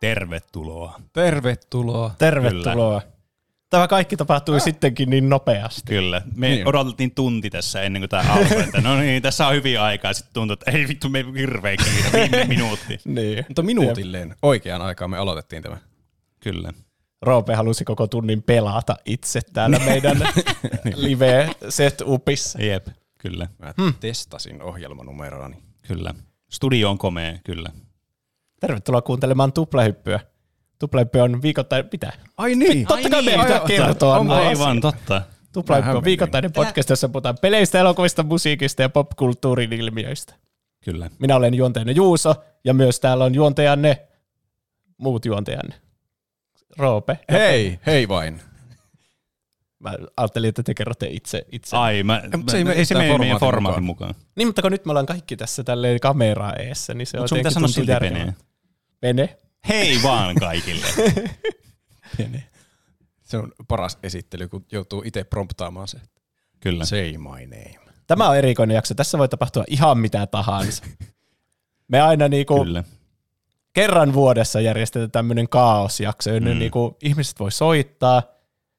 Tervetuloa. Tervetuloa. Tervetuloa. Kyllä. Tämä kaikki tapahtui äh. sittenkin niin nopeasti. Kyllä. Me niin. odoteltiin tunti tässä ennen kuin tämä alkoi, että no niin, tässä on hyvin aikaa. Sitten tuntuu, että ei vittu, me ei hirveä kiire, viime minuutti. niin. Mutta minuutilleen oikeaan aikaan me aloitettiin tämä. Kyllä. Roope halusi koko tunnin pelata itse täällä meidän Niin. live setupissa. Jep, kyllä. Mä hmm. testasin ohjelmanumeroani. Kyllä. Studio on komea, kyllä. Tervetuloa kuuntelemaan tuplahyppyä. Tuplahyppy on viikoittain, mitä? Ai niin, Totta kai meidän pitää kertoa. On nuo asiat. aivan totta. Tuplahyppy on Vähän viikoittainen podcast, jossa puhutaan peleistä, elokuvista, musiikista ja popkulttuurin ilmiöistä. Kyllä. Minä olen juonteena Juuso, ja myös täällä on juontajanne, muut juontajanne. Roope. Hei, hei vain. Mä ajattelin, että te kerrotte itse. itse. Ai, mä, mutta se ei- ei se tää meidän mene formaatin formaatin mukaan. mukaan. Niin, mutta kun nyt me ollaan kaikki tässä tälleen kameraa eessä, niin se on Mutta sun pitää sanoa silti järkevää. penee. Pene. Hei vaan kaikille. Niin. Se on paras esittely, kun joutuu itse promptaamaan se. Kyllä. Se. Say my name. Tämä on erikoinen jakso. Tässä voi tapahtua ihan mitä tahansa. Me aina niinku Kyllä. kerran vuodessa järjestetään tämmöinen kaosjakso, jonne mm. niinku ihmiset voi soittaa,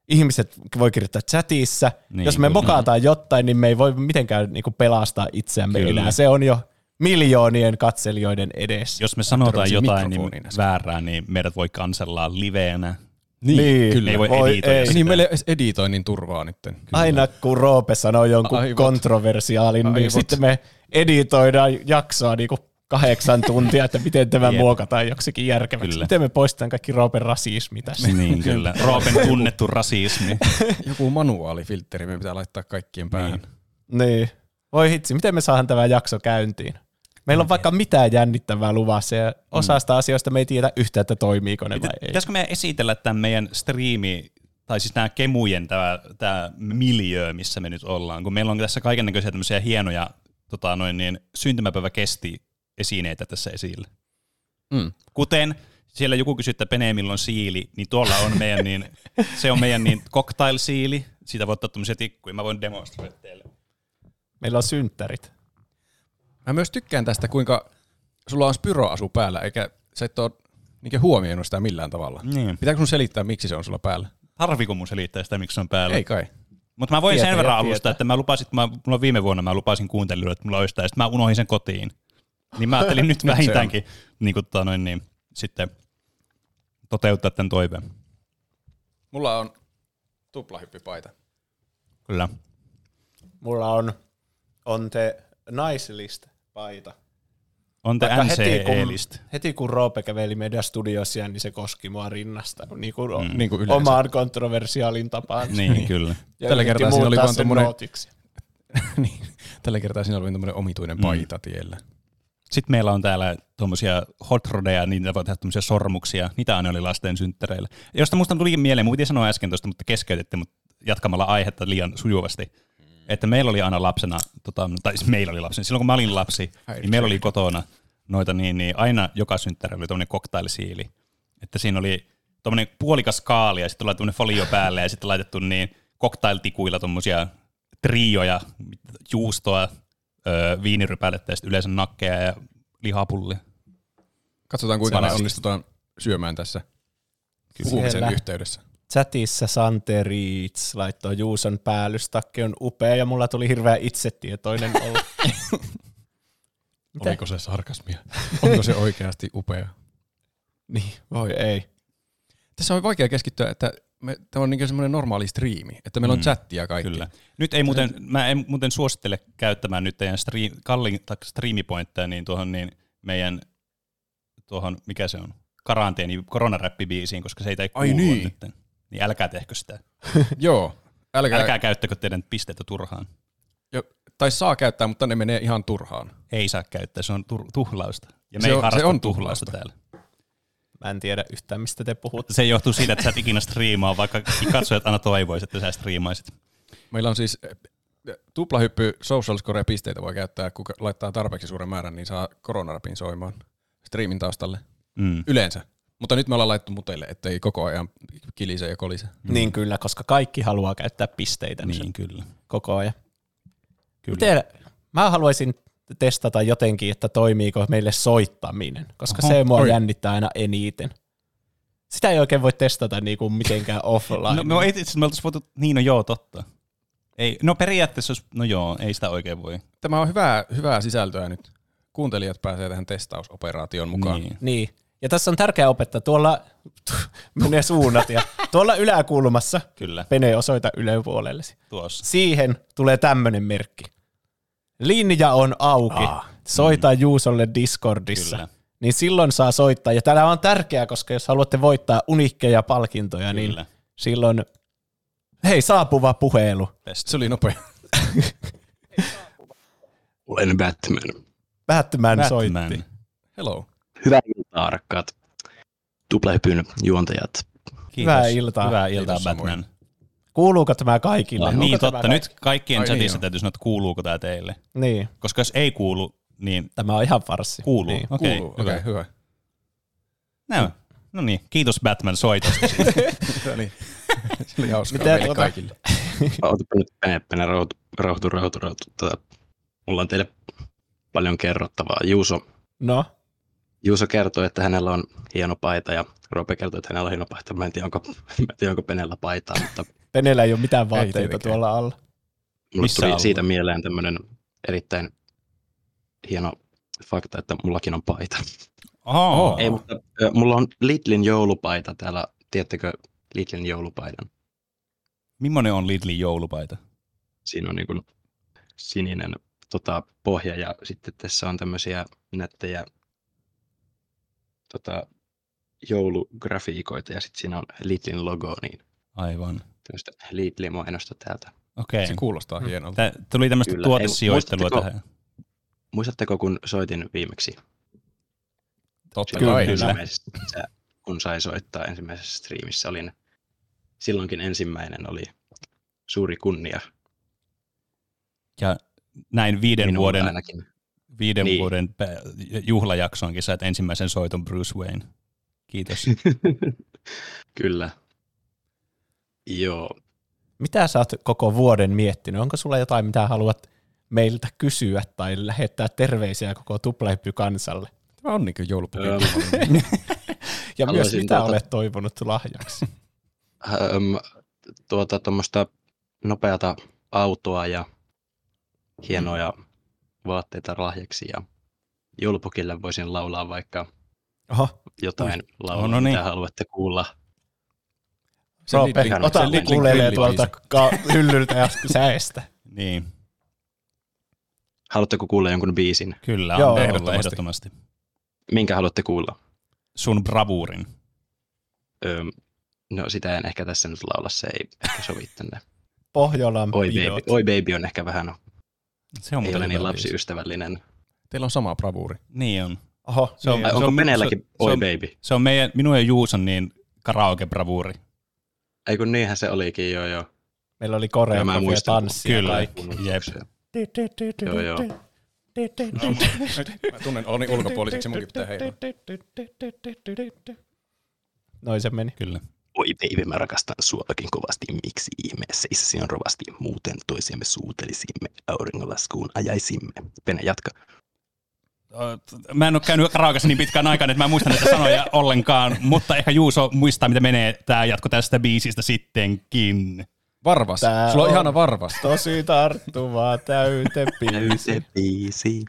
ihmiset voi kirjoittaa chatissa. Niin, Niin, Jos me kyllä. mokataan jotain, niin me ei voi mitenkään niinku pelastaa itseämme Kyllä. kyllä. enää. Se on jo miljoonien katselijoiden edessä. Jos me sanotaan Törmäsin jotain niin mikrofoniin äsken. väärää, niin meidät voi kansellaa liveenä. Niin, Ei voi, Voi editoida ei. sitä. Niin meillä ei edes editoinnin turvaa nytten. Aina kun Roope sanoo jonkun Aivot. kontroversiaalin, niin Aivot. sitten me editoidaan jaksoa niinku kahdeksan tuntia, että miten tämä Jep. muokataan joksikin järkeväksi. Kyllä. Miten me poistetaan kaikki Roopen rasismi tästä. Niin kyllä. Roopen tunnettu rasismi. Joku manuaalifiltteri me pitää laittaa kaikkien päähän. Niin. Niin. Voi hitsi, miten me saadaan tämä jakso käyntiin? Meillä on vaikka mitään jännittävää luvassa ja Mm. osasta asioista me ei tiedä yhtään, että toimiiko ne vai ei. Pitäisikö meidän esitellä tämän meidän striimi, tai siis nämä kemujen tämä, tämä miljöö, missä me nyt ollaan, kun meillä on tässä kaikennäköisiä tämmöisiä hienoja tota, noin niin, syntymäpäivä kesti esineitä tässä esillä. Mm. Kuten siellä joku kysyy, että Pene, milloin siili, niin tuolla on meidän, niin, se on meidän niin cocktail-siili. Siitä voi ottaa tämmöisiä tikkuja, mä voin demonstroida teille. Meillä on synttärit. Mä myös tykkään tästä, kuinka sulla on spyroasu päällä, eikä sä et ole niinkö huomioinut sitä millään tavalla. Niin. Pitääkö sun selittää, miksi se on sulla päällä? Tarviiko mun selittää sitä, miksi se on päällä? Ei kai. Mutta mä voin Tietä sen ja verran tietä. alustaa, että mä lupasin, että mä, mulla on viime vuonna mä lupasin kuuntelijoille, että mulla olisi tää, ja sitten mä unohdin sen kotiin. Niin mä ajattelin nyt on. vähintäänkin niin kuin, tota noin, niin, sitten toteuttaa tämän toiveen. Mulla on tuplahyppypaita. Kyllä. Mulla on, on te nice list paita. On te E Vaikka heti kun, NCE-list. heti kun Roope käveli meidän studiossa, niin se koski mua rinnasta niin kuin, mm, niin niin kuin kuin yleensä. omaan kontroversiaalin tapaan. niinku Niin, kyllä. Ja Tällä yritti kertaa siinä oli muuttaa vaan sen tommonen- nootiksi. niin. Tällä kertaa siinä oli tämmöinen omituinen paita tiellä. Sitten Mm. meillä on täällä tuommoisia hot rodeja, niitä voi tehdä tuommoisia sormuksia. Niitä aina oli lasten synttäreillä. Josta musta tulikin mieleen, mun piti sanoa äsken tuosta, mutta keskeytettiin mut jatkamalla aihetta liian sujuvasti. Että meillä oli aina lapsena, tota, tai siis meillä oli lapsena, silloin kun mä olin lapsi, niin meillä oli kotona noita, niin, niin aina joka synttärä oli tuommoinen koktailisiili. Että siinä oli tuommoinen puolikas kaali ja sitten oli tuommoinen folio päälle ja sitten laitettu niin koktailtikuilla tuommoisia trioja, juustoa, öö, viinirypälettä ja sitten yleensä nakkeja ja lihapullia. Katsotaan, kuinka Se on me siis- onnistutaan syömään tässä Siellä. puhumisen yhteydessä. Chatissa Sante Reeds laittoi Juuson päällystakki on upea ja mulla tuli hirveä itsetietoinen olo. Mitä? Oliko se sarkasmia? Onko se oikeasti upea? Niin, voi ei. Tässä on vaikea keskittyä, että me, tämä on niin semmoinen normaali striimi, että meillä on Mm. mm. chattia kaikki. Kyllä. Nyt ei muuten, mä en muuten suosittele käyttämään nyt teidän stream, kallin, tai striimipointteja niin tuohon niin meidän, tuohon, mikä se on, karanteeni koronaräppibiisiin, koska se ei tee Ai kuulua niin. nytten. Niin älkää tehkö sitä. Joo. Älkää, Älkää käyttäkö teidän pisteitä turhaan. Jo, tai saa käyttää, mutta ne menee ihan turhaan. Ei saa käyttää, se on tur- tuhlausta. Ja me Se ei on- harrasta se on tuhlausta, tuhlausta. täällä. Mä en tiedä yhtään, mistä te puhutte. Se johtuu siitä, että sä et ikinä striimaa, vaikka katsojat aina toivoisivat, että sä striimaisit. Meillä on siis eh, tuplahyppy social score pisteitä voi käyttää, kun laittaa tarpeeksi suuren määrän, niin saa koronarapin soimaan striimin taustalle. Mm. Yleensä. Mutta nyt me ollaan laittu muteille, ettei koko ajan kilise ja kolise. Mm. Niin kyllä, koska kaikki haluaa käyttää pisteitä niin. Niin, kyllä. koko ajan. kyllä. Miten, mä haluaisin testata jotenkin, että toimiiko meille soittaminen, koska Oho, se mua oi. jännittää aina eniten. Sitä ei oikein voi testata niin kuin mitenkään offline. No, no itse asiassa me oltaisiin voitu, niin no joo, totta. Ei, no periaatteessa, jos- no joo, ei sitä oikein voi. Tämä on hyvää, hyvää sisältöä nyt. Kuuntelijat pääsee tähän testausoperaatioon mukaan. Niin. Niin. Niin. Ja tässä on tärkeää opettaa, tuolla menee suunnat ja tuolla yläkulmassa, Kyllä, pene osoita yläpuolellesi. tuossa. Siihen tulee tämmöinen merkki. Linja on auki. Ah, Soita Juusolle Discordissa. Kyllä. Kyllä. Niin silloin saa soittaa. Ja tämä on tärkeää, koska jos haluatte voittaa unikkeja palkintoja, Kyllä. niin Kyllä. silloin hei, saapuva puhelu. Se oli no, nopea. Olen Batman. Batman, Batman. soitti. Batman. Hello. Hyvää iltaa, rakkaat tuplahypyn juontajat. Kiitos. Hyvää iltaa. Hyvää iltaa, Kiitos, samoin. Batman. Kuuluuko tämä kaikille? Ah, Onko niin tämä totta, kaikki- nyt kaikkien Ai Ai niin, chatissa joo. täytyy sanoa, että kuuluuko tämä teille. Niin, Koska jos ei kuulu, niin tämä on ihan farsi. kuuluu. Niin. Okei, Kuuluu. Okei, okay, hyvä. No, no niin, kiitos Batman soitosta. siis. Se oli, No niin. se oli hauskaa Mitä meille tuota- kaikille. Otapa nyt päeppänä rauhoitu, rauhoitu, rauhoitu, rauhoitu. Tota, Mulla on teille paljon kerrottavaa. Juuso, No, Juuso kertoi, että hänellä on hieno paita ja Rope kertoi, että hänellä on hieno paita. Mä en tiedä, onko, mä en tiedä, onko Penellä paitaa, mutta Penellä ei ole mitään vaatteita tietenkään. tuolla alla. mulle Missä tuli on? siitä mieleen tämmöinen erittäin hieno fakta, että mullakin on paita. Oho. Ei, mutta ö, mulla on Lidlin joulupaita täällä. Tiedättekö Lidlin joulupaidan? Mimmonen on Lidlin joulupaita? siinä on niin kuin sininen tota, pohja ja sitten tässä on tämmöisiä nättejä tota, joulugrafiikoita ja sitten siinä on Lidlin logo, niin Aivan. tämmöistä Lidlin mainosta täältä. Okei. Mm. Se kuulostaa hienolta. Tää tuli tämmöistä Kyllä. tuotesijoittelua Ei, tähän. Muistatteko, kun soitin viimeksi? Totta Kyllä. kai. Kyllä. Ensimmäisessä, kun sai soittaa ensimmäisessä striimissä, olin silloinkin ensimmäinen oli suuri kunnia Ja näin viiden minulle vuoden, ainakin. viiden Niin. vuoden pä- juhlajaksoonkin sait ensimmäisen soiton Bruce Wayne. Kiitos. Kyllä. Joo, Mitä sä oot koko vuoden miettinyt? Onko sulla jotain, mitä haluat meiltä kysyä tai lähettää terveisiä koko tuplahyppy kansalle? Tämä on niin joulupukin. Öm. Ja myös Haluaisin mitä tota- olet toivonut lahjaksi? Öm, tuota tuommoista nopeata autoa ja hienoja Mm. vaatteita lahjaksi ja joulupukille voisin laulaa vaikka Oho, jotain laulua, no niin. mitä haluatte kuulla. Roope, Lidlin- ota sen Lidlin ukulele eh, tuolta ka- hyllyltä ja säestä. niin, Haluatteko kuulla jonkun biisin? kyllä. Joo, Joo, ehdottomasti. ehdottomasti. ehdottomasti. Minkä haluatte kuulla? Sun bravuurin. Öm, no sitä en ehkä tässä nyt laula, se ei ehkä sovi tänne. Pohjolan Oi pidot. baby, oi baby on ehkä vähän, Se on ei muuten ole niin hyvä biisi. lapsiystävällinen. Teillä on sama bravuuri. Niin on. Oho, Se on- niin. Ai, onko mun- Penelläkin se- oi se on- baby? Se on meidän, minun ja Juuson niin karaokebravuuri. Ei kun niinhän se olikin, joo joo. meillä oli Kyllä mä koreografia muistan. tanssia. Kyllä. kaikki. Jep. Joo joo. Mä tunnen olin ulkopuoliseksi, munkin pitää heilua. Noin se meni. Kyllä. Oi baby, mä rakastan suotakin kovasti. Miksi ihmeessä issasi on rovasti? Muuten toisiamme suutelisimme, auringonlaskuun ajaisimme. Pene, jatka. Ö, t- Mä en ole käynyt karaokessa niin pitkään aikaan, että mä en muista näitä sanoja ollenkaan, mutta ehkä Juuso muistaa, mitä menee tämä jatko tästä biisistä sittenkin. Varvas. Tää Sulla on, on- ihana varvas. Tosi tarttuvaa täyteen biisi. Täyte biisi,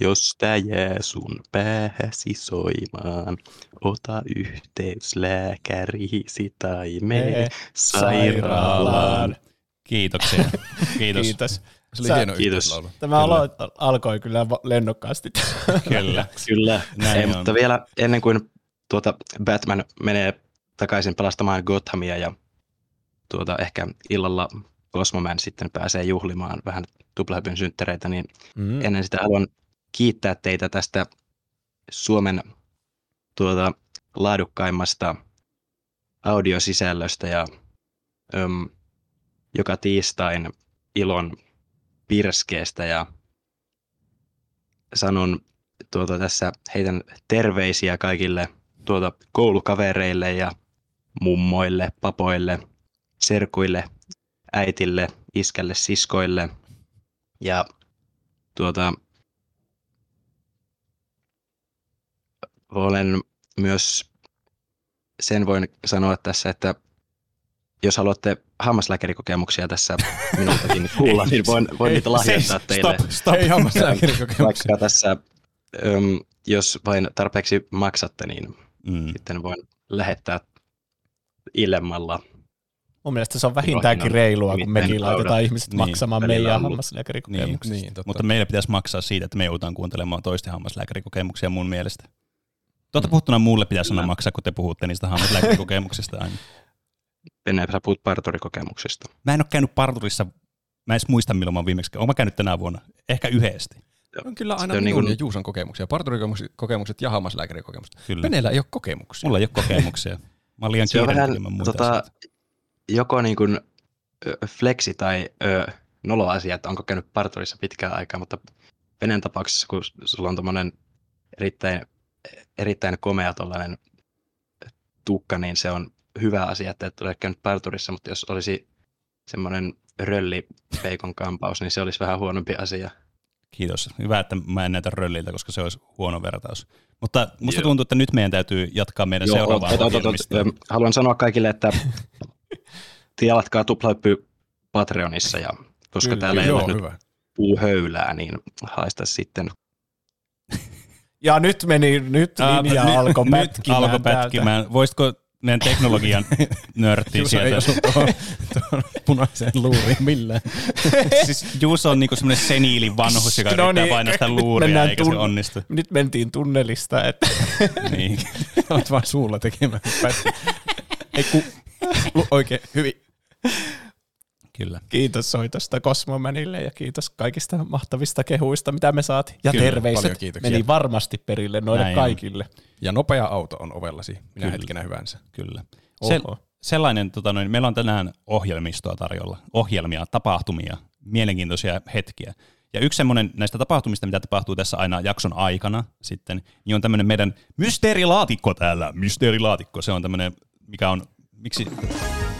jos tää jää sun päähäsi soimaan. Ota yhteys lääkärisi tai Mene mene sairaalaan. Kiitoksia. Kiitos. Kiitos. Kiitos. Se oli Sä- hieno Kiitos. yhteislaulu. Tämä alo- alkoi kyllä va- lennokkaasti. Kyllä. Kyllä, Näin Ei, on. mutta vielä ennen kuin tuota Batman menee takaisin pelastamaan Gothamia ja tuota ehkä illalla Cosmoman sitten pääsee juhlimaan vähän tuplahypyn synttereitä, niin Mm. ennen sitä haluan kiittää teitä tästä Suomen tuota, laadukkaimmasta audiosisällöstä ja öm, joka tiistain ilon pirskeestä ja sanon tuota, tässä heitän terveisiä kaikille tuota, koulukavereille ja mummoille, papoille, serkuille, äitille, iskälle, siskoille ja tuota, olen myös sen voin sanoa tässä, että jos haluatte hammaslääkärikokemuksia tässä minultakin nyt kuulla, niin voin, voin niitä lahjoittaa teille. Stop, stop. Ei hammaslääkärikokemuksia. Vaikka tässä, öm, jos vain tarpeeksi maksatte, niin Mm. sitten voin lähettää illemmalla. Mun mielestä se on vähintäänkin Joo, reilua, kun mekin nimittäin laitetaan ihmiset Niin, maksamaan välillä on meidän ollut. hammaslääkärikokemuksesta. Niin, totta. Mutta meillä pitäisi maksaa siitä, että me joudutaan kuuntelemaan toisten hammaslääkärikokemuksia mun mielestä. Mm. Tuota puhuttuna muulle pitäisi aina Kyllä. maksaa, kun te puhutte niistä hammaslääkärikokemuksista aina. Enää sä puhut parturikokemuksista. Mä en ole käynyt parturissa, mä en edes muista milloin mä oon viimeksi. Oon mä käynyt tänä vuonna? Ehkä yhdesti. on kyllä aina Se on minun niinku- ja Juuson kokemuksia. Parturikokemukset ja hammaslääkärikokemukset. Kyllä. Meneillä ei ole kokemuksia. Mulla ei ole kokemuksia. Mä oon liian Se on kiireinen vähän tekemään muita tota, asioita. joko niin kuin ö, fleksi tai ö, noloasia, että onko käynyt parturissa pitkään aikaa, mutta Veneen tapauksessa, kun sulla on tommonen erittäin, erittäin komea tuollainen tukka, niin se on hyvä asia, että et ole käynyt parturissa, mutta jos olisi semmoinen rölli peikon kampaus, niin se olisi vähän huonompi asia. Kiitos. Hyvä, että mä en näytä rölliltä, koska se olisi huono vertaus. Mutta musta Joo. tuntuu, että nyt meidän täytyy jatkaa meidän Joo, seuraavaa oot- oot- oot- ohjelmista. oot. Haluan sanoa kaikille, että tilatkaa tuplahyppy Patreonissa, ja koska Kyllä, täällä ei joo, ole nyt hyvä. puuhöylää, niin haista sitten Ja nyt meni, nyt Ää, linja nyt- alkoi nyt pätkimään. alkoi täältä. pätkimään. Voisitko meidän teknologian nörtti Juuso ei sieltä? osu tuohon, tuohon punaiseen luuriin millään. siis Juuso on niinku semmoinen seniili vanhus, joka No yrittää niin, painaa sitä nyt luuria, mennään eikä se tun- onnistu. Nyt mentiin tunnelista, että Niin. Olet vaan suulla tekemään. ei ku, lu, oikein hyvin. Kyllä. kiitos soitosta Kosmomänille ja kiitos kaikista mahtavista kehuista, mitä me saatiin. Ja Kyllä, paljon terveiset kiitoksia. meni varmasti perille noille Näin on. kaikille. Ja nopea auto on ovellasi minä Kyllä. hetkenä hyvänsä. Kyllä. Se, Oho. sellainen, tota noin, meillä on tänään ohjelmistoa tarjolla, ohjelmia, tapahtumia, mielenkiintoisia hetkiä. Ja yksi semmoinen näistä tapahtumista, mitä tapahtuu tässä aina jakson aikana sitten, niin on tämmöinen meidän mysteerilaatikko täällä. Mysteerilaatikko, se on tämmöinen, mikä on, miksi,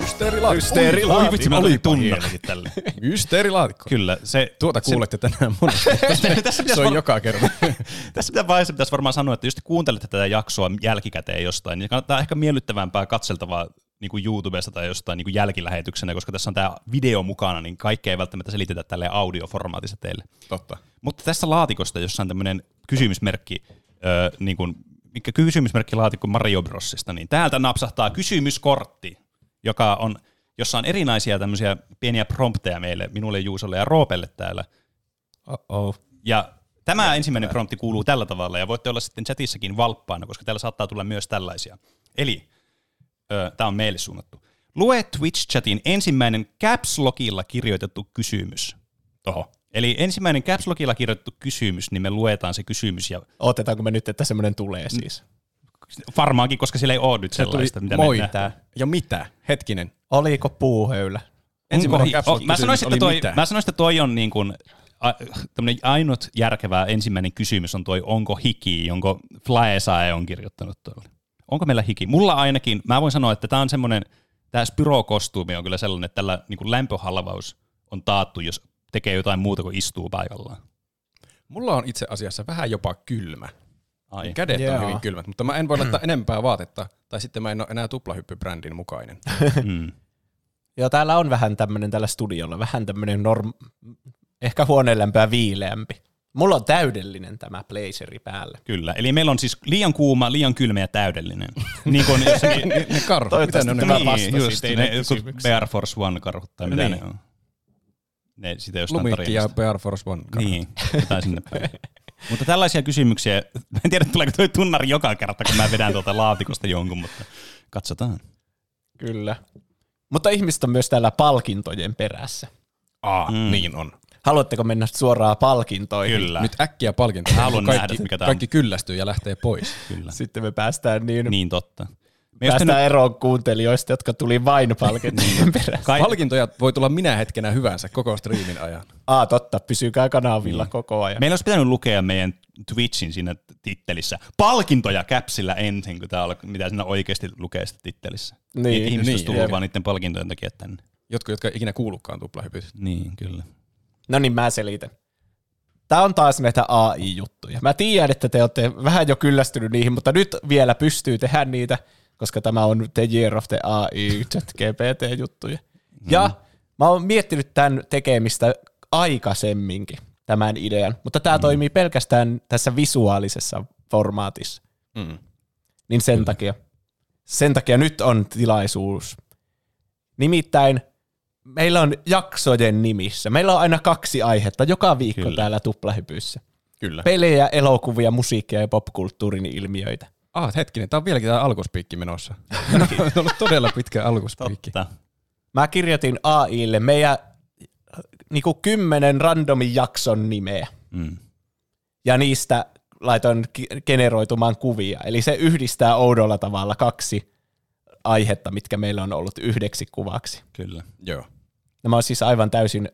Mysteerilaatikko. oi vitsi, mä olin olipa tunna. hieno. tälle. Mysteerilaatikko. Kyllä, se, Tuota kuulette tänään monesti. tässä Se pitäisi on var- joka kerta. Tässä pitää vaiheessa pitäisi varmaan sanoa, että jos te kuuntelette tätä jaksoa jälkikäteen jostain, niin kannattaa ehkä miellyttävämpää katseltavaa niin kuin YouTubesta tai jostain niin kuin jälkilähetyksenä, koska tässä on tämä video mukana, niin kaikkea ei välttämättä selitetä tälle audioformaatissa teille. Totta. Mutta tässä laatikosta, jossa on tämmöinen kysymysmerkki, öö, niin kuin, mikä kysymysmerkki laatikko Mario Brosista, niin täältä napsahtaa kysymyskortti, joka on, jossa on erinäisiä tämmöisiä pieniä prompteja meille, minulle, Juusolle ja Roopelle täällä. Oh. Oh-oh. Ja tämä ensimmäinen prompti kuuluu tällä tavalla, ja voitte olla sitten chatissakin valppaana, koska täällä saattaa tulla myös tällaisia. Eli, tämä on meille suunnattu. Lue Twitch-chatin ensimmäinen Caps Lockilla kirjoitettu kysymys. Toho. Eli ensimmäinen Caps Lockilla kirjoitettu kysymys, niin me luetaan se kysymys, ja Otetaanko me nyt, että semmoinen tulee siis? varmaankin, koska sillä ei ole nyt sellaista, mitä me moi. nähdään. Ja mitä? Hetkinen. Oliko puuhöylä? Ensimmäinen Onko- caps oh, lock mä kysymys sanoisin, että oli toi, mitä? mä sanoisin, että toi on niin kuin, a, tämmönen ainut järkevä ensimmäinen kysymys on toi, onko hiki, jonka Flaesae on kirjoittanut tuolle. Onko meillä hiki? Mulla ainakin, mä voin sanoa, että tämä on semmoinen, tämä spyrokostuumi on kyllä sellainen, että tällä niin kuin lämpöhalvaus on taattu, jos tekee jotain muuta kuin istuu paikallaan. Mulla on itse asiassa vähän jopa kylmä. Niin Ai. Mm. Kädet Jaa. on hyvin kylmät, mutta mä en voi laittaa enempää vaatetta, tai sitten mä en ole enää tuplahyppybrändin mukainen. Mm. Joo, täällä on vähän tämmöinen tällä studiolla, vähän tämmöinen norm... ehkä huoneenlämpöä viileämpi. Mulla on täydellinen tämä blazeri päällä. Kyllä, eli meillä on siis liian kuuma, liian kylmä ja täydellinen. niin kuin jossakin, Niin, Ne, ne karhut, mitä Toivottavasti ne on ne tämä karhut? vastasi just, teidän ne, jotkut kysymykseen. Air Force One karhut tai mitä Niin. ne on. Ne sitä jostain Lumikki ja tarinasta. Bear Force One karhut. Niin, jotain sinne päin. mutta tällaisia kysymyksiä, mä en tiedä tuleeko toi tunnari joka kerta, kun mä vedän tuolta laatikosta jonkun, mutta katsotaan. Kyllä. Mutta ihmiset on myös täällä palkintojen perässä. Aa, Mm. niin on. Haluatteko mennä suoraan palkintoihin? Kyllä, Nyt äkkiä palkinto. Haluan kaikki, nähdä, mikä tää on. Kaikki kyllästyy ja lähtee pois. kyllä. Sitten me päästään niin, niin Niin totta. Me just päästään eroon kuuntelijoista, jotka tuli vain palkintojen perässä. Niin. kai, Palkintoja voi tulla minä hetkenä hyvänsä koko striimin ajan. Aa, totta, pysykää Niin. kanavilla koko ajan. meillä olisi pitänyt lukea meidän Twitchin siinä tittelissä. Palkintoja käpsillä ensin, kun tää oli, mitä siinä oikeasti lukee sitä tittelissä. Niin, Niitä ihmiset niin, olisi tullut jep. vaan niiden palkintojen takia tänne. Jotkut, jotka ei ikinä kuulukaan tuplahypyt. Niin, kyllä. No niin, mä selitän. Tämä on taas näitä AI-juttuja. Mä tiedän, että te olette vähän jo kyllästynyt niihin, mutta nyt vielä pystyy tehdä niitä. koska tämä on The Year of the AI, GPT-juttuja. Ja mä oon miettinyt tämän tekemistä aikaisemminkin, tämän idean, mutta tämä toimii pelkästään tässä visuaalisessa formaatissa. Mm. Niin sen takia. Sen takia nyt on tilaisuus. Nimittäin meillä on jaksojen nimissä. Meillä on aina kaksi aihetta joka viikko Kyllä. täällä tuplahypyssä. Kyllä. Pelejä, elokuvia, musiikkia ja popkulttuurin ilmiöitä. Ah, hetkinen, tää on vieläkin tää alkuspiikki menossa. No, on ollut todella pitkä alkuspiikki. Totta. Mä kirjoitin AIlle meidän niinku kymmenen randomin jakson nimeä. Mm. ja niistä laitoin ki- generoitumaan kuvia. Eli se yhdistää oudolla tavalla kaksi aihetta, mitkä meillä on ollut yhdeksi kuvaksi. Kyllä. Joo. Nämä on siis aivan täysin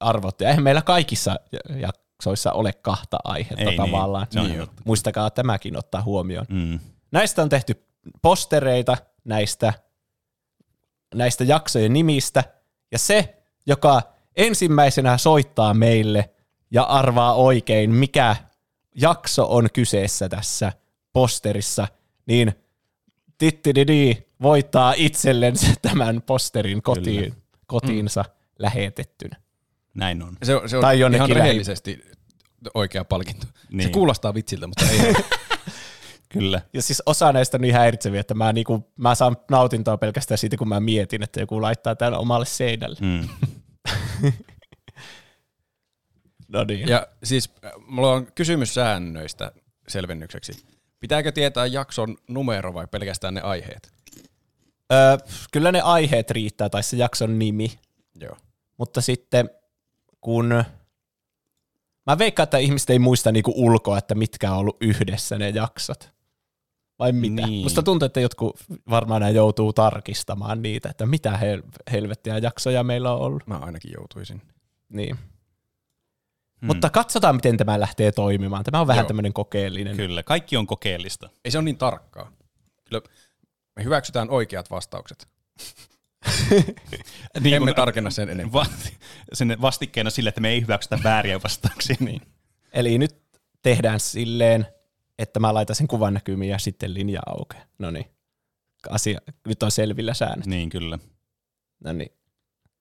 arvot. Ja eihän meillä kaikissa jaksoissa ole kahta aihetta Ei tavallaan. niin, se on ihan Niin. Muistakaa tämäkin ottaa huomioon. Mm. Näistä on tehty postereita näistä, näistä jaksojen nimistä. Ja se, joka ensimmäisenä soittaa meille ja arvaa oikein, mikä jakso on kyseessä tässä posterissa, niin tittididi voittaa itsellensä tämän posterin kotiin, kotiinsa lähetettynä. Näin on. Se, on- se on Tai tai jonnekin ihan lähi- rehellisesti oikea palkinto. Niin. Se Niin. kuulostaa vitsiltä, mutta ei. Kyllä. Ja siis osa näistä on niin häiritseviä, että mä, niinku, mä saan nautintoa pelkästään siitä, kun mä mietin, että joku laittaa tämän omalle seinälle. Mm. No niin. ja siis äh, mulla on kysymys säännöistä selvennykseksi. Pitääkö tietää jakson numero vai pelkästään ne aiheet? Öö, kyllä ne aiheet riittää, tai se jakson nimi. Joo. Mutta sitten kun... Mä veikkaan, että ihmiset ei muista niinku ulkoa, että mitkä on ollut yhdessä ne jaksot. Vai mitä? Niin. Niin. Musta tuntuu, että jotkut varmaan nämä joutuu tarkistamaan niitä, että mitä hel- helvettiä jaksoja meillä on ollut. Mä ainakin joutuisin. Hmm. Niin. Mm. Mutta katsotaan, miten tämä lähtee toimimaan. Tämä on vähän Joo. tämmöinen kokeellinen. Kyllä. Kaikki on kokeellista. Ei se ole niin tarkkaa. Kyllä me hyväksytään oikeat vastaukset. Niin Emme kuin- tarkenna sen enemmän. Va- sen vastikkeena sille, että me ei hyväksytä vääriä vastauksia. Niin. Eli nyt tehdään silleen, että mä laitan sen kuvan näkymiin ja sitten linja aukeaa. No niin. Asia, nyt on selvillä säännöt. niin, kyllä. No niin.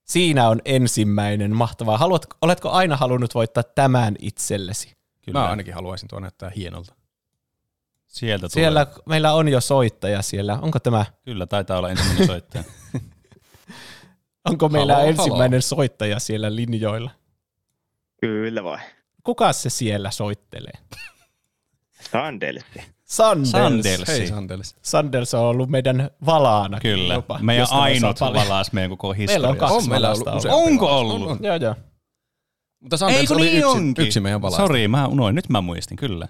Siinä on ensimmäinen. Mahtavaa. Haluat, oletko aina halunnut voittaa tämän itsellesi? kyllä. Mä ainakin haluaisin tuo näyttää hienolta. Sieltä tulee. Siellä meillä on jo soittaja siellä. Onko tämä, Kyllä, taitaa olla ensimmäinen soittaja. onko meillä Haloo, ensimmäinen soittaja siellä linjoilla? Kyllä vai. Kuka se siellä soittelee? Sandelsi. Sanders. Sandels. Hei Hei, Sandelis. Sanders on ollut meidän valaana. Kyllä. Jopa. Meidän ainut valaas meidän koko Meillä on historia. kaksi On meillä valasta ollut ollut. useampi Onko valas. ollut? On, on. Joo, joo. Mutta Sanders Ei, kun oli niin yksi, onkin. yksi meidän valasta. Sori, mä unoin. Nyt mä muistin, kyllä.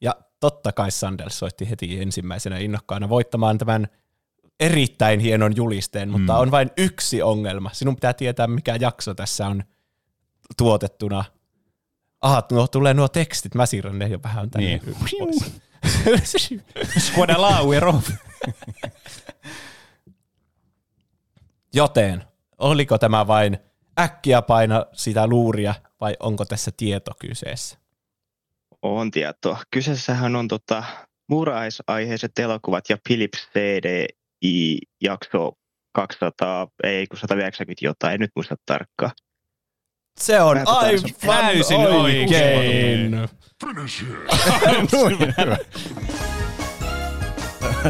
Ja totta kai Sanders soitti heti ensimmäisenä innokkaana voittamaan tämän erittäin hienon julisteen, mutta Mm. on vain yksi ongelma. Sinun pitää tietää, mikä jakso tässä on tuotettuna. Aha, nuo, tulee nuo tekstit, mä siirrän ne jo vähän tänne. Niin. pois. Guadalauero. Joten, oliko tämä vain äkkiä paina sitä luuria vai onko tässä tieto kyseessä? On tietoa. Kyseessähän on tota, muurahaisaiheiset elokuvat ja Philips CDI jakso 200, ei kun 190 jotain, en nyt muista tarkkaan. Se on Mä en tätä aivan osaa. Täysin oikein.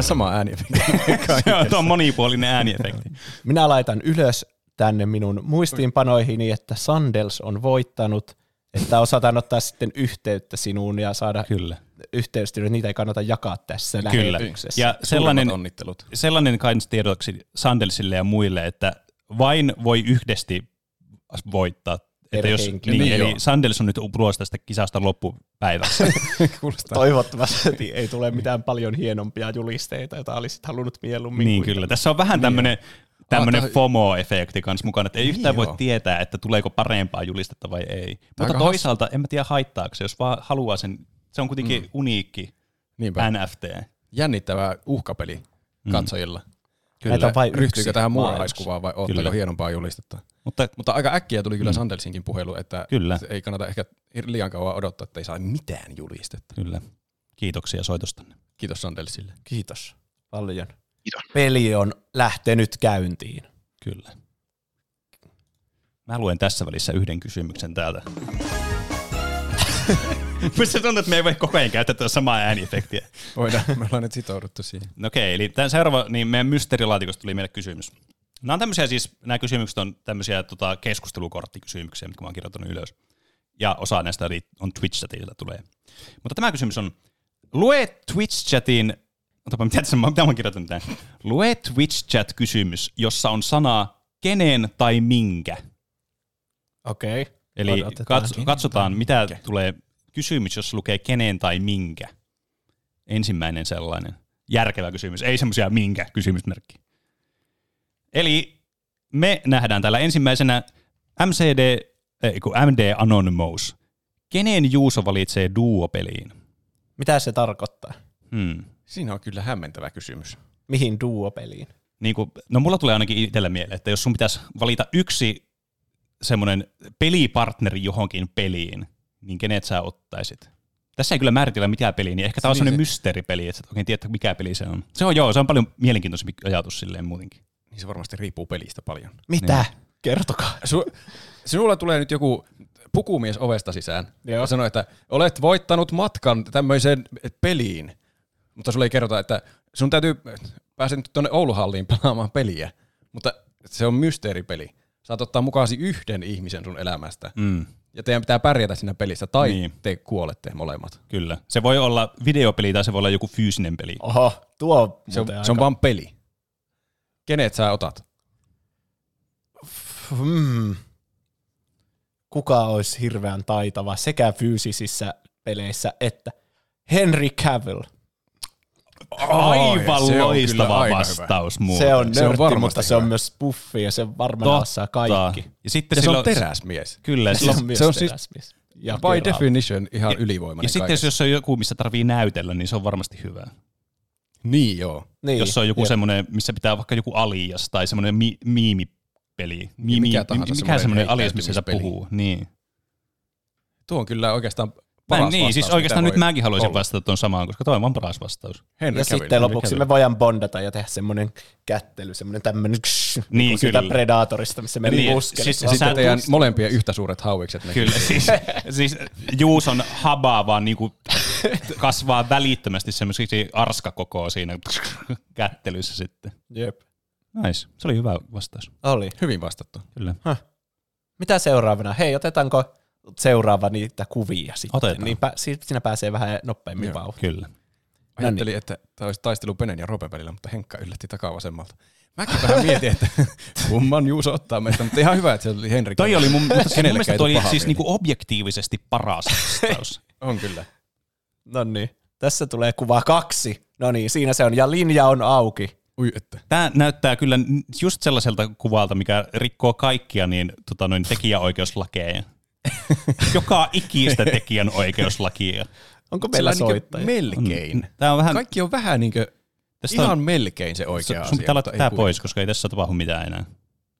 Sama ääni. Se on tuo monipuolinen ääniefekti. Minä laitan ylös tänne minun muistiinpanoihini, että Sandels on voittanut, että osataan ottaa sitten yhteyttä sinuun ja saada Kyllä. yhteystiedot. Niitä ei kannata jakaa tässä Kyllä. lähetyksessä. Ja sellainen, onnittelut. sellainen kains tiedoksi Sandelsille ja muille, että vain voi yhdesti voittaa. Että Per jos, henkilö. niin, Niin, eli joo. Sandels on nyt ulos tästä kisasta loppupäivässä. Kuulostaa. Toivottavasti ei tule mitään paljon hienompia julisteita, joita olisit halunnut mieluummin. niin kuin- kyllä. Tässä on vähän tämmöinen tämmönen tää- FOMO-efekti kanssa mukana, että ei yhtään Ah, Niin voi joo. tietää, että tuleeko parempaa julistetta vai ei. Mutta aika toisaalta en mä tiedä haittaako se, jos vaan haluaa sen, se on kuitenkin uniikki Mm. Niinpä. NFT. Jännittävä uhkapeli Mm. katsojilla. Näitä on vain Ryhtyykö yksi tähän maailmassa. muurahaiskuvaan vai ottako Kyllä. hienompaa julistetta? Mutta Mutta aika äkkiä tuli Mm. kyllä Sandelsinkin puhelu, että Kyllä. se ei kannata ehkä liian kauan odottaa, että ei saa mitään julistetta. kyllä, kiitoksia soitostanne. Kiitos Sandelsille. Kiitos. Paljon. Kiitos. Peli on lähtenyt käyntiin. Kyllä. Mä luen tässä välissä yhden kysymyksen täältä. Missä tuntuu, että me ei voi koko ajan käyttää tätä samaa ääniefektiä. Voidaan, me ollaan nyt sitouduttu siihen. No okei, eli tämän seuraava, niin meidän mysteerilaatikosta tuli meille kysymys. Nämä on tämmöisiä siis, nämä kysymykset on tämmöisiä tota, keskustelukorttikysymyksiä, mitkä mä oon kirjoittanut ylös. Ja osa näistä oli- on Twitch-chatilta tulee. Mutta tämä kysymys on, lue Twitch-chatin, otapa, mitä, tässä, mä- mitä mä oon kirjoittanut tämän? Lue Twitch-chat-kysymys, jossa on sanaa kenen tai minkä. Okei. Okay. Eli Odotetaan. katso, Kenen katsotaan, mitä tulee kysymys, jos lukee kenen tai minkä. Ensimmäinen sellainen. Järkevä kysymys, ei semmoisia minkä kysymysmerkki. Eli me nähdään täällä ensimmäisenä MCD, ei kun MD Anonymous. Kenen Juuso valitsee duopeliin? Mitä se tarkoittaa? Hmm. Siinä on kyllä hämmentävä kysymys. Mihin duopeliin? Niin kuin, no mulla tulee ainakin itsellä mieleen, että jos sun pitäisi valita yksi semmoinen pelipartneri johonkin peliin, niin kenet sä ottaisit? Tässä ei kyllä määritellä mikä peli, niin ehkä tämä on Niin semmoinen se- mysteeripeli, että sä et oikein tiedä, mikä peli se on. Se on joo, se on paljon mielenkiintoisempi ajatus silleen muutenkin. Niin se varmasti riippuu pelistä paljon. Mitä? Niin. Kertokaa. Su, sinulla tulee nyt joku pukumies ovesta sisään Joo. Joo. ja sanoo, että olet voittanut matkan tämmöiseen peliin, mutta sulle ei kerrota, että sun täytyy päästä nyt tuonne Ouluhalliin pelaamaan peliä, mutta se on mysteeripeli. Saat ottaa mukaasi yhden ihmisen sun elämästä Mm, ja teidän pitää pärjätä siinä pelissä tai Niin. niin. te kuolette molemmat. kyllä. Se voi olla videopeli tai se voi olla joku fyysinen peli. Oho, tuo on Se on, muuten se on aika- vaan peli. Kenet sä otat? Niin. Hmm. Kuka olisi hirveän taitava sekä fyysisissä peleissä että Henry Cavill. Aivan se on kyllä loistava aika hyvä. vastaus muuten. Se on Se on nörtti, varmasti mutta se on hyvä. myös puffi ja se varmaan totta. osaa kaikki. Ja sitten Ja se silloin, on teräsmies. Kyllä, Se silloin on myös se on siis- teräsmies. ja By keralla. definition ihan Ja- ylivoimainen ja sitten kaikessa. jos se on joku, missä tarvii näytellä, niin se on varmasti hyvä. Niin joo. Niin. Jos on joku Jep. semmoinen, missä pitää vaikka joku alias tai semmoinen mi- miimipeli. Mi- mikä mi- tahansa mikä semmoinen semmoinen alias, missä sä heittäytymispeli. puhuu. Niin, Tuo on kyllä oikeastaan mä, paras en- niin vastaus, siis mitä oikeastaan voi nyt mäkin haluaisin olla. vastata tuon samaan, koska toi on vaan paras vastaus. Henry Ja Cavill. sitten lopuksi kävin. me voidaan bondata ja tehdä semmoinen kättely, semmoinen tämmöinen ksh, Niin, niin sitä kyllä. Predatorista, missä meni Niin, niin, siis- muskelit. Ja Siis, sitten Sä- teidän molempien yhtä suuret hauikset. Ne. Kyllä, siis, siis Juuson habaa vaan niinku kasvaa välittömästi semmoisiksi arskakokoa siinä kättelyssä sitten. Jep. Nice, se oli hyvä vastaus, Oli. Hyvin vastattu. kyllä. Mitä seuraavana? Hei, otetaanko seuraava niitä kuvia sitten? Otetaan. Niin pä- si- siinä pääsee vähän nopeammin vauhtiin. Kyllä. No niin. Ajattelin, että tämä olisi taistelu Penen ja Ropen välillä, mutta Henkka yllätti takavasemmalta. Mäkin vähän mietin, että kumman Juuso ottaa meistä, mutta ihan hyvä, että se oli Henri. Toi oli mun, mutta siis mun Kenellekään mielestä ei toi tule oli pahaa siis mieli. niinku objektiivisesti paras vastaus. On kyllä. No niin. Tässä tulee kuva kaksi. No niin, siinä se on. Ja linja on auki. Ui, että. Tämä näyttää kyllä just sellaiselta kuvalta, mikä rikkoo kaikkia niin, tota, noin tekijäoikeuslakeja. Joka ikistä tekijänoikeuslakia. Onko meillä Sillä on soittaja? Me... niinku melkein. Tämä on vähän... Kaikki on vähän niin kuin, tästä ihan on, melkein se sun oikea sun asia. pitää mutta laittaa ei tämä kuitenkaan. pois, koska ei tässä tapahdu mitään enää.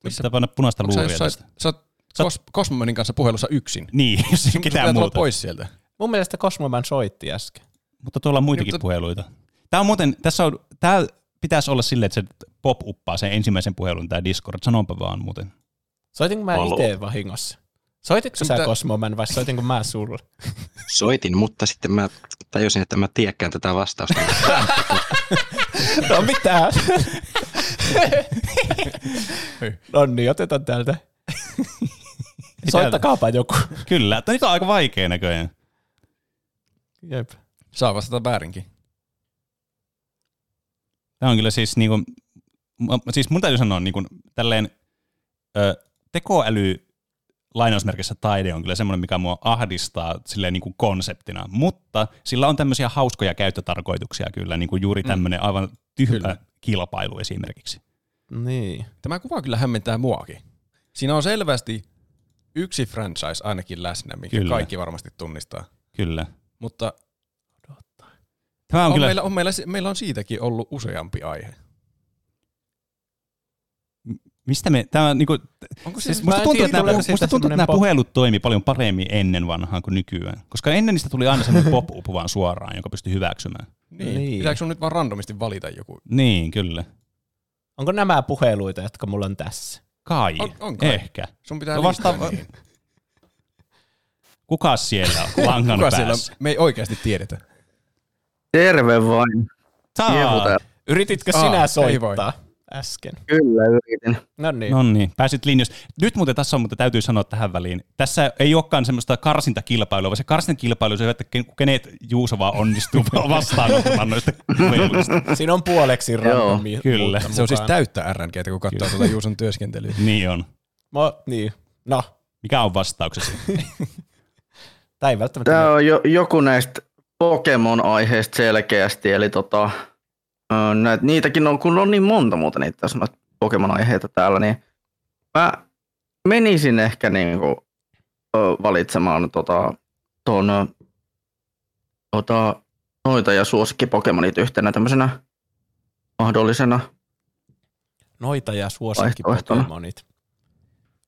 Missä- Pitää panna punaista Onko sä luuria jossain, tästä. sä oot Sä- Kos, Kosmonin kanssa puhelussa yksin. Niin, jos ei Sun pitää ketään tulla muuta. pois sieltä. Mun mielestä Cosmoman soitti äsken. Mutta tuolla on muitakin Niin, mutta- puheluita. Tämä on muuten, tässä on, tää pitäisi olla silleen, että se pop-uppaa sen ensimmäisen puhelun, tämä Discord. Sanonpa vaan muuten. Soitinko mä Haloo. itse vahingossa? Soititko Sun sä pitää- Cosmoman vai soitinko mä sulle? Soitin, mutta sitten mä tajusin, että mä en tiedäkään tätä vastausta. No mitä? no niin, otetaan täältä. Soittakaapa joku. Kyllä, tämä nyt on aika vaikea näköjään. Jep. Saa vastata väärinkin. Tämä on kyllä siis, niin kuin, siis mun täytyy sanoa, niin kuin, tälleen ö, tekoäly lainausmerkissä taide on kyllä semmoinen, mikä mua ahdistaa silleen niin kuin konseptina, mutta sillä on tämmöisiä hauskoja käyttötarkoituksia kyllä, niin kuin juuri tämmöinen aivan tyhmä Mm. Kyllä. kilpailu esimerkiksi. Niin. Tämä kuva kyllä hämmentää muakin. Siinä on selvästi yksi franchise ainakin läsnä, mikä Kyllä. kyllä. kaikki varmasti tunnistaa. Kyllä. Mutta Tämä on, on on kyllä, meillä, on meillä, meillä on siitäkin ollut useampi aihe. mistä me, tämä on niin kuin, Onko Siis se, mä musta en tuntuu, tiedä, että, nämä, tuleeko siitä musta tuntuu, että semmoinen nämä pop- puhelut toimi paljon paremmin ennen vanhaan kuin nykyään, koska ennen niistä tuli aina semmoinen pop-up vaan suoraan, jonka pystyi hyväksymään. Niin. Niin. niin. Pitääkö sun nyt vaan randomisti valita joku? Niin, kyllä. Onko nämä puheluita, jotka mulla on tässä? Kai. On- on kai. Ehkä. Sun pitää No no vasta- niin. Kuka siellä on langan Kuka siellä? on? päässä? Me ei oikeasti tiedetä. Terve vain. Jeevu Tää. täällä. Yrititkö Aa, sinä ei soittaa äsken? Kyllä yritin. No niin. No niin, pääsit linjasta. Nyt muuten tässä on, mutta täytyy sanoa tähän väliin. Tässä ei olekaan semmoista karsintakilpailua, vaan se karsintakilpailu on se, että ken- kenet Juuso vaan onnistuu vastaanottamaan noista puheluista. Siinä on puoleksi randomia. kyllä. Se on siis täyttä RNGtä, kun katsoo tuota Juuson työskentelyä. Niin on. Mä, niin. No, Mikä on vastauksesi? tämä ei välttämättä... Tämä on jo, joku näistä Pokemon-aiheista selkeästi, eli tota, ö, näit, niitäkin on, kun on niin monta muuta niitä tässä noita Pokemon-aiheita täällä, niin mä menisin ehkä niinku, ö, valitsemaan tota, ton, ö, tota, noita ja suosikki Pokemonit yhtenä tämmöisenä mahdollisena. Noita ja suosikki Vaihtoehtona. Pokemonit.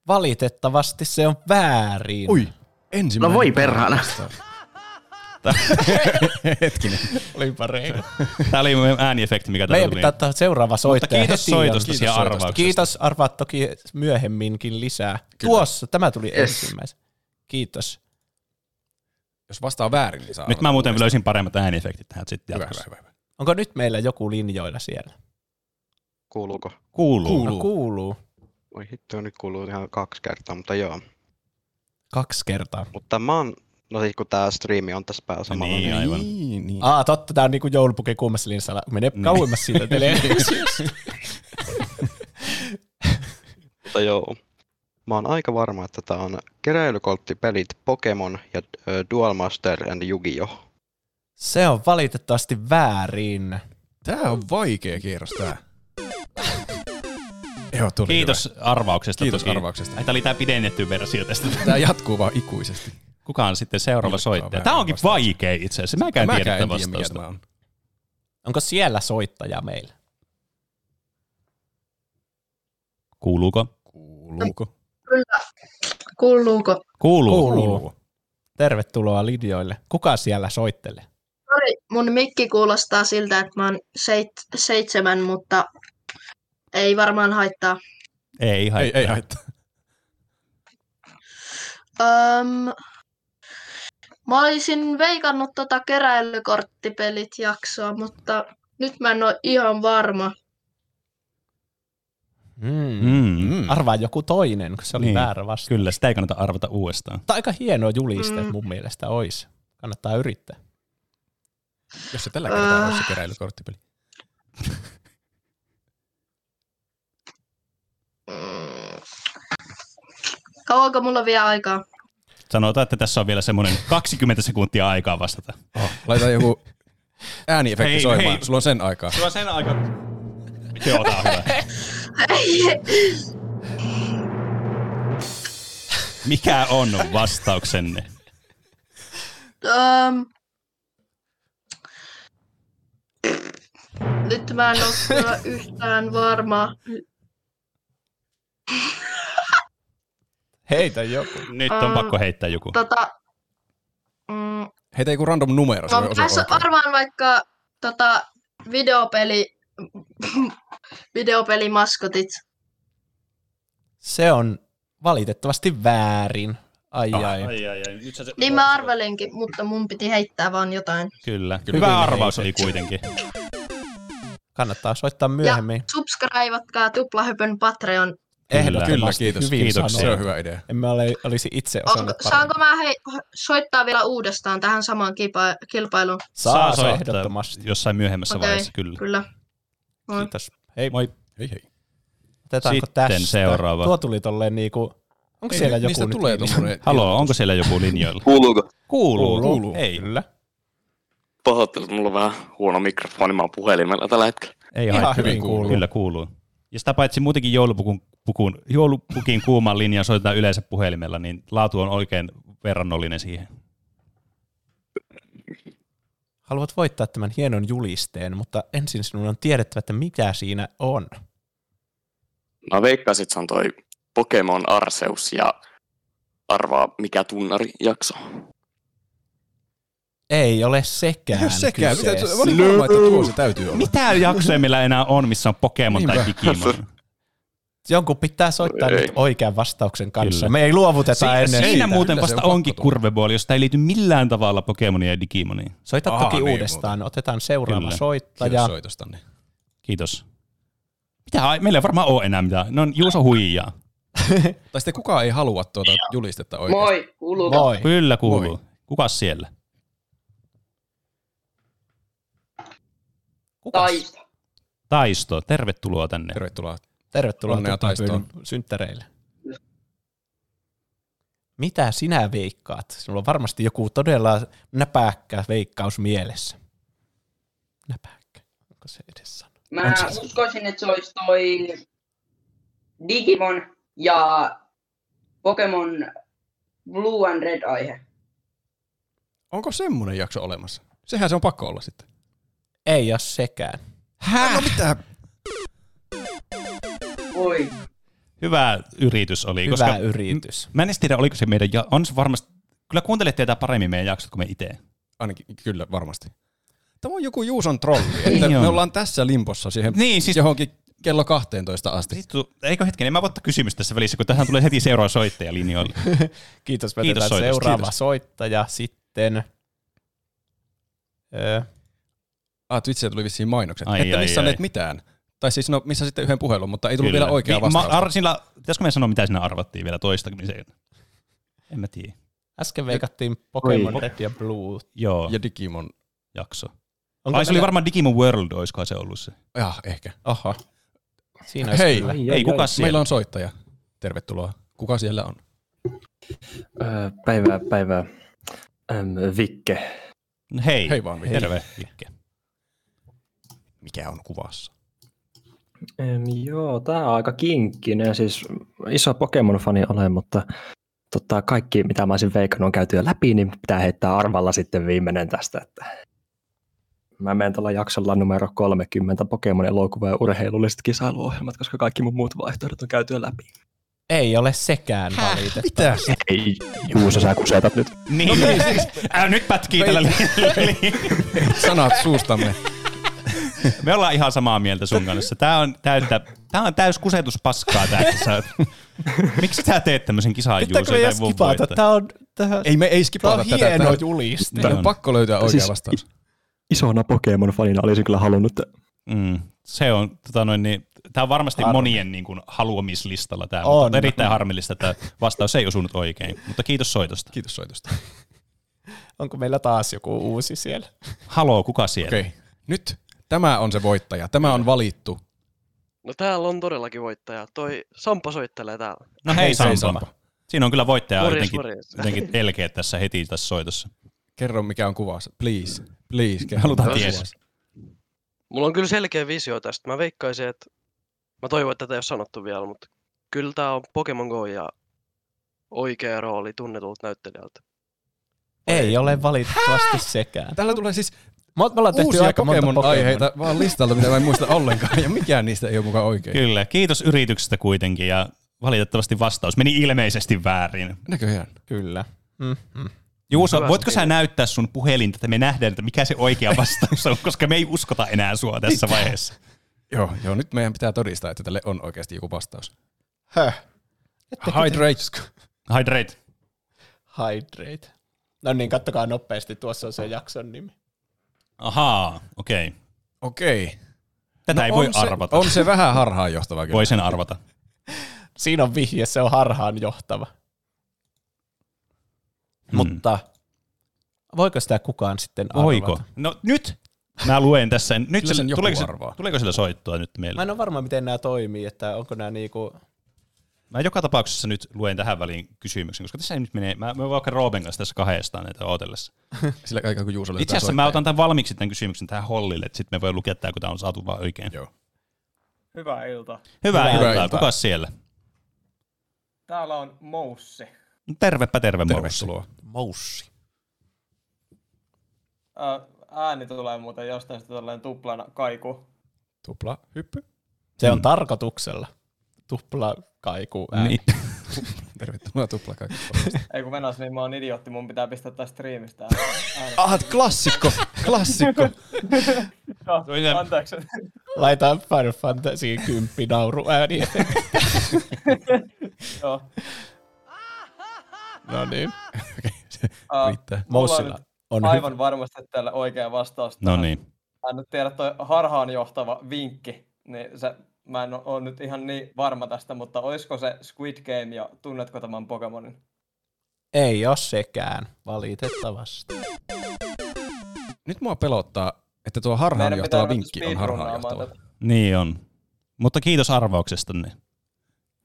Valitettavasti se on väärin. Ui, ensimmäinen. No voi perhana. Hetkinen. olipa reilu. Tämä oli mun ääniefekti, mikä täällä Meidän niin. tuli. pitää ottaa seuraava soittaja kiitos heti. ja- soitosta ja arvauksesta. Kiitos, arvaat toki myöhemminkin lisää. Kyllä. Tuossa, tämä tuli yes. ensimmäisenä. Kiitos. Jos vastaa väärin, niin saa. Nyt mä muuten löysin paremmat ääniefektit tähän sitten Hyvä, jatkossa. hyvä, hyvä. Onko nyt meillä joku linjoilla siellä? Kuuluuko? Kuuluu. Kuuluu. Kuuluu. No kuuluu. Voi hitto, nyt kuuluu ihan kaksi kertaa, mutta joo. Kaksi kertaa. Mutta mä oon, no siis kun tää striimi on tässä päällä samalla, Niin, niin, aivan. Niin, niin. Aa, totta, tää on niinku joulupukin kuumassa linsalla. Menee Niin. kauemmas siitä televisiosta. mutta joo. Mä oon aika varma, että tää on keräilykolttipelit Pokemon ja ö, Dual Master and Yu-Gi-Oh! Se on valitettavasti väärin. Tää on vaikea kierros tää. Joo, tuli Kiitos arvauksesta. Hyvä. Kiitos toki. arvauksesta. Ai, Tämä oli tämä pidennetty versio tästä. Tää jatkuu vaan ikuisesti. Kuka on sitten seuraava Milloin soittaja? on Tämä onkin vastaus? vaikea itse asiassa. Mäkään, Mäkään tiedä en tätä tiedä, mikä vastausta. tämä on. Onko siellä soittaja meillä? Kuuluuko? Kuuluuko? Kuuluuko? Kuuluu. Tervetuloa linjoille. Kuka siellä soittelee? Sori, mun mikki kuulostaa siltä, että mä oon seit, seitsemän, mutta ei varmaan haittaa. Ei ihan. Ei, ei haittaa. Öm, mä olisin veikannut tota keräilykorttipelit jaksoa, mutta nyt mä en ole ihan varma. Mm. Mm. Mm. Arvaa joku toinen, kun se oli Niin. niin. väärä vastaus. Kyllä, sitä ei kannata arvata uudestaan. Mutta aika hieno juliste Mm. mun mielestä olisi. Kannattaa yrittää. Jos se tällä kertaa Äh. olisi se keräilykorttipeli. Mm. Kauanko mulla on vielä aikaa? Sanotaan, että tässä on vielä semmoinen 20 sekuntia aikaa vastata. Oh, laita joku ääniefekti Hei, soimaan. hei. Sulla on sen aikaa. Sulla sen aika... Joo, tää on hyvä. Mikä on vastauksenne? Öm, nyt mä en ole kyllä yhtään varma. Heitä joku. Nyt on Äh, pakko heittää joku. Tota, mm, Heitä joku random numero. se Mä voi osua tässä oikein. varmaan vaikka tota, videopeli, videopelimaskotit. Se on valitettavasti väärin. Ai Ah, ai. ai. ai, ai. Nyt sä se... Niin mä arvelinkin, mutta mun piti heittää vaan jotain. Kyllä. Kyllä. Hyvä Hyvin arvaus oli kuitenkin. Kannattaa soittaa myöhemmin. Subscribeatkaa Tuplahöpön Patreon. kyllä. Ehdottomasti Kyllä, kiitos. Hyvin Kiitoksia. Se sanottu. on hyvä idea. En mä ole, olisi itse Onko, osannut paremmin. saanko mä hei, soittaa vielä uudestaan tähän samaan kipa- kilpailuun? Saa, saa soittaa ehdottomasti. Jossain myöhemmässä Okei. vaiheessa, kyllä. Kyllä. Moi. Kiitos. Hei, Moi. Hei hei. otetaanko Sitten tästä? seuraava. Tuo tuli tolleen niinku... Onko Ei, siellä ni- joku niistä nyt? tulee ihminen? tommonen- Halo, onko siellä joku linjoilla? Kuuluuko? Kuuluu. Kuuluu. Ei, Kyllä. Pahoittelut, mulla on vähän huono mikrofoni, mä oon puhelimella tällä hetkellä. ei Ihan haittaa. hyvin kuuluu. Kyllä kuuluu. Ja sitä paitsi muutenkin joulupukun, pukun, joulupukin kuuman linjan soitetaan yleensä puhelimella, niin laatu on oikein verrannollinen siihen. Haluat voittaa tämän hienon julisteen, mutta ensin sinun on tiedettävä, että mitä siinä on. Mä veikkaisin, että se on toi Pokemon Arceus ja arvaa mikä tunnari jakso. Ei ole sekään Ei ole sekään. Mitä, kyseessä. mä olin varma, että tuo se täytyy olla. Mitä jaksoja meillä enää on, missä on Pokemon tai Niinpä. Digimon? Jonkun pitää soittaa Ei. nyt oikean vastauksen kanssa. Kyllä. Me ei luovuteta Si- ennen. siinä siitä. muuten Kyllä se on vasta pakko onkin tulla. kurvepuoli, josta ei liity millään tavalla Pokemonia ja Digimoniin. Soita Aha, toki niin, uudestaan. Otetaan seuraava Kyllä. soittaja. Kiitos niin soitostanne. Kiitos. Mitä? Ai, Meillä ei varmaan ole enää mitään. No Juuso huijaa. Tai sitten kukaan ei halua tuota julistetta oikein. Moi, kuuluuko? Moi. Kyllä kuuluu. Kukas siellä? Kukas? Taista. Taisto, tervetuloa tänne. Tervetuloa. Tervetuloa Onnea tuplahypyn taistoon. synttäreille. Mitä sinä veikkaat? Sinulla on varmasti joku todella näpäkkä veikkaus mielessä. Näpäkkä. Onko se edes sana? Mä On se- uskoisin, että se olisi toi Digimon ja Pokemon Blue and Red aihe. Onko semmonen jakso olemassa? Sehän se on pakko olla sitten. Ei ole sekään. Häh? No mitä? Voi. Hyvä yritys oli. Hyvä koska yritys. Mä en edes tiedä, oliko se meidän, ja- on se varmasti, kyllä kuuntelette tätä paremmin meidän jaksot kuin me itse. Ainakin kyllä, varmasti. Tämä on joku Juuson trolli, että Niin on. me ollaan tässä limpossa siihen Niin, siis- johonkin kello 12 asti. Vittu, Eikö hetken, en mä voi ottaa kysymys tässä välissä, kun tähän tulee heti seuraava soittaja linjoille. Kiitos, me Kiitos otetaan soitosta. seuraava Kiitos. soittaja sitten. Öö, Ah, Twitchillä tuli vissiin mainokset. Ai, Ai, Ette ai, ai. missanneet mitään. Tai siis no, missä sitten yhden puhelun, mutta ei tullut Kyllä. vielä oikeaa Mi- ma- vastausta. ar- sillä, pitäisikö me sanoa, mitä sinä arvattiin vielä toistakymisen? En mä tiedä. äsken veikattiin Pokemon Oi. Red ja Blue. Joo, ja Digimon. jakso. Onko Ai se oli meillä- varmaan Digimon World, olisiko se ollut se. Ja, ehkä. Oh. Aha. Siinä olisi Hei. kyllä. Ei, ei kuka siellä? Meillä on soittaja. Tervetuloa. Kuka siellä on? Öö, Päivää, päivää. Äm, Vikke. No Hei, Hei vaan, Vikke. terve Vikke. Mikä on kuvassa? Äm, joo, tää on aika kinkkinen. Siis iso Pokemon-fani olen, mutta tota, kaikki, mitä mä olisin veikannut, on käyty jo läpi, niin pitää heittää arvalla sitten viimeinen tästä. Että... Mä menen tällä jaksolla numero 30 Pokemon-elokuva ja urheilulliset kisailuohjelmat, koska kaikki mun muut vaihtoehdot on käyty jo läpi. Ei ole sekään valitettavasti. Mitä? Ei, Juuso, sä kusetat nyt. Niin, no, siis, äh, nyt pätkii tällä li- li- Sanat suustamme. Me ollaan ihan samaa mieltä sun kanssa. Tää on, täyttä, tää on täys kusetuspaskaa tässä. Miksi sä teet tämmöisen kisan Pitääkö me juusen edes tai skipata? Tää on, tää, Ei me ei tää skipata on tätä. hieno Tähän- juliste. Tähän niin on pakko löytää oikea Siis- vastaus. Isona Pokemon-fanina olisin kyllä halunnut Mm, se on, tota noin, niin, tämä on varmasti Harmi. monien niin kuin, haluamislistalla tämä, On. on. mutta on erittäin harmillista, että vastaus ei osunut oikein. Mutta kiitos soitosta. Kiitos soitosta. Onko meillä taas joku uusi siellä? Haloo, kuka siellä? Okei. Nyt tämä on se voittaja. Tämä on valittu. No täällä on todellakin voittaja. Toi Sampo soittelee täällä. No hei, Sampo. Siinä on kyllä voittaja Morjens, jotenkin, morjens. jotenkin elkeä tässä heti tässä soitossa. Kerro mikä on kuvassa. Please. Please. Kerro, Halutaan mikä on tietää. kuvassa. Mulla on kyllä selkeä visio tästä. Mä veikkaisin, että... Mä toivon, että tätä ei ole sanottu vielä, mutta kyllä tää on Pokemon Go ja oikea rooli tunnetulta näyttelijältä. Ei ole valitettavasti sekään. Täällä tulee siis Me me ollaan tehty uusia aika monta Pokemon-aiheita vaan listalta, mitä mä en muista ollenkaan. Ja mikään niistä ei ole mukaan oikein. Kyllä, kiitos yrityksestä kuitenkin ja valitettavasti vastaus meni ilmeisesti väärin. Näköjään. Kyllä. Mm-hmm. Juuso, Hyvä voitko sopii. sä näyttää sun puhelinta, että me nähdään, että mikä se oikea vastaus on, koska me ei uskota enää sua tässä vaiheessa. Joo, joo, nyt meidän pitää todistaa, että tälle on oikeasti joku vastaus. Höh. Hydrate. Hydrate. Hydrate. No niin, kattokaa nopeasti. Tuossa on se jakson nimi. Ahaa, okei. Okay. Okei. Tätä no ei voi on se, arvata. On se vähän harhaanjohtava kyllä. Voi sen arvata. Siinä on vihje, se on harhaan johtava. Hmm. Mutta voiko sitä kukaan sitten arvata? Voiko? No nyt mä luen tässä. Nyt Kyllä sen sillä- joku tuleeko, se- arvaa. tuleeko sillä soittoa nyt meille? Mä Mä, en ole varma, miten nämä toimii, että onko nämä niinku... mä joka tapauksessa nyt luen tähän väliin kysymyksen, koska tässä ei nyt menee. Mä, mä voin vaikka Roopen kanssa tässä kahdestaan näitä ootellessa. Sillä aikaa, kun Juuso Itse löytää asiassa mä otan tämän valmiiksi tämän kysymyksen tähän hollille, että sitten me voi lukea tämä, kun tämä on saatu vaan oikein. Joo. Hyvää iltaa. Hyvää, Hyvää Hyvää iltaa. iltaa. Kuka siellä? Täällä on Moussi. No Tervepä terve, Tervetuloa. Tervetuloa. Moussi. Ää, Ääni tulee muuten jostain sitten tolleen tuplana kaiku. Tupla, hyppy. Se on Mm. tarkoituksella. Tupla kaiku ääni. Niin. Tervetuloa tupla kaikki. Ei kun menas, niin mä oon idiootti, mun pitää pistää tästä striimistä. ääni. Ah, klassikko, klassikko. Joo, Toinen- anteeksi. Laitaan Final Fantasy 10 nauru ääni. Joo. no niin. Ah, Riittää. mulla Moussilla nyt on aivan hyvä. varmasti tällä oikea vastaus. No tähän. niin. Mä en nyt tiedä, toi harhaan johtava vinkki, niin se, mä en ole nyt ihan niin varma tästä, mutta olisiko se Squid Game ja tunnetko tämän Pokemonin? Ei ole sekään, valitettavasti. Nyt mua pelottaa, että tuo harhaanjohtava vinkki on harhaanjohtava. Niin on. Mutta kiitos niin. arvauksestanne.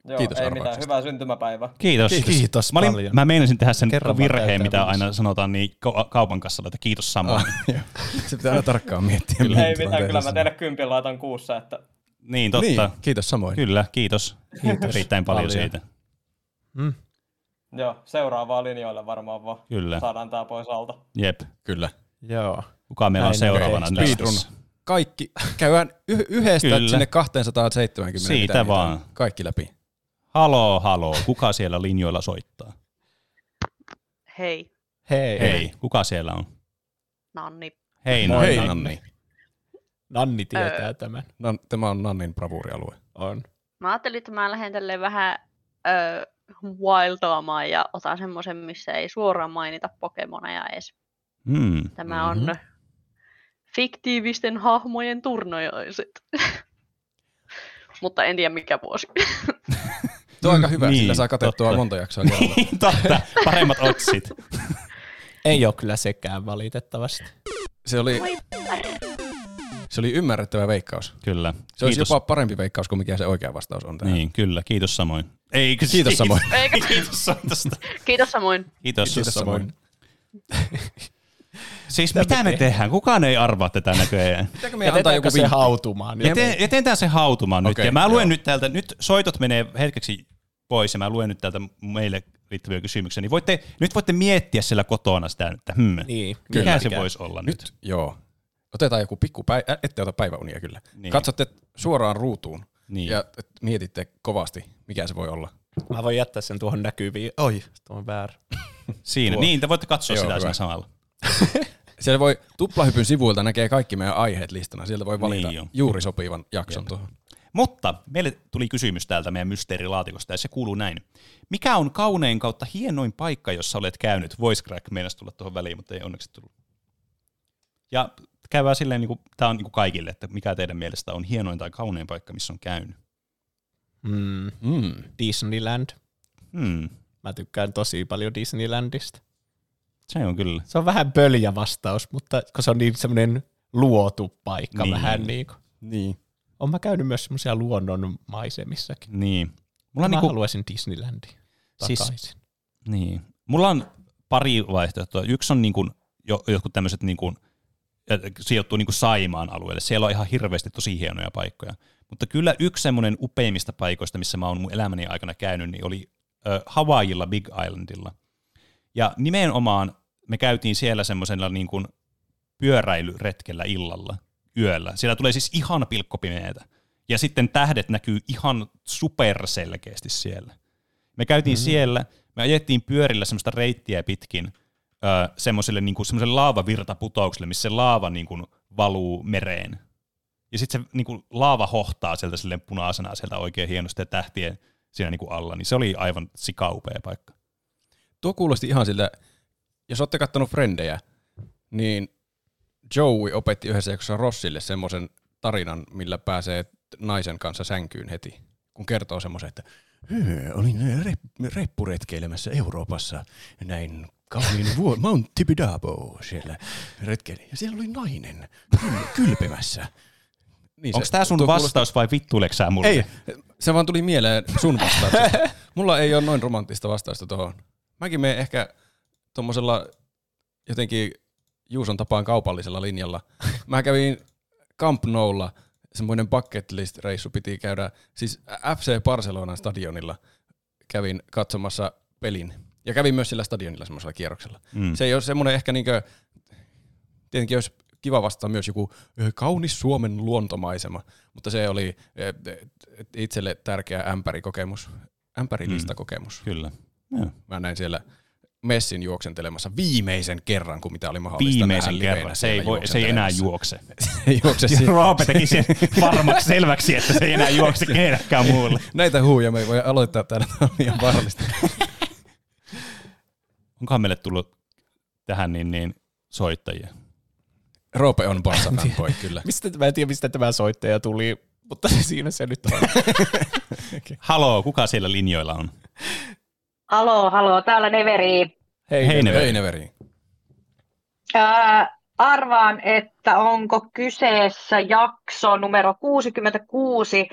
Joo, Kiitos ei arvauksesta. mitään, hyvää syntymäpäivää. Kiitos. Kiitos mä, paljon. mä meinasin tehdä sen Kerran vaan virheen, täyteen mitä vuodessa. aina sanotaan niin ko- kaupan kassalla, että kiitos samoin. Ah, Se pitää aina tarkkaan miettiä. Kyllä. mihin Ei tilanteeseen mitään, kyllä mä se- teille kympin laitan kuussa, että Niin, totta. Niin, kiitos samoin. Kyllä, kiitos. Kiitos Erittäin paljon, paljon. siitä. joo, seuraavaa linjoille varmaan vaan Kyllä. saadaan tää pois alta. Jep. Kyllä. Joo. Kuka meillä on Näin seuraavana tehdään. listassa? Speedrun. Kaikki. Käydään y- yhdestä Kyllä. Kyllä. sinne 270. Siitä mitä niitä vaan. on. Kaikki läpi. Haloo, haloo. Kuka siellä linjoilla soittaa? Hei, Hei. Hei, kuka siellä on? Nanni. Hei, Moi, Nanni. Nanni. Nanni tietää Öö. tämän. Nan, tämä on Nannin bravuurialue. On. Mä ajattelin, että mä lähden tälleen vähän öö, wildoamaan ja otan semmoisen, missä ei suoraan mainita Pokemoneja edes. Hmm, Mm. Tämä on Mhm. fiktiivisten hahmojen turnajaiset. Mutta en tiedä mikä vuosi. Tuo on aika hyvä, Niin, niin, sillä saa katettua totta. monta jaksoa. kerralla. Niin, Totta, paremmat otsit. Ei ole kyllä sekään valitettavasti. Se oli, se oli ymmärrettävä veikkaus. Kyllä. Se olisi Kiitos. jopa parempi veikkaus kuin mikä se oikea vastaus on tähän. Niin, kyllä. Kiitos samoin. Ei, siis- Kiitos samoin. Eikä. Kiitos soitosta. Kiitos samoin. Kiitos, Kiitos samoin. Siis mitä me tehdään? Kukaan ei arvaa tätä näköjään. Pitääkö meidän antaa joku se vinkki? hautumaan? nyt? Eten, etentään se hautumaan nyt. Okei, ja mä luen nyt täältä, nyt soitot menee hetkeksi pois ja mä luen nyt täältä meille liittyviä kysymyksiä. Niin voitte, nyt voitte miettiä siellä kotona sitä, että hmm, Niin, mikä kyllä. se voisi olla nyt. nyt. Joo. Otetaan joku pikku päivä, äh, ette ota päiväunia kyllä. Niin. Niin. Katsotte suoraan ruutuun Niin. niin. ja et, mietitte kovasti, mikä se voi olla. Mä voin jättää sen tuohon näkyviin. Oi, tuo on väärä. Siinä. Tuo. Niin, te voitte katsoa Joo, sitä hyvä. siinä samalla. Siellä voi tuplahypyn sivuilta näkee kaikki meidän aiheet listana. Sieltä voi valita Niin jo. niin juuri sopivan jakson tuohon. Mutta meille tuli kysymys täältä meidän mysteerilaatikosta ja se kuuluu näin. Mikä on kaunein kautta hienoin paikka, jossa olet käynyt? Voice crack meinasi tulla tuohon väliin, mutta ei onneksi tullut. Ja käydään silleen, niin tämä on niin kuin kaikille, että mikä teidän mielestä on hienoin tai kaunein paikka, missä on käynyt. Mm. Mm. Disneyland. Hmm, Mä tykkään tosi paljon Disneylandista. se on kyllä. Se on vähän pöljä vastaus, mutta kun se on niin semmoinen luotu paikka Niin. niin. vähän niin kuin. Niin. Olen mä käynyt myös semmoisia luonnonmaisemissakin. Niin. Mä Mulla on niin kuin, haluaisin Disneylandiin Siis- takaisin. niin. Mulla on pari vaihtoehtoa. Yksi on niin kuin, jo, jotkut tämmöiset niin kuin, äh, sijoittuu niin kuin Saimaan alueelle. Siellä on ihan hirveästi tosi hienoja paikkoja. Mutta kyllä yksi semmoinen upeimmista paikoista, missä mä oon mun elämäni aikana käynyt, niin oli ö, Havaijilla Big Islandilla. Ja nimenomaan me käytiin siellä semmoisella niin kuin pyöräilyretkellä illalla, yöllä. Siellä tulee siis ihan pilkkopimeetä. Ja sitten tähdet näkyy ihan superselkeästi siellä. Me Mhm. käytiin mm-hmm. siellä, me ajettiin pyörillä semmoista reittiä pitkin ö, semmoiselle niin kuin, semmoiselle laavavirtaputoukselle, missä se laava niin kuin, valuu mereen. Ja sitten se niin kuin, laava hohtaa sieltä silleen punaisena sieltä oikein hienosti ja tähtien siinä niin kuin, alla. Niin se oli aivan sikaupea paikka. Tuo kuulosti ihan siltä, jos olette kattonut Frendejä, niin Joey opetti yhdessä jaksossa Rossille semmoisen tarinan, millä pääsee naisen kanssa sänkyyn heti, kun kertoo semmoisen, että "Öö, olin rep- reppuretkeilemässä Euroopassa näin kauniin vuo- Mount Tibidabo siellä retkeili. Ja siellä oli nainen kyl- kylpemässä. Niin Onko tämä sun tuo kuulosti- vastaus vai vittuileeko sä mulle? Ei, se vaan tuli mieleen sun vastauksesta. Mulla ei ole noin romanttista vastausta tuohon. Mäkin menen ehkä tuommoisella jotenkin Juuson tapaan kaupallisella linjalla. Mä kävin Camp Noulla, semmoinen bucket list reissu piti käydä, siis FC Barcelonan stadionilla kävin katsomassa pelin. Ja kävin myös sillä stadionilla semmoisella kierroksella. Mm. Mm. Se ei ole semmoinen ehkä niinkö, tietenkin olisi kiva vastata myös joku ö, kaunis Suomen luontomaisema, mutta se oli ö, ö, itselle tärkeä ämpärikokemus, ämpärilistakokemus. Mm. Kyllä. Mä näin siellä, messin juoksentelemassa viimeisen kerran, kun mitä oli mahdollista Viimeisen nähdä liveinä kerran. Se siellä ei, voi, se ei enää juokse. Se siis- ei juokse Ja siellä. Roope teki sen varmaksi selväksi, että se ei enää juokse kenellekään muulle. Näitä huuja me ei voi aloittaa täällä, tää on liian vaarallista. Onkohan meille tullut tähän niin, niin soittajia? Roope on Barsa En tiedä. fanboy, kyllä. Mistä, mä en tiedä, mistä tämä soittaja tuli, mutta siinä se nyt on. Haloo, kuka siellä linjoilla on? Haloo, haloo, täällä Neveri. Heineveri. Heineveri. Ää, arvaan, että onko kyseessä jakso numero 66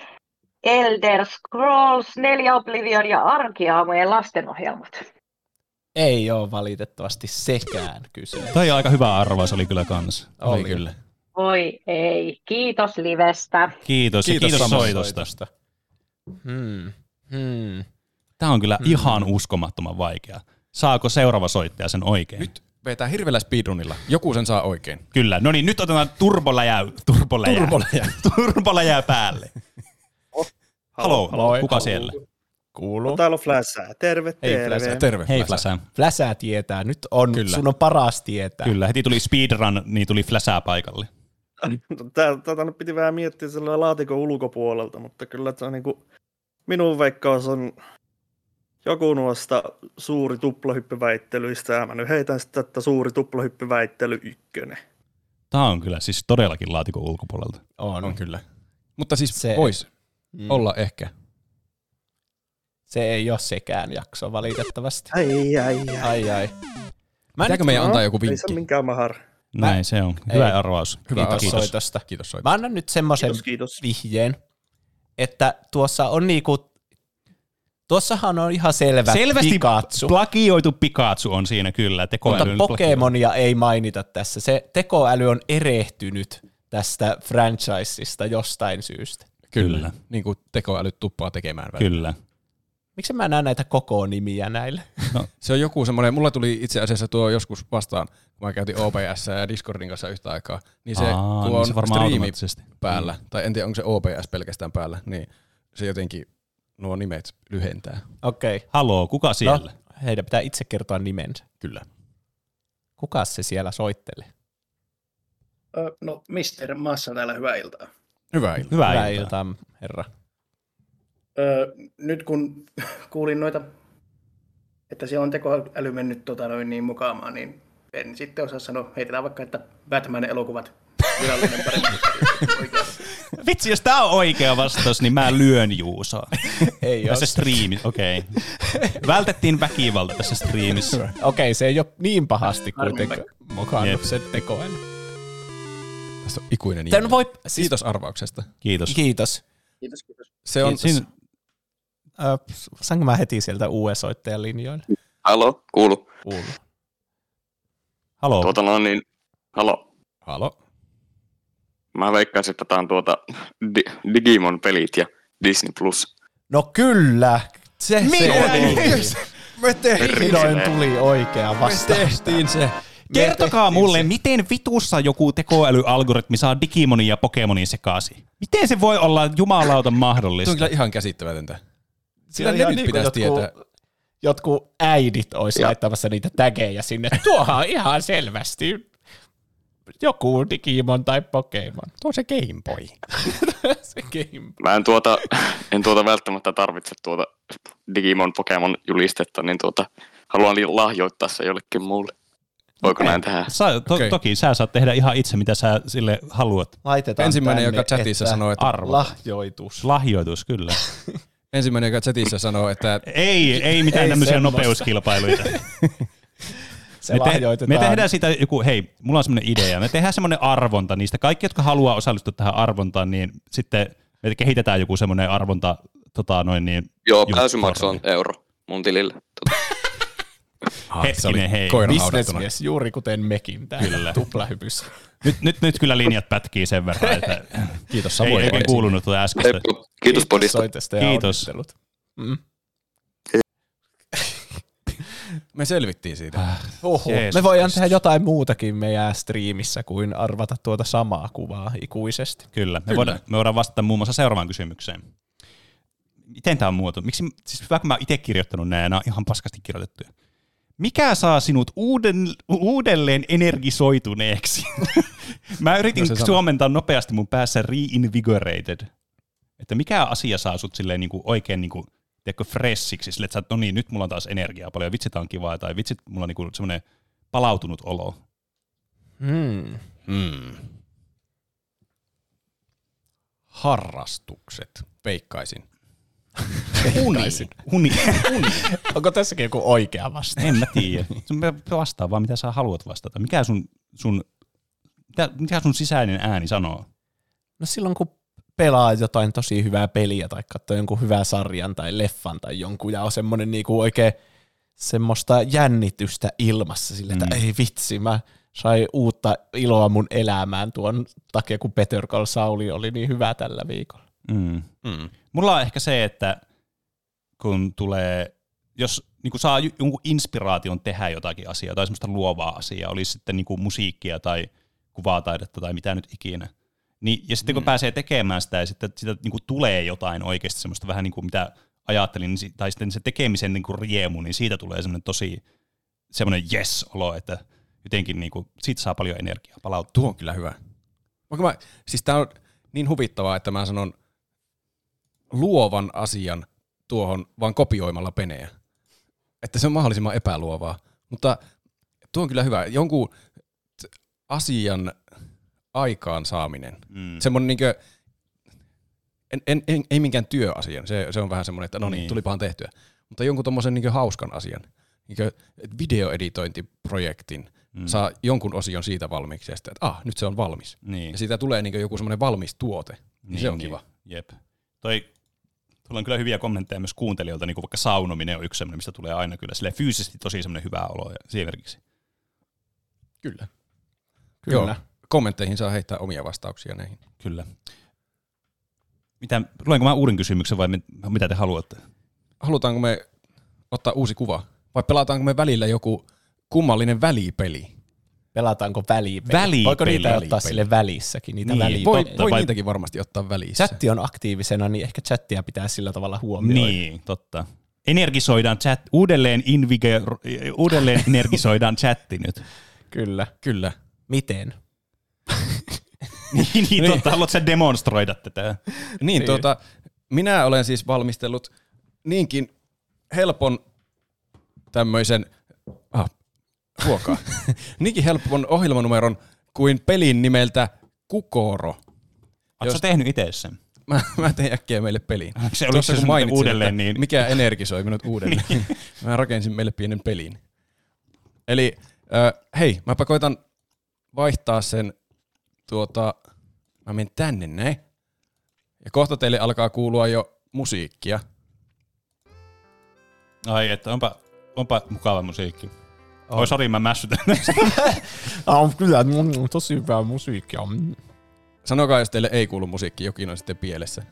Elder Scrolls 4 Oblivion ja Arkiaamojen lastenohjelmat. Ei ole valitettavasti sekään kyse. Toi on aika hyvä arvaus, oli kyllä kans. Oli kyllä. Voi ei, kiitos livestä. Kiitos, kiitos, Kiitos kiitos samoin soitosta. Hmm. Hmm. Tämä on kyllä Hmm. ihan uskomattoman vaikea. Saako seuraava soittaja sen oikein? Nyt vetää hirveällä speedrunilla. Joku sen saa oikein. Kyllä. No niin, nyt otetaan turboläjä, turboläjä, turboläjä. turboläjä päälle. Halo, Moi. kuka siellä? Kuuluu. Täällä on Fläsää. Terve, Hei, terve. Fläsä. Terve, Hei, Fläsä. Fläsää tietää. Nyt on, Kyllä. Kyllä. sun on paras tietää. Kyllä, heti tuli speedrun, niin tuli fläsää paikalle. Tää- Tätä nyt piti vähän miettiä sillä laatikon ulkopuolelta, mutta kyllä se on niinku, minun veikkaus on joku noista suuri tuplahyppyväittelyistä, ja mä nyt heitän sitä, että suuri tuplahyppyväittely ykkönen. Tämä on kyllä siis todellakin laatikon ulkopuolelta. On. on kyllä. Mutta siis Se- se, vois Mm. mm. olla ehkä. Se ei ole sekään jakso valitettavasti. Ai, ai, ai. ai, ai. Pitääkö meidän antaa joku Ei se vinkki? minkään mahar. Näin se on. Hyvä arvaus. Hyvä Kiitos. kiitos Kiitos. soitosta. Kiitos Mä annan nyt semmoisen vihjeen, että tuossa on niinku, tuossahan on ihan selvä Selvästi Pikachu. plagioitu Pikachu on siinä kyllä. Mutta Tekoälyn Pokemonia ei mainita tässä. Se tekoäly on erehtynyt tästä franchiseista jostain syystä. Kyllä. Niin kuin tekoälyt tuppaa tekemään välillä. Kyllä. Miksi mä näen näitä koko nimiä näille? No, se on joku semmoinen, mulla tuli itse asiassa tuo joskus vastaan, kun mä käytin OBS ja Discordin kanssa yhtä aikaa, niin se, Aa, kun niin on se varmaan striimi automaattisesti. päällä, Mm. tai en tiedä onko se OBS pelkästään päällä, niin se jotenkin nuo nimet lyhentää. Okei. Okay. Haloo, kuka siellä? No, heidän pitää itse kertoa nimensä. Kyllä. Kuka se siellä soittelee? Ö, No, Mister Massa täällä, hyvää iltaa. Hyvää iltaa. Hyvää, Hyvää Hyvää iltaa. herra. Ö, nyt kun kuulin noita, että siellä on tekoäly mennyt tota, noin, niin mukaamaan, niin en sitten osaa sanoa, heitetään vaikka, että Batman-elokuvat virallinen parempi. Vitsi, jos tää on oikea vastaus, niin mä lyön Juusoa. Ei Tässä oo. striimi, okei. Vältettiin väkivalta tässä striimissä. Okei, se ei ole niin pahasti Harmi kuitenkaan vaikka. mokannut Jep. sen tekoäly. Tässä on ikuinen Tän jälki. voi- siis- Kiitos arvauksesta. Kiitos. Kiitos. Kiitos, kiitos. Se on... siis- Siin... Ö, Äh, saanko mä heti sieltä UE-soittajan linjoille? Halo, kuulu. Kuulu. Halo. Tuota no niin, halo. Halo. Mä veikkaisin, että tää on tuota di- Digimon pelit ja Disney Plus. No kyllä. Se, Mitä? se Me tehtiin Vihdoin se. tuli oikea vastaus. Me tehtiin se. Kertokaa mulle, miten vitussa joku tekoälyalgoritmi saa Digimonin ja Pokemonin sekaisin. Miten se voi olla jumalauta Se on mahdollista? kyllä ihan käsittämätöntä. Sillä Sillä ne ihan nyt niinku pitäisi jotkut- tietää. Jotkut äidit olisi laittamassa niitä tägejä sinne. Tuohan on ihan selvästi joku Digimon tai Pokemon. Tuo on se Game Boy. se Game Mä en tuota, en tuota välttämättä tarvitse tuota Digimon Pokemon julistetta, niin tuota, haluan li- lahjoittaa se jollekin muulle. Voiko näin tehdä? Sä, to, okay. Toki sä saat tehdä ihan itse, mitä sä sille haluat. Laitetaan Ensimmäinen, tänne, joka chatissa että sanoo, että- arvo. lahjoitus. Lahjoitus, kyllä. Ensimmäinen, joka chatissa sanoo, että... Ei, ei mitään tämmöisiä nopeuskilpailuita. Se me, lahjoitetaan. me tehdään sitä joku, hei, mulla on semmoinen idea. Me tehdään semmoinen arvonta niistä. Kaikki, jotka haluaa osallistua tähän arvontaan, niin sitten me kehitetään joku semmoinen arvonta. Tota, noin niin, Joo, juttu. pääsymaksu on euro mun tilille. Ah, Hetkinen, hei. Businessmies, juuri kuten mekin täällä Kyllä. Kyllä. tuplahypyssä. Nyt, nyt, nyt kyllä linjat pätkii sen verran, että Kiitos ei samoin. oikein kuulunut tuota äskeistä. Kiitos podista. soitosta ja Kiitos. onnittelut. Me selvittiin siitä. Äh. Oh, Oho. Me voidaan tehdä jotain muutakin meidän striimissä kuin arvata tuota samaa kuvaa ikuisesti. Kyllä. Me, Kyllä. Voidaan, me voidaan vastata muun muassa seuraavaan kysymykseen. Miten tämä on muoto? Miksi, siis hyvä, kun mä oon itse kirjoittanut nämä, nämä on ihan paskasti kirjoitettuja. Mikä saa sinut uuden, uudelleen energisoituneeksi? Mä yritin no No se sama. suomentaa nopeasti mun päässä reinvigorated. Että mikä asia saa sut silleen niin kuin oikein niin kuin, tiedätkö, freshiksi, silleen, että sä, oot, no niin, nyt mulla on taas energiaa paljon, vitsi tää on kivaa, tai vitsi mulla on niin kuin semmoinen palautunut olo. Mm. Hmm. Hmm. Harrastukset, veikkaisin. Uni. Uni. Uni. Onko tässäkin joku oikea vastaus? En mä tiedä. Sun pitää vastaa vaan, mitä sä haluat vastata. Mikä sun, sun, mitä, mikä sun sisäinen ääni sanoo? No silloin kun pelaa jotain tosi hyvää peliä tai katsoo jonkun hyvää sarjan tai leffan tai jonkun ja on semmoinen niinku oikein semmoista jännitystä ilmassa sille, että Mm. ei vitsi, mä sain uutta iloa mun elämään tuon takia, kun Better Call Sauli oli niin hyvä tällä viikolla. Mm. Mm. Mulla on ehkä se, että kun tulee, jos niin kuin saa ju- jonkun inspiraation tehdä jotakin asiaa tai semmoista luovaa asiaa, olisi sitten niin kuin musiikkia tai kuvataidetta tai mitä nyt ikinä, niin, ja Mm. sitten kun pääsee tekemään sitä ja sitten sitä niin kuin tulee jotain oikeasti semmoista vähän niin kuin mitä ajattelin, niin si- tai sitten se tekemisen niin kuin riemu, niin siitä tulee semmoinen tosi semmoinen yes-olo, että jotenkin niin kuin, siitä saa paljon energiaa palauttaa. Tuo on kyllä hyvä. Onko mä, siis tää on niin huvittavaa, että mä sanon luovan asian tuohon vaan kopioimalla penejä. Että se on mahdollisimman epäluovaa. Mutta tuo on kyllä hyvä. Jonkun t- asian aikaan saaminen. Mm. Semmoinen niinkö, en, en, en, ei minkään työasian. Se, se on vähän semmoinen, että no niin, Niin. tulipahan tehtyä. Mutta jonkun tommosen niinkö hauskan asian. Niinkö videoeditointiprojektin. Mm. Saa jonkun osion siitä valmiiksi ja sitten, että ah, nyt se on valmis. Niin. Ja siitä tulee niinkö joku semmoinen valmis tuote. Niin, niin se on kiva. Jep. Toi, tuolla on kyllä hyviä kommentteja myös kuuntelijoilta, niin kuin vaikka saunominen on yksi semmoinen, mistä tulee aina kyllä sille fyysisesti tosi semmoinen hyvä olo ja- esimerkiksi. Kyllä. Kyllä. Joo, kommentteihin saa heittää omia vastauksia näihin. Kyllä. Mitä, luenko mä uuden kysymyksen vai mit, mitä te haluatte? Halutaanko me ottaa uusi kuva? Vai pelataanko me välillä joku kummallinen välipeli? Pelataanko välipeli? Välipeli. Voiko niitä Välipeli. ottaa sille välissäkin? Niitä Niin, välipelejä? voi- voi Vai- niitäkin varmasti ottaa välissä. Chatti on aktiivisena, niin ehkä chattia pitää sillä tavalla huomioida. Niin, totta. Energisoidaan chat, uudelleen, invige, uudelleen energisoidaan chatti nyt. Kyllä. Kyllä. Miten? niin, niin, totta, haluatko sä demonstroida tätä? Niin, tuota, minä olen siis valmistellut niinkin helpon tämmöisen ah, ruokaa. niinkin helpon ohjelmanumeron kuin pelin nimeltä Kukoro. Oletko sä tehnyt itse sen? Mä, mä tein äkkiä meille peliin. Ah, se oli Tuossa se kun semmoinen mainitsin, uudelleen, että niin- Mikä energisoi minut uudelleen. mä rakensin meille pienen pelin. Eli äh, hei, mäpä koitan vaihtaa sen tuota, mä menen tänne näin. Ja kohta teille alkaa kuulua jo musiikkia. Ai, että onpa, onpa mukava musiikki. Oi, sori, mä mässytän. on kyllä mm, tosi hyvää musiikkia. Mm. Sanokaa, jos teille ei kuulu musiikki, jokin on sitten pielessä.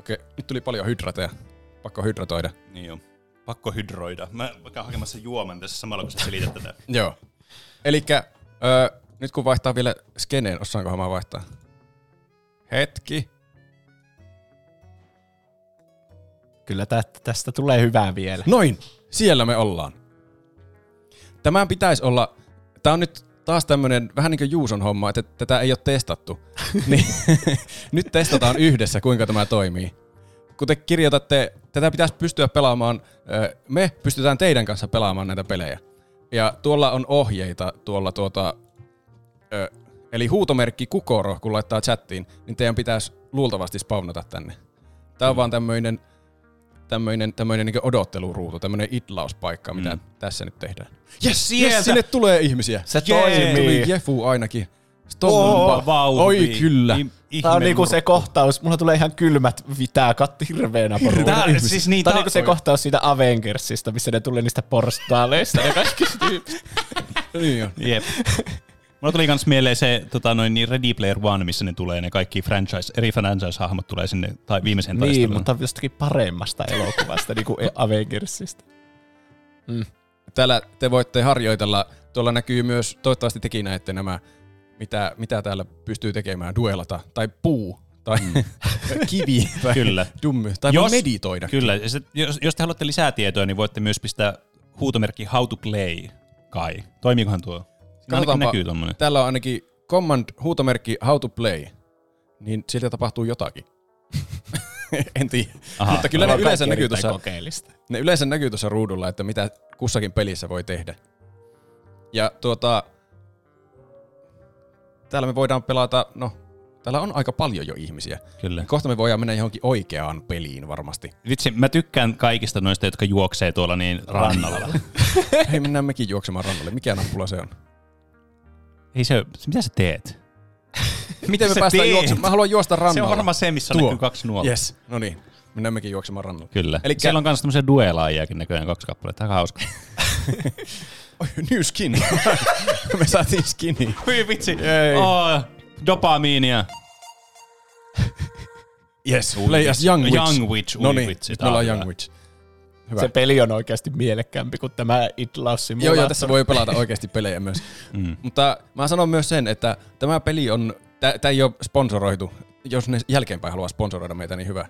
Okei, nyt tuli paljon hydrateja. Pakko hydratoida. Niin jo. Pakko hydroida. Mä käyn hakemassa juoman tässä samalla, kun sä selität tätä. Joo. Eli nyt kun vaihtaa vielä skeneen, osaankohan mä vaihtaa? Hetki. Kyllä tä, tästä tulee hyvää vielä. Noin, siellä me ollaan. Tämän pitäisi olla, tämä on nyt taas tämmönen vähän niin kuin Juuson homma, että tätä ei ole testattu. niin, nyt testataan yhdessä, kuinka tämä toimii. Kun te kirjoitatte, tätä pitäisi pystyä pelaamaan, ö, me pystytään teidän kanssa pelaamaan näitä pelejä. Ja tuolla on ohjeita, tuolla tuota, ö, eli huutomerkki kukoro, kun laittaa chattiin, niin teidän pitäisi luultavasti spawnata tänne. Tämä on vaan tämmöinen tämmöinen, tämmöinen niin odotteluruutu, tämmöinen itlauspaikka, mitä tässä nyt tehdään. Jes, sieltä! Jes, sinne tulee ihmisiä. Se Jee! toimii. Tuli Jefu ainakin. Oo, Stompa. Oi kyllä. Niin, Tämä on niinku se kohtaus, mulla tulee ihan kylmät vitää katti hirveänä porulla. Tää- Ihmiset. siis niin, Tää on tää- niinku se oi. kohtaus siitä Avengersista, missä ne tulee niistä porstaaleista ja kaikki tyypit. niin on. Jep. Mulla tuli kans mieleen se tota, noin, niin Ready Player One, missä ne tulee, ne kaikki franchise, eri franchise-hahmot tulee sinne tai viimeiseen Niin, taisteluun. mutta jostakin paremmasta elokuvasta, niinku Avengersista. Mm. Täällä te voitte harjoitella, tuolla näkyy myös, toivottavasti tekin näette nämä, mitä, mitä täällä pystyy tekemään, duelata tai puu. Tai Mm. kivi. Tai Kyllä. Dummy. Tai voi meditoida. Kyllä. Ja se, jos, jos te haluatte lisää tietoa, niin voitte myös pistää huutomerkki how to play, kai. Toimiikohan tuo? Siinä ainakin Siis Katsotaanpa, näkyy tommonen. Täällä on ainakin command huutomerkki how to play. Niin sieltä tapahtuu jotakin. en tiedä. Aha, Mutta kyllä ne ollaan yleensä, kaikki näkyy erittäin tuossa, kokeellista. ne yleensä näkyy tuossa ruudulla, että mitä kussakin pelissä voi tehdä. Ja tuota, täällä me voidaan pelata, no, täällä on aika paljon jo ihmisiä. Kyllä. Kohta me voidaan mennä johonkin oikeaan peliin varmasti. Vitsi, mä tykkään kaikista noista, jotka juoksee tuolla niin rannalla. Hei, mennään mekin juoksemaan rannalle. Mikä nappula se on? Ei se, mitä sä teet? Miten me Sä päästään teet? juoksemaan? Mä haluan juosta rannalle. Se on varmaan se, missä Tuo. näkyy kaksi nuolta. Yes, no niin. Mennään mekin juoksemaan rannalle. Kyllä. Eli Elikkä- Siellä on myös tämmöisiä duelaajiakin näköjään kaksi kappaletta. Aika hauska. New skin. me saatiin skini. Hyvin vitsi. Ei. Oh, dopamiinia. Yes, Ui play as vitsi. Young Witch. Young Witch, ui no niin, vitsi, nyt me tää on ollaan hyvä. Young Witch. Hyvä. Se peli on oikeasti mielekkäämpi kuin tämä It Loves Joo, Simulator. joo, tässä voi pelata oikeasti pelejä myös. Mm. Mutta mä sanon myös sen, että tämä peli on, tämä ei ole sponsoroitu. Jos ne jälkeenpäin haluaa sponsoroida meitä, niin hyvä.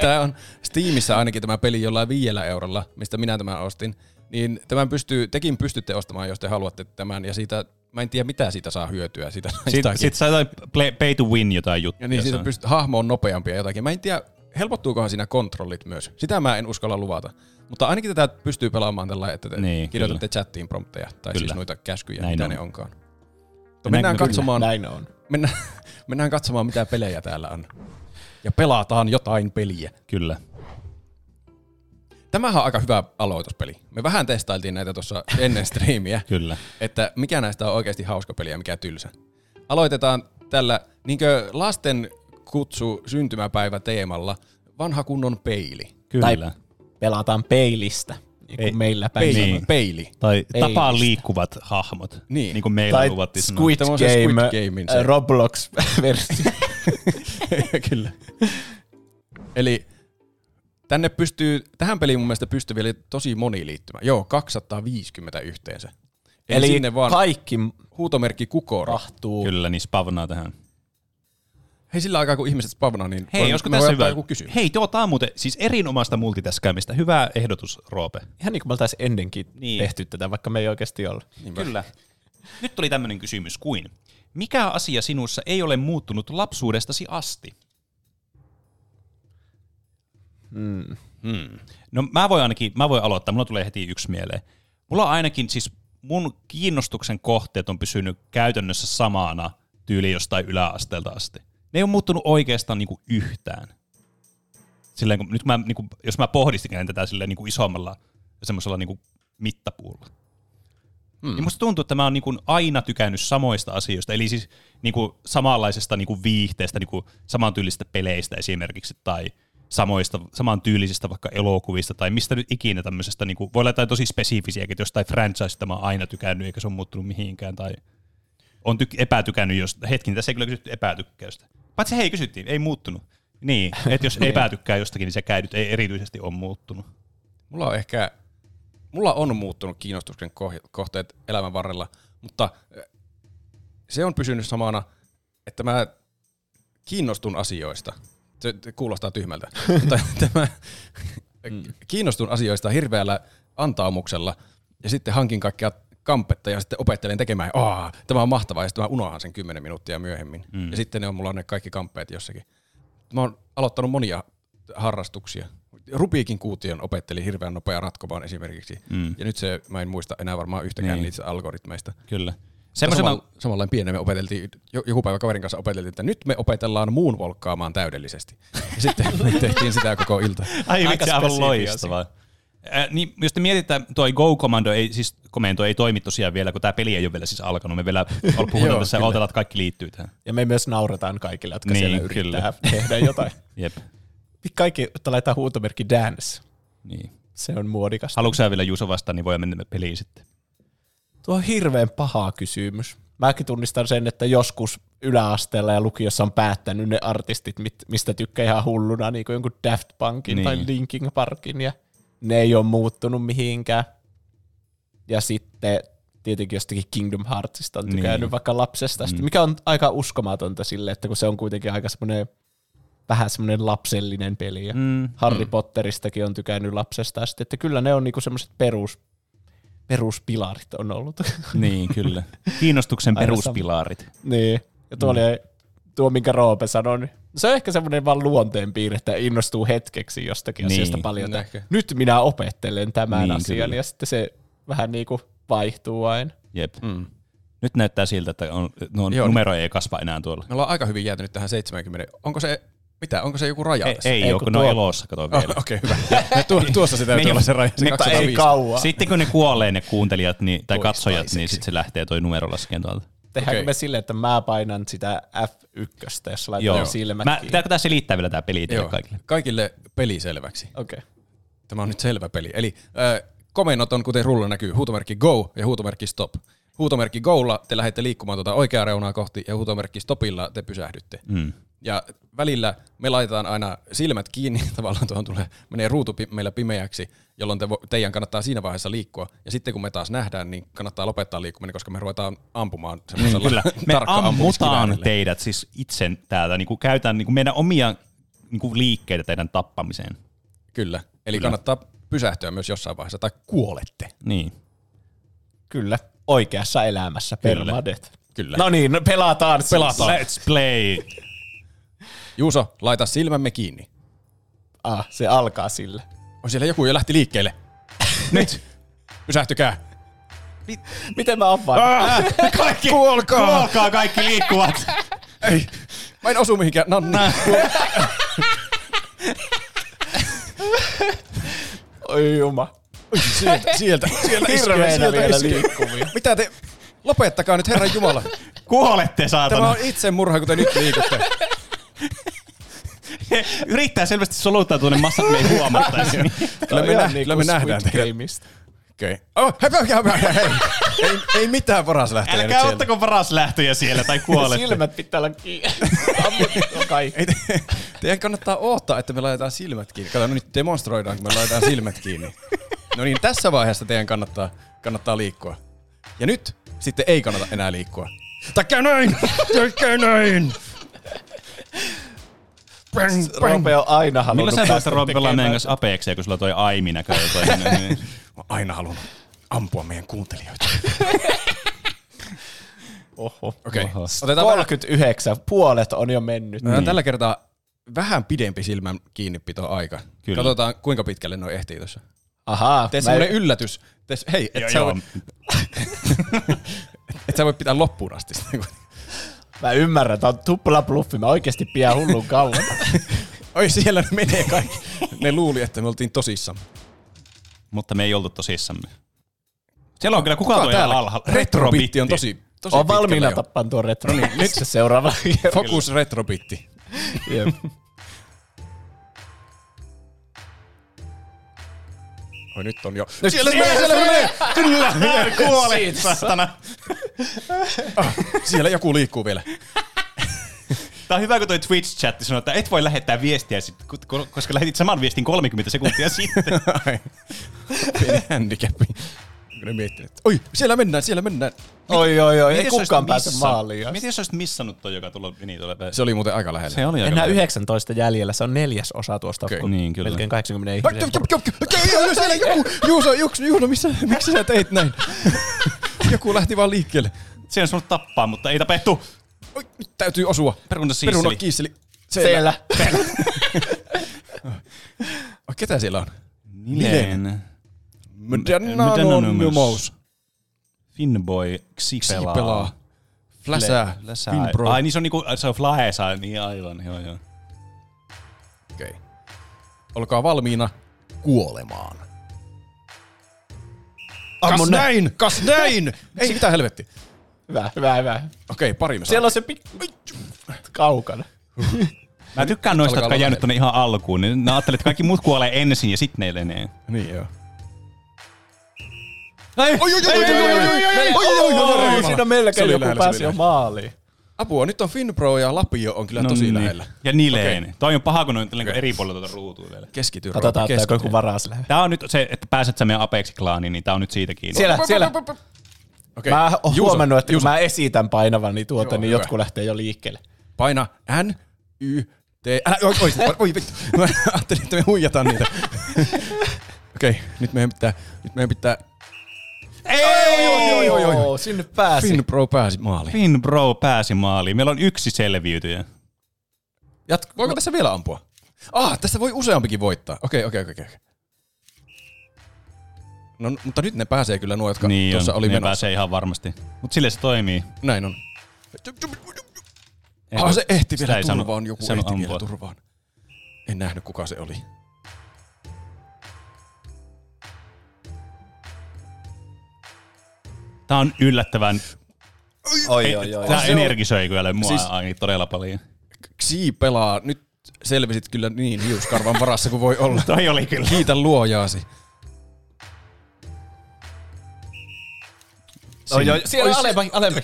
Tämä on Steamissa ainakin tämä peli jollain viidellä eurolla, mistä minä tämän ostin. Niin tämän pystyy, tekin pystytte ostamaan, jos te haluatte tämän. Ja siitä, mä en tiedä mitä siitä saa hyötyä. Siitä Sitten jostakin. sit saa jotain play, pay to win jotain juttuja. Ja niin, siitä Se on- pyst- hahmo on nopeampi ja jotakin. Mä en tiedä, helpottuukohan siinä kontrollit myös. Sitä mä en uskalla luvata. Mutta ainakin tätä pystyy pelaamaan tällä, että te Niin, niin, kirjoitatte chattiin prompteja, tai Kyllä. kyllä. siis noita käskyjä, Näin Näin mitä on. on. ne onkaan. Mutta Näin mennään kyllä. katsomaan, Näin on. Mennään, mennään katsomaan, mitä pelejä täällä on. Ja pelataan jotain peliä. Kyllä. Tämähän on aika hyvä aloituspeli. Me vähän testailtiin näitä tuossa ennen striimiä. Kyllä. Että mikä näistä on oikeasti hauska peli ja mikä tylsä. Aloitetaan tällä niinkö lasten kutsu syntymäpäivä teemalla vanha kunnon peili. Kyllä. Pelataan peilistä, niin kuin meillä päin. Peili. Niin. peili. Niin. Tai Peilistä. tapaa liikkuvat hahmot, niin, niin kuin meillä tai luvattiin sanoa. Squid Game, äh, Tämmöisen Squid Gamein Gamein, se- Roblox-versio. Kyllä. Eli tänne pystyy, tähän peliin mun mielestä pystyy vielä tosi moni liittymään. Joo, 250 yhteensä. Eli, Eli sinne vaan kaikki huutomerkki kukoro. Mahtuu. Kyllä, niin spavnaa tähän. Hei, sillä aikaa kun ihmiset spavnaa, niin Hei, voin- josko me tässä voidaan hyvä? ottaa joku kysymys. Hei, tuo tää on muuten siis erinomaista multitaskäämistä. Hyvä ehdotus, Roope. Ihan niin kuin me oltaisiin ennenkin Niin. tehty tätä, vaikka me ei oikeasti olla. Kyllä. Nyt tuli tämmöinen kysymys kuin, mikä asia sinussa ei ole muuttunut lapsuudestasi asti? Mm. Hmm. No mä voin ainakin, mä voin aloittaa, mulla tulee heti yksi mieleen. Mulla on ainakin siis mun kiinnostuksen kohteet on pysynyt käytännössä samana tyyli jostain yläasteelta asti. Ne ei ole muuttunut oikeastaan niinku yhtään. Silleen, kun, nyt kun mä, niinku, jos mä pohdistin tätä silleen niinku isommalla semmoisella niinku mittapuulla. Hmm. Niin musta tuntuu, että mä oon niinku aina tykännyt samoista asioista, eli siis niinku samanlaisesta niinku viihteestä, niinku samantyylisistä peleistä esimerkiksi, tai samoista, samantyyllisistä vaikka elokuvista, tai mistä nyt ikinä tämmöisestä, niinku, voi olla jotain tosi spesifisiäkin, että jostain franchiseista mä oon aina tykännyt, eikä se ole muuttunut mihinkään, tai on tyk- epätykännyt, jos, hetkin, tässä ei kyllä kysytty epätykkäystä. Paitsi hei, kysyttiin, ei muuttunut. Niin, että jos Niin. epätykkää jostakin, niin se käydyt ei erityisesti ole muuttunut. Mulla on ehkä, mulla on muuttunut kiinnostuksen koh- kohteet elämän varrella, mutta eh, se on pysynyt samana, että mä kiinnostun asioista. Se kuulostaa tyhmältä, mutta että mä kiinnostun asioista hirveällä antaumuksella ja sitten hankin kaikkea kampetta ja sitten opettelen tekemään, Aa, tämä on mahtavaa ja sitten mä unohan sen 10 minuuttia myöhemmin. Mm. Mm. Ja sitten ne on mulla ne kaikki kamppeet jossakin. Mä oon aloittanut monia harrastuksia. Rubiikin kuution opetteli hirveän nopea ratkomaan esimerkiksi. Mm. Mm. Ja nyt se, mä en muista enää varmaan yhtäkään Niin. niin. niistä algoritmeista. Kyllä. Semmoisen Semmoisen samalla, samalla pienen me opeteltiin, jo- joku päivä kaverin kanssa opeteltiin, että nyt me opetellaan muun volkkaamaan täydellisesti. Ja sitten me tehtiin sitä koko ilta. Ai vitsi, aivan loistavaa. Äh, niin, jos te mietitte, toi Go Commando ei, siis komento ei toimi tosiaan vielä, kun tämä peli ei ole vielä siis alkanut. Me vielä puhutaan Joo, tässä ja kyllä. odotellaan, että kaikki liittyy tähän. Ja me myös nauretaan kaikille, jotka Niin, niin, siellä yrittää kyllä. kyllä. tehdä jotain. Jep. Kaikki laittaa huutomerkki dance. Niin. Se on muodikasta. Haluatko sä vielä Juuso vastaan, niin voidaan mennä peliin sitten. Tuo on hirveän paha kysymys. Mäkin tunnistan sen, että joskus yläasteella ja lukiossa on päättänyt ne artistit, mit, mistä tykkää ihan hulluna, niin kuin jonkun Daft Punkin Niin. niin. tai Linkin Parkin, ja ne ei ole muuttunut mihinkään. Ja sitten tietenkin jostakin Kingdom Heartsista on Niin. tykännyt niin. vaikka lapsesta asti, Mm. mikä on aika uskomatonta sille, että kun se on kuitenkin aika semmoinen vähän semmoinen lapsellinen peli. Ja Mm. mm. Harry Mm. Potteristakin on tykännyt lapsesta asti, että kyllä ne on niinku semmoiset perus, peruspilarit on ollut. Niin, kyllä. Kiinnostuksen Aina sama. peruspilarit. Niin. Ja tuo, Mm. oli, tuo minkä Roope sanoi, niin se on ehkä semmoinen vaan luonteen piirre, että innostuu hetkeksi jostakin Niin. niin. asiasta paljon. Niin Että nyt minä opettelen tämän Niin, niin, asian kyllä. ja sitten se vähän niin kuin vaihtuu aina. Jep. Mm. Nyt näyttää siltä, että on, no, Joo. numeroja ei kasva enää tuolla. Me ollaan aika hyvin jäätynyt tähän 70. Onko se, mitä, onko se joku raja Ei- tässä? ei Ei, oo, kun kun ne on tuo- Ah, elossa, kato vielä. Oh, Okei, okay, hyvä. Ja tuo, tuossa se täytyy olla se raja, se Ne- 205. Sitten kun ne kuolee ne kuuntelijat niin, tai katsojat, niin sitten se lähtee toi numero laskeen tuolta. Tehdäänkö okay. me silleen, että mä painan sitä F1, jos laitan Joo. Joo. silmät Mä, kiinni? pitääkö tämä selittää vielä tämä peli teille Joo, kaikille? kaikille. kaikille peli selväksi. Okei. Okay. Tämä on nyt selvä peli. Eli äh, komennot on, kuten rulla näkyy, huutomerkki go ja huutomerkki stop. Huutomerkki golla te lähdette liikkumaan tuota oikeaa reunaa kohti ja huutomerkki stopilla te pysähdytte. Mm. Ja välillä me laitetaan aina silmät kiinni, tavallaan tuohon tulee, menee ruutu pi- meillä pimeäksi, jolloin te, vo- teidän kannattaa siinä vaiheessa liikkua. Ja sitten kun me taas nähdään, niin kannattaa lopettaa liikkuminen, koska me ruvetaan ampumaan Niin, semmoisella kyllä. Me ammutaan ampumiskiväärillä. teidät siis itse täältä, niin kuin käytän niin kuin meidän omia niin kuin liikkeitä teidän tappamiseen. Kyllä. Eli kannattaa pysähtyä myös jossain vaiheessa, tai kuolette. Niin. Kyllä, oikeassa elämässä Kyllä. permadet. Kyllä. No niin, no pelataan. siis. Pelataan. Let's play. Juuso, laita silmämme kiinni. Ah, se alkaa sillä. On siellä joku jo lähti liikkeelle. Nyt! Pysähtykää. Miten mä oon vaan? Ah, kaikki! Kuolkaa! Äh, Kuolkaa kaikki liikkuvat! Ei, mä en osu mihinkään. No niin. Oi juma. Sieltä, sieltä, sieltä iskee, Hirveenä sieltä vielä iskee. liikkuvia. Mitä te? Lopettakaa nyt, Herran Jumala. Kuolette, saatana. Tämä on itsemurha, kun te nyt liikutte. Yrittää selvästi soluttaa tuonne massa, kun me ei huomattaisi. Kyllä me, niinku nä- kyllä me nähdään teidät. Okei. Okay. Oh, hei, hei, hei, hei, hei. Ei, ei mitään varas lähtee nyt Älkää siellä. ottako paras lähtöjä siellä tai kuolette. Silmät pitää olla kiinni. Ei, te- teidän kannattaa odottaa, että me laitetaan silmät kiinni. Kato, no nyt demonstroidaan, kun me laitetaan silmät kiinni. No niin, tässä vaiheessa teidän kannattaa, kannattaa liikkua. Ja nyt sitten ei kannata enää liikkua. Tai käy näin! Tai käy näin! Bang, Roope on aina halunnut Milloin sä päästä päästä Roope pelaamaan meidän tekemään kanssa Apexia, kun sulla toi Aimi näköjään? niin- Mä oon aina halunnut ampua meidän kuuntelijoita. Oho. Okei. Oho. Niin. Otetaan 39, puolet on jo mennyt. Meillä on No, tällä kertaa vähän pidempi silmän kiinnipito aika. Kyllä. Katsotaan, kuinka pitkälle noi ehtii tuossa. Ahaa. Tee mä- semmoinen yllätys. Tee, se- hei, et Joo, sä, joo. Voi, et sä voi pitää loppuun asti sitä. kun- Mä ymmärrän, tää on tupla bluffi. Mä oikeesti pidän hullun kauan. Oi siellä ne menee kaikki. Ne luuli, että me oltiin tosissaan. Mutta me ei oltu tosissamme. Siellä on kyllä kuka, Kuka toi täällä? alhaalla. Retrobitti on tosi- tosi on valmiina pitkällä jo. tappaan tuon retro. No niin, nyt seuraava. Fokus retrobitti. Jep. Oi nyt on jo. Nyt No siellä se siellä menee, se siellä se menee! Kyllä, kuolet, Siitä. saatana. Ah, siellä joku liikkuu vielä. Tää on hyvä, kun toi Twitch-chatti sanoo, että et voi lähettää viestiä, sit, ku- ku- koska lähetit saman viestin 30 sekuntia sitten. Pieni handicapi. Kun ne miettii, että oi, siellä mennään, siellä mennään. Oi, oi, oi, Mietin, ei jos kukaan olisit pääse missa- maaliin. Mietin, jos olisit missannut toi, joka niin, tulla, meni tuolle. Se oli muuten aika lähellä. Se oli aika Enää lähellä. 19 jäljellä, se on neljäs osa tuosta. Okei. Niin, kyllä. Melkein 80 Ai, ihmisen. jop, jop, jop, jop, jop, siellä joku, Juuso, Juuso, Juuso, missä, miksi sä teit näin? Joku lähti vaan liikkeelle. Se on sanonut tappaa, mutta ei tapettu. Oi, nyt täytyy osua. Peruna siisseli. Peruna kiisseli. Siellä. Oi, ketä siellä on? Nilen. Mdananonymous. Finboy Xipelaa. Xipelaa. Fläsää. Fle- Fläsää. Finbro. Ai niin se on niinku, se on Flaesa, niin aivan, joo joo. Okei. Olkaa valmiina kuolemaan. Ammun Kas nä- näin! Kas näin! Ei mitään helvetti. Hyvä, hyvä, hyvä. Okei, pari me Siellä on se pikku... Kaukana. Mä tykkään noista, Alkaa jotka on olla jäänyt tonne ihan alkuun. Niin Mä ajattelin, että kaikki muut kuolee ensin ja sitten ne elenee. Niin joo. Ai, oi, oi, oi, oi, oi, oi, oi, oi, oi, oi, oi, oi, oi, Siinä oi, se melkein oli joku lähellä, se pääsi oli jo lähellä. maaliin. Apua, nyt on Finpro ja Lapio on kyllä tosi niin. lähellä. Ja Nileen. Okay. Toi on paha, kun ne on okay. eri puolilla tuota ruutua vielä. Keskity, Katsotaan, Roope, ottaako keskity. joku varas lähelle. Tää on nyt se, että pääset sä meidän Apex-klaaniin, niin tää on nyt siitä kiinni. Siellä, siellä. Okei. Mä oon Juuso, huomannut, että kun Juuso. mä esitän painavan, niin tuota, Joo, niin hyvä. jotkut lähtee jo liikkeelle. Paina N, Y, T. Älä, oi, oi, oi, vittu. Mä ajattelin, että me huijataan niitä. Okei, nyt meidän pitää, nyt meidän pitää Ei, oi, oi, oi, oi. Sinne Finpro pääsi maaliin. Finbro pääsi maaliin. Meillä on yksi selviytyjä. Jatk- Voiko tässä vielä ampua? Ah, tässä voi useampikin voittaa. Okei, okei, okei. okei. No, mutta nyt ne pääsee kyllä nuo, jotka Niin tuossa on, oli ne menossa. pääsee ihan varmasti. Mutta sille se toimii. Näin on. Ah, se ehti sitä vielä ei sano- turvaan, joku sano ehti ampua. vielä turvaan. En nähnyt kuka se oli. Tämä on yllättävän... Oi, Ei, oi, oi. Tämä Se on- energisöi kyllä mua Siis- siis... todella paljon. Xi pelaa. Nyt selvisit kyllä niin hiuskarvan varassa kuin voi olla. Toi oli kyllä. Kiitä luojaasi. Oi, oi, siellä on Oi, alempi, alempi.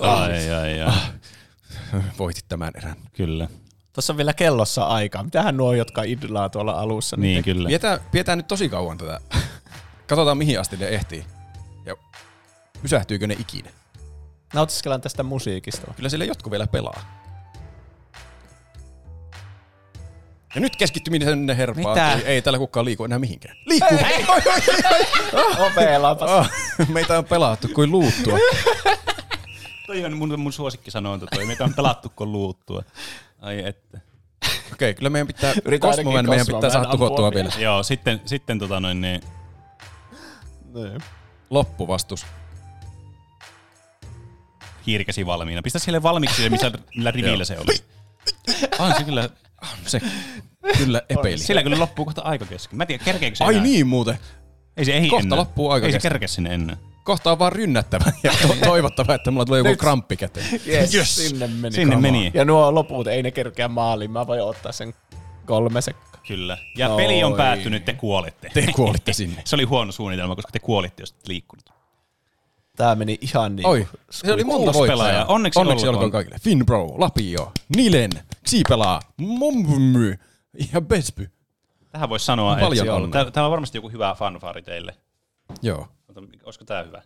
Ai, ai, ai. Voitit tämän erän. Kyllä. Tuossa on vielä kellossa aikaa. Mitähän nuo, jotka idlaa tuolla alussa? Niin, tekee? kyllä. Pidetään, pidetään nyt tosi kauan tätä. Katsotaan mihin asti ne ehtii. Ja pysähtyykö ne ikinä. Nautiskellaan tästä musiikista. Kyllä siellä jotkut vielä pelaa. Ja nyt keskittyminen herpaa. Mitä? Ei, ei täällä kukaan liiku enää mihinkään. Liikkuu. Opelaapas. Ah, meitä on pelattu kuin luuttua. Toi on mun, mun suosikki sanonta toi. Meitä on pelattu kun luuttua. Ai että. Okei, kyllä meidän pitää, Kosmoven meidän pitää saada tuhottua vielä. Joo, sitten, sitten tota noin niin. Niin. Loppuvastus. Hiirkäsi valmiina. Pistä sille valmiiksi se, missä, millä rivillä se oli. On se kyllä. Ah, Se kyllä epeili. Sillä kyllä loppuu kohta aika kesken. Mä en tiedä, kerkeekö se Ai enää? niin muuten. Ei se ehdi Kohta enää. loppuu aika Ei se kesken. kerkeä sinne enää. Kohta on vaan rynnättävä ja to- toivottava, että mulla tulee joku Nyt. kramppi käteen. Yes, yes. Sinne meni. Sinne kamaa. meni. Ja nuo loput ei ne kerkeä maaliin. Mä voin ottaa sen kolme sekkaa. Kyllä. Ja Noi. peli on Noi. päättynyt, te kuolitte. Te kuolitte sinne. se oli huono suunnitelma, koska te kuolitte, jos et liikkunut. Tää meni ihan niin. Oi, se oli monta Uusi voittajaa. pelaaja. Onneksi Onneksi olkoon. olkoon kaikille. Finbro, Lapio, Nilen, Siipelaa, Mommy ja Bespy. Tähän voisi sanoa, Paljon että se on. onnea. Tää- Tämä on varmasti joku hyvä fanfaari teille. Joo. Mutta Olisiko tämä hyvä?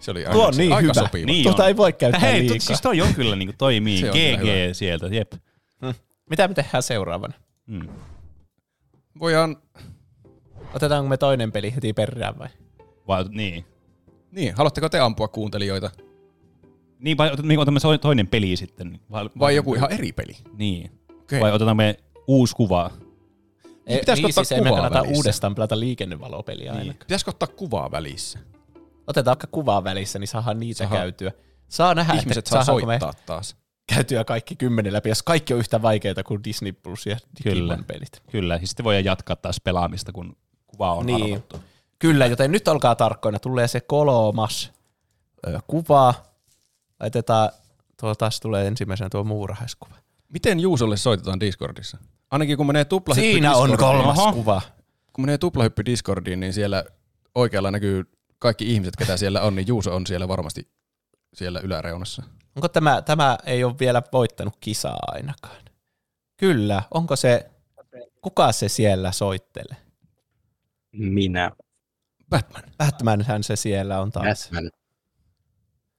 Se oli Tuo on niin aika hyvä. sopiva. Niin Tuota on. ei voi käyttää Hei, tu- liikaa. Siis toi on kyllä niin kuin toimii. Se on GG kyllä hyvä. sieltä, jep. Hmm. Mitä me tehdään seuraavana? Hmm. Voidaan... Otetaanko me toinen peli heti perään vai? Vai, niin. Niin, haluatteko te ampua kuuntelijoita? Niin, vai ot- niin otamme so- toinen peli sitten? Vai, Vai joku ihan eri peli? Niin. Okei. Vai otetaan me uusi kuva? Ei, pitäisikö niin, ottaa siis ei me kuvaa kannata välissä? uudestaan pelata liikennevalopeliä niin. aina. Pitäisikö ottaa kuvaa välissä? Otetaan vaikka kuvaa välissä, niin saadaan niitä Saadaan- käytyä. Saa nähdä, Ihmiset että saa saadaanko soittaa taas. käytyä kaikki kymmenen läpi, jos kaikki on yhtä vaikeita kuin Disney Plus ja Kyllä. Digimon pelit. Kyllä. Ja sitten voi jatkaa taas pelaamista, kun kuva on Niin. niin. Kyllä, joten nyt olkaa tarkkoina. Tulee se kolmas ö, kuva. Laitetaan, tuo taas tulee ensimmäisenä tuo muurahaiskuva. Miten Juusolle soitetaan Discordissa? Ainakin kun menee tuplahyppy Siinä on Discordiin- kolmas kuva. Kun menee tuplahyppy Discordiin, niin siellä oikealla näkyy kaikki ihmiset, ketä siellä on, niin Juuso on siellä varmasti siellä yläreunassa. Onko tämä, tämä ei ole vielä voittanut kisaa ainakaan? Kyllä, onko se, kuka se siellä soittelee? Minä. Batman. Batmanhän se siellä on taas. Batman.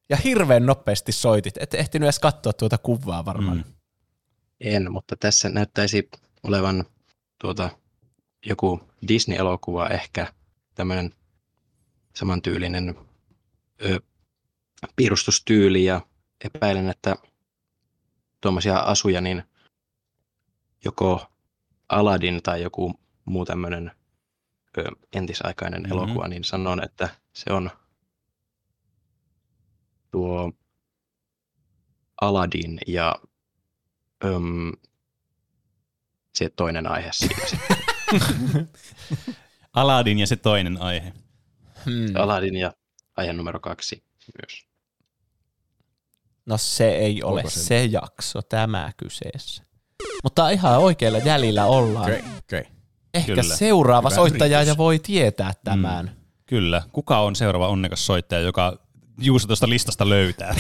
Ja hirveän nopeasti soitit, et ehtinyt edes katsoa tuota kuvaa varmaan. Mm. En, mutta tässä näyttäisi olevan tuota, joku Disney-elokuva ehkä tämmöinen samantyylinen ö, piirustustyyli ja epäilen, että tuommoisia asuja niin joko Aladdin tai joku muu tämmöinen ö, entisaikainen Mhm. elokuva, niin sanon, että se on tuo Aladdin ja Öm, se toinen aihe siitä sitten. Aladin ja se toinen aihe. Hmm. Aladdin ja aihe numero kaksi myös. No se ei ole Onko se? se- se jakso, tämä kyseessä. Mutta ihan oikealla jäljellä ollaan. Okei, okei. Ehkä Kyllä. seuraava Hyvä soittaja yritys. ja voi tietää tämän. Mm. Kyllä. Kuka on seuraava onnekas soittaja, joka Juuso tuosta listasta löytää?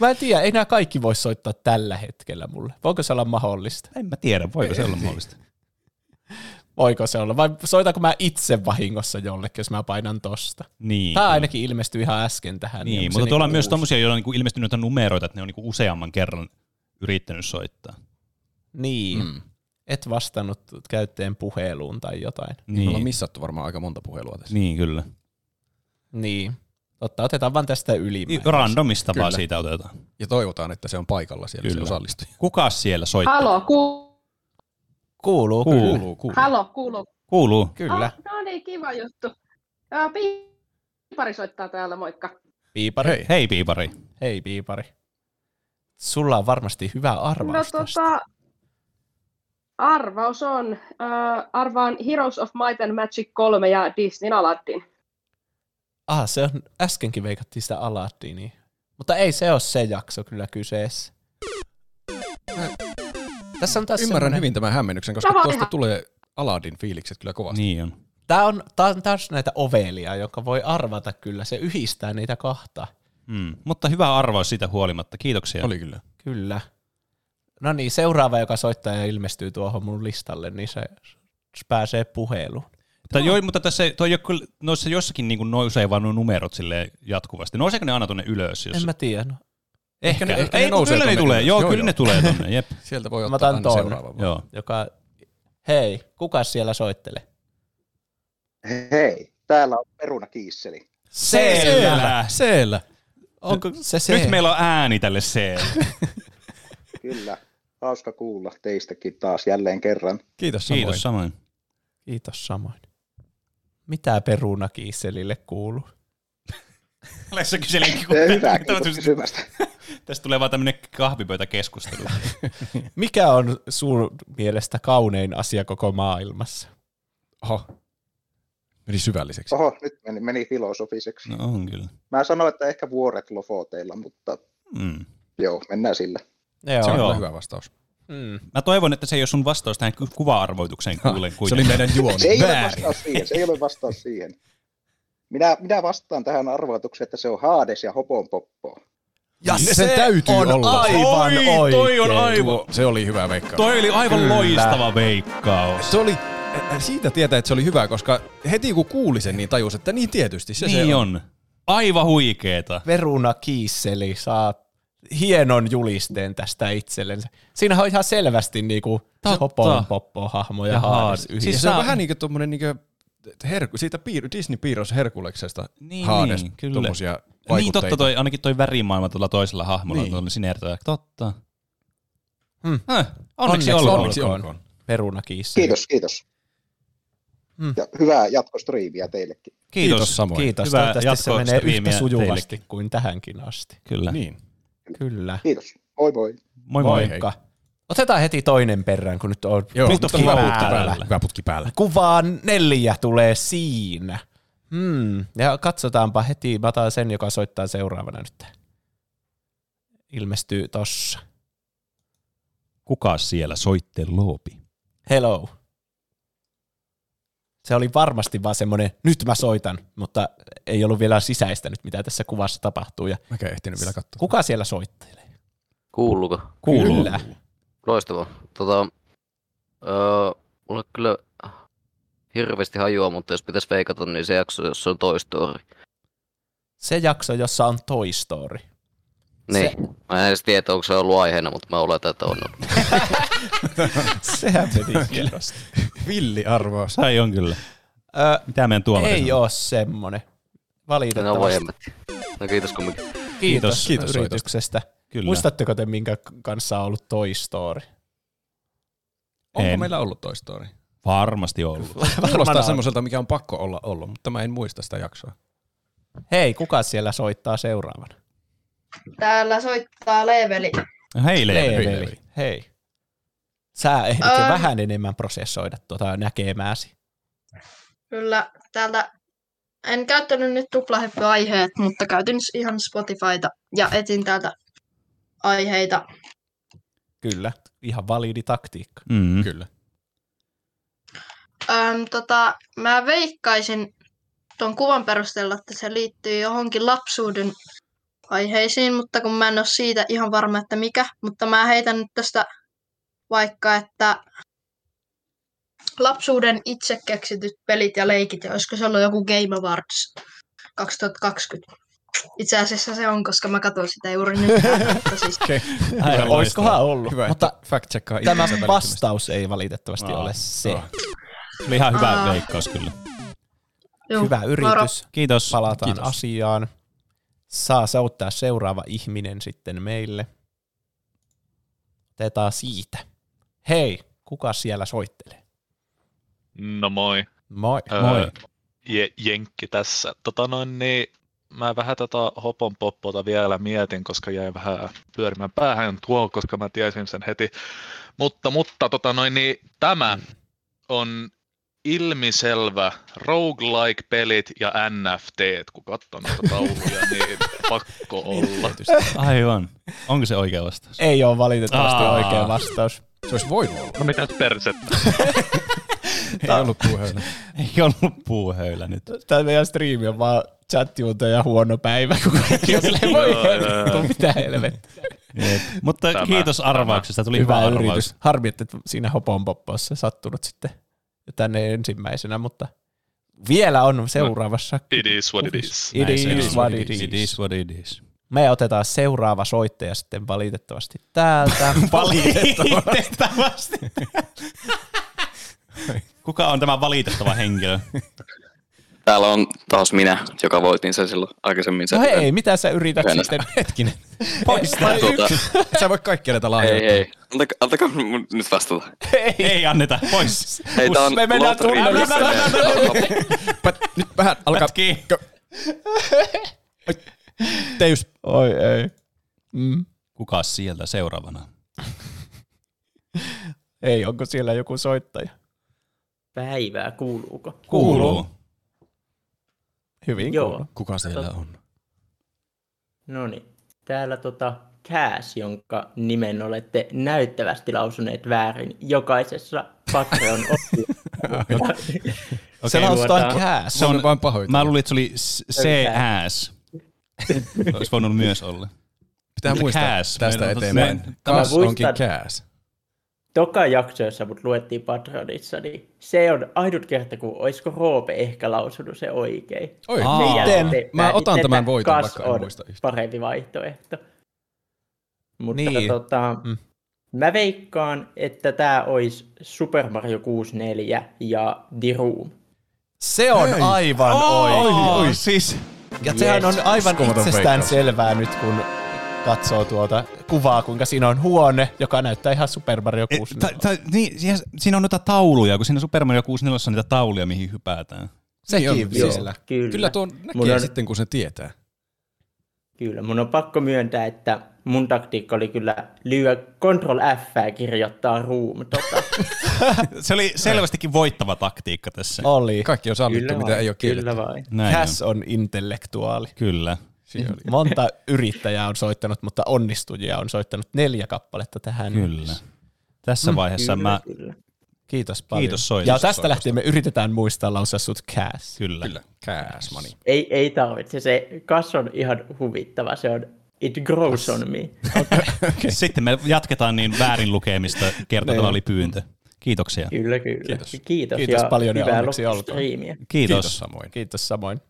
Mä en tiedä, ei nämä kaikki voi soittaa tällä hetkellä mulle. Voiko se olla mahdollista? En mä tiedä, voiko se olla mahdollista. Voiko se olla? Vai soitanko mä itse vahingossa jollekin, jos mä painan tosta? Niin. Tämä ainakin ilmestyi ihan äsken tähän. Niin, onko se mutta tuolla on niinku myös uusi? tommosia, joilla on niinku ilmestynyt noita numeroita, että ne on niinku useamman kerran yrittänyt soittaa. Niin. Mm. Et vastannut käyttäjän puheluun tai jotain. Niin. Me ollaan missattu varmaan aika monta puhelua tässä. Niin, kyllä. Niin. Totta, otetaan vaan tästä yli. Niin, Randomista vaan siitä otetaan. Niin, Ja toivotaan, että se on paikalla siellä Kyllä. se osallistuja. Kuka siellä soittaa? Halo, ku- Kuuluu, Kuuluu, kuuluu. kuuluu. halo, kuuluu. Kuuluu. Ah, no niin, kiva juttu. Ää, Piipari soittaa täällä, moikka. Piipari. Hei. Hei piipari. Hei piipari. Sulla on varmasti hyvä arvaus. no tota, arvaus on, äh, arvaan Heroes of Might and Magic 3 ja Disney Aladdin. Ah, se on, äskenkin veikattiin sitä Aladdinia. Mutta ei se ole se jakso kyllä kyseessä. Tässä on taas Ymmärrän semmonen- hyvin tämän hämmennyksen, koska Tämä on tuosta ihan- tulee Aladin fiilikset kyllä kovasti. Niin on. Tämä on, tää on taas näitä ovelia, joka voi arvata kyllä. Se yhdistää niitä kahta. Mm. Mutta hyvä arvaus siitä huolimatta. Kiitoksia. Oli kyllä. Kyllä. No niin, seuraava, joka soittaa ja ilmestyy tuohon mun listalle, niin se s- pääsee puheluun. Mutta, joo, mutta tässä toi ei ole kyllä, noissa jossakin niin nousee vaan nuo numerot sille jatkuvasti. Nouseeko ne aina tuonne ylös? Jos... En mä tiedä. No. Ehkä, ne, ehkä ei, ne kyllä ne tulee. Joo, joo, kyllä ne tulee tuonne. Jep. Sieltä voi Mä ottaa otan aina ton, seuraavan. Joo. joka... Hei, kuka siellä soittelee? Hei, täällä on perunakiisseli. Siellä. Siellä. Onko se se? Nyt meillä on ääni tälle C. Kyllä, hauska kuulla teistäkin taas jälleen kerran. Kiitos samoin. Kiitos samoin. Kiitos samoin. Mitä peruna kiiselille kuuluu? Alessa kyselee. Hyvä, kiitos kysymästä. Tästä tulee vaan tämmöinen kahvipöytäkeskustelu. Mikä on sun mielestä kaunein asia koko maailmassa? Oho. Meni syvälliseksi. Oho, nyt meni, meni filosofiseksi. No on kyllä. Mä sanoin, että ehkä vuoret lofoteilla, mutta Mm. joo, mennään sillä. Se on kyllä hyvä vastaus. Mm. Mä toivon, että se ei ole sun vastaus tähän ku- kuva-arvoitukseen kuulen. se oli meidän juoni. Se ei ole Väärin. vastaus siihen, se ei ole vastaus siihen. Minä, minä vastaan tähän arvoitukseen, että se on Haades ja Hopon poppo. Ja Niin, se on aivan Oi, toi on oikein. aivan- Tuo- Se oli hyvä veikkaus. Toi oli aivan Kyllä. loistava veikkaus. Se oli, äh, siitä tietää, että se oli hyvä, koska heti kun kuuli sen, niin tajus, että niin tietysti se, Niin se on. Aivan huikeeta. Peruna kiisseli saa hienon julisteen tästä itsellensä. Siinä on ihan selvästi niinku Totta. hopon poppo hahmo ja haadis yhdessä. Siis se on vähän niin kuin tuommoinen niin herku, siitä piir, Disney-piirros Herkuleksesta Niin, Haades, niin, kyllä. tommosia Niin vaikutteita. totta, toi, ainakin toi värimaailma tuolla toisella hahmolla Niin. niin. on sinertoja. Totta. Hmm. Äh, onneksi, olkoon. onneksi olkoon. Peruna kiisseli. Kiitos, kiitos. Mm. Hmm. Ja hyvää jatkostriiviä teillekin. Kiitos. Kiitos. Hyvää Toivottavasti se menee yhtä jatkostriimiä sujuvasti teillekin. kuin tähänkin asti. Kyllä. Niin. Kyllä. Kiitos. Moi moi. Moi moi. Moikka. Otetaan heti toinen perään, kun nyt on, Joo, nyt nyt on on hyvä kuvaa putki päällä. päällä. Hyvä putki päällä. Kuvaa neljä tulee siinä. Hmm. Ja katsotaanpa heti, mä otan sen, joka soittaa seuraavana nyt. Ilmestyy tossa. Kuka siellä soitte loopi? Hello. Se oli varmasti vaan semmoinen, nyt mä soitan, mutta ei ollut vielä sisäistänyt, mitä tässä kuvassa tapahtuu. Ja Mäkään ehtinyt vielä katsoa. Kuka siellä soittaa? Kuuluuko? Kuuluu. Kyllä. Loistavaa. Tota, öö, mulla on kyllä hirveästi hajua, mutta jos pitäisi veikata, niin se jakso, jos se on Toy Story. Se jakso, jossa on Toy Story. Niin. Se... Mä en edes tiedä, onko se ollut aiheena, mutta mä oletan, että on. Sehän meni hienosti. Villi arvaus. Tai on kyllä. Ö, Mitä meidän tuomari Ei sanoo? ole semmoinen. No voi Valitettavasti. hemmetti. No kiitos kumminkin. Kiitos, Kiitos Kiitos soitosta. yrityksestä. Kyllä. Muistatteko te, minkä k- kanssa on ollut Toy Story? Onko meillä ollut Toy Story? Varmasti ollut. Kuulostaa on. semmoiselta, mikä on pakko olla ollut, mutta mä en muista sitä jaksoa. Hei, kuka siellä soittaa seuraavana? Täällä soittaa Leveli. No hei Leevi. Hei, Leevi. Hei. Sä ehdit jo Ähm. vähän enemmän prosessoida tuota näkemääsi. Kyllä täältä, en käyttänyt nyt tuplahyppyaiheet, mutta käytin s- ihan Spotifyta ja etsin täältä aiheita. Kyllä, ihan validi taktiikka. Mm. Kyllä. Öm, tota, mä veikkaisin tuon kuvan perusteella, että se liittyy johonkin lapsuuden aiheisiin, mutta kun mä en ole siitä ihan varma, että mikä, mutta mä heitän nyt tästä vaikka, että lapsuuden itse keksityt pelit ja leikit, ja olisiko se ollut joku Game Awards 2020. Itse asiassa se on, koska mä katson sitä juuri nyt. siis- Okay. Aivan Oiskohan ollut, Hyvä, mutta että fact checkaa Tämä vastaus ei valitettavasti Aa, ole se. joo. Oli ihan hyvä Aa. veikkaus kyllä. Juu, Hyvä moro. yritys. Kiitos. Palataan Kiitos. asiaan. Saa sauttaa seuraava ihminen sitten meille. Otetaan siitä. Hei, kuka siellä soittelee? No moi. Moi. Moi. Je- Jenkki tässä. Tota noin, niin mä vähän tota hopon poppota vielä mietin, koska jäi vähän pyörimään päähän tuo, koska mä tiesin sen heti. Mutta, mutta tota noin, niin tämä on Niin ilmiselvä roguelike-pelit ja NFT, kun katson noita tauluja, niin pakko olla. Aivan. Onko se oikea vastaus? Ei ole valitettavasti Aa. oikea vastaus. Se olisi voinut olla. No mitäs persettä? Ei ollut puuhöylä. Ei ollut puuhöylä nyt. Tämä meidän striimi on vaan chat-junta ja huono päivä, kun kaikki on silleen, voi Joo, joo. helvettu, mitä helvettiä. Jep. Mutta Tämä, kiitos tämä. arvauksesta. Tuli Hyvä hyvä yritys. arvaus. Harmi, että siinä hopon poppossa sattunut sitten tänne ensimmäisenä, mutta vielä on seuraavassa. It is what it is. It Näin is, se on. what it is. It is what it is. Me otetaan seuraava soittaja sitten valitettavasti täältä. Valitettavasti. Kuka on tämä valitettava henkilö? Täällä on taas minä, joka voitin sen silloin aikaisemmin. No sen hei, yhden. mitä sä yrität siis Yhden. sitten? Hetkinen. Vai Tuota, Sä voi kaikkia näitä lahjoja. ei, ei. Antakaa, antakaa mun nyt vastata. Ei, ei anneta. Pois. Hei, tää on Me mennään lottery. tunnelista. Nyt vähän alkaa... Pätkii. Teys. Oi ei. Mm. Kuka sieltä seuraavana? Ei, onko siellä joku soittaja? Päivää kuuluuko? Kuuluu. Hyvin Joo. kuuluu. Kuka siellä on? No niin. Täällä tota Cash, jonka nimen olette näyttävästi lausuneet väärin jokaisessa Patreon Se lausutaan Cass. Se on, Voin vain pahoitella. mä luulin, että se oli s- CS. Olisi voinut myös olla. Pitää Mutta muistaa Cass. tästä Meillä on- eteenpäin. me- Mä Kas muistan- onkin kääs. Toka jakso, jossa mut luettiin Patreonissa, niin se on ainut kerta, kun oisko Roope ehkä lausunut se oikein. Niin Oi, Sen Aa. jälkeen miten? mä Mä otan itse, tämän että voiton, kas vaikka en on muista parempi vaihtoehto. Mutta Niin. tota, mä veikkaan, että tää olisi Super Mario 64 ja The Room. Se on Hei. aivan Oi, oikein. oi. Siis. Ja sehän on Yes. aivan Uskomaton itsestään veikkaus. selvää nyt, kun katsoo tuota kuvaa, kuinka siinä on huone, joka näyttää ihan Super Mario E, 6. Tai, tai, niin, siinä- siinä on noita tauluja, kun siinä Super Mario 64 on niitä tauluja, mihin hypätään. Sekin on on vielä. Kyllä. Kyllä tuon Mun näkee on- sitten, kun se tietää. Kyllä, mun on pakko myöntää, että mun taktiikka oli kyllä lyö Ctrl F ja kirjoittaa Room. Tota. Se oli selvästikin voittava taktiikka tässä. Oli. Kaikki on sallittu, Kyllä mitä vain, ei ole kielletty. kyllä vain. Näin Cass on intellektuaali. Niin, Kyllä. Monta yrittäjää on soittanut, mutta onnistujia on soittanut neljä kappaletta tähän. Kyllä. Tässä Mm. vaiheessa Kyllä, mä... Kiitos paljon. Kiitos soitosta. Ja tästä lähtien me yritetään muistaa lausua sut Cass. Kyllä. Kyllä. Cass money. ei, ei tarvitse, se kas on ihan huvittava, se on It grows on me. Okay. Sitten me jatketaan niin väärin lukemista, kertokaa Niin. oli pyyntö. Kiitoksia. Kyllä, kyllä. Kiitos, Kiitos, Kiitos ja paljon ja hyvää onneksi olkoon. loppustriimiä. Kiitos. samoin. Kiitos samoin.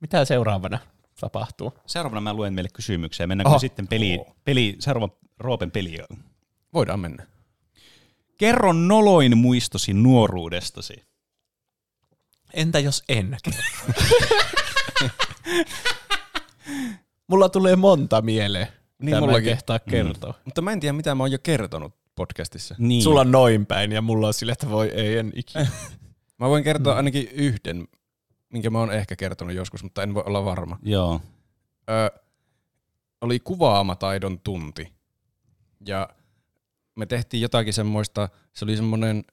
Mitä seuraavana tapahtuu? Seuraavana mä luen meille kysymyksiä. Mennäänkö me Oho. sitten peliin? Peli, seuraava Roopen peli on. Voidaan mennä. Kerro noloin muistosi nuoruudestasi. Entä jos en? Mulla tulee monta mieleen. Niin mitä mullakin. kehtaa kertoa. Mm. Mutta mä en tiedä, mitä mä oon jo kertonut podcastissa. Niin. Sulla on noin päin ja mulla on sille, että voi ei, en ikinä. Mä voin kertoa ainakin yhden, minkä mä oon ehkä kertonut joskus, mutta en voi olla varma. Joo. Ö, oli kuvaamataidon tunti. Ja me tehtiin jotakin semmoista, se oli semmoinen,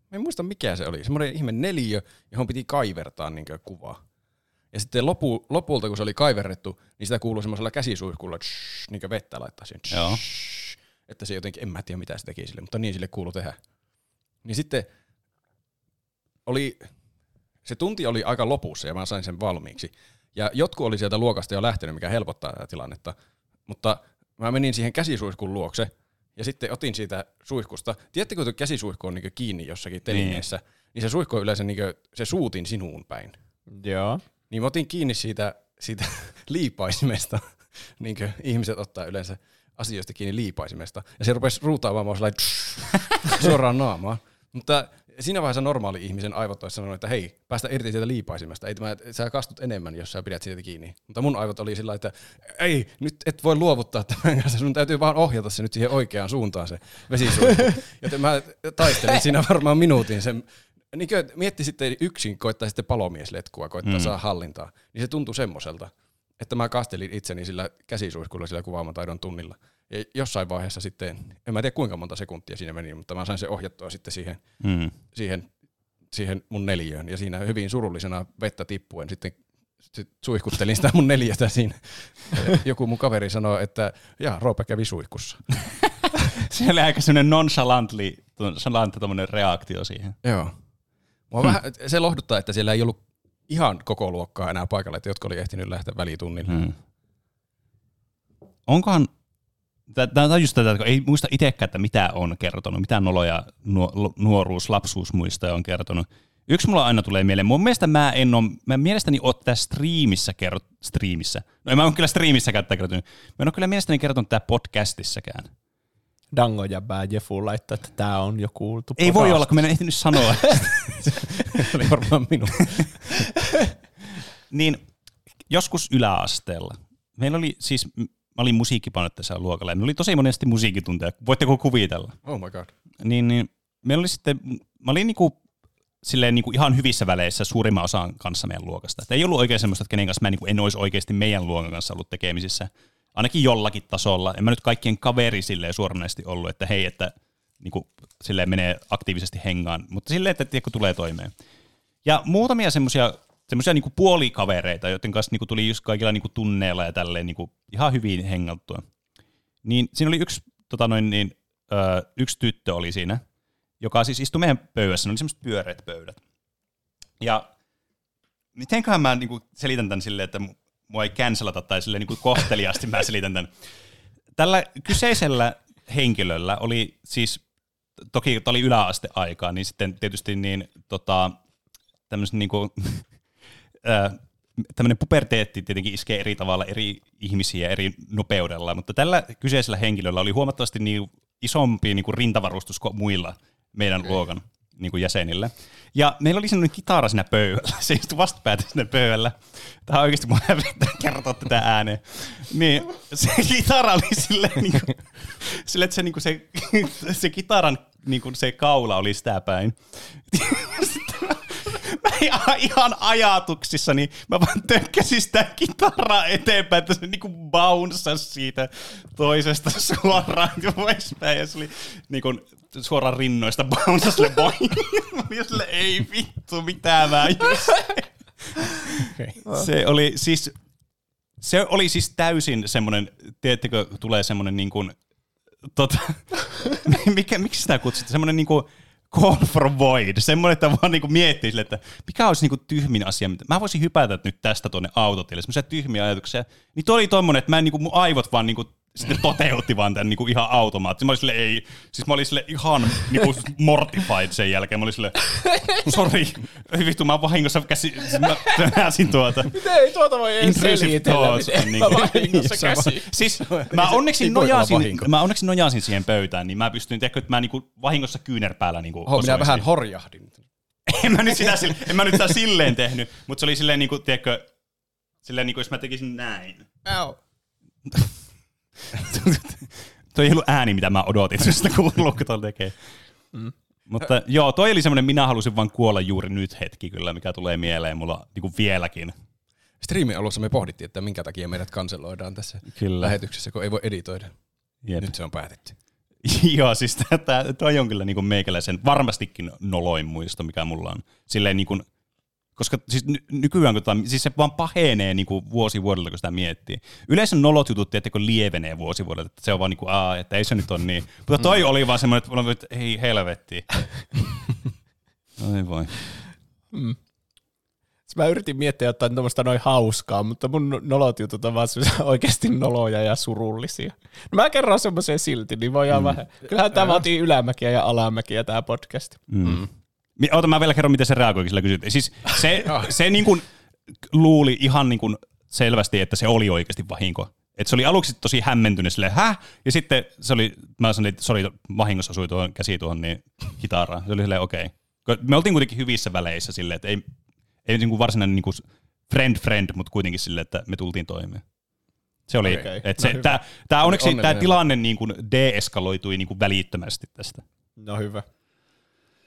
mä en muista mikä se oli, semmoinen ihme neliö, johon piti kaivertaa niin kuvaa. Ja sitten lopu, lopulta, kun se oli kaiverrettu, niin sitä kuului semmoisella käsisuihkulla, tsh, niin vettä laittaa siihen. Tsh, Joo. Että se jotenkin, en mä tiedä mitä se teki sille, mutta niin sille kuului tehdä. Niin sitten oli, se tunti oli aika lopussa ja mä sain sen valmiiksi. Ja jotkut oli sieltä luokasta jo lähtenyt, mikä helpottaa tätä tilannetta. Mutta mä menin siihen käsisuiskun luokse ja sitten otin siitä suihkusta. Tiedättekö, kun tuo käsisuihku on niin kiinni jossakin telineessä, niin, niin se suihku on yleensä niin se suutin sinuun päin. Joo. Niin mä otin kiinni siitä, siitä liipaisimesta, niin kuin ihmiset ottaa yleensä asioista kiinni liipaisimesta. Ja se rupesi ruutaamaan mua sellainen suoraan naamaan. Mutta siinä vaiheessa normaali ihmisen aivot olisi sanonut, että hei, päästä irti sieltä liipaisimesta. Ei tämä, sä kastut enemmän, jos sä pidät siitä kiinni. Mutta mun aivot oli sillä lailla, että ei, nyt et voi luovuttaa tämän kanssa. Sun täytyy vaan ohjata se nyt siihen oikeaan suuntaan se vesisuihku. Joten mä taistelin siinä varmaan minuutin sen niin kuin, mietti sitten yksin, koittaa sitten palomiesletkua, koittaa Mm. mm. saada hallintaa. Niin se tuntui semmoiselta, että mä kastelin itseni sillä käsisuihkulla sillä kuvaamataidon tunnilla. Ja jossain vaiheessa sitten, en mä tiedä kuinka monta sekuntia siinä meni, mutta mä sain se ohjattua sitten siihen, Mm. siihen, siihen mun neliöön. Ja siinä hyvin surullisena vettä tippuen sitten sit suihkuttelin sitä mun neljätä siinä. Joku mun kaveri sanoi, että jaa, Roope kävi suihkussa. Se oli aika semmoinen nonchalantli, salantti tommonen reaktio siihen. Joo. Mua Hmm. vähän, se lohduttaa, että siellä ei ollut ihan koko luokkaa enää paikalla, että jotka oli ehtinyt lähteä välitunnille. Hmm. Onkohan, tämä on just tätä, kun ei muista itsekään, että mitä on kertonut, mitä noloja nuo- lu- nuoruus, lapsuusmuistoja on kertonut. Yksi mulla aina tulee mieleen, mun mielestä mä en ole, mä mielestäni oot tää striimissä kerrot, striimissä, no en mä oon kyllä striimissäkään tätä kertonut, mä en ole kyllä mielestäni kertonut tää podcastissäkään. Dango ja Bad Jefu laittaa, että tämä on jo kuultu. Ei voi olla, kun mä en ehtinyt sanoa. oli varmaan minun. niin, joskus yläasteella. Meillä oli siis, mä olin musiikkipainotteessa luokalla ja meillä oli tosi monesti musiikitunteja. Voitteko kuvitella? Oh my god. Niin, niin meillä oli sitten, mä olin niinku, silleen niinku ihan hyvissä väleissä suurimman osan kanssa meidän luokasta. Et ei ollut oikein semmoista, että kenen kanssa mä niinku en olisi oikeasti meidän luokan kanssa ollut tekemisissä. Ainakin jollakin tasolla. En mä nyt kaikkien kaveri silleen suoranaisesti ollut, että hei, että niinku, silleen menee aktiivisesti hengaan. Mutta silleen, että tiedätkö, tulee toimeen. Ja muutamia semmoisia semmoisia niinku puolikavereita, joiden kanssa niinku tuli just kaikilla niinku tunneilla ja tälleen niinku ihan hyvin hengattua. Niin siinä oli yksi, tota noin, niin, ö, yksi tyttö oli siinä, joka siis istui meidän pöydässä, ne oli semmoiset pyöreät pöydät. Ja mitenköhän mä niinku selitän tämän silleen, että mu- mua ei cancelata tai silleen niinku kohteliaasti mä selitän tämän. Tällä kyseisellä henkilöllä oli siis, toki tämä oli yläasteaikaa, niin sitten tietysti niin tota, tämmöisen niinku, ö, tämmöinen puberteetti tietenkin iskee eri tavalla eri ihmisiä eri nopeudella, mutta tällä kyseisellä henkilöllä oli huomattavasti niin isompi niin kuin rintavarustus kuin muilla meidän luokan niin kuin jäsenillä. Ja meillä oli semmoinen kitara siinä pöydällä. Se istui vastapäätä siinä pöydällä. Tämä on oikeasti mua hävettää kertoa tätä ääneen. Niin, se kitara oli silleen, niin kuin, silleen että se, niin kuin se, se kitaran niin kuin se kaula oli sitä päin mä ihan, ihan ajatuksissa, niin mä vaan tökkäsin sitä kitaraa eteenpäin, että se niinku bouncasi siitä toisesta suoraan poispäin, ja se oli niinku suoraan rinnoista bouncasi sille boing. Ja sille, ei vittu, mitä mä just Ah. se oli siis, se oli siis täysin semmoinen, tiedättekö, tulee semmoinen niin kuin, tota, mikä, miksi sitä kutsutaan, semmoinen niin kuin call for void, semmoinen, että vaan niin kuin miettii sille, että mikä olisi niin kuin tyhmin asia, mitä mä voisin hypätä nyt tästä tuonne autotielle, semmoisia tyhmiä ajatuksia, niin toi oli tommonen, että mä en, niin kuin, mun aivot vaan niin kuin, sitten toteutti vaan tämän niin kuin ihan automaattisesti. Mä olin sille, ei, siis mä olin sille ihan niin kuin mortified sen jälkeen. Mä olin sille, sori, ei vittu, mä oon vahingossa käsi, mä tönäsin tuota. Miten ei tuota voi edes Intrusive selitellä, thoughts miten on niin niinku- vahingossa Se on- käsi. Siis mä onneksi, Ei voi olla nojasin, vahinko. mä onneksi nojasin siihen pöytään, niin mä pystyin, tiedätkö, että mä niinku vahingossa kyynärpäällä niinku Oho, minä osuin vähän siihen. horjahdin. en mä nyt sitä, sille, en mä nyt sitä silleen tehnyt, mutta se oli silleen niinku, tiedätkö, silleen niinku, jos mä tekisin näin. Au. Toi ei ollut ääni, mitä mä odotin, että sitä kuuluu, kun tuolla tekee. Mm. Mutta joo, toi oli semmoinen minä halusin vaan kuolla juuri nyt hetki kyllä, mikä tulee mieleen mulla niinku vieläkin. Striimin alussa me pohdittiin, että minkä takia meidät kanseloidaan tässä Kyllä. lähetyksessä, kun ei voi editoida. Jep. Nyt se on päätetty. Joo, siis tää, toi on kyllä niin meikäläisen varmastikin noloin muisto, mikä mulla on. Silleen niin kuin, koska siis ny- nykyään, kun tämä, siis se vaan pahenee niin kuin vuosi vuodelta, kun sitä miettii. Yleensä nolot jutut, tiettäkö, lievenee vuosi vuodelta, että se on vaan niin kuin, aa, että ei se nyt ole niin. Mutta toi Mm. oli vaan semmoinen, että mulla oli, että ei helvetti. Ai voi. Mm. Mä yritin miettiä jotain tuommoista noin hauskaa, mutta mun nolot jutut on vaan semmosia oikeasti noloja ja surullisia. No mä kerron semmoisen silti, niin voidaan mm. vähän. Kyllähän tämä vaatii ylämäkiä ja alamäkiä tämä podcast. Mm. Mi- Oota, mä vielä kerron, miten se reagoi, kun sillä kysyt. Siis se, se niin kuin luuli ihan niin kuin selvästi, että se oli oikeasti vahinko. Et se oli aluksi tosi hämmentynyt silleen, häh? Ja sitten se oli, mä sanoin, että sori, vahingossa osui tuohon käsi tuohon niin hitaraan. Se oli silleen, okei. Okay. Me oltiin kuitenkin hyvissä väleissä silleen, että ei, ei niin kuin varsinainen niin kuin friend friend, mutta kuitenkin silleen, että me tultiin toimeen. Se oli, Okei. okay. että se, No hyvä. no tämä, tämä Oli onneksi tämä onnellinen. tilanne niin kuin deeskaloitui niin kuin välittömästi tästä. No hyvä.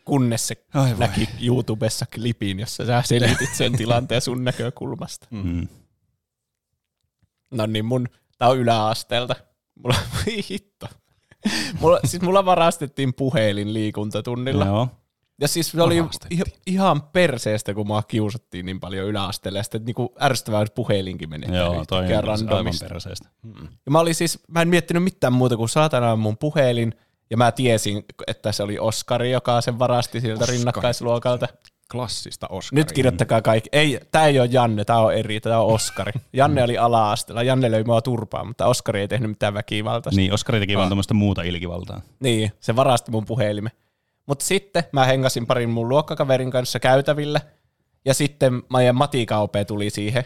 Kunnes se Ai voi. näki YouTubessa klipin, jossa sä selitit sen tilanteen sun näkökulmasta. Mm. No niin, mun, tää on yläasteelta. Mulla, voi hitto. Mulla, siis mulla varastettiin puhelin liikuntatunnilla. Joo. Ja siis se oli i- ihan perseestä, kun mua kiusattiin niin paljon yläasteella, ja sitten niinku ärsyttävää, jos puhelinkin meni. Joo, toi on Yhtäkkiä aivan randomista. perseestä. Mm. Ja mä, olin siis, mä en miettinyt mitään muuta kuin saatana mun puhelin, ja mä tiesin, että se oli Oskari, joka sen varasti sieltä Oskari. rinnakkaisluokalta. Klassista Oskaria. Nyt kirjoittakaa kaikki. Ei, tää ei ole Janne, tää on eri, tää on Oskari. Janne oli ala-asteella, Janne löi mua turpaan, mutta Oskari ei tehnyt mitään väkivaltaista. Niin, Oskari teki Ah. vaan tuommoista muuta ilkivaltaa. Niin, se varasti mun puhelimen. Mutta sitten mä hengasin parin mun luokkakaverin kanssa käytävillä, ja sitten meidän matikaope tuli siihen,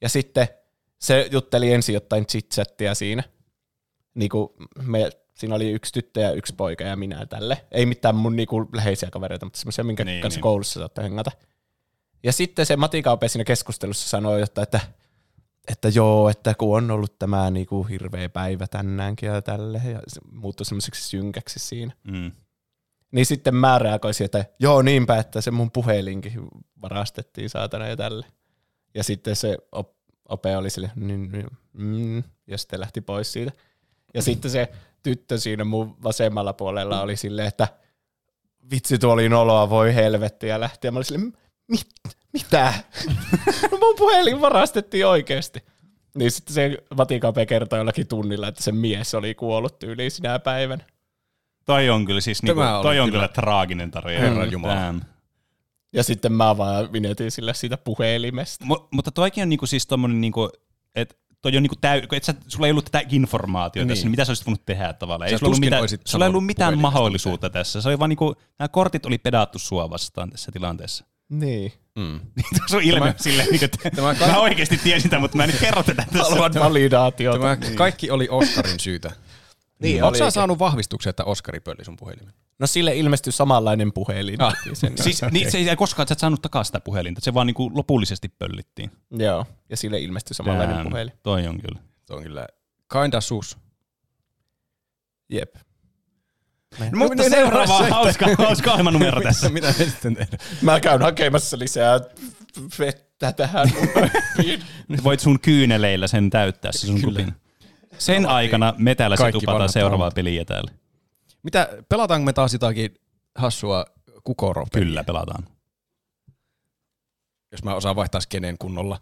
ja sitten se jutteli ensin jotain chitchattia siinä. Niinku me, siinä oli yksi tyttö ja yksi poika ja minä tälle. Ei mitään mun niinku läheisiä kavereita, mutta semmoisia, minkä niin, Niin, kanssa niin. niin. koulussa saattaa hengata. Ja sitten se matikaope siinä keskustelussa sanoi jotain, että että joo, että kun on ollut tämä niinku hirveä päivä tänäänkin ja tälle, ja se muuttui semmoiseksi synkäksi siinä. Mm. Niin sitten mä reagoisin, että joo niinpä, että se mun puhelinkin varastettiin saatana ja tälle. Ja sitten se op- ope oli sille, niin, niin, mm, ja sitten lähti pois siitä. Ja sitten se tyttö siinä mun vasemmalla puolella oli silleen, että vitsi tuo oli noloa, voi helvetti, ja lähti. Ja mä olin silleen, mit, mitä? no mun puhelin varastettiin oikeasti. Niin sitten se Vatikape kertoi jollakin tunnilla, että se mies oli kuollut tyyliin sinä päivänä. Toi on kyllä siis niinku, Tämä oli toi on kyllä- kyllä traaginen tarina. Mm. Herran Jumala. Damn. Ja sitten mä vaan vinetin sille siitä puhelimesta. Mu- mutta toikin on niinku siis tommonen niinku, et toi on niinku täy, kun et sä, sulla ei ollut tätä informaatiota niin. Niin. tässä, niin mitä sä olisit voinut tehdä tavallaan? Sä Ei sulla ollut tuskin mitään, olisit sulla ei ollut sanonut mitään puhelimesta mahdollisuutta mitään. tässä. Se oli vaan niinku, nämä kortit oli pedattu sua vastaan tässä tilanteessa. Niin. Mm. Se on ilme silleen, niinku, että mä oikeasti tiesin tämän, mutta mä en nyt kerro tätä tässä. validaatiota. Tämä Niin. kaikki oli Oskarin syytä. Niin niin, Onko sä olikin. saanut vahvistuksen, että Oskari pölli sun puhelimen? No sille ilmestyi samanlainen puhelin. Ah. Siis, niin, se ei koskaan, sä et saanut takaa sitä puhelinta, se vaan niinku lopullisesti pöllittiin. Joo, ja sille ilmestyi samanlainen Damn, puhelin. Toi on kyllä. Se on kyllä kinda sus. Jep. No, mutta seuraava hauska, hauska ohjelmanumero tässä. Mitä me sitten tehdään? Mä käyn hakemassa lisää vettä tähän. Nyt voit sun kyyneleillä sen täyttää se sun kupin. Sen aikana me täällä se Kaikki tupataan vanhat seuraavaa traumat. peliä täällä. Mitä, pelataanko me taas jotakin hassua kukoro Kyllä, pelataan. Jos mä osaan vaihtaa skeneen kunnolla.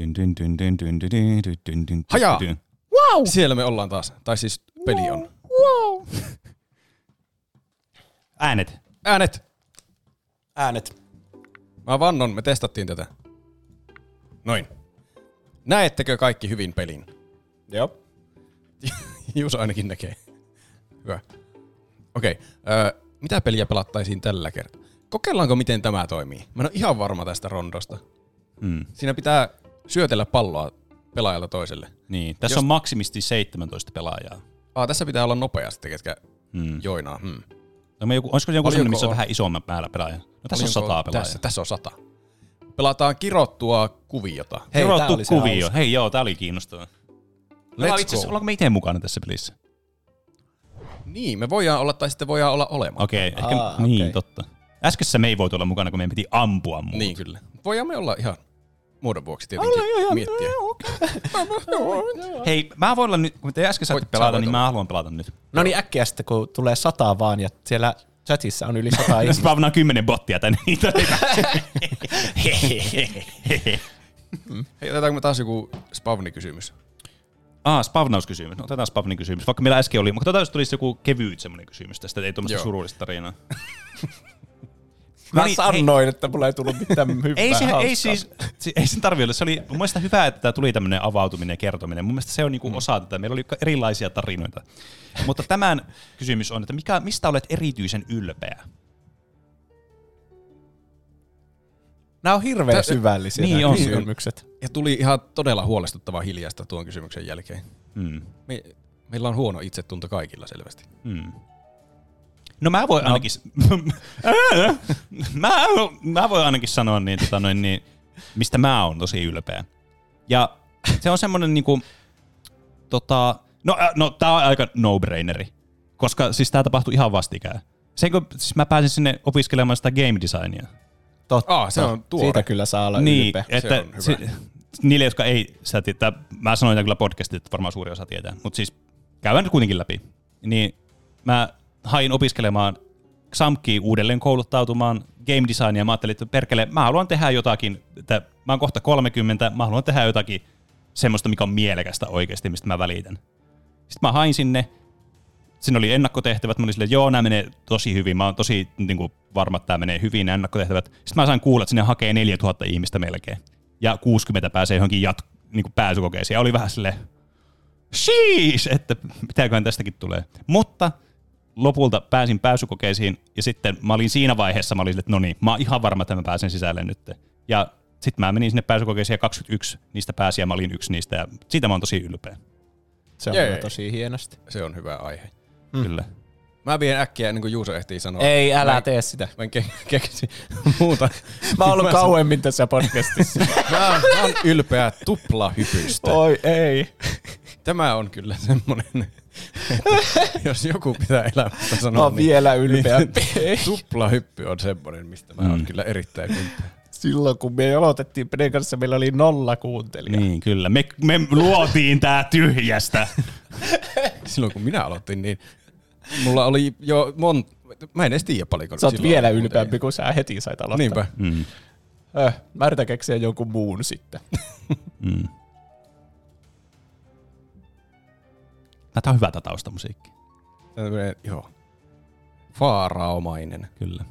Dyn, dyn, dyn, dyn, dyn, dyn, dyn, dyn, dyn, dyn, Hajaa! dyn. Wow! Siellä me ollaan taas. Tai siis peli on. Wow! Äänet. Äänet. Äänet. Mä vannon, me testattiin tätä. Noin. Näettekö kaikki hyvin pelin? Joo. Juuso ainakin näkee. Hyvä. Okei. Öö, mitä peliä pelattaisiin tällä kertaa? Kokeillaanko, miten tämä toimii? Mä en ole ihan varma tästä rondosta. Mm. Siinä pitää syötellä palloa pelaajalta toiselle. Niin, tässä Jos- on maksimisti 17 pelaajaa. Aa, tässä pitää olla nopeasti, ketkä Mm. joinaa. Hmm. No, mä joku, olisiko se joku Paljonko sellainen, missä on on? vähän isomman määrä pelaajaa? No, tässä on Paljonko sataa pelaajaa. Tässä, tässä on sata. Pelataan kirottua kuviota. Hei, Kirottu kuvio. Hei joo, tää oli kiinnostava. Let's No, itse asiassa, go. ollaanko me itse mukana tässä pelissä? Niin, me voidaan olla tai sitten voidaan olla olematta. Okei, okay, ehkä Aa, niin, Ah, okei. totta. Äskessä me ei voitu olla mukana, kun meidän piti ampua muut. Niin kyllä. Voidaan me olla ihan muodon vuoksi tietenkin Olla ihan- miettiä. No, Hei, mä voin olla nyt, kun te äsken saatte pelata, niin mä haluan pelata nyt. No niin äkkiä sitten, kun tulee sataa vaan ja siellä chatissa on yli sata Mä ihmistä. spavnaan No, kymmenen bottia tänne. Niitä oli- Hei, otetaanko me taas joku spavnikysymys? Ah, spavnauskysymys. No otetaan spavnin kysymys, vaikka meillä äsken oli. Mutta katsotaan, jos tulisi joku kevyyt semmoinen kysymys tästä, ei tuommoista Joo. surullista tarinaa. Mä No niin, sanoin, että mulla ei tullut mitään hyvää Ei, se, hauskaa. ei, siis, si- ei sen tarvi olla. Se oli mun mielestä hyvä, että tämä tuli tämmöinen avautuminen ja kertominen. Mun mielestä se on Mm. niinku osa tätä. Meillä oli ka- erilaisia tarinoita. Mutta tämän kysymys on, että mikä, mistä olet erityisen ylpeä? Nämä on hirveän Tä- syvällisiä niin nämä kysymykset. Ja tuli ihan todella huolestuttavaa hiljaista tuon kysymyksen jälkeen. Mm. Me, meillä on huono itsetunto kaikilla selvästi. Mm. No mä voin ainakin... mä, mä voin ainakin sanoa, niin, tota, noin, niin, mistä mä oon tosi ylpeä. Ja se on semmoinen niinku... Tota, no, äh, no tää on aika no-braineri. Koska siis tää tapahtui ihan vastikään. Se, kun, siis mä pääsin sinne opiskelemaan sitä game designia. Totta. Ah, se on tuore. Siitä kyllä saa olla niin, ylpeä. Että Se on hyvä. niille, jotka ei, sä tietää, mä sanoin tämän kyllä podcastit, että varmaan suuri osa tietää, mutta siis käydään nyt kuitenkin läpi. Niin mä hain opiskelemaan Xamkiin uudelleen kouluttautumaan game designia. Mä ajattelin, että perkele, mä haluan tehdä jotakin, että mä oon kohta 30, mä haluan tehdä jotakin semmoista, mikä on mielekästä oikeasti, mistä mä välitän. Sitten mä hain sinne, siinä oli ennakkotehtävät, mä olin silleen, joo, nämä menee tosi hyvin, mä oon tosi niin kuin, varma, että tämä menee hyvin, nämä ennakkotehtävät. Sitten mä sain kuulla, että sinne hakee 4000 ihmistä melkein, ja 60 pääsee johonkin jat- niin kuin pääsykokeisiin, ja oli vähän silleen, sheesh, että mitäköhän tästäkin tulee. Mutta lopulta pääsin pääsykokeisiin, ja sitten mä olin siinä vaiheessa, mä olin silleen, että no niin, mä oon ihan varma, että mä pääsen sisälle nyt. Ja sitten mä menin sinne pääsykokeisiin, ja 21 niistä pääsi, ja mä olin yksi niistä, ja siitä mä oon tosi ylpeä. Se on kyllä tosi hienosti. Se on hyvä aihe. Mm. Kyllä. Mä vien äkkiä ennen kuin Juuso ehtii sanoa. Ei, älä mä, tee sitä. Mä en ke- keksi muuta. Mä oon ollut kauemmin tässä podcastissa. mä, oon, mä oon ylpeä tuplahypystä. Oi ei. Tämä on kyllä semmonen, että jos joku pitää elämästä sanoa, Mä oon vielä ylpeä. Niin, tuplahyppy on semmonen, mistä mä Mm. oon kyllä erittäin ylpeä. Silloin kun me aloitettiin Peden kanssa, meillä oli nolla kuuntelijaa. Niin, kyllä. Me, me luotiin tää tyhjästä. Silloin kun minä aloitin, niin mulla oli jo mon... Mä en edes tiedä paljonko. Sä oot silloin vielä oli ylpeämpi, kun sä heti sait aloittaa. Niinpä. Mm. Öh, mä yritän keksiä jonkun muun sitten. Mm. Tätä on hyvä tätä taustamusiikki. Tämmönen, joo. Faaraomainen. Kyllä.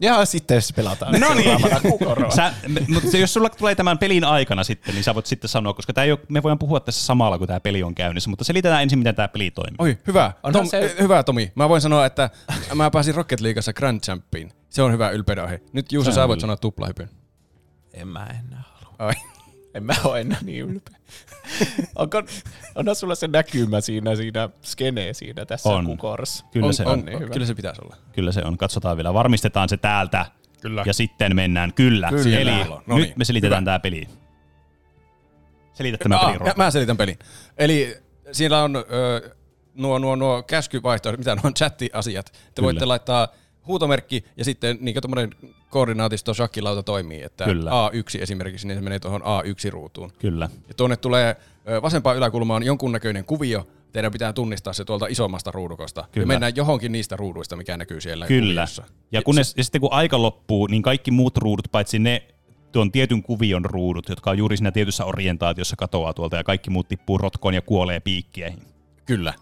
Ja sitten se pelataan. No niin. seuraavana kukoroa. Sä, mutta jos sulla tulee tämän pelin aikana sitten, niin sä voit sitten sanoa, koska tää ei ole, me voidaan puhua tässä samalla, kun tämä peli on käynnissä, mutta selitetään ensin, miten tämä peli toimii. Oi, hyvä. Onhan Tom, se- se... hyvä Tomi. Mä voin sanoa, että mä pääsin Rocket Leagueassa Grand Champiin. Se on hyvä ylpeyden aihe. Nyt Juuso, Se sä on voit kyllä. sanoa tuplahypyn. En mä enää halua. Ai. En mä ole enää niin ylpeä. Onko, onhan sulla se näkymä siinä, siinä skene siinä tässä On. kukorossa? Kyllä on, se on, on. niin hyvä. Kyllä se pitäisi olla. Kyllä se on. Katsotaan vielä. Varmistetaan se täältä. Kyllä. Ja sitten mennään. Kyllä. Kyllä. Eli No niin. nyt me selitetään tämä peli. Selitä tämä Aa, peli, Roope. Mä selitän pelin. Eli siellä on ö, nuo, nuo, nuo käskyvaihtoehdot, mitä ne on chattiasiat. Te Kyllä. voitte laittaa huutomerkki ja sitten niin tuommoinen koordinaatisto shakkilauta toimii, että Kyllä. A1 esimerkiksi, niin se menee tuohon A1-ruutuun. Kyllä. Ja tuonne tulee ö, vasempaan yläkulmaan jonkunnäköinen kuvio. Teidän pitää tunnistaa se tuolta isommasta ruudukosta. Kyllä. Kyllä. Ja mennään johonkin niistä ruuduista, mikä näkyy siellä Kyllä. kuviossa. Ja, kunnes, ja sitten kun aika loppuu, niin kaikki muut ruudut, paitsi ne tuon tietyn kuvion ruudut, jotka on juuri siinä tietyssä orientaatiossa katoaa tuolta, ja kaikki muut tippuu rotkoon ja kuolee piikkeihin. Kyllä.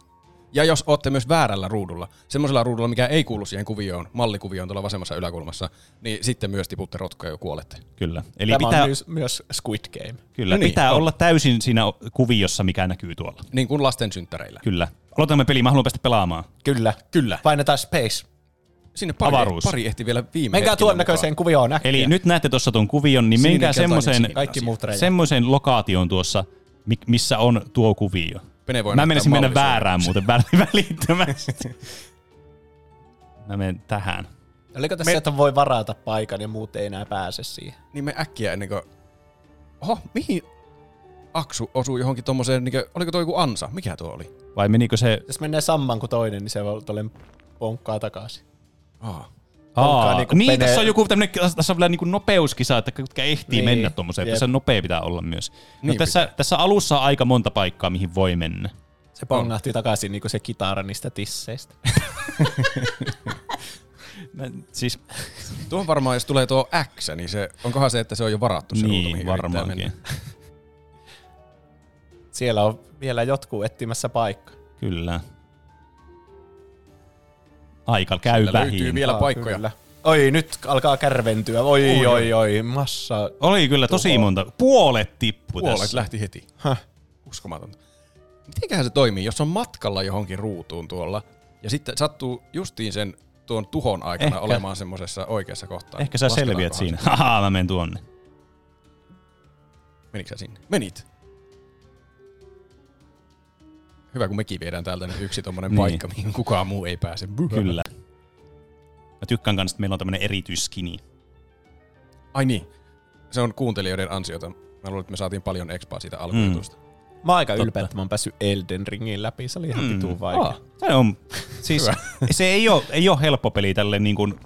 Ja jos olette myös väärällä ruudulla, semmoisella ruudulla, mikä ei kuulu siihen kuvioon, mallikuvioon tuolla vasemmassa yläkulmassa, niin sitten myös tiputte rotkoja ja kuolette. Kyllä. Eli Eli Tämä pitää, on myös, myös Squid Game. kyllä, no niin, pitää on. olla täysin siinä kuviossa, mikä näkyy tuolla. Niin kuin lasten synttäreillä. Kyllä. Aloitamme peli, mä haluan päästä pelaamaan. Kyllä. Kyllä. Painetaan space. Sinne pari- Avaruus. pari ehti vielä viime Menkää tuon näköiseen kuvioon äkkiä. Eli nyt näette tuossa tuon kuvion, niin Siinä menkää kertaa semmoiseen, niin kaikki muut rajat. semmoiseen lokaatioon tuossa, mi- missä on tuo kuvio. Pene voi Mä näyttää menisin mennä mallisuuden. väärään muuten väl- välittömästi. Mä menen tähän. Oliko tässä, Me... että voi varata paikan ja muut ei enää pääse siihen? Niin me äkkiä ennen kuin... Oho, mihin Aksu osuu johonkin tommoseen, niin kuin, oliko tuo joku ansa? Mikä tuo oli? Vai menikö se... Jos menee samman kuin toinen, niin se voi tolleen ponkkaa takaisin. Aa. Onkaan Aa, niinku niin, pene- tässä on joku tämmönen, tässä on vielä niinku nopeuskisa, että ketkä ehtii Niin, niin, mennä tuommoiseen. jep. Tässä nopea pitää olla myös. No Niin tässä, tässä alussa on aika monta paikkaa, mihin voi mennä. Se pongahti takaisin niin kuin se kitara niistä tisseistä. Mä, siis, Tuohon varmaan, jos tulee tuo X, niin se, onkohan se, että se on jo varattu se Niin, ruutu, mihin yrittää varmaankin. mennä? Siellä on vielä jotkut etsimässä paikka. Kyllä. Aika käy Sieltä vähin. löytyy vielä paikkoja. Oi, nyt alkaa kärventyä. Oi, oi, oi, oi. Massa. Oli kyllä tosi monta. Puolet tippui Puolet tässä. lähti heti. Häh. Uskomatonta. Mitenköhän se toimii, jos on matkalla johonkin ruutuun tuolla, ja sitten sattuu justiin sen tuon tuhon aikana Ehkä. olemaan semmoisessa oikeassa kohtaa. Ehkä sä Lasketaanko selviät siinä. se? Haha, mä menen tuonne. Menikö sä sinne? Menit. Hyvä, kun mekin viedään täältä nyt yksi tommonen Niin. paikka, mihin kukaan muu ei pääse. Kyllä. Mä tykkään kanssa, että meillä on tämmönen erityisskini. Ai niin. Se on kuuntelijoiden ansiota. Mä luulen, että me saatiin paljon expaa siitä Mm. alkujutusta. Mä oon aika ylpeä, että mä oon päässyt Elden Ringin läpi. Se oli Mm. ihan vitun vaikea. Aa, Se, on, siis, se ei, ole, ei ole helppo peli tälle niin kuin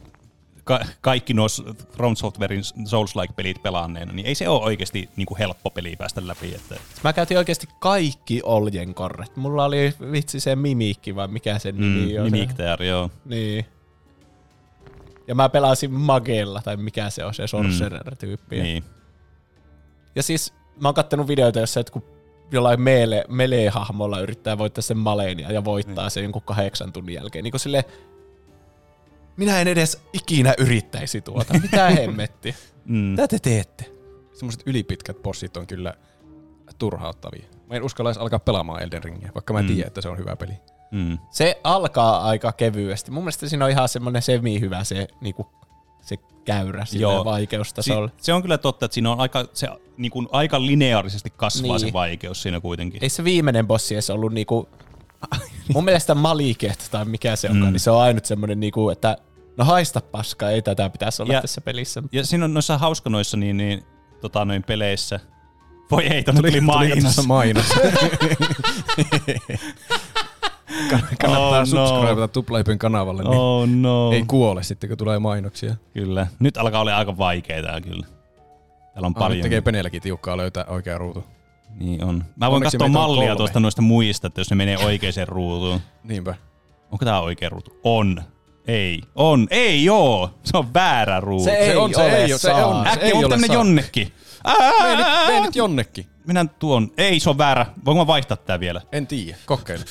ka- kaikki nuo s- From Softwarein Souls-like-pelit pelaanneena, niin ei se ole oikeasti niin kuin helppo peli päästä läpi. Että Mä käytin oikeasti kaikki oljenkorret. Mulla oli vitsi se mimiikki, vai mikä se nimi mm, on. Mimiktear, joo. Niin. Ja mä pelasin Magella, tai mikä se on se sorcerer-tyyppi. Mm, niin. Ja siis mä oon kattonut videoita, jossa jotkut jollain melee, melee-hahmolla yrittää voittaa sen maleenia ja voittaa Niin. sen jonkun kahdeksan tunnin jälkeen. Niin kuin sille, minä en edes ikinä yrittäisi tuota. Mitä hemmetti? Mm. Mitä te teette? Semmoiset ylipitkät bossit on kyllä turhauttavia. Mä en uskalla edes alkaa pelaamaan Elden Ringiä, vaikka mä Mm. mm. tiedän, että se on hyvä peli. Mm. Se alkaa aika kevyesti. Mun mielestä siinä on ihan semmoinen semi-hyvä se, niinku, se käyrä siinä vaikeustasolla. Si- se on kyllä totta, että siinä on aika, se, niin kuin, aika lineaarisesti kasvaa Niin. se vaikeus siinä kuitenkin. Ei se viimeinen bossi edes ollut niinku... Mun mielestä Maliket tai mikä se onkaan, Mm. mm. niin se on ainut semmoinen niinku, että no haista paskaa, ei tätä pitäisi olla Ja- ja, tässä pelissä. Ja siinä on noissa hauska noissa niin, niin, tota, noin peleissä. Voi ei, tonne tuli, Tuli- tuli mainos. tuli mainos. Kannattaa oh, subscribata no. Tuplahypyn kanavalle, niin Oh no. ei kuole sitten, kun tulee mainoksia. Kyllä. Nyt alkaa olla aika vaikea tää kyllä. Täällä on Ah, paljon. nyt tekee peneelläkin tiukkaa löytää oikea ruutu. Niin on. Mä voin Onneksi katsoa meitä on mallia kolme. tuosta noista muista, että jos ne menee oikeaan ruutuun. Niinpä. Onko tää oikea ruutu? On. Ei. On. Ei joo. Se on väärä ruutu. Se ei on, ole saa. Se ei Äkkiä mun ole pitää mennä saa. jonnekin. Mene nyt, mene nyt jonnekin. Mennään tuon. Ei, se on väärä. Voinko mä vaihtaa tää vielä? En tiedä. Kokeile.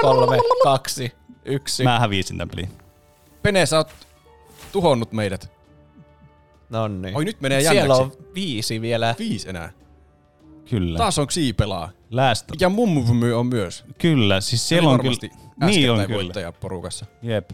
Kolme, kaksi, yksi. Mä hävisin tämän pelin. Pene, sä oot tuhonnut meidät. No niin. Oi, nyt menee Siellä on jännäksi. viisi vielä. Viisi enää. Kyllä. Taas on siipelaa. Last. Ja mummuvmy on myös. Kyllä, siis siellä Eli on varmasti kyllä- niin on äskettäin kyllä. voittajaporukassa. Jep.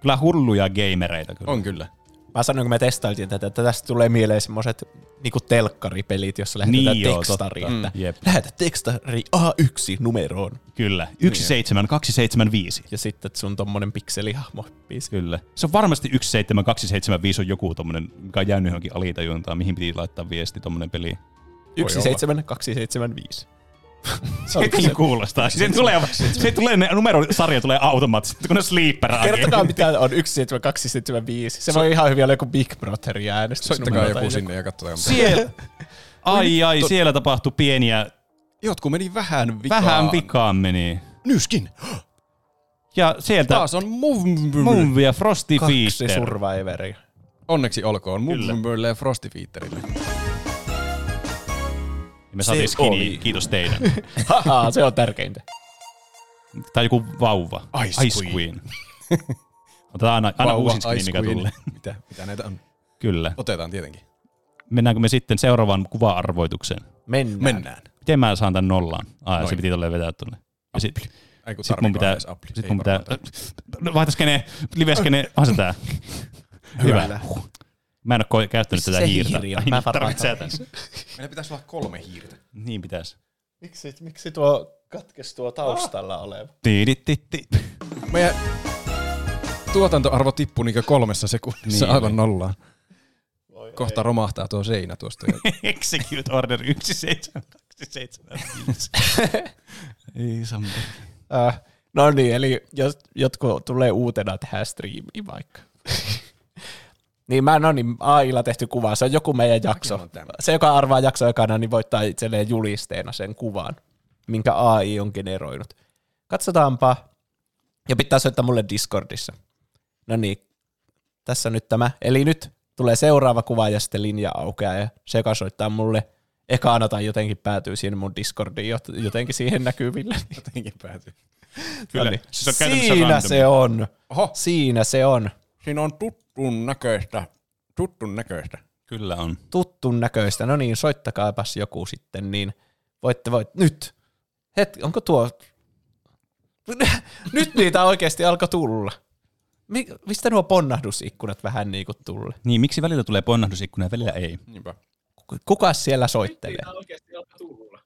Kyllä hulluja gamereita kyllä. On kyllä. Mä sanoin, kun me testailtiin tätä, että tästä tulee mieleen semmoiset niinku telkkaripelit, jossa lähetetään Niin joo, niin tekstari. totta. että Mm. Jep. Lähetä tekstari A1 numeroon. Kyllä. 17275. Niin. Ja sitten sun tommonen pikselihahmo. Biisi. Kyllä. Se on varmasti 17275 on joku tommonen, mikä on jäänyt johonkin alitajuntaan, mihin piti laittaa viesti tommonen peli. 17275. Se on kuulostaa. Se tulee, se tulee, ne numerosarja tulee automaattisesti, kun ne sleeper niin. Kertokaa mitä on 17275. Se Se- voi ihan hyvin olla joku Big Brotherin äänestys. Soittakaa joku sinne ja katsotaan. mitä- Siellä. Ai ai, To- siellä tapahtui pieniä... Jotkut meni vähän vikaan. Vähän vikaan meni. Nyskin. Ja sieltä... Taas on Muvmvy. Mumvi ja Frosty Feaster. survivoria. Onneksi olkoon Muvmvylle ja Frosty Featerille. Me saatiin Se skini, oli. kiitos teidän. Haha, se on tärkeintä. Tai joku vauva. Ice Queen. Otetaan aina, aina Vauva, uusi skini, Ice mikä Queen. tulee. Mitä, mitä näitä on? Kyllä. Otetaan tietenkin. Mennäänkö me sitten seuraavaan kuva-arvoitukseen? Mennään. Mennään. Miten mä saan tän nollaan? Ai, Noin. se piti tolleen vetää tuonne. Ja sit, Ei kun sit mun tarvikaan pitää... edes appli. Sit Ei mun pitää... No, Vaihtaskene, liveskene, onhan se tää. Hyvä. Hyvä. Huh. Mä en ole käyttänyt tätä se hiirtä. hiiri on? Ai, Mä nyt varmaan tarvitsee tarvitsen. tän. Meillä pitäisi olla kolme hiirtä. Niin pitäisi. Miksi, miksi tuo katkes tuo taustalla Ah. oleva? Tiiditti. Meidän tuotantoarvo tippui niinkö kolmessa sekunnissa Niin. niin, aivan nollaan. Kohta romahtaa tuo seinä tuosta. Execute Order 1725. Ei sammu. Äh, no niin, eli jos jotkut tulee uutena tähän striimiin vaikka. niin mä, no niin, Aila tehty kuva, se on joku meidän jakso. Se, joka arvaa jakso ekana, niin voittaa itselleen julisteena sen kuvan, minkä AI on generoinut. Katsotaanpa. Ja pitää soittaa mulle Discordissa. No niin, tässä on nyt tämä. Eli nyt tulee seuraava kuva ja sitten linja aukeaa ja se, joka soittaa mulle ekana tai jotenkin päätyy siihen mun Discordiin jot- jotenkin siihen näkyville. Jotenkin päätyy. Kyllä, Noniin. siis on käytännössä Siinä random. se on. Oho. Siinä se on. Siinä on tuttun näköistä. Tuttun näköistä. Kyllä on. Tuttun näköistä. No niin, soittakaapas joku sitten, niin voitte voit. Nyt! Hetki, onko tuo... Nyt niitä oikeasti alkoi tulla. Mi- mistä nuo ponnahdusikkunat vähän niin kuin tulle? Niin, miksi välillä tulee ponnahdusikkuna ja välillä ei? Niinpä. Kuka siellä soittelee? oikeasti alkaa tulla.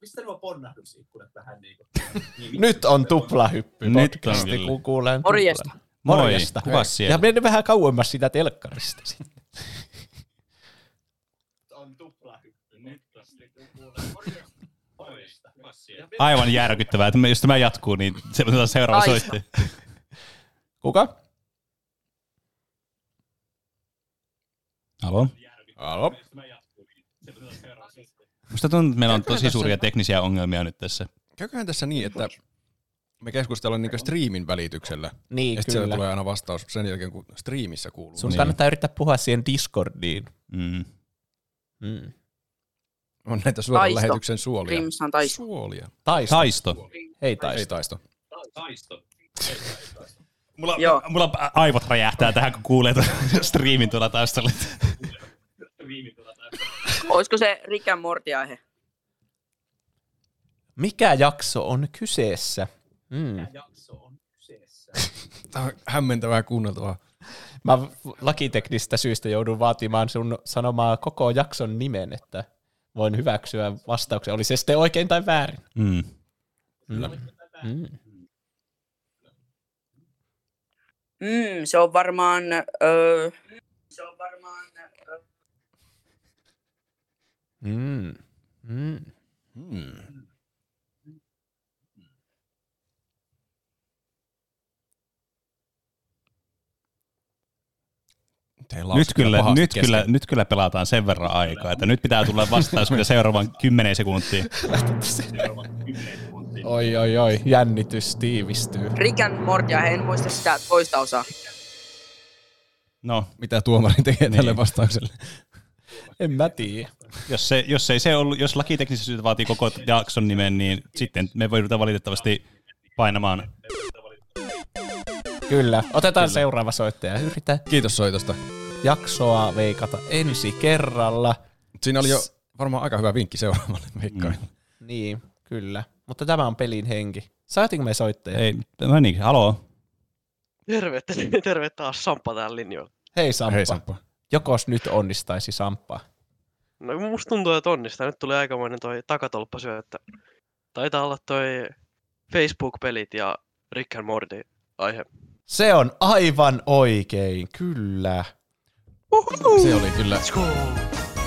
Mistä nuo ponnahdusikkunat vähän niin kuin? Nyt on tuplahyppy Nyt podcasti, on kyllä. kun kuulen Morjesta. tuplan. Moi, Morjesta. kuka siellä? Ja mennään vähän kauemmas sitä telkkarista sitten. On tuplahyppy. Nyt tästä kuulee morjesta. Aivan järkyttävää, että me- jos tämä jatkuu, niin se otetaan seuraava Aista. soitti. Kuka? Halo? Halo? Musta tuntuu, että meillä on Käykö tosi tässä- suuria teknisiä ongelmia nyt tässä. Käyköhän tässä niin, että me keskustellaan niinku striimin välityksellä. Niin, ja sit siellä kyllä. tulee aina vastaus sen jälkeen, kun striimissä kuuluu. Niin. Sun kannattaa yrittää puhua siihen Discordiin. Niin. Mm. Mm. On näitä suoran Taisto. lähetyksen suolia. Rimsan taisto. Suolia. Taisto. Taisto. Hei taisto. Hei taisto. Mulla, mulla aivot räjähtää tähän, kun kuulee tuon striimin tuolla taustalla. Olisiko se Rick and Morty-aihe? Mikä jakso on kyseessä? Mm. Tämä on hämmentävää kuunneltavaa. Mä lakiteknistä syystä joudun vaatimaan sun sanomaa koko jakson nimen, että voin hyväksyä vastauksen. Oli se sitten oikein tai väärin. Mm. Mm. Mm. Mm, se on varmaan... Öö, se on varmaan... Öö, Mm. Mm. Mm. Teillä on Nyt se kyllä, pahasti nyt, kesken. kyllä, nyt kyllä pelataan sen verran aikaa, että nyt pitää tulla vastaus mitä seuraavan 10 sekuntiin. Oi, oi, oi. Jännitys tiivistyy. Rick and Morty-aihe, en muista sitä toista osaa. No. Mitä tuomari tekee niin. tälle vastaukselle? En mä tiedä. Jos, se, jos, ei se ollut, jos lakiteknisesti syyt vaatii koko jakson nimen, niin sitten me voidaan valitettavasti painamaan. Kyllä. Otetaan Kyllä. kyllä. seuraava soittaja. Yritän Kiitos soitosta. jaksoa veikata ensi kerralla. Siinä oli jo varmaan aika hyvä vinkki seuraavalle veikkaan. Mm. Niin, kyllä. Mutta tämä on pelin henki. Saatiinko me soittajia? Ei, no niin, haloo. Terve, terve taas Sampa täällä linjoilla. Hei Samppa. Hei, Samppa. Jokos nyt onnistaisi Samppa. No musta tuntuu, että onnistaa. Nyt tuli aikamoinen toi takatolppa syöttä. Taitaa olla toi Facebook-pelit ja Rick and Morty aihe. Se on aivan oikein, kyllä. Se oli kyllä, se oli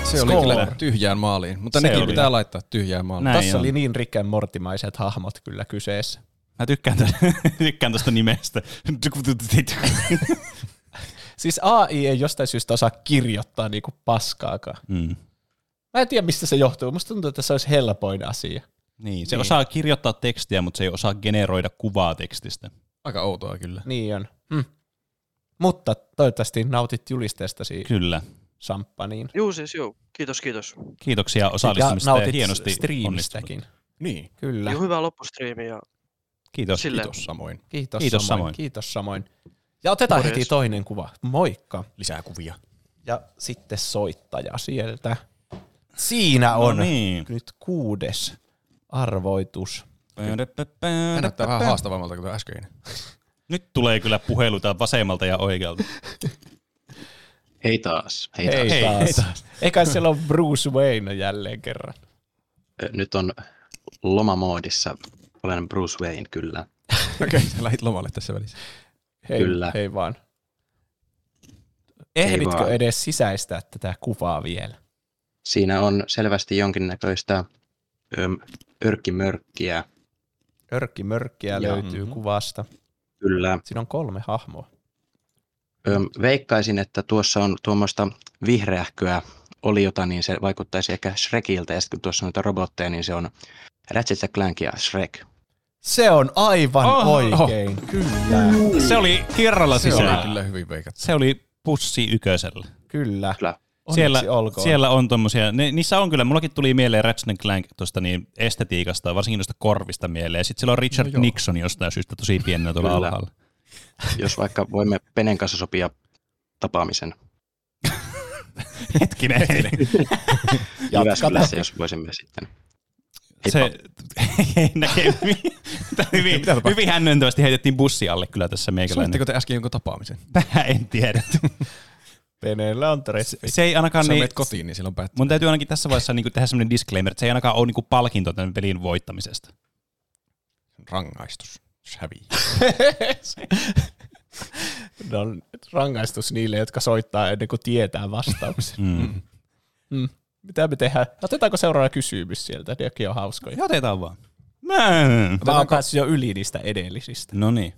Score. kyllä tyhjään maaliin, mutta Se nekin oli. pitää laittaa tyhjään maaliin. Näin Tässä on. oli niin Rick and Mortimaiset hahmot kyllä kyseessä. Mä tykkään, tä- tykkään tästä nimestä. Siis AI ei jostain syystä osaa kirjoittaa niinku paskaakaan. Mm. Mä en tiedä, mistä se johtuu. Musta tuntuu, että se olisi helpoin asia. Niin, se niin. osaa kirjoittaa tekstiä, mutta se ei osaa generoida kuvaa tekstistä. Aika outoa kyllä. Niin on. Hm. Mutta toivottavasti nautit julisteestasi. Kyllä. Samppaniin. Juu siis juu. Kiitos, kiitos. Kiitoksia osallistumisesta ja, nautit hienosti striimistäkin. Niin. Kyllä. Ja hyvää loppustriimiä. ja Kiitos. Silleen. Kiitos samoin. Kiitos, Kiitos samoin. samoin. Kiitos samoin. Ja otetaan Morjes. heti toinen kuva. Moikka. Lisää kuvia. Ja sitten soittaja sieltä. Siinä on No niin. nyt kuudes arvoitus. Tämä näyttää vähän haastavammalta kuin tuo äskeinen. Nyt tulee kyllä puheluita vasemmalta ja oikealta. Hei taas. Hei taas. Hei, hei taas. Eikä siellä ole Bruce Wayne jälleen kerran. Ö, Nyt on lomamoodissa. Olen Bruce Wayne, kyllä. Okei, sä lähit lomalle tässä välissä. Hei, Kyllä. hei vaan. Ei Ehditkö vaan. edes sisäistää tätä kuvaa vielä? Siinä on selvästi jonkinnäköistä öm, örkkimörkkiä. Örkkimörkkiä Joo. löytyy Mm-hmm. kuvasta. Kyllä. Siinä on kolme hahmoa. Öm, veikkaisin, että tuossa on tuommoista vihreähköä oliota, niin se vaikuttaisi ehkä Shrekiltä. Ja sitten kun tuossa on noita robotteja, niin se on Ratchet Clank ja Shrek. Se on aivan Oho. Oho. oikein, kyllä. Se oli kerralla Se sisällä. oli kyllä hyvin veikattu. Se oli pussi ykösellä. Kyllä. Kyllä. Onneksi Siellä, olkoon. siellä on tommosia, ne, niissä on kyllä, mullakin tuli mieleen Ratchet and Clank tuosta niin estetiikasta, varsinkin noista korvista mieleen. Sitten siellä on Richard No no joo. Nixon jostain syystä tosi pienenä tuolla Kyllä. alhaalla. Jos vaikka voimme Penen kanssa sopia tapaamisen. Hetkinen. Jatkataan. Jyväskylässä, jos voisimme sitten. Se näkee hyvin, hyvin, hyvin hännöntävästi heitettiin bussi alle kyllä tässä meikäläinen. Suitteko te äsken jonkun tapaamisen? Vähän en tiedä. Peneellä on Se, se ei ainakaan Sä niin... menet kotiin, niin silloin päättää. Mun täytyy ainakin tässä vaiheessa niin tehdä sellainen disclaimer, että se ei ainakaan ole niin palkinto tämän pelin voittamisesta. Rangaistus. Häviää. No, rangaistus niille, jotka soittaa ennen kuin tietää vastauksen. Mm. Mm. Mitä me tehdään? Otetaanko seuraava kysymys sieltä? Nekin on hauskoja. Otetaan vaan. Mä oon päässyt jo yli niistä edellisistä. No niin.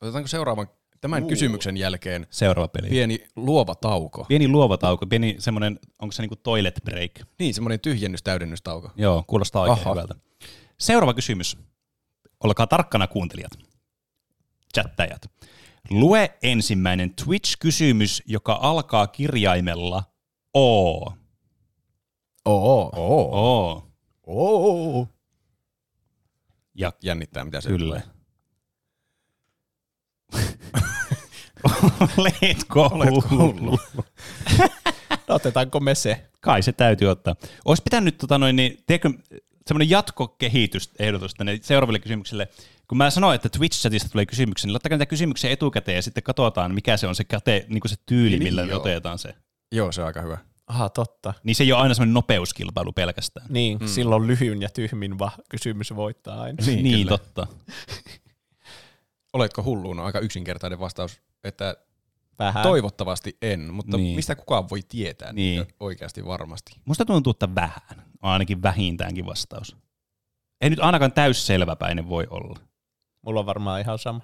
Otetaanko seuraavan, tämän Uu. kysymyksen jälkeen Seuraava peli. pieni luova tauko? Pieni luova tauko, pieni semmoinen, onko se niinku toilet break? Niin, semmoinen tyhjennys, täydennystauko. Joo, kuulostaa oikein Aha. hyvältä. Seuraava kysymys. Olkaa tarkkana kuuntelijat, chattajat. Lue ensimmäinen Twitch-kysymys, joka alkaa kirjaimella O. Oo. Oo. Oo. Oo. Ja jännittää, mitä se Kyllä. Oletko, Oletko hullu? hullu? No, otetaanko me se? Kai se täytyy ottaa. Olisi pitänyt tota noin, niin, tiedätkö, semmoinen jatkokehitysehdotus tänne seuraaville kysymyksille. Kun mä sanoin, että Twitch-chatista tulee kysymyksiä, niin laittakaa niitä kysymyksiä etukäteen ja sitten katsotaan, mikä se on se, kate, niin kuin se tyyli, Niin, millä me joo. otetaan se. Joo, se on aika hyvä. Aha, totta. Niin se ei ole aina semmoinen nopeuskilpailu pelkästään. Niin, Mm. mm. silloin lyhyin ja tyhmin va- kysymys voittaa aina. Niin, niin totta. Oletko hullu? No aika yksinkertainen vastaus, että Vähän. toivottavasti en, mutta Niin. niin. mistä kukaan voi tietää Niin. niin. oikeasti varmasti. Musta tuntuu, että vähän on ainakin vähintäänkin vastaus. Ei nyt ainakaan täysselväpäinen voi olla. Mulla on varmaan ihan sama.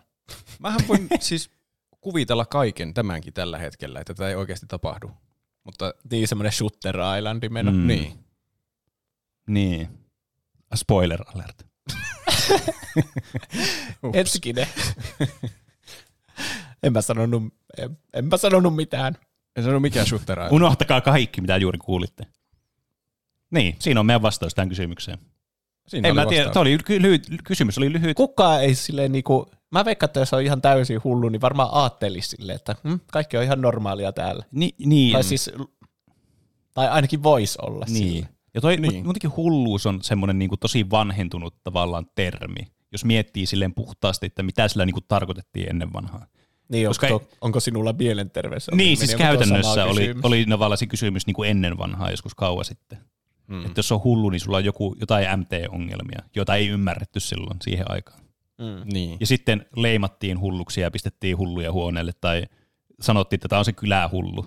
Mähän voin siis kuvitella kaiken tämänkin tällä hetkellä, että tätä ei oikeasti tapahdu. Mutta niin, semmoinen Shutter Islandi meno. Mm. Niin. Niin. Spoiler alert. Ups. Hetkinen. en mä sanonut, en, en mä sanonut mitään. En sanonut mikään Shutter Island. Unohtakaa kaikki, mitä juuri kuulitte. Niin, siinä on meidän vastaus tähän kysymykseen. Siinä en oli mä tiedä, vastaus. toi oli ky- lyhyt, kysymys oli lyhyt. Kukaan ei silleen niinku, mä veikkaan, että jos on ihan täysin hullu, niin varmaan ajattelisi silleen, että hm, kaikki on ihan normaalia täällä. Ni, niin. Tai siis, tai ainakin voisi olla Niin. sillä. Ja toi, Niin. niin. muutenkin hulluus on semmoinen niin tosi vanhentunut tavallaan termi, jos miettii silleen puhtaasti, että mitä sillä niin kuin tarkoitettiin ennen vanhaa. Niin, Koska Koska onko, onko sinulla mielenterveys? Niin, siis käytännössä oli, oli Navalasi kysymys niin kuin ennen vanhaa joskus kauan sitten. Mm. Että jos on hullu, niin sulla on joku, jotain MT-ongelmia, joita ei ymmärretty silloin siihen aikaan. Mm. Niin. Ja sitten leimattiin hulluksi ja pistettiin hulluja huoneelle tai sanottiin, että tämä on se kylähullu.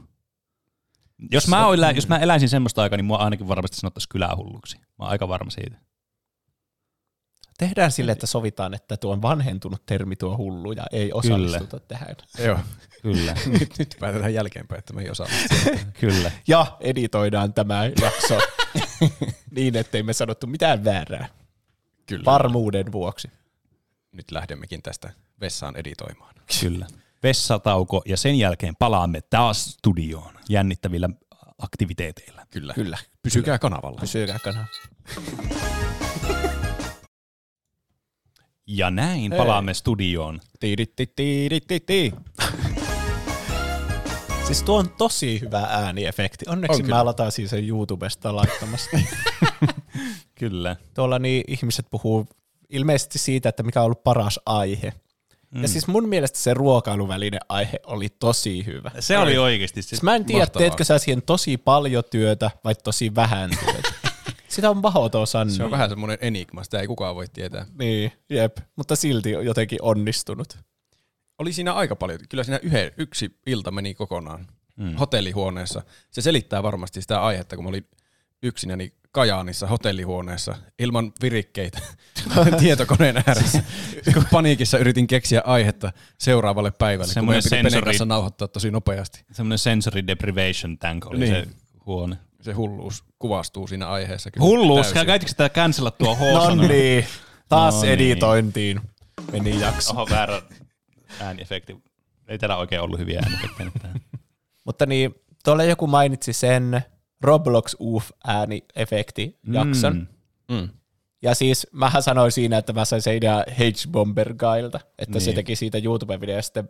Jos mä, elä, jos mä eläisin semmoista aikaa, niin mua ainakin varmasti sanottaisiin kylähulluksi. Mä oon aika varma siitä. Tehdään sille, että sovitaan, että tuo on vanhentunut termi tuo hullu ja ei osallistuta tähän. Joo. Kyllä. nyt, nyt päätetään jälkeenpäin, että me ei osaa. Kyllä. Ja editoidaan tämä jakso niin, ettei me sanottu mitään väärää. Kyllä. Varmuuden vuoksi. Nyt lähdemmekin tästä vessaan editoimaan. Kyllä. Vessatauko ja sen jälkeen palaamme taas studioon jännittävillä aktiviteeteilla. Kyllä. Kyllä. Pysykää kanavalla. Pysykää kanavalla. Ja näin Hei. palaamme studioon. Tiiritti, tiiritti, ti. Siis tuo on tosi hyvä ääniefekti. Onneksi On on kyllä. mä lataisin sen YouTubesta laittamasta. Kyllä. Tuolla niin ihmiset puhuu ilmeisesti siitä, että mikä on ollut paras aihe. Mm. Mm. Ja siis mun mielestä se ruokailuvälinen aihe oli tosi hyvä. Se oli oikeasti siis Siis mä en tiedä, mahtavaa. teetkö sä siihen tosi paljon työtä vai tosi vähän työtä. Sitä on mahdoton Mm. sanoa. Se on vähän semmoinen enigma, sitä ei kukaan voi tietää. Niin, jep. Mutta silti on jotenkin onnistunut. Oli siinä aika paljon. Kyllä siinä yhden, yksi ilta meni kokonaan Mm. hotellihuoneessa. Se selittää varmasti sitä aihetta, kun mä olin yksinäni Kajaanissa hotellihuoneessa ilman virikkeitä tietokoneen ääressä. Kun paniikissa yritin keksiä aihetta seuraavalle päivälle, kun Semmoinen meidän piti Penen sensori- kanssa nauhoittaa tosi nopeasti. Semmoinen sensory deprivation tank oli niin. se huone. Se hulluus kuvastuu siinä aiheessa. Kyllä Hulluus, täysin. käytikö sitä cancella tuo h Noniin. No niin. Taas editointiin meni jakso. niin. Oho, väärä ääniefekti. Ei täällä oikein ollut hyviä ääniefektejä. nyt tähän. Mutta niin, Tuolla joku mainitsi sen Roblox uuf ääniefekti jakson. Mm. Mm. Ja siis mähän sanoin siinä, että mä sain sen idean H-Bomber Guilta, että niin. se Niin. teki siitä YouTube-videosta.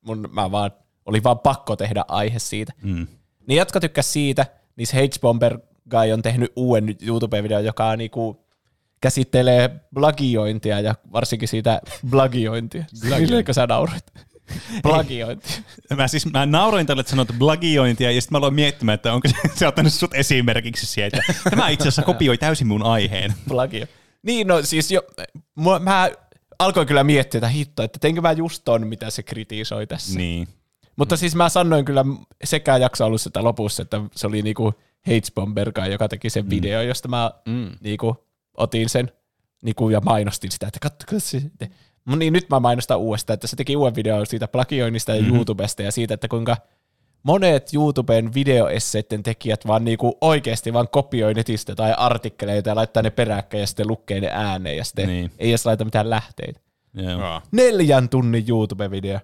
Mun, mä vaan, oli vaan pakko tehdä aihe siitä. Mm. Niin jotka tykkäs siitä, niin se H-Bomber Guy on tehnyt uuden YouTube-videon, joka on niinku käsittelee plagiointia ja varsinkin siitä plagiointia. Plagiointi. Milläkö sä nauroit? Plagiointi. Mä siis mä nauroin tälle, että sanoit plagiointia, ja sitten mä aloin miettimään, että onko se, se ottanut sut esimerkiksi sieltä. Tämä itse asiassa kopioi täysin mun aiheen. plagio. Niin, no siis jo, mua, mä alkoin kyllä miettiä, että hitto, että teinkö mä just ton, mitä se kritisoi tässä. Niin. Mutta siis mä sanoin kyllä sekä jakso alussa että lopussa, että se oli niinku Hatesbomberga, joka teki sen mm. video, josta mä mm. niinku, otin sen niinku, ja mainostin sitä, että kattokaa se. Te. No niin, nyt mä mainostan uudestaan, että se teki uuden videon siitä plagioinnista ja Mhm. mm-hmm. YouTubesta ja siitä, että kuinka monet YouTuben videoesseiden tekijät vaan niinku oikeasti vaan kopioi netistä tai artikkeleita ja laittaa ne peräkkäin ja sitten lukee ne ääneen ja sitten Niin. niin. ei edes laita mitään lähteitä. Joo. Neljän tunnin YouTube-video.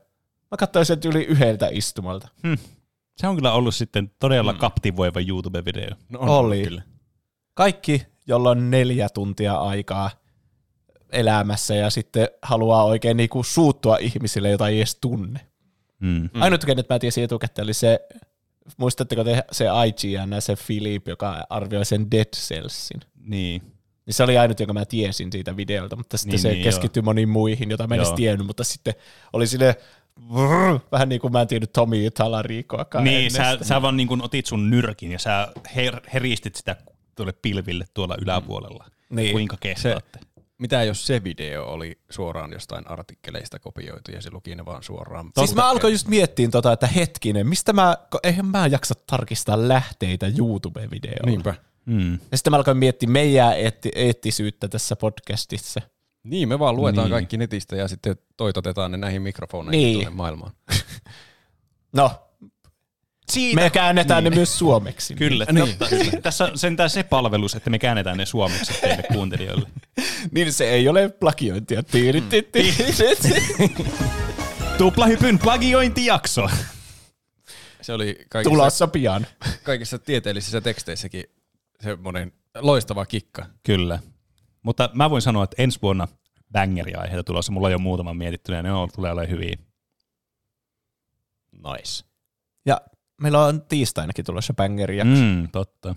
Mä katsoin sen yli yhdeltä istumalta. Hmm. Se on kyllä ollut sitten todella kaptivoiva YouTube-video. Mm. No on Oli. kyllä. Kaikki, jolla on neljä tuntia aikaa elämässä ja sitten haluaa oikein niinku suuttua ihmisille, jota ei edes tunne. Mm. Mm. Ainut, kenet mä tiesin etukäteen, oli se, muistatteko te se IGN, se Philip, joka arvioi sen Dead Cellsin. Niin. Niin se oli ainut, jonka mä tiesin siitä videolta, mutta sitten Niin, niin, se niin, niin, keskittyi joo. moniin muihin, jota mä en edes Joo. tiennyt, mutta sitten oli sille vrr, vähän niin kuin mä en tiennyt Tomi Talariikoakaan Niin, sä, ennestä. sä vaan niin kun otit sun nyrkin ja sä her, heristit sitä tuolle pilville tuolla yläpuolella. Niin. Kuinka kehtaatte? Mitä jos se video oli suoraan jostain artikkeleista kopioitu ja se luki ne vaan suoraan? Siis mä alkoin just miettiä tota, että hetkinen, mistä mä, ko- eihän mä jaksa tarkistaa lähteitä YouTube-videoilla. Niinpä. Mm. Ja sitten mä alkoin miettiä meidän eetti- eettisyyttä tässä podcastissa. Niin, me vaan luetaan Niin. niin. kaikki netistä ja sitten toitotetaan ne näihin mikrofoneihin Niin. niin. tuonne maailmaan. No, Siitä. me käännetään niin. ne myös suomeksi. Kyllä, Niin. niin. totta. Tässä on sentään se palvelus, että me käännetään ne suomeksi teille kuuntelijoille. Mm. niin se ei ole plagiointia. Tiiri, tiiri, tiiri. Niin. Tuplahypyn plagiointijakso. Se oli Tulossa pian. Kaikissa tieteellisissä teksteissäkin semmoinen loistava kikka. Kyllä. Mutta mä voin sanoa, että ensi vuonna bangeriaiheita tulossa. Mulla on jo muutama mietittynä ja ne on, tulee olemaan hyviä. Nice. Ja meillä on tiistainakin tulossa bangerijakso. Mm, totta.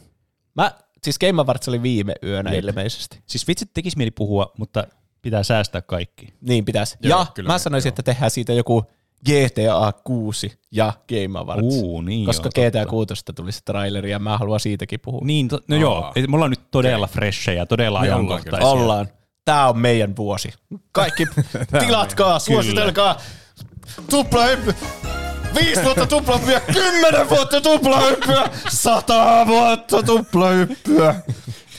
Mä, siis Game Awards oli viime yönä Jep. ilmeisesti. Siis vitsit tekisi mieli puhua, mutta pitää säästää kaikki. Niin pitäisi. Joo, ja kyllä, mä sanoisin, joo. että tehdään siitä joku GTA 6 ja Game Awards. Uu, niin koska joo, GTA 6 tuli se traileri ja mä haluan siitäkin puhua. Niin, to, no joo, ei- me ollaan nyt todella freshejä, todella Me ollaan ajankohtaisia. kyllä. Ollaan. Tää on meidän vuosi. Kaikki tilatkaa, suositelkaa. Tupla hyppy. Viisi vuotta tuplahyppyä, kymmenen vuotta tuplahyppyä, sata vuotta tuplahyppyä.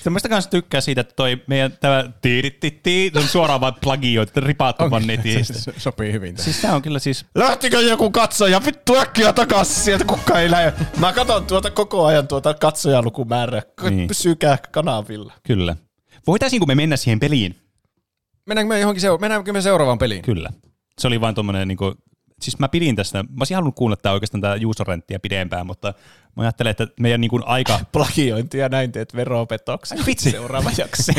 Se mä sitä kanssa tykkää siitä, että toi meidän tämä tiiritti on suoraan vaan plagioitu, ripaattu vaan netistä. Sopii hyvin. Siis tää on kyllä siis... Lähtikö joku katsoja? Vittu äkkiä takas sieltä, kuka ei lähe. Mä katson tuota koko ajan tuota katsojalukumäärää. Niin. Niin. Pysykää kanavilla. Kyllä. Voitaisiinko me mennä siihen peliin? Mennäänkö me johonkin seura- mennäänkö me seuraavaan peliin? Kyllä. Se oli vain tommonen niinku... Siis mä pidin tästä, mä olisin halunnut kuunnella tää oikeastaan tää juusorenttia pidempään, mutta mä ajattelen, että meidän niinku aika... Plagiointia näin teet veropetoksen. Vitsi. Seuraava jakso.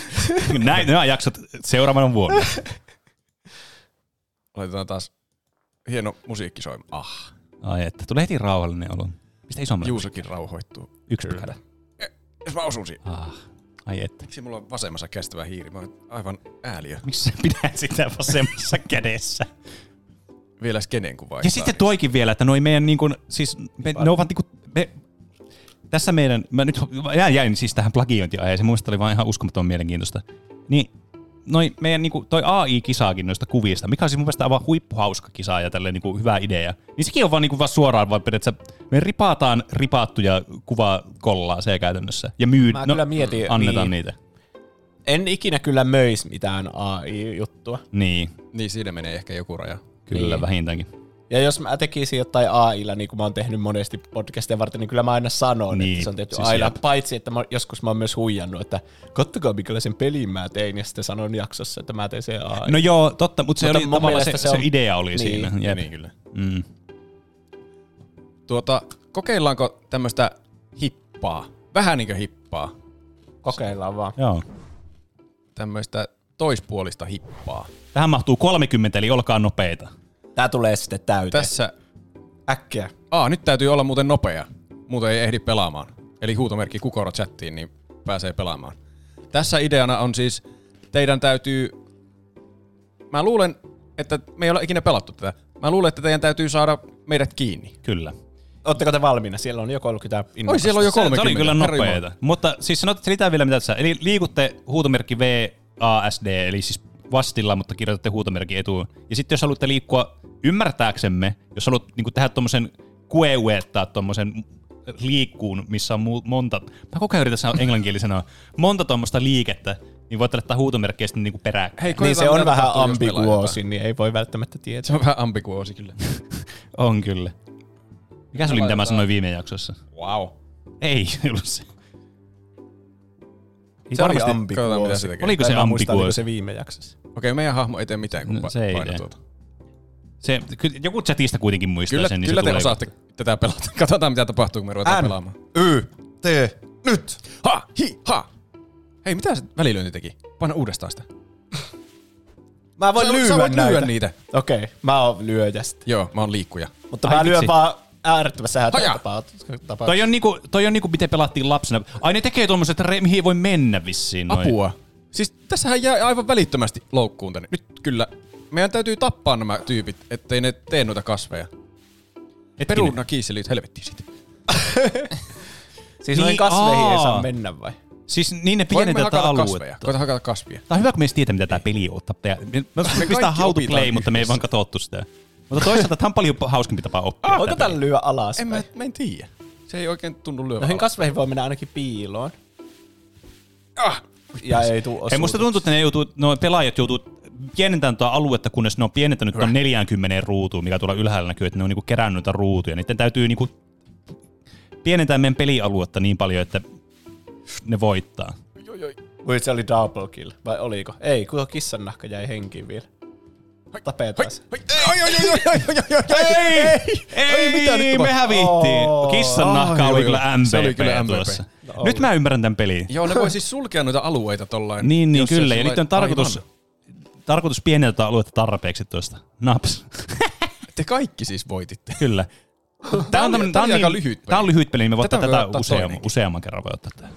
Näin, nämä jaksot seuraavana vuonna. Laitetaan taas hieno musiikki soimaan. Ah, Ai että, tulee heti rauhallinen olo. Mistä isommalle? Juusokin rauhoittuu. Yksi pykälä. Jos mä osun siihen. Ah, ai että. Miksi mulla on vasemmassa kestävä hiiri? Mä oon aivan ääliö. Miksi sä pidät sitä vasemmassa kädessä? Vielä skenen kun vaihtaa. Ja sitten toikin vielä, että noi meidän niin kuin, siis me, ne ovat niin kuin, me, tässä meidän, mä nyt mä jäin, jäin siis tähän plagiointiaiheeseen, mun mielestä oli vaan ihan uskomaton mielenkiintoista. Niin, noi meidän niin kuin, toi AI-kisaakin noista kuvista, mikä on siis mun mielestä aivan huippuhauska kisa ja tälleen niin kuin, hyvä idea. Niin sekin on vaan, niin kuin, vaan suoraan vaan periaatteessa, me ripaataan ripaattuja kuvaa kollaa se käytännössä. Ja myy, no, Mä kyllä mietin, annetaan niin. niitä. En ikinä kyllä möis mitään AI-juttua. Niin, Niin siinä menee ehkä joku raja. kyllä Niin. vähintäänkin. Ja jos mä tekisin jotain AIlla, niin kuin mä oon tehnyt monesti podcastia varten, niin kyllä mä aina sanon, niin, Niin, että se on tehty siis siis AIlla. jep. Paitsi, että mä, joskus mä oon myös huijannut, että kattokaa minkälaisen pelin mä tein, ja sitten sanon jaksossa, että mä tein sen AI. No joo, totta, mutta se oli mun tavallaan mielestä se, se, se idea oli niin. siinä. Jep. Niin kyllä. Mm. Niin, Tuota, kokeillaanko tämmöistä hippaa? Vähän niinkö hippaa? Kokeillaan vaan. Joo. Tämmöistä toispuolista hippaa. Tähän mahtuu 30, eli olkaa nopeita. Tää tulee sitten täyteen. Tässä äkkiä. Aa, nyt täytyy olla muuten nopea. Muuten ei ehdi pelaamaan. Eli huutomerkki Kukoro chattiin, niin pääsee pelaamaan. Tässä ideana on siis, teidän täytyy... Mä luulen, että me ei ole ikinä pelattu tätä. Mä luulen, että teidän täytyy saada meidät kiinni. Kyllä. Oletteko te valmiina? Siellä on jo 30 Oi, siellä on jo Se- Se oli 30. kyllä Herra Jumala. nopeita. Mutta siis sanotte sitä vielä mitä tässä. Eli liikutte huutomerkki VASD, eli siis vastilla, mutta kirjoitatte huutomerkin etuun. Ja sitten jos haluatte liikkua ymmärtääksemme, jos haluat niin tehdä tuommoisen kueuettaa tuommoisen liikkuun, missä on mu- monta, mä koko ajan yritän sanoa englanninkielisenä, monta tuommoista liikettä, niin voitte laittaa huutomerkkiä sitten niin peräkkäin. niin se on vähän ambiguoosi, niin ei voi välttämättä tietää. Se on vähän ambiguoosi kyllä. On kyllä. Mikä se oli, mitä mä Laitetaan. sanoin viime jaksossa? Wow. Ei ollut se. Ei Se oli varmasti- ambiguoosi. Katsotaan, mitä se tekee. Oliko se ambiguoosi? se viime jaksossa. Okei, meidän hahmo ei tee mitään, kun No, no, se ei tee. painaa tuota. Se, ky- joku chatista kuitenkin muistaa Kyllä, sen. niin kyllä se te tulee. osaatte tätä pelata. Katsotaan, mitä tapahtuu, kun me ruvetaan N, pelaamaan. Y, T, nyt! Ha, hi, ha! Hei, mitä se välilyönti teki? Paina uudestaan sitä. Mä voin Sä- sä lyödä voit lyödä näitä. niitä. Okei, mä oon lyöjä sitten. Joo, mä oon liikkuja. Mutta Ai mä lyön vitsi. vaan äärettömässä Haja! hätätapaa. Toi on, niinku, toi on niinku, miten pelattiin lapsena. Ai ne tekee tuommoiset, että re- mihin ei voi mennä vissiin. Noin. Apua. Siis tässähän jää aivan välittömästi loukkuun tänne. Nyt kyllä. Meidän täytyy tappaa nämä tyypit, ettei ne tee noita kasveja. Peruna kiiselit helvettiin sitten. Siis Niin, noihin kasveihin ei saa mennä vai? Niin, Siis niin ne Voinko me pienentää tätä hakata aluetta. kasveja? Koita hakata kasvia. Tää on hyvä, kun me edes tietää, mitä tää peli ottaa. Tää- Me, me kaikki pistää how to opitaan play, mutta me ei yhdessä. vaan katsottu sitä. Mutta toisaalta tää on paljon hauskempi tapa Ah, oppia. Voiko tätä. tällä lyö alas? En mä, mä en tiedä. Se ei oikein tunnu lyövän. Noihin kasveihin voi mennä ainakin piiloon. Ah! Ja ei tuu Ei musta tuntuu, että ne, joutuu, no, pelaajat joutuu pienentämään tuota aluetta, kunnes ne on pienentänyt tuon 40 ruutuun, mikä tuolla ylhäällä näkyy, että ne on niinku kerännyt noita ruutuja. Niiden täytyy niinku pienentää meidän pelialuetta niin paljon, että ne voittaa. Voi se oli double kill, vai oliko? Ei, kun tuo kissan nahka jäi henkiin vielä. Tapetaan se. Ai, ai, ai, ai, ai, ai, ai, ai, Ei! Ei, mitä nyt me tapahtuu? hävittiin. Oh. Kissan nahka Ai, oli joo, kyllä joo. MVP Se oli kyllä MVP. tuossa. No, Nyt mä ymmärrän tämän pelin. Joo, ne voi siis sulkea noita alueita tollain. Niin, niin jos se kyllä. Ja sillä- nyt on tarkoitus, Aivan. tarkoitus pienentää aluetta tarpeeksi tuosta. Naps. Te kaikki siis voititte. Kyllä. Tämä on, tämmönen, tää tää oli on, aika niin, lyhyt peli. Tämä on lyhyt peli, niin me voittaa Tätä me tätä voidaan ottaa useamman, toinenkin. useamman kerran. Voi ottaa tätä.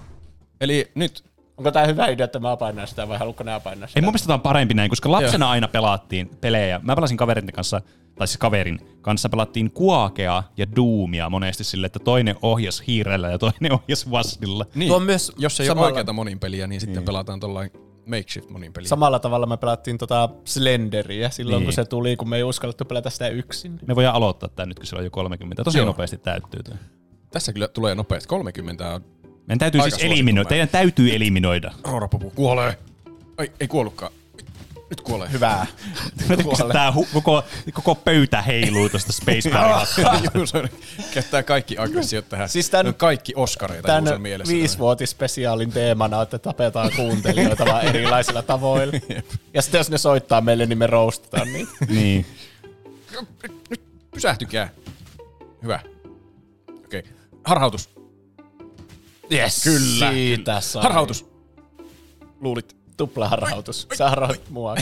Eli nyt. Onko tää hyvä idea, että mä painan sitä vai haluatko nää painaa sitä? Ei mun mielestä tämä on parempi näin, koska lapsena aina pelattiin pelejä. Mä pelasin kaverin kanssa, tai siis kaverin kanssa pelattiin kuakea ja duumia monesti sille, että toinen ohjas hiirellä ja toinen ohjas vastilla. Niin, Tuo on myös jos ei ole oikeata monin peliä, niin sitten pelataan tollain makeshift monin peliä. Samalla tavalla me pelattiin tota Slenderiä silloin, Niin. kun se tuli, kun me ei uskallettu pelätä sitä yksin. Me voidaan aloittaa tämä nyt, kun se on jo 30. Tosi Joo. nopeasti täyttyy tämä. Tässä kyllä tulee nopeasti. 30 on Meidän täytyy Aika siis suosittu eliminoida. määrä. Teidän täytyy eliminoida. Roorapupu Oh, kuolee. Ai, ei kuollutkaan. Nyt kuolee. Hyvää. Tämä hu- koko, koko pöytä heiluu tuosta Space Barrel Käyttää kaikki aggressiot tähän. Siis tän- Ne on kaikki oskareita Tän Juuson mielessä. viisivuotispesiaalin teemana on, että tapetaan kuuntelijoita vaan erilaisilla tavoilla. Ja sitten jos ne soittaa meille, niin me roustataan niitä. Niin. Pysähtykää. Hyvä. Okei. Harhautus. Yes, Kyllä. Siitä sai. Harhautus. Luulit. Tupla harhautus. Sä harhaut mua.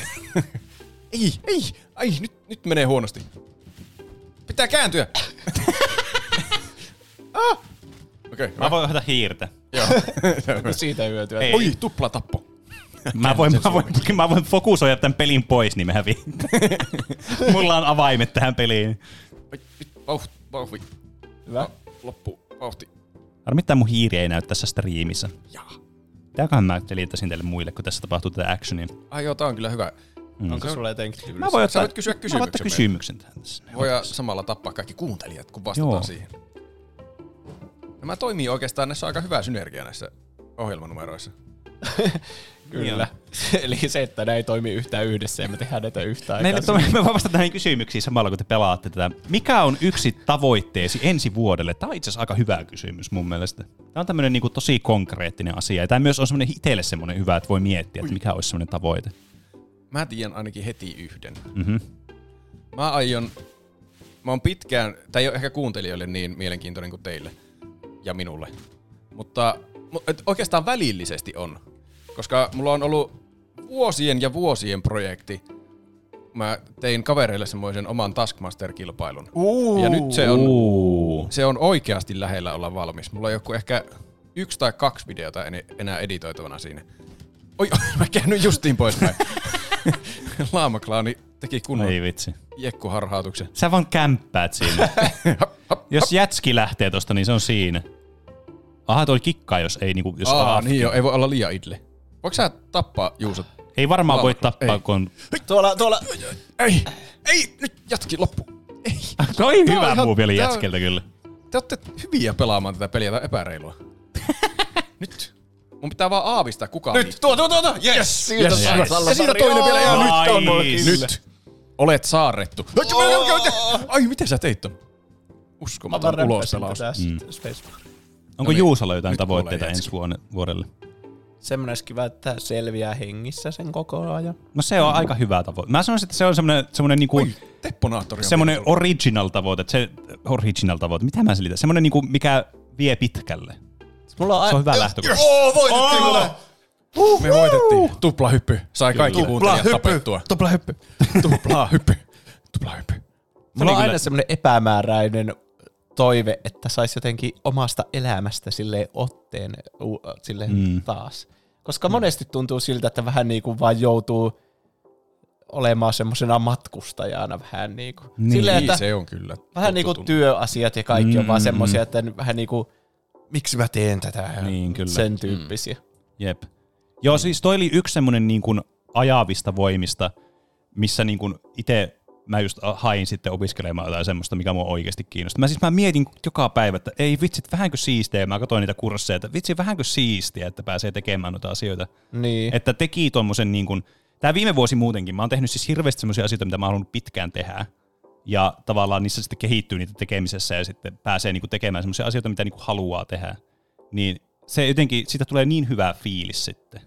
Ei, ei. Ai, nyt, nyt menee huonosti. Pitää kääntyä. ah. Okei. Mä voin ottaa hiirtä. Joo. Onko siitä hyötyä? Ei. Oi, tupla tappo. Mä voin, mä, voin, mä voin fokusoida tämän pelin pois, niin mä häviin. Mulla on avaimet tähän peliin. Vauhti. Vauhti. Hyvä. Loppu. Vauhti. Harmi, että mun hiiri ei näy tässä striimissä. Jaa. Tääköhän mä selittäisin teille muille, kun tässä tapahtuu tätä actionia. Ai joo, tää on kyllä hyvä. Mm. Onko sulla jotenkin Mä voin Sä ottaa, voit kysyä mä voin ottaa kysymyksen. kysymyksen tähän tässä. Voidaan samalla tappaa kaikki kuuntelijat, kun vastataan Joo. siihen. Nämä toimii oikeastaan, näissä on aika hyvä synergia näissä ohjelmanumeroissa. Niin Kyllä. Eli se, että ne ei toimi yhtään yhdessä ja me tehdään näitä yhtä Meillä aikaa. to, me voin vastata näihin kysymyksiin samalla, kun te pelaatte tätä. Mikä on yksi tavoitteesi ensi vuodelle? Tämä on itse asiassa aika hyvä kysymys mun mielestä. Tämä on tämmöinen niin tosi konkreettinen asia. Ja tämä myös on semmoinen itselle semmoinen hyvä, että voi miettiä, että mikä olisi semmoinen tavoite. Mä tiedän ainakin heti yhden. Mhm. Mä aion mä oon pitkään, tämä ei ole ehkä kuuntelijoille niin mielenkiintoinen kuin teille ja minulle, mutta mu- et oikeastaan välillisesti on, koska mulla on ollut vuosien ja vuosien projekti. Mä tein kavereille semmoisen oman Taskmaster-kilpailun. Uu. Ja nyt se on, se on oikeasti lähellä olla valmis. Mulla on joku ehkä yksi tai kaksi videota en- enää editoitavana siinä. Oi, oi mä käännyin justiin poispäin. Laamaklaani teki kunnon Ei vitsi. jekkuharhautuksen. Sä vaan kämppäät siinä. jos jätski lähtee tosta, niin se on siinä. Aha, toi kikkaa, jos ei niinku... Jos Aa, haafki. niin joo, ei voi olla liian idle. Voiko sä tappaa Juuso? Ei varmaan voi Laakakla- tappaa, ei. kun on... Tuolla, tuolla. Ei, ei, nyt jatki loppu. Toi Tää on hyvä ihan- muu vielä tää on- jätskeltä kyllä. Te olette hyviä pelaamaan tätä peliä, tää on epäreilua. nyt. Mun pitää vaan aavistaa kuka Nyt, tuo, tuo, tuo, tuo. Yes, siitä, yes, yes. Ja siitä toinen vielä. Ja nyt on Nice. Nyt. Olet saarrettu. Ai, miten sä teit ton? Uskomaton ulos pelaus. Mm. Onko No niin, Juusolla jotain nyt tavoitteita kuulee ensi vuonna, vuodelle? Semmoinen olisi kiva, että selviää hengissä sen koko ajan. No se on aika hyvä tavoite. Mä sanoisin, että se on semmoinen, semmoinen, niinku, Tepponaattori on semmoinen original tavoite. että Se, original tavoite, mitä mä selitän? Semmoinen, niinku, mikä vie pitkälle. Mulla Se on hyvä lähtökohta. Oh, voitettiin kyllä. Me voitettiin. Tuplahyppy. Sai kaikki Kyllä. kuuntelijat Tuplahyppy. tapettua. Tuplahyppy. Tuplahyppy. Mulla on Oli kyllä- aina semmoinen epämääräinen toive, että saisi jotenkin omasta elämästä sille otteen u- sille Mm. mm. taas. Koska monesti tuntuu siltä, että vähän niin kuin vaan joutuu olemaan semmoisena matkustajana vähän niin kuin. Niin, silleen, että se on kyllä Vähän niin kuin työasiat ja kaikki mm, on vaan semmoisia, että n- vähän niin kuin, miksi mä teen tätä? Niin, kyllä. Sen tyyppisiä. Jep. Joo, siis toi oli yksi semmoinen niin kuin ajavista voimista, missä niin kuin itse mä just hain sitten opiskelemaan jotain semmoista, mikä mua oikeasti kiinnostaa. Mä siis mä mietin joka päivä, että ei vitsit, vähänkö siistiä, ja mä katsoin niitä kursseja, että vitsi, vähänkö siistiä, että pääsee tekemään noita asioita. Niin. Että teki tuommoisen niin kuin, tämä viime vuosi muutenkin, mä oon tehnyt siis hirveästi semmoisia asioita, mitä mä oon halunnut pitkään tehdä. Ja tavallaan niissä sitten kehittyy niitä tekemisessä ja sitten pääsee niin kuin tekemään semmoisia asioita, mitä niin kuin haluaa tehdä. Niin se jotenkin, siitä tulee niin hyvä fiilis sitten.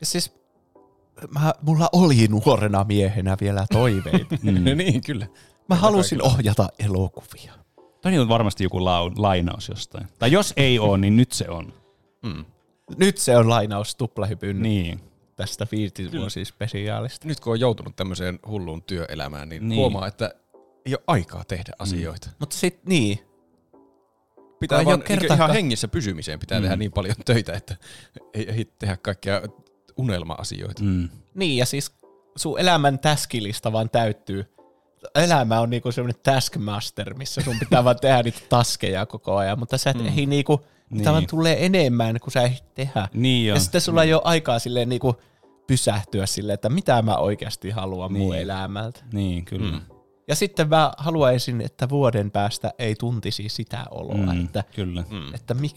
Ja siis mä, mulla oli nuorena miehenä vielä toiveita. Mm. niin, kyllä. Mä halusin ohjata elokuvia. Toi on varmasti joku lau- lainaus jostain. Tai jos ei ole, niin nyt se on. Mm. Nyt se on lainaus tuplahypyn niin. tästä viitivuotispesiaalista. Nyt kun on joutunut tämmöiseen hulluun työelämään, niin, Niin. huomaa, että ei ole aikaa tehdä asioita. Mutta sit niin. Pitää Ei vaan, oo kerta, ihan kertaakaan- hengissä pysymiseen pitää Mm. tehdä niin paljon töitä, että ei ehdi tehdä kaikkia unelma-asioita. Mm. Niin, ja siis sun elämän täskilista vaan täyttyy. Elämä on niinku semmoinen taskmaster, missä sun pitää vaan tehdä niitä taskeja koko ajan, mutta sä et mm. ei niinku, Niin. niin. vaan tulee enemmän kuin sä ehdit tehdä. Niin joo. Ja sitten sulla ei ole aikaa silleen niinku pysähtyä silleen, että mitä mä oikeasti haluan niin. mun Niin. elämältä. Niin, kyllä. Mm. Ja sitten mä haluaisin, että vuoden päästä ei tuntisi sitä oloa, Mm, että, kyllä. että mik,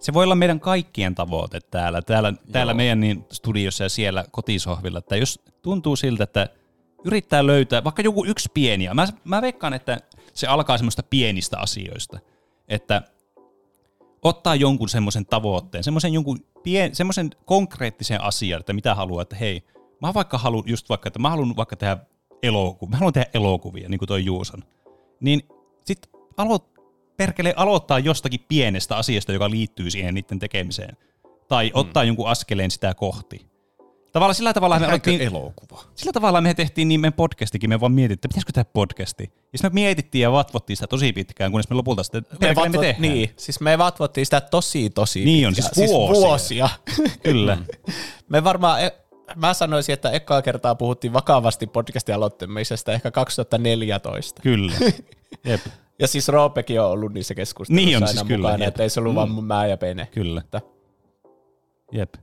Se voi olla meidän kaikkien tavoite täällä, täällä, täällä meidän niin studiossa ja siellä kotisohvilla, että jos tuntuu siltä, että yrittää löytää vaikka joku yksi pieni, ja mä, mä veikkaan, että se alkaa semmoista pienistä asioista, että ottaa jonkun semmoisen tavoitteen, semmoisen jonkun pien, semmoisen konkreettisen asian, että mitä haluaa, että hei, mä vaikka haluan just vaikka, että mä haluan vaikka tehdä elokuvia, mä haluan tehdä elokuvia, niin kuin toi Juuson, niin sit alo, perkele aloittaa jostakin pienestä asiasta, joka liittyy siihen niiden tekemiseen, tai ottaa jonkun askeleen sitä kohti. Tavallaan sillä tavalla me Tehdäänkö alettiin, elokuva? sillä tavalla me tehtiin niin meidän podcastikin, me vaan mietittiin, että pitäisikö tehdä podcasti. Ja sitten me mietittiin ja vatvottiin sitä tosi pitkään, kunnes me lopulta sitten me, perkele, me vatvo, tehdään. niin, siis me vatvottiin sitä tosi tosi Niin on, pitkään. siis vuosia. vuosia. Mm. Kyllä. me varmaan, e- mä sanoisin, että ekaa kertaa puhuttiin vakavasti podcastin aloittamisesta ehkä 2014. Kyllä. Jep. Ja siis Roopekin on ollut niissä keskusteluissa Niin on aina siis kyllä, mukana, jep. Mm. että ei se ollut vaan mä ja Pene. Kyllä. Että. Jep.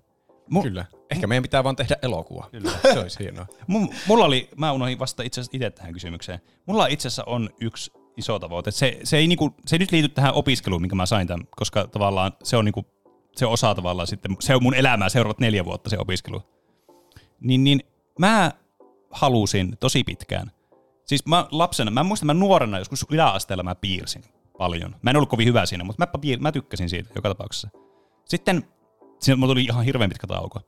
Mu- Kyllä. Ehkä meidän pitää vaan tehdä elokuva. Kyllä. Se olisi hienoa. Mun, mulla oli, mä unohdin vasta itse asiassa itse tähän kysymykseen. Mulla itse asiassa on yksi iso tavoite. Se, se, ei niinku, se ei nyt liity tähän opiskeluun, minkä mä sain tämän, koska tavallaan se on niinku, se osaa tavallaan sitten, se on mun elämää seuraavat neljä vuotta se opiskelu. Niin, niin mä halusin tosi pitkään. Siis mä lapsena, mä muistan, mä nuorena joskus yläasteella mä piirsin paljon. Mä en ollut kovin hyvä siinä, mutta mä, piir, mä tykkäsin siitä joka tapauksessa. Sitten, siinä mulla tuli ihan hirveän pitkä tauko.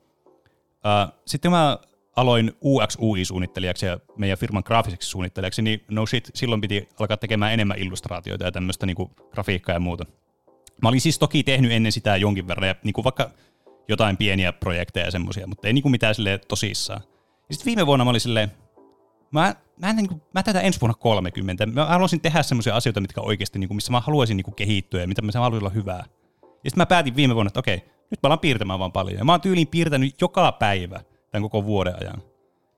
Ää, Sitten kun mä aloin UX-UI-suunnittelijaksi ja meidän firman graafiseksi suunnittelijaksi, niin no shit, silloin piti alkaa tekemään enemmän illustraatioita ja tämmöistä niin kuin grafiikkaa ja muuta. Mä olin siis toki tehnyt ennen sitä jonkin verran, ja niin kuin vaikka jotain pieniä projekteja ja semmoisia, mutta ei niin kuin mitään sille tosissaan. Ja sitten viime vuonna mä olin silleen, mä, mä, en, niin kuin, mä täytän ensi vuonna 30. Mä haluaisin tehdä semmoisia asioita, mitkä oikeasti, niin kuin, missä mä haluaisin niin kuin, kehittyä ja mitä mä haluaisin olla hyvää. Ja sitten mä päätin viime vuonna, että okei, nyt mä alan piirtämään vaan paljon. Ja mä oon tyyliin piirtänyt joka päivä tämän koko vuoden ajan.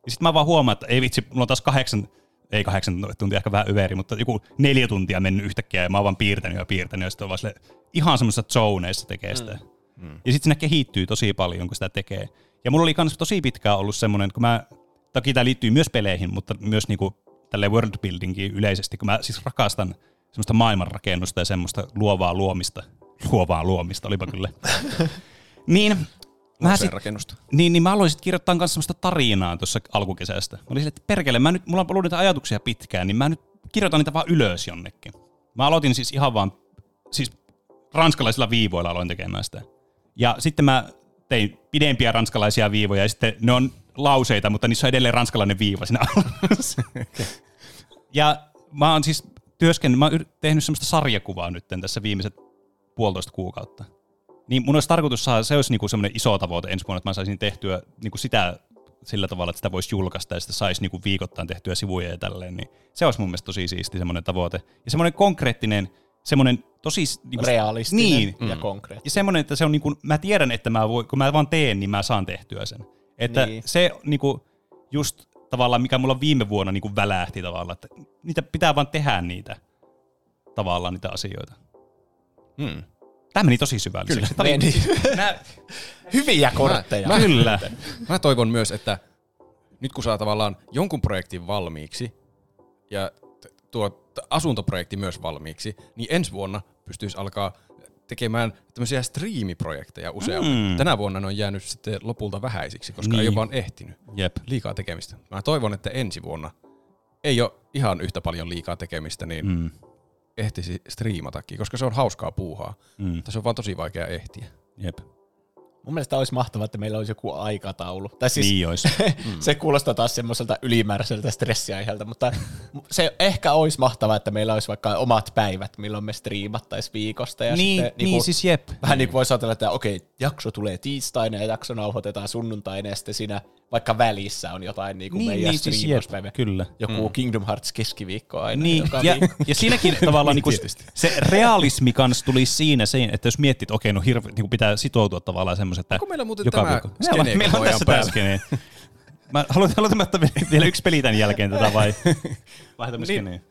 Ja sitten mä vaan huomaan, että ei vitsi, mulla on taas kahdeksan, ei kahdeksan tuntia, ehkä vähän yveri, mutta joku neljä tuntia mennyt yhtäkkiä ja mä oon vaan piirtänyt ja piirtänyt ja sitten on vaan sille, ihan semmoisessa zoneissa tekee sitä. Mm. Mm. Ja sitten siinä kehittyy tosi paljon, kun sitä tekee. Ja mulla oli myös tosi pitkään ollut semmoinen, kun mä, toki tämä liittyy myös peleihin, mutta myös niinku tälle worldbuildingiin yleisesti, kun mä siis rakastan semmoista maailmanrakennusta ja semmoista luovaa luomista. Luovaa luomista, olipa kyllä. niin, mä sit, rakennusta. niin, niin mä aloin sit kirjoittaa myös semmoista tarinaa tuossa alkukesästä. Mä olin sille, että perkele, mä nyt, mulla on ollut niitä ajatuksia pitkään, niin mä nyt kirjoitan niitä vaan ylös jonnekin. Mä aloitin siis ihan vaan, siis ranskalaisilla viivoilla aloin tekemään sitä. Ja sitten mä tein pidempiä ranskalaisia viivoja, ja sitten ne on lauseita, mutta niissä on edelleen ranskalainen viiva siinä alla. Ja mä oon siis työskennellyt, mä oon yr- tehnyt semmoista sarjakuvaa nyt tässä viimeiset puolitoista kuukautta. Niin mun olisi tarkoitus saada, se olisi niinku semmoinen iso tavoite ensi vuonna, että mä saisin tehtyä niinku sitä sillä tavalla, että sitä voisi julkaista ja sitä saisi niinku viikoittain tehtyä sivuja ja tälleen. Niin se olisi mun mielestä tosi siisti semmoinen tavoite. Ja semmoinen konkreettinen, semmoinen tosi... Niinku, Realistinen niin, ja konkreettinen. Ja semmoinen, että se on niinku, mä tiedän, että mä voi, kun mä vaan teen, niin mä saan tehtyä sen. Että Niin. niin. se niinku, just tavallaan, mikä mulla viime vuonna niinku välähti tavallaan, että niitä pitää vaan tehdä niitä tavallaan niitä asioita. Hmm. Tämä meni tosi syvälliseksi. Tämä oli- Hyviä kortteja. Mä, mä, Kyllä. Mä toivon myös, että nyt kun saa tavallaan jonkun projektin valmiiksi ja t- tuo t- asuntoprojekti myös valmiiksi, niin ensi vuonna pystyisi alkaa tekemään tämmöisiä striimiprojekteja useammin. Mm. Mm. Tänä vuonna ne on jäänyt sitten lopulta vähäisiksi, koska niin. ei Niin. ole vaan ehtinyt. Jep. Liikaa tekemistä. Mä toivon, että ensi vuonna ei ole ihan yhtä paljon liikaa tekemistä, niin mm. ehtisi striimatakin, koska se on hauskaa puuhaa. Mm. Mutta se on vaan tosi vaikea ehtiä. Jep. Mun mielestä olisi mahtavaa, että meillä olisi joku aikataulu. Tai siis, Niin olisi. se kuulostaa taas semmoiselta ylimääräiseltä stressiaiheelta, mutta se ehkä olisi mahtavaa, että meillä olisi vaikka omat päivät, milloin me striimattaisiin viikosta. Ja Niin, sitten, niin, siis jep. Vähän niin kuin voisi ajatella, että okei, jakso tulee tiistaina ja jakso nauhoitetaan sunnuntaina ja sitten siinä vaikka välissä on jotain niin kuin Niin, meidän niin, siis jep, striimauspäivä. kyllä. Hmm. Joku mm. Kingdom Hearts keskiviikko aina. Niin, joka ja, viikko. ja siinäkin tavallaan niin Tietysti. se realismi kanssa tuli siinä, se, että jos miettii, että okei, no hirve, niin kuin pitää sitoutua tavallaan semmoisen, että Onko meillä muuten joka tämä viikko. skene Meillä on, meillä on koko ajan tässä tämä päällä? skene. Mä haluan, haluan ottaa vielä yksi peli tämän jälkeen tätä vai vaihdamme Niin. skeneen.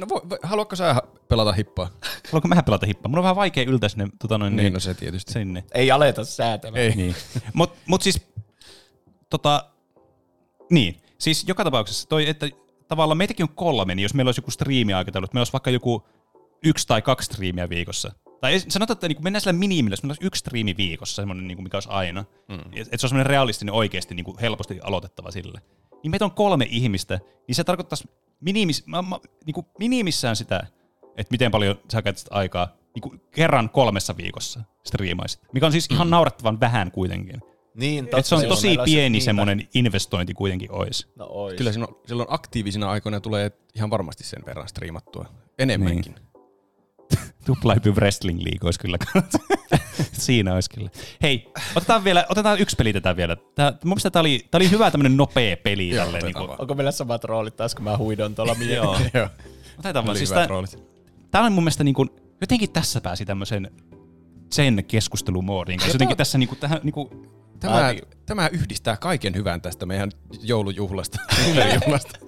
No, voi, voi, haluatko sä pelata hippaa? Haluanko mähän pelata hippaa? Mun on vähän vaikea yltää sinne. Tota noin, Niin, no se tietysti. Sinne. Ei aleta säätämään. Ei. Niin. Mut, mut siis, tota, niin. Siis joka tapauksessa toi, että tavallaan meitäkin on kolme, niin jos meillä olisi joku striimiaikataulu, että meillä olisi vaikka joku yksi tai kaksi striimiä viikossa. Tai ei- sanotaan, että niin mennään sillä minimillä, jos meillä olisi yksi striimi viikossa, semmoinen, niin mikä olisi aina. Mm. Että se on semmoinen realistinen oikeasti niin kuin helposti aloitettava sille. Niin meitä on kolme ihmistä, niin se tarkoittaisi minimis, mä, mä, niin kuin minimissään sitä, että miten paljon sä käytät sitä aikaa niin kuin kerran kolmessa viikossa striimaisit. Mikä on siis ihan mm. naurettavan vähän kuitenkin. Niin, Et se on silloin tosi meillä olisi niin, pieni niitä. semmoinen niin investointi kuitenkin olisi. No ois. Kyllä silloin, silloin aktiivisina aikoina tulee ihan varmasti sen verran striimattua. Enemmänkin. Niin. Tuplahypy wrestling league olisi kyllä. Siinä olisi kyllä. Hei, otetaan vielä, otetaan yksi peli tätä vielä. Tää, mun mielestä tämä oli, tää oli hyvä tämmöinen nopea peli. Joo, tälleen, niin kuin, Onko meillä samat roolit taas, kun mä huidon tuolla Joo. mieleen? Otetaan vaan. Oli Siis hyvät tää, tää on mun mielestä niin kuin, jotenkin tässä pääsi tämmöisen sen keskustelumoodiin. koska Ja Jotenkin tää- tässä niin kuin, tähän, niin kuin, Tämä, tämä yhdistää kaiken hyvän tästä meidän joulujuhlasta. joulujuhlasta.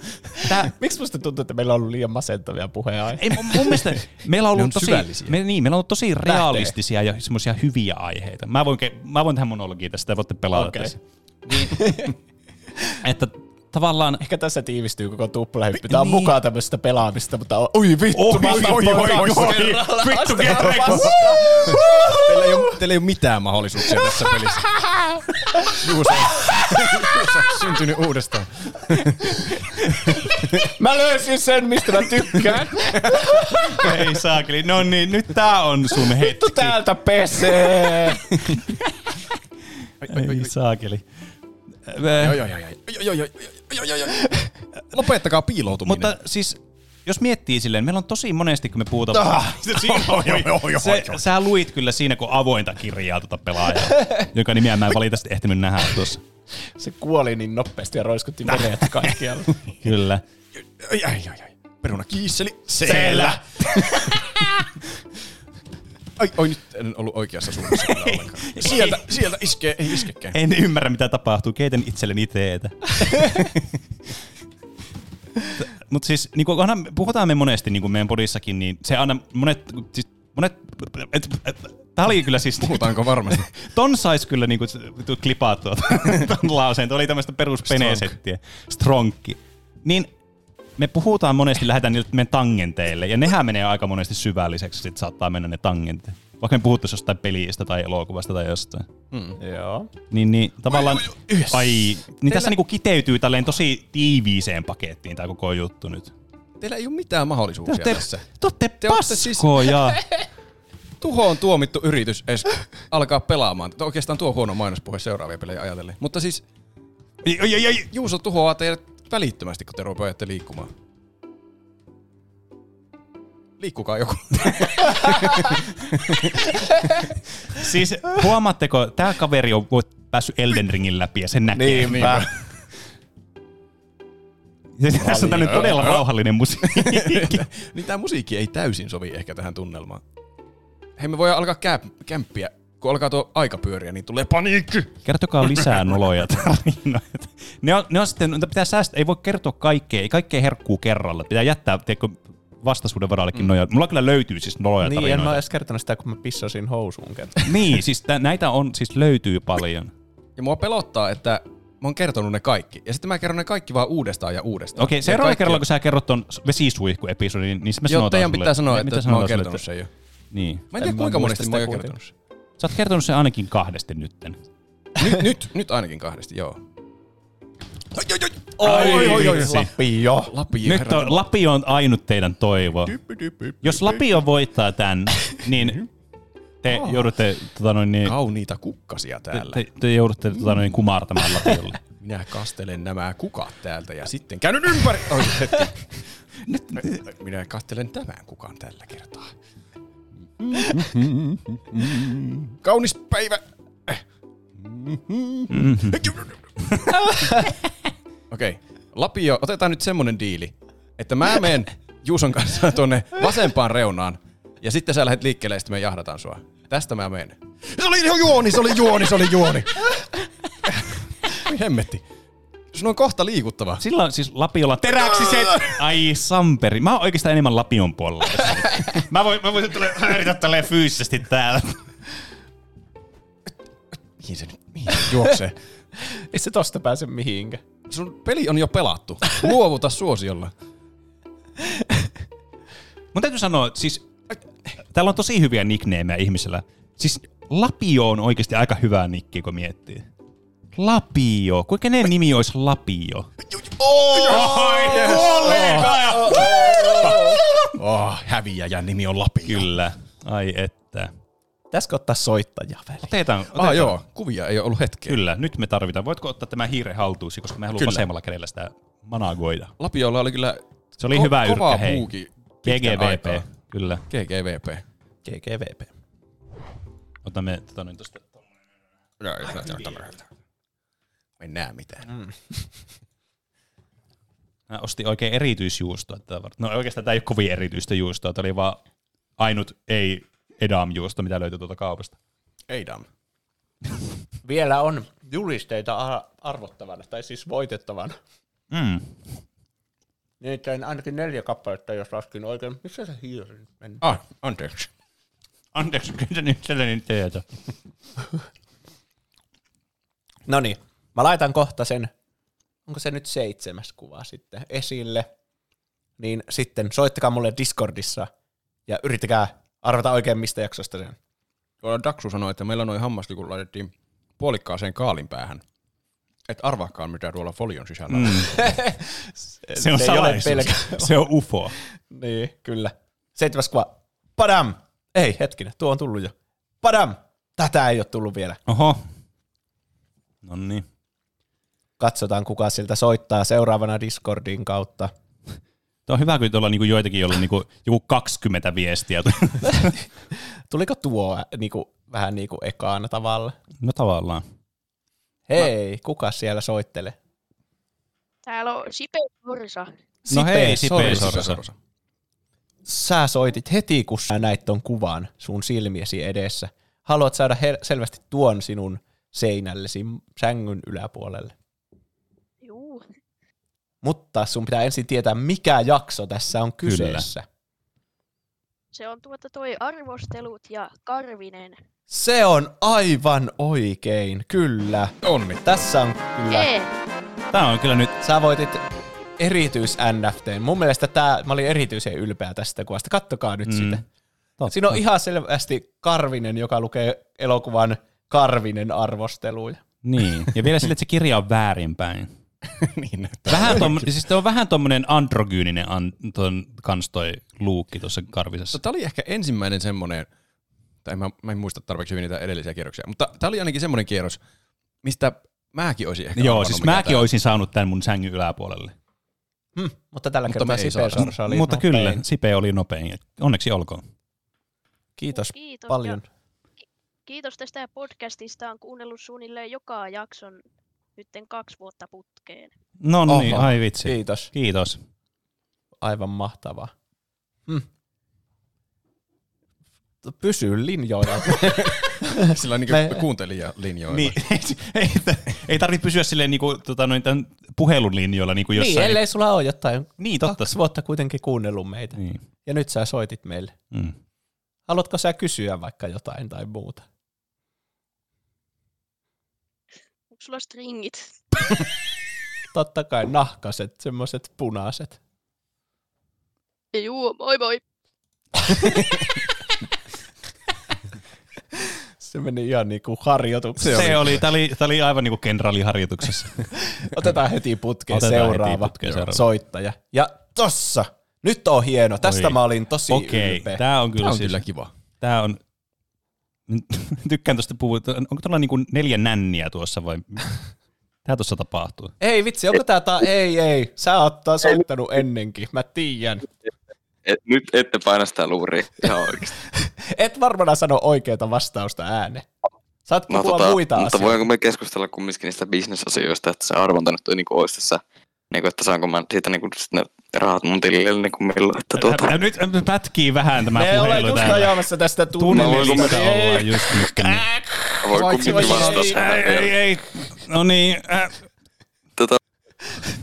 Tää... Miksi musta tuntuu, että meillä on ollut liian masentavia puheenaiheita? Ei, mun, mun mielestä meillä on Ne ollut on tosi, syvällisiä. me, niin, meillä on ollut tosi realistisia ja semmoisia hyviä aiheita. Mä voin, ke- mä voin tehdä monologia tästä, te voitte pelata okay. Okei. tässä. että tavallaan... Ehkä tässä tiivistyy koko tuplahyppy. Tää on niin. mukaan tämmöistä pelaamista, mutta on... Oi vittu, Oi, mä oi, tapoin oi, kaksi oi, oi. kerralla. Quick to get Astakaa back. vasta. Teillä ei, ole, teillä ei ole mitään mahdollisuuksia tässä pelissä. Juuso, Juuso on syntynyt uudestaan. Mä löysin sen, mistä mä tykkään. Ei saakeli. No niin, nyt tää on sun hetki. Vittu täältä pesee. Ei saakeli. Joo, joo, joo, joo. Joo, joo, joo, joo, joo, joo. Lopettakaa piiloutuminen. Mutta siis, jos miettii silleen, meillä on tosi monesti, kun me puhutaan... Ah, se siinä on. Joo, Oh, joo, joo, se, sä luit kyllä siinä, kun avointa kirjaa tota pelaajaa, joka nimeä mä en valitettavasti ehtinyt nähdä tuossa. Se kuoli niin nopeasti ja roiskutti vereet kaikkialla. Kyllä. Ai, ai, ai, ai. Peruna kiisseli. Selä. ai, oi, nyt en ollut oikeassa suunnassa kyllä ollenkaan. Sieltä, sieltä iskee, ei iskekään. En ymmärrä, mitä tapahtuu. Keitän itselleni teetä. Mutta siis, niin kuin, aina, puhutaan me monesti niin kuin meidän podissakin, niin se aina monet... Siis, monet et, et, Tämä oli kyllä siis... Puhutaanko varmasti? ton sais kyllä niinku s- tu- klipaa tuota ton lauseen. Tuo oli tämmöistä peruspeneesettiä. Stronkki. Niin me puhutaan monesti, lähdetään niille meidän tangenteille, ja nehän menee aika monesti syvälliseksi, sit saattaa mennä ne tangentit. Vaikka me puhuttaisiin jostain pelistä tai elokuvasta tai jostain. Mm. Joo. Niin, niin tavallaan, ai, ai, niin tässä niinku kiteytyy tälleen tosi tiiviiseen pakettiin tämä koko juttu nyt. Teillä ei ole mitään mahdollisuuksia Te olette- tässä. Te olette paskoja. Tuhoon siis- tuomittu yritys edes alkaa pelaamaan. Tuo Oikeastaan tuo huono mainospuhe seuraavia pelejä ajatellen. Mutta siis ai, ai, ai. Juuso tuhoaa teidät välittömästi, kun te rupeatte liikkumaan. Liikkukaa joku. Siis huomaatteko, tämä kaveri on päässyt Elden Ringin läpi ja sen Niin, näkee. Niinpä. Ja Tässä on tämmöinen todella rauhallinen musiikki. niin tämä musiikki ei täysin sovi ehkä tähän tunnelmaan. Hei, me voidaan alkaa käp, kämppiä. Kun alkaa tuo aika pyöriä, niin tulee paniikki. Kertokaa lisää noloja tarinoita. Ne on, ne on sitten, niitä pitää säästää, ei voi kertoa kaikkea, ei kaikkea herkkuu kerralla. Pitää jättää, tiedätkö, vastaisuuden varallekin mm. noja. Mulla kyllä löytyy siis noloja Niin, en tarinoita. mä oo edes kertonut sitä, kun mä pissasin housuun kerran. Niin, siis tä, näitä on, siis löytyy paljon. Ja mua pelottaa, että mä oon kertonut ne kaikki. Ja sitten mä kerron ne kaikki vaan uudestaan ja uudestaan. Okei, Ne seuraavalla kaikki- kerralla, kun sä kerrot ton vesisuihku-episodin, niin sitten me Joo, sanotaan teidän sulle, pitää sanoa, mitä että mä sanotaan oon sulle, kertonut sen jo. Niin. Mä en tiedä, kuinka monesti mä oon jo kertonut sen. Sä oot kertonut sen ainakin kahdesti nytten. Nyt, nyt, nyt ainakin kahdesti, joo. Ai, vitsi. Lapio. Lapio. Nyt on, Lapio on ainut teidän toivo. Jos Lapio voittaa tämän, niin te Ah. joudutte, tota noin, niin, Kauniita kukkasia täällä. te, te joudutte tota noin, kumartamaan Lapiolle. Minä kastelen nämä kukat täältä ja sitten käyn ympäri. Oi, hetki. Minä kastelen tämän kukan tällä kertaa. Kaunis päivä. Okei, Lapio, otetaan nyt semmonen diili, että mä menen Juuson kanssa tuonne vasempaan reunaan ja sitten sä lähdet liikkeelle ja sitten me jahdataan sua. Tästä mä menen. Se oli ihan juoni, se oli juoni, se oli juoni. Voi hemmetti. Sun on kohta liikuttava. Sillä on siis Lapiolla teräksiset. Ai samperi. Mä oon oikeastaan enemmän Lapion puolella. tässä. mä, voin, mä voisin tulla häiritä tälleen fyysisesti täällä. Mihin se nyt mihin se juoksee? Ei se tosta pääse mihinkään. Sun peli on jo pelattu. Luovuta suosiolla. Mun täytyy sanoa, että siis täällä on tosi hyviä nicknameja ihmisellä. Siis Lapio on oikeasti aika hyvä nikki, kun miettii. Lapio. Kuinka ne nimi olisi Lapio? Oi, kollega! Oh, häviäjän nimi on Lapio. Kyllä. Ai että. Pitäisikö ottaa soittaja väliin? Otetaan. otetaan. Ah joo, kuvia ei ole ollut hetkeä. Kyllä, nyt me tarvitaan. Voitko ottaa tämä hiire haltuusi, koska me haluamme Kyllä. vasemmalla kädellä sitä managoida. Lapiolla oli kyllä Se oli hyvä kova yrkkä, hei. puuki pitkän aikaa. GGVP, kyllä. GGVP. GGVP. Otamme tota noin tosta. Mä en näe mitään. Mm. Mä ostin oikein erityisjuustoa tätä varten. No oikeastaan tämä ei ole kovin erityistä juustoa, tämä oli vaan ainut ei edam juusto, mitä löytyi tuolta kaupasta. Ei dam. Vielä on julisteita ar- arvottavana, tai siis voitettavana. Mm. Niitä on ainakin neljä kappaletta, jos laskin oikein. Missä se hiiri nyt meni? Ah, anteeksi. Anteeksi, kyllä se nyt sellainen teetä. No niin, mä laitan kohta sen, onko se nyt seitsemäs kuva sitten, esille. Niin sitten soittakaa mulle Discordissa ja yrittäkää arvata oikein, mistä jaksosta se on. Tuolla Daksu sanoi, että meillä noin hammaslikun laitettiin puolikkaaseen kaalin päähän. Et arvaakaan, mitä tuolla folion sisällä on. Mm. Se on ei ole salaisuus. Se on ufo. Niin, kyllä. Seitsemäs kuva. Padam! Ei, hetkinen, tuo on tullut jo. Padam! Tätä ei ole tullut vielä. Oho. No niin. Katsotaan, kuka sieltä soittaa seuraavana Discordin kautta. Tämä on hyvä, kun tuolla niinku joitakin, joilla on niinku joku 20 viestiä. Tuliko tuo ä, niinku, vähän niinku ekaana tavalla? No tavallaan. Hei, kuka siellä soittelee? Täällä on Sipe Pursa. No hei, Sipe Sorsa. Sorsa. Sä soitit heti, kun sä näit ton kuvan sun silmiesi edessä. Haluat saada hel- selvästi tuon sinun seinällesi sängyn yläpuolelle. Juu. Mutta sun pitää ensin tietää, mikä jakso tässä on Kyllä. kyseessä. Se on tuota toi arvostelut ja Karvinen. Se on aivan oikein, kyllä. Onni. Tässä on kyllä. Jee. Tää on kyllä nyt. Sä voitit erityis NFT. Mun mielestä tää, mä olin erityisen ylpeä tästä kuvasta. Kattokaa nyt mm. sitä. Totta. Siinä on ihan selvästi Karvinen, joka lukee elokuvan Karvinen arvosteluja. Niin, ja vielä sille, että se kirja on väärinpäin. niin Vähän tom, siis se no, on vähän tommonen androgyyninen an, ton, kans toi luukki tuossa karvisessa. Tämä oli ehkä ensimmäinen semmoinen, tai mä, mä en muista tarpeeksi hyvin niitä edellisiä kierroksia, mutta tämä oli ainakin semmoinen kierros, mistä mäkin olisin ehkä Joo, arvannut, siis mikä mäkin tää- olisin saanut tämän mun sängyn yläpuolelle. Hmm, mutta tällä Mutta kertaa No me ei Sipe saada. Sorsa oli Mutta nopein. kyllä, Sipe oli nopein. Onneksi olkoon. Kiitos, Kiitos. Kiitos paljon. Kiitos tästä podcastista. on kuunnellut suunnilleen joka jakson nytten kaksi vuotta putkeen. No Oho, niin, ai vitsi. Kiitos. Kiitos. Aivan mahtavaa. Hmm. Pysy linjoilla. Sillä on niinku Me- kuuntelijalinjoilla. Niin, ei, ei tarvitse pysyä silleen niinku, tota, noin tämän puhelun linjoilla. Niinku jossain. Niin, ellei sulla ole jotain. Niin, totta. Kaksi vuotta kuitenkin kuunnellut meitä. Niin. Ja nyt sä soitit meille. Mm. Haluatko sä kysyä vaikka jotain tai muuta? Onko sulla stringit? Totta kai nahkaset, semmoset punaiset. Juu, moi moi. Se meni ihan niinku harjoitukseen. Se oli, tää oli, tää oli aivan niinku kenraaliharjoituksessa. Otetaan heti putkeen Otetaan heti seuraava putkeen seuraava. soittaja. Ja tossa! Nyt on hieno. Tästä Oi. mä olin tosi Okei, ylpeä. tää on kyllä, Tää on siis, kyllä kiva. Tää on, tykkään tuosta puhua, onko tuolla niinku neljä nänniä tuossa vai? Tää tuossa tapahtuu. Ei vitsi, onko tää ta- Ei, ei. Sä oot taas soittanut ennenkin. Mä tiedän. Et, nyt ette paina sitä luuria ihan oikeasti. Et varmana sano oikeita vastausta ääne. Saat puhua No, tota, muita mutta asioita. voinko me keskustella kumminkin niistä bisnesasioista, että se arvonta nyt niin olisi tässä, niin kuin, että saanko mä siitä niin kuin, ne rahat mun tilille niin kuin milloin. Että tuota, Tää nyt pätkii vähän tämä Me ollaan puhelu just täällä. ajamassa tästä Tunnelissa tunnelista. ollaan just nyt. Niin. voi kumminkin vastata sitä. Ei, ei, ei. No niin. Äh. Tota,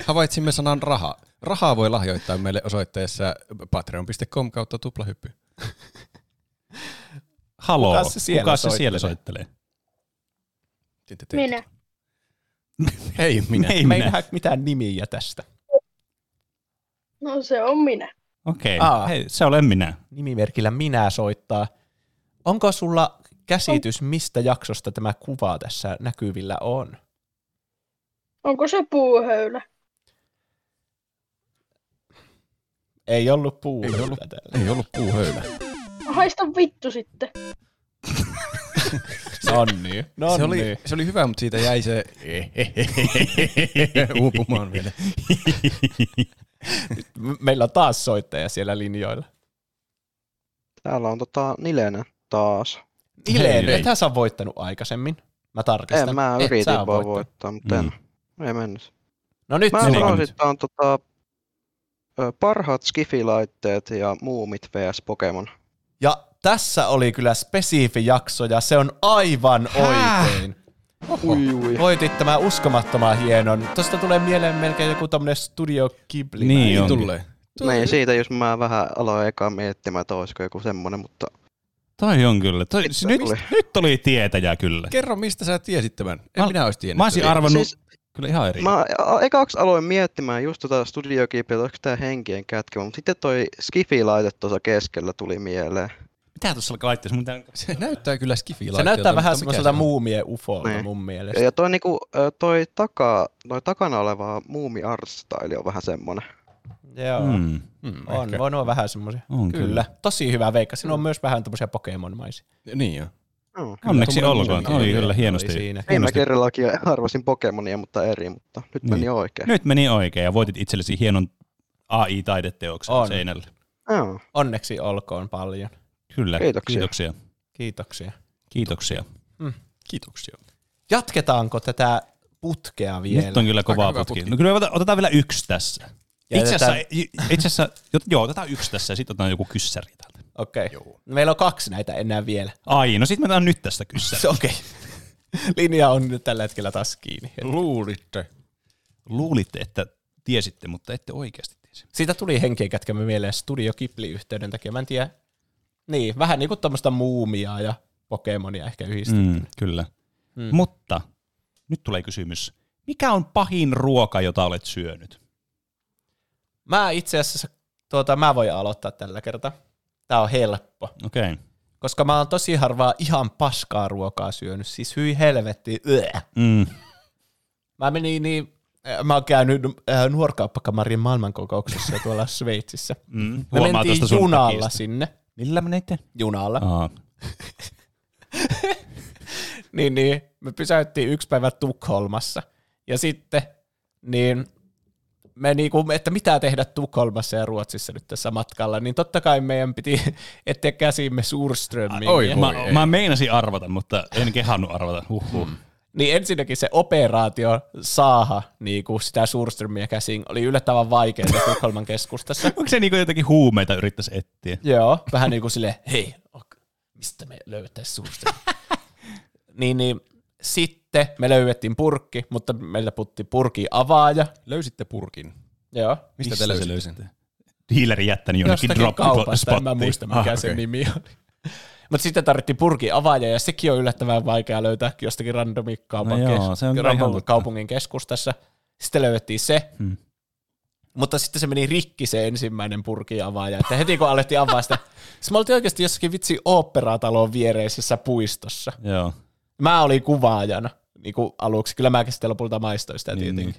Havaitsimme sanan raha. Rahaa voi lahjoittaa meille osoitteessa patreon.com kautta tuplahyppy. Haloo, Kuka kuka se se siellä siellä, soittelee? soittelee? Minä. Ei minä. Ei Ei Me ei minä. nähdä mitään nimiä tästä. No se on minä. Okei, Aa. okay. hei, se olen minä. Nimimerkillä minä soittaa. Onko sulla käsitys, mistä jaksosta tämä kuva tässä näkyvillä on? Onko se puuhöylä? Ei ollut puu. Ei ollut, ei ollut puuhöylä. Haista vittu sitten. No niin. No se, oli, niin. se oli hyvä, mutta siitä jäi se uupumaan vielä. Meillä on taas soittaja siellä linjoilla. Täällä on tota Nilenä taas. Ileen, ethän sä on voittanut aikaisemmin. Mä tarkistan. Mm. En mä Et yritin sä vaan oo voittaa, voittanut. voittaa mutta en. Ei mennyt. No nyt mä se on. suosittaan tota, ö, parhaat skifilaitteet ja muumit vs Pokemon. Ja tässä oli kyllä spesifi jakso ja se on aivan Hää? oikein. Oho. Voitit tämän uskomattoman hienon. Tosta tulee mieleen melkein joku tämmönen Studio Ghibli. Niin onkin. Niin tulee. Niin, siitä jos mä vähän aloin eka miettimään, että olisiko joku semmonen, mutta Toi on kyllä. Toi, Nyt siis nyt, tuli. nyt oli tietäjä kyllä. Kerro, mistä sä tiesit tämän. En minä olisi tiennyt. Mä olisin arvannut Siis- kyllä ihan eri. Mä a- ekaksi aloin miettimään just tota Studio Ghibli, että onko tää henkien kätkemä, mutta sitten toi Skifi-laite tuossa keskellä tuli mieleen. Mitä tuossa laitteessa? Mun tää- Se näyttää kyllä Se skifilaitteelta. näyttää vähän mutta mikä semmoiselta se on? muumien ufolta Niin. mun mielestä. Ja, ja toi, niinku, ö, toi, taka, toi takana oleva muumi artstyle on vähän semmonen. Joo. Mm. Mm. Mm, on, ehkä. voi nuo vähän semmoisia. On kyllä. Tosi hyvä veikka. Siinä on myös vähän tämmöisiä Pokemon-maisia. Niin joo. Joo. Onneksi Tuommoinen olkoon. muu- Oli kyllä hienosti. Viime hienosti. kerrallakin arvasin Pokemonia, mutta eri, mutta nyt Niin. meni oikein. Nyt meni oikein ja voitit itsellesi hienon AI-taideteoksen On. seinälle. Joo. Onneksi olkoon paljon. Kyllä. Kiitoksia. Kiitoksia. Kiitoksia. Kiitoksia. Mm. Kiitoksia. Jatketaanko tätä putkea vielä? Nyt on kyllä kova putki. No kyllä ota- otetaan vielä yksi tässä. Ja Itse asiassa, jätetään- i- itse asiassa, jo- joo, otetaan yksi tässä ja sitten otetaan joku kyssäri täältä. Okei. No Meillä on kaksi näitä enää vielä. Ai, no sitten me otetaan nyt tästä kyssäri. Okei. Linja on nyt tällä hetkellä taas kiinni. Luulitte. Luulitte, että tiesitte, mutta ette oikeasti tiesi. Siitä tuli henkien kätkemä mieleen Studio Ghibli-yhteyden takia. Mä en tiedä. Niin, vähän niin kuin tuommoista muumiaa ja Pokemonia ehkä yhdistetty. Mm, kyllä. Mm. Mutta nyt tulee kysymys. Mikä on pahin ruoka, jota olet syönyt? Mä itse asiassa, tuota, mä voin aloittaa tällä kertaa. Tää on helppo. Okei. Okay. Koska mä oon tosi harvaa ihan paskaa ruokaa syönyt. Siis hyi helvetti. Yö. Mm. Mä menin niin, äh, mä oon käynyt äh, nuorkauppakamarin maailmankokouksessa tuolla Sveitsissä. Mm, Me huomaa mentiin tosta sun junalla takista. sinne. Millä menitte? Junalla. Aa. niin, niin, me pysäyttiin yksi päivä Tukholmassa. Ja sitten, niin me niinku, että mitä tehdä Tukholmassa ja Ruotsissa nyt tässä matkalla, niin totta kai meidän piti etsiä käsimme Niin, Surströmmingiä. mä, mä meinasin arvata, mutta en kehannut arvata. Huhhuh. Mm. Niin ensinnäkin se operaatio saaha niin kuin sitä Surströmiä käsiin oli yllättävän vaikeaa Tukholman keskustassa. Onko se niinku jotenkin huumeita yrittäisi etsiä? Joo, vähän niinku niin kuin silleen, hei, ok, mistä me löytäisiin Surström? niin, niin sitten me löydettiin purkki, mutta meillä putti purki avaaja. Löysitte purkin? Joo. Mistä te löysitte? löysitte? Diileri jättänyt jonnekin Jostakin drop kaupasta, en mä spottiin. muista mikä Ah, se okei. nimi oli. Mutta sitten tarvittiin purkin avaaja, ja sekin on yllättävän vaikea löytää jostakin randomi kaupan, No no joo, kes- se on kyllä ihan random totta. kaupungin keskustassa. Sitten löydettiin se, Hmm. mutta sitten se meni rikki se ensimmäinen purkin avaaja. Että heti kun alettiin avaa sitä, siis me oltiin oikeasti jossakin vitsi oopperatalon viereisessä puistossa. Joo. Mä olin kuvaajana niin kuin aluksi. Kyllä mäkin sitten lopulta maistoin sitä tietenkin. niin.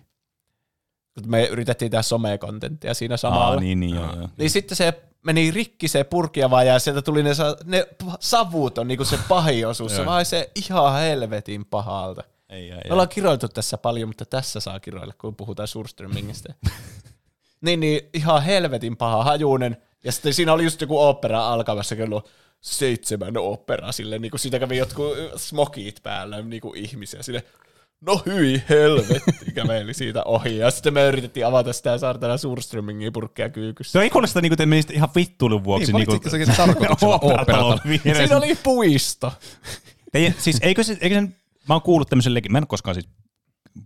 Niin. Me yritettiin tehdä somekontenttia siinä samalla. Aa, niin, niin, joo, joo. Niin sitten se meni rikki se purkia vaan ja sieltä tuli ne, sa- ne p- savut on niinku se pahin osuus. se Joo. vaan se ihan helvetin pahalta. Ei, Me ollaan kiroiltu tässä paljon, mutta tässä saa kiroilla, kun puhutaan Surströmmingistä. niin, niin ihan helvetin paha hajunen. Ja sitten siinä oli just joku opera alkamassa, kello on seitsemän opera sille, niin kuin siitä kävi jotkut smokit päällä, niin kuin ihmisiä sille. No hyi helvetti, käveli siitä ohi. Ja sitten me yritettiin avata sitä saartana Surströmmingin purkkia kyykyssä. Se ei kuulosta niinku te menisitte ihan vittuilun vuoksi. Niin, valitsitko säkin tarkoituksella oopperatalon oopperatalon? vieressä. Siinä oli puisto. Ei, siis eikö se, eikö sen, mä oon kuullut tämmöisen legin, mä en ole koskaan siis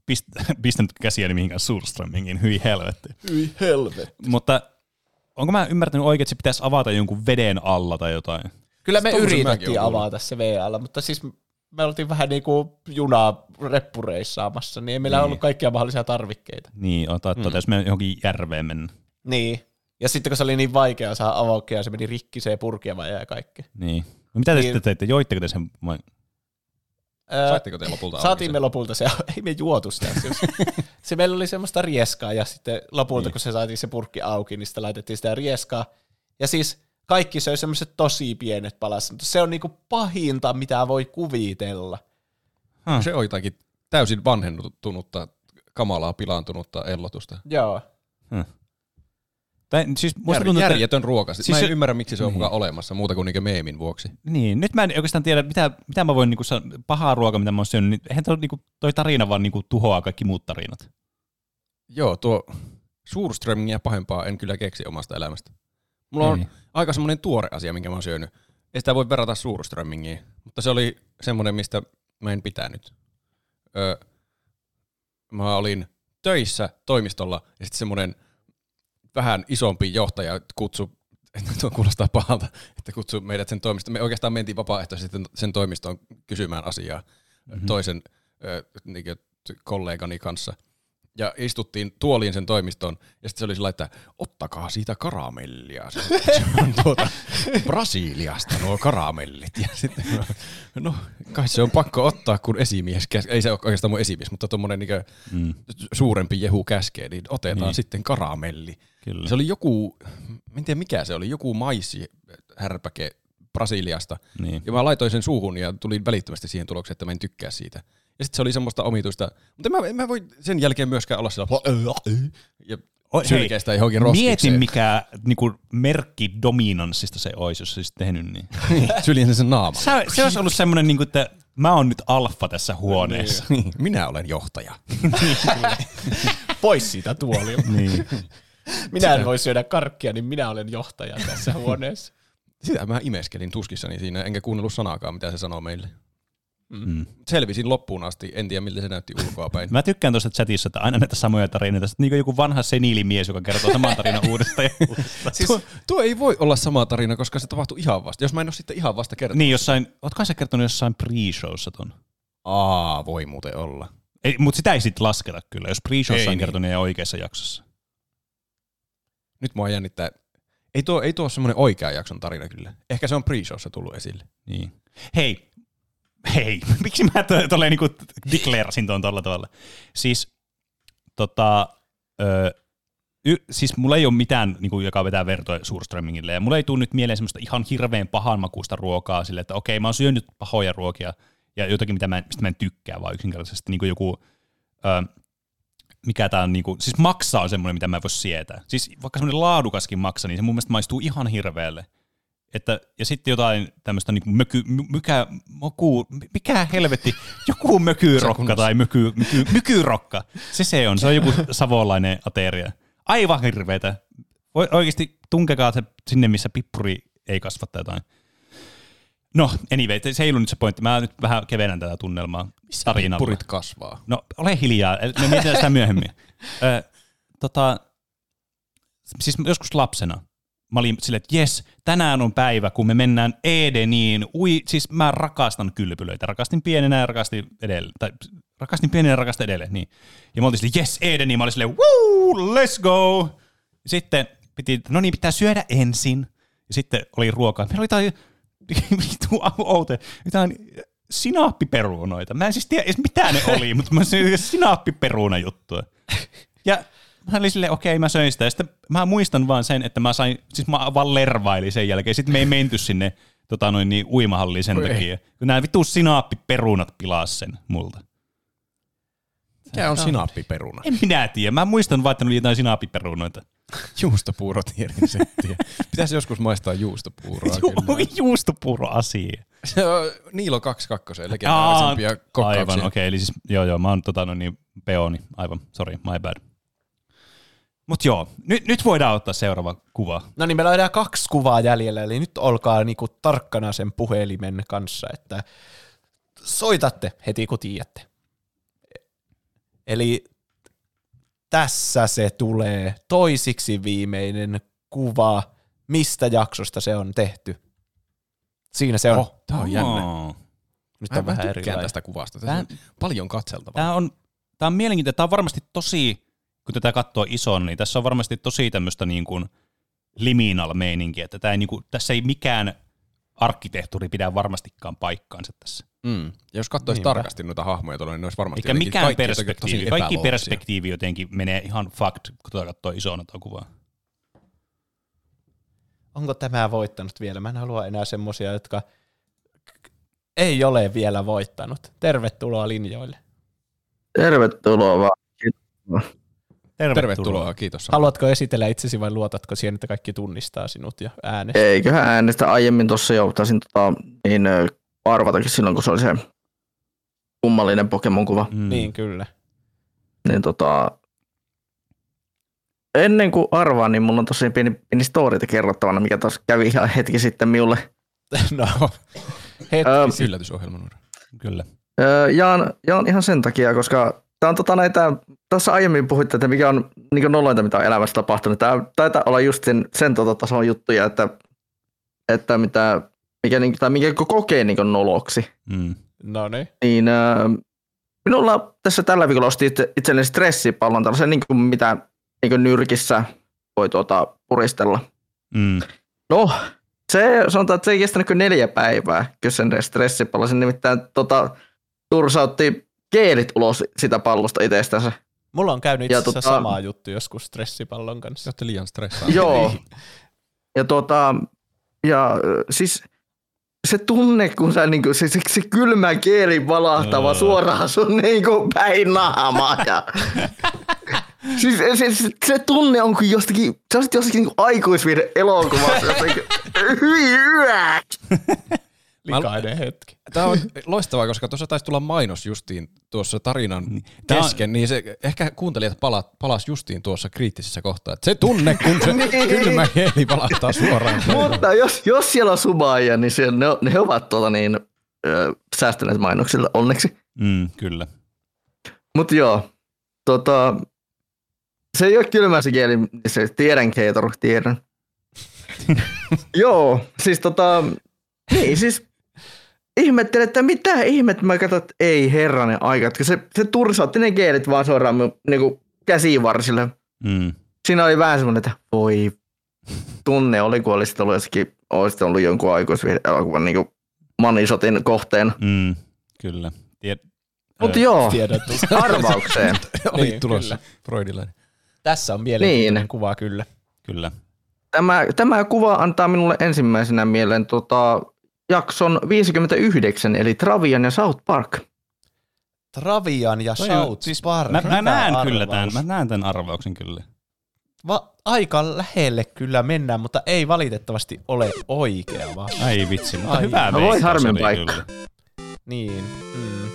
pist, pistänyt käsiäni mihinkään Surströmmingin, hyi helvetti. Hyi helvetti. Mutta onko mä ymmärtänyt oikein, että se pitäisi avata jonkun veden alla tai jotain? Kyllä me Tommosen yritettiin mäkin oon avata se VL, mutta siis me oltiin vähän niin kuin junaa reppureissaamassa, niin ei meillä Niin. niin. ollut kaikkia mahdollisia tarvikkeita. Niin, on totta, Mm. mm. jos me johonkin järveen mennä. Niin. Ja sitten kun se oli niin vaikea saada avauksia, se meni rikki se purkia vaan ja kaikki. Niin. No, mitä te niin. Niin. sitten teitte? Joitteko te sen vai? Öö, Saitteko te lopulta auki Saatiin me lopulta se, ei me juotu sitä. siis. se meillä oli semmoista rieskaa ja sitten lopulta niin. kun se saatiin se purkki auki, niin sitten laitettiin sitä rieskaa. Ja siis kaikki söi semmoiset tosi pienet palaset, mutta se on niinku pahinta, mitä voi kuvitella. Ah. Huh. Se on jotakin täysin vanhentunutta, kamalaa, pilaantunutta ellotusta. Joo. Hmm. Tai, siis musta Jär, tuntuu, että- järjetön ruoka. Siis mä en se- ymmärrä, miksi se on Niin. mukaan olemassa, muuta kuin niinkö meemin vuoksi. Niin, nyt mä en oikeastaan tiedä, mitä, mitä mä voin, niinku, sa- pahaa ruokaa, mitä mä oon syönyt, niin eihän toi, niinku, toi tarina vaan niinku, tuhoaa kaikki muut tarinat. Joo, tuo suurströmmingiä pahempaa en kyllä keksi omasta elämästä. Mulla on Ei. aika semmoinen tuore asia, minkä mä oon syönyt. Ei sitä voi verrata suurströmmingiin, mutta se oli semmoinen, mistä mä en pitänyt. Öö, mä olin töissä toimistolla ja sitten semmoinen vähän isompi johtaja kutsu, tuo kuulostaa pahalta, että kutsui meidät sen toimistoon. Me oikeastaan mentiin vapaaehtoisesti sen toimistoon kysymään asiaa Mhm. mm-hmm. toisen ö, niinkö t- kollegani kanssa. Ja istuttiin tuoliin sen toimistoon, ja sitten se oli sillä, että ottakaa siitä karamellia. Se on tuota Brasiliasta nuo karamellit. Ja sitten, no kai se on pakko ottaa, kun esimies käskee. Ei se ole oikeastaan mun esimies, mutta tuommoinen niin mm. suurempi jehu käskee, niin otetaan Niin. niin. sitten karamelli. Kyllä. Se oli joku, en tiedä mikä se oli, joku maisihärpäke Brasiliasta. Niin. Ja mä laitoin sen suuhun ja tulin välittömästi siihen tulokseen, että mä en tykkää siitä. Ja sitten se oli semmoista omituista, mutta mä, en mä voi sen jälkeen myöskään olla sillä ja Oi, sylkeistä hei, johonkin roskikseen. Mieti, mikä niinku, merkki dominanssista se olisi, jos se olisi tehnyt niin. Syljän sen sen naama. Se, se olisi ollut semmoinen, niinku, että mä oon nyt alfa tässä huoneessa. Niin. Minä olen johtaja. Pois siitä tuolilta. niin. Minä en voi syödä karkkia, niin minä olen johtaja tässä huoneessa. Sitä mä imeskelin tuskissani siinä, enkä kuunnellut sanaakaan, mitä se sanoo meille. Mm. Selvisin loppuun asti, en tiedä miltä se näytti ulkoa päin. Mä tykkään tuosta chatissa, että aina näitä samoja tarinoita. Sitten niin joku vanha seniilimies, joka kertoo saman tarinan uudestaan. ja uudestaan. Siis, tuo, tuo ei voi olla sama tarina, koska se tapahtui ihan vasta. Jos mä en ole sitten ihan vasta kertonut. Niin, jossain, ootkohan sä kertonut jossain pre-showssa ton? Aa, voi muuten olla. Ei, mutta sitä ei sit lasketa kyllä, jos Ei pre-showssa on niin. kertonut ja oikeassa jaksossa. Nyt mua jännittää. Ei tuo, ei tuo ole semmoinen oikea jakson tarina kyllä. Ehkä se on pre-showssa tullut esille. Niin. Hei, hei, miksi mä to, tolleen niinku declarasin ton tolla tavalla? Siis, tota, ö, y, siis mulla ei ole mitään, niinku, joka vetää vertoja suurströmmingille, ja mulla ei tule nyt mieleen semmoista ihan hirveän pahanmakuista ruokaa sille, että okei, mä oon syönyt pahoja ruokia, ja jotakin, mitä mä en, mistä mä en tykkää, vaan yksinkertaisesti niinku joku, ö, mikä tää on, niinku, siis maksa on semmoinen, mitä mä en voi sietää. Siis vaikka semmoinen laadukaskin maksa, niin se mun mielestä maistuu ihan hirveälle. Että, ja sitten jotain tämmöistä niinku möky, my- mykä, moku, mikä helvetti, joku mökyrokka tai möky, myky, mykyrokka. Se se on, se on joku savolainen ateria. Aivan hirveetä. Voi, oikeasti tunkekaa se sinne, missä pippuri ei kasva tai jotain. No, anyway, se ei ollut nyt se pointti. Mä nyt vähän kevennän tätä tunnelmaa missä tarinalla. pippurit kasvaa? No, ole hiljaa. Me mietitään sitä myöhemmin. Ö, tota, siis joskus lapsena mä olin silleen, että jes, tänään on päivä, kun me mennään Edeniin. Ui, siis mä rakastan kylpylöitä. Rakastin pienenä ja rakastin edelleen. Tai rakastin pienenä ja rakastin edelleen, niin. Ja mä oltiin silleen, jes, Edeniin. Mä olin silleen, woo, let's go. Sitten piti, no niin, pitää syödä ensin. Ja sitten oli ruokaa. Meillä oli jotain vitu outo, jotain sinappiperunoita. Mä en siis tiedä edes mitä ne oli, mutta mä söin sinappiperuna juttua. Ja mä olin silleen, okei, mä söin sitä. Ja sitten mä muistan vaan sen, että mä sain, siis mä vaan lervailin sen jälkeen. Sitten me ei menty sinne tota noin, niin, uimahalliin sen Oi. takia. Kun nämä vittu sinappiperunat pilaa sen multa. Mikä on sinappiperuna? En minä tiedä. Mä muistan vaan, että ne oli jotain sinappiperunoita. Juustopuurot settiä. Pitäisi joskus maistaa juustopuuroa. Ju- juustopuuro asia. Se on Niilo 22, legendaarisempia kokkauksia. Aivan, okei. Okay, eli siis, joo, joo, mä oon tota, no niin, peoni. Aivan, sorry, my bad. Mut joo, nyt, nyt voidaan ottaa seuraava kuva. No niin, meillä on enää kaksi kuvaa jäljellä, eli nyt olkaa niinku tarkkana sen puhelimen kanssa, että soitatte heti kun tiedätte. Eli tässä se tulee toisiksi viimeinen kuva, mistä jaksosta se on tehty. Siinä se on. Oh, tää on jännä. Nyt Mä on vähän vähän tykkään erilainen. tästä kuvasta. Tässä on paljon katseltavaa. Tämä on, tää on mielenkiintoinen. Tämä on varmasti tosi, kun tätä katsoo ison, niin tässä on varmasti tosi tämmöistä niin kuin liminal meininkiä. Että tää ei, niin kuin, tässä ei mikään arkkitehtuuri pidä varmastikaan paikkaansa tässä. Mm. Ja jos katsoisi Niinpä. tarkasti noita hahmoja tuolla, niin ne olisi varmasti Eikä jotenkin mikään kaikki jotenkin tosi perspektiivi. Kaikki epäloogisia. perspektiivi jotenkin menee ihan fact, kun tätä katsoo isona tuo kuvaa. Onko tämä voittanut vielä? Mä en halua enää semmosia, jotka ei ole vielä voittanut. Tervetuloa linjoille. Tervetuloa vaan. Kiitos. Tervetuloa, kiitos. Haluatko esitellä itsesi vai luotatko siihen, että kaikki tunnistaa sinut ja äänestää? Eiköhän äänestä aiemmin tuossa jo taisin tota, niin, ö, arvatakin silloin, kun se oli se kummallinen Pokemon-kuva. Mm. Niin kyllä. Niin, tota, ennen kuin arvaan, niin mulla on tosiaan pieni, pieni storyta kerrottavana, mikä taas kävi ihan hetki sitten minulle. No, hetki niin Öö, Yllätysohjelma Nurmi. Kyllä. Öö, jaan, jaan ihan sen takia, koska tämä on tota näitä, tässä aiemmin puhuitte, että mikä on niin nolointa, mitä on elämässä tapahtunut. Tämä taitaa olla just sen, sen tota tason juttuja, että, että mitä, mikä, niin, tai mikä kokee niin noloksi. Mm. No niin. Niin, öö, minulla tässä tällä viikolla osti itse, itselleni stressipallon tällaisen, niin kuin mitä niin kuin nyrkissä voi tuota, puristella. Mm. No, se, sanotaan, että se ei kestänyt kuin neljä päivää, kun sen stressipallo. Se nimittäin tota, tursautti geelit ulos sitä pallosta itsestänsä. Mulla on käynyt itse Ja asiassa tota- samaa juttu joskus stressipallon kanssa. Niin. Jotte liian stressaa. Joo. Ja, tuota, ja tota, ö, siis se tunne, kun sä niinku, se, se, se kylmä keeli palahtava Joo. suoraan sun niinku päin naamaa. Ja... siis se, se, se, se, tunne on kuin jostakin, sä olisit jostakin niinku aikuisviiden elokuvassa. jostakin- Hyi yö! Likainen hetki. Tämä on loistavaa, koska tuossa taisi tulla mainos justiin tuossa tarinan Tää on- kesken, niin se, ehkä kuuntelijat pala, palas justiin tuossa kriittisessä kohtaa. Et se tunne, kun se Niin. kylmä keeli palahtaa suoraan. Mutta jos, jos siellä on subaajia, niin se, ne, ne ovat tuota niin, ö, säästyneet mainoksilla onneksi. Mm, kyllä. Mutta joo, tota, se ei ole kylmä se kieli, se tiedän Keitor, tiedän. joo, siis tota, niin siis ihmettelen, että mitä ihmettä mä katsoin, että ei herranen aika, että se, se tursaatti ne kielit vaan suoraan mun niinku, käsivarsille. Mm. Siinä oli vähän semmoinen, että voi tunne oli, kun olisit ollut jossakin, olisit ollut jonkun aikuisviiden elokuvan niin manisotin kohteen. Mm, kyllä. Tied- Mutta Ö, joo, tiedän, Siis että- arvaukseen. Oli Niin, tulossa kyllä. Freudilainen. Tässä on mielenkiintoinen Niin. kuva kyllä. Kyllä. Tämä, tämä kuva antaa minulle ensimmäisenä mieleen tota, jakson 59, eli Travian ja South Park. Travian ja Toi on- South Park. Mä, mä Hyvä näen arvaus. kyllä tämän, mä näen tämän arvauksen kyllä. Va- aika lähelle kyllä mennään, mutta ei valitettavasti ole oikea vaan. Ai vitsi, mutta hyvä No voi veikkaus harmin oli paikka. kyllä. Niin. Mm.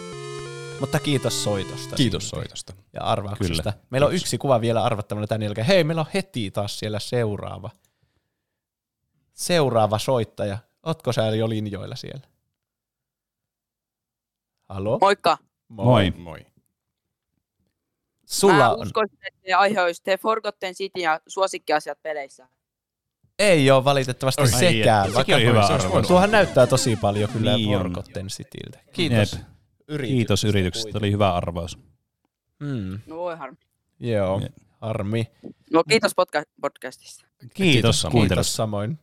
Mutta kiitos soitosta. Kiitos silti. soitosta. Ja arvauksesta. Kyllä. Meillä on yksi kuva vielä arvattavana tämän jälkeen. Hei, meillä on heti taas siellä seuraava. Seuraava soittaja. Ootko sä jo linjoilla siellä? Halo? Moikka. Moi. Moi. Sulla Mä on. uskoisin, että aihe olisi The Forgotten City ja suosikkiasiat peleissä. Ei ole valitettavasti Oi, Oi, ai sekään. että, vaikka sekin oli hyvä voisi- arvaus. Tuohan näyttää tosi paljon kyllä Niin on. Forgotten Cityltä. Kiitos. Jep. Kiitos yrityksestä, oli hyvä arvaus. Niin. Mm. No voi harmi. Joo, harmi. No kiitos podca- podcastista. Kiitos Kiitos kuuntelusta. samoin.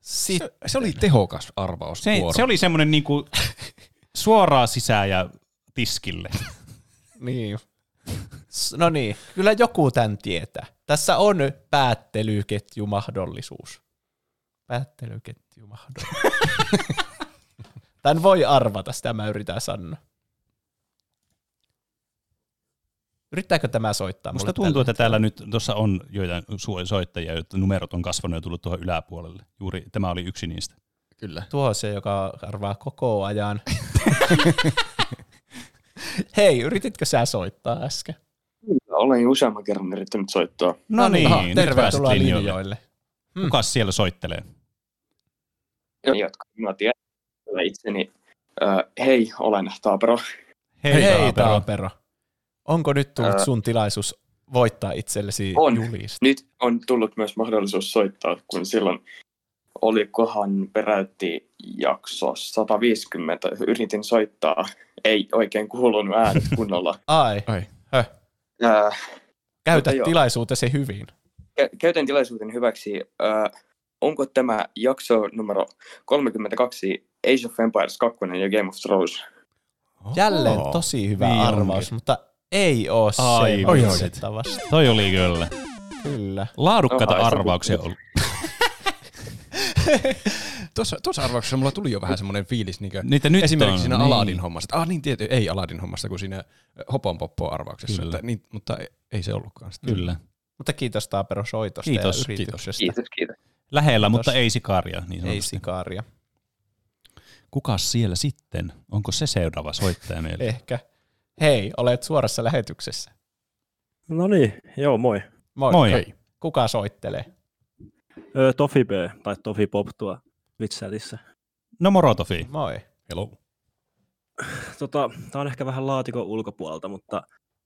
Se, se oli tehokas arvaus. Se, se oli semmoinen niinku suoraa sisään ja tiskille. Niin. S- No niin, kyllä joku tämän tietää. Tässä on päättelyketjumahdollisuus. Päättelyketjumahdollisuus. Tän voi arvata, sitä mä yritän sanoa. Yrittääkö tämä soittaa Musta mulle tuntuu, että täällä nyt tuossa on joitain su- soittajia, joiden numerot on kasvanut ja tullut tuohon yläpuolelle. Juuri tämä oli yksi niistä. Kyllä. Tuo on se, joka arvaa koko ajan. Hei, yrititkö sä soittaa äsken? Olen jo useamman kerran yrittänyt soittaa. No niin, aha, nyt tervetuloa pääsit linjoille. linjoille. Hmm. Kukas siellä soittelee? Ja jotka minua tiedät itseni. Ö, hei, olen Taapero. Hei Taapero. Onko nyt tullut Ää. sun tilaisuus voittaa itsellesi On. julista? Nyt on tullut myös mahdollisuus soittaa, kun silloin olikohan peräti jakso 150. Yritin soittaa, ei oikein kuulunut äänet kunnolla. Ai. Ai. Höh. Äh, Käytä Mutta joo. tilaisuutesi hyvin. kä- käytän tilaisuuden hyväksi. Äh, onko tämä jakso numero 32 Age of Empires 2 ja Game of Thrones? Jälleen tosi hyvä Niin niin arvaus, onkin. mutta ei oo Ai se oi, oi. valitettavasti. Toi oli kyllä. Kyllä. Laadukkaita Oha, arvauksia on ollut. Tuossa, tuossa arvauksessa mulla tuli jo vähän semmoinen fiilis, niin kuin Niitä nyt esimerkiksi on, siinä niin. Aladin hommassa. Ah niin tietty, ei Aladin hommasta, kun siinä Hopon poppo arvauksessa. Kyllä. Että, niin, mutta ei, ei se ollutkaan. Sitä. Kyllä. Mutta kiitos Taapero soitosta Kiitos, ja kiitos. yrityksestä. Kiitos, kiitos. Lähellä, mutta ei sikaaria. Niin sanotusti. Ei sikaaria. Kukas siellä sitten? Onko se seuraava soittaja meillä? Ehkä. Hei, olet suorassa lähetyksessä. No niin, joo, moi. Moi. Moi. Hei. Kuka soittelee? Öö, Tofi B, tai Tofi Pop tuo Twitch-chatissa. No moro Tofi. Moi. Hello. No, Tota, tää on ehkä vähän laatikon ulkopuolelta, mutta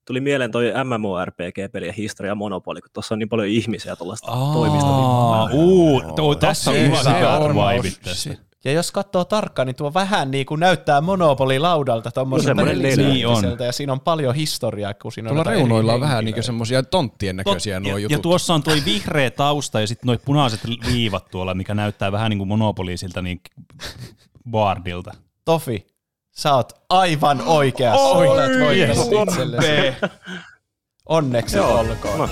tuli mieleen toi MMORPG-peli ja historia Monopoli, kun tuossa on niin paljon ihmisiä tuollaista toimista. Aa, uu, toi, tässä on hyvä hyvä vibe tästä. Ja jos katsoo tarkkaan, niin tuo vähän niin kuin näyttää monopolilaudalta tuommoiselta No semmoinen Niin neliseltä, neljäntiseltä. ja siinä on paljon historiaa, kun siinä on Tuolla jotain reunoilla eri on vähän henkilöitä. niin kuin semmoisia tonttien näköisiä Tot- nuo ja, jutut. ja tuossa on tuo vihreä tausta ja sitten noi punaiset viivat tuolla, mikä näyttää vähän niin kuin monopoliisilta, niin boardilta. Tofi, sä oot aivan oikeassa. Oi, Olet voittanut yes. itsellesi. Onneksi Joo. olkoon.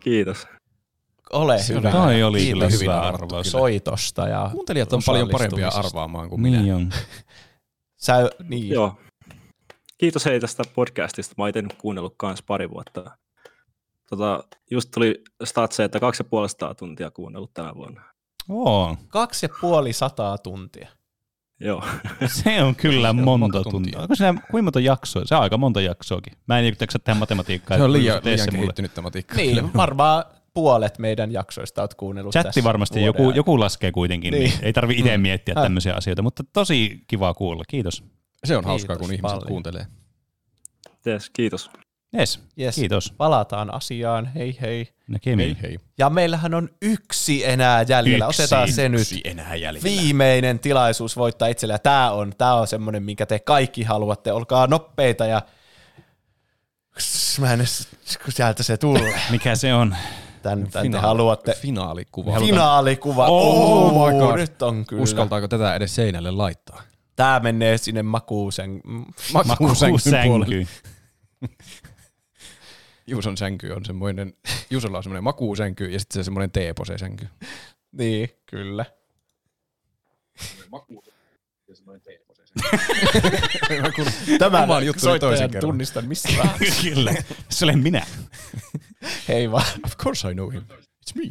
Kiitos. Ole Se hyvä. oli- toi oli kyllä Kiitos hyvä arvaus. Soitosta ja Kuuntelijat on paljon parempia osallistumisesta. arvaamaan kuin Niin minä. on. Sä, niin. Joo. Kiitos hei tästä podcastista. Mä oon itse nyt kuunnellut kans pari vuotta. Tota, just tuli statse, että 2,5 tuntia kuunnellut tänä vuonna. Oo. Kaksi ja puoli sataa tuntia. Joo. Se on kyllä monta tuntia. Onko siinä kuinka monta jaksoa? Se on aika monta jaksoakin. Mä en jaksa tehdä matematiikkaa. Se on että liian- tee liian se mulle. kehittynyt tämä matikka. Niin, varmaan puolet meidän jaksoista oot kuunnellut Chatti tässä varmasti vuoden joku, joku laskee kuitenkin, niin. Niin. ei tarvi itse Mm. miettiä Ah. tämmöisiä asioita, mutta tosi kiva kuulla, kiitos. Se on hauskaa, kun ihmiset kuuntelee. Yes, kiitos. Yes, Yes. kiitos. Palataan asiaan, hei hei. Näkemiin. Hei, hei. Ja meillähän on yksi enää jäljellä, Yksi. otetaan se nyt. Yksi enää jäljellä. Viimeinen tilaisuus voittaa itsellä. Tämä on, tää on semmoinen, minkä te kaikki haluatte. Olkaa nopeita ja mä en edes, kun sieltä se tulee. Mikä se on? Tän, tän te Finaali- haluatte. Finaalikuva. Finaalikuva. Oh, Oh, my god. Nyt on kyllä. Uskaltaako tätä edes seinälle laittaa? Tää menee sinne makuusen, m- Makuusängyn puolelle. Juuson sänky on semmoinen, Juusolla on semmoinen makuusänky ja sitten se semmoinen teepose sänky. Niin, kyllä. Tämän No Oman juttuni soittajan toisen kerran. tunnistan mistä vaan. Kyllä, se olen minä. Hei vaan. Of course I know him. It's me.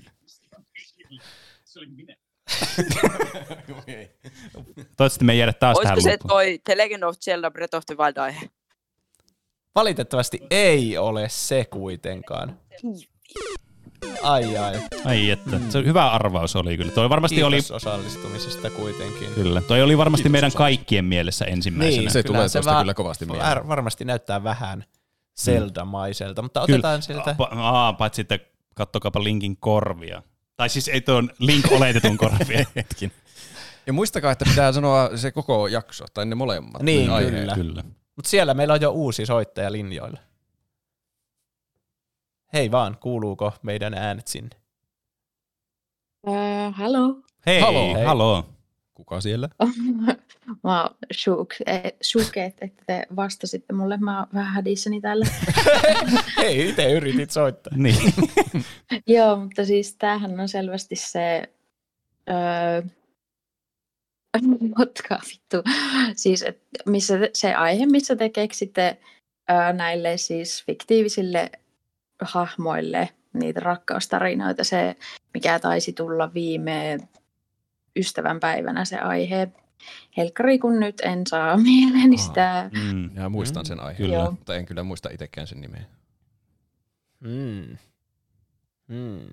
Toivottavasti me ei jäädä taas Olisiko tähän se loppuun. toi The Legend of Zelda Breath of the Wild aihe? Valitettavasti ei ole se kuitenkaan. Ai ai. Ai että, se on hyvä arvaus oli kyllä. Toi No varmasti Kiitos oli, osallistumisesta kuitenkin. kyllä. Toi oli varmasti Kiitos meidän osallistumisesta. kaikkien mielessä ensimmäisenä. Niin, kyllähän va- var- varmasti näyttää vähän Zelda-maiselta, mutta otetaan sieltä. Pa- aa, paitsi, että kattokaapa Linkin korvia. Tai siis ei tuon Link oletetun korvia hetkin. Ja muistakaa, että pitää sanoa se koko jakso, tai ne molemmat. Niin, ne aiheet. kyllä. Mutta siellä meillä on jo uusi soittaja linjoilla. Hei vaan, kuuluuko meidän äänet sinne? Äh, halo. Hei, Haloo. hei. haloo. Kuka siellä? Mä oon shuk, eh, shuket, että te vastasitte mulle. Mä oon vähän hädissäni täällä. Hei, itse yritit soittaa. Niin. Joo, mutta siis tämähän on selvästi se... Öö, matkaa vittu. Siis, et, missä te, se aihe, missä te keksitte öö, näille siis fiktiivisille hahmoille niitä rakkaustarinoita, se mikä taisi tulla viime ystävänpäivänä se aihe. Helkkari, kun nyt en saa mieleeni sitä. Mm. Ja muistan sen aiheen, Kyllä. kyllä. Joo. mutta en kyllä muista itsekään sen nimeä. Mm. Mm.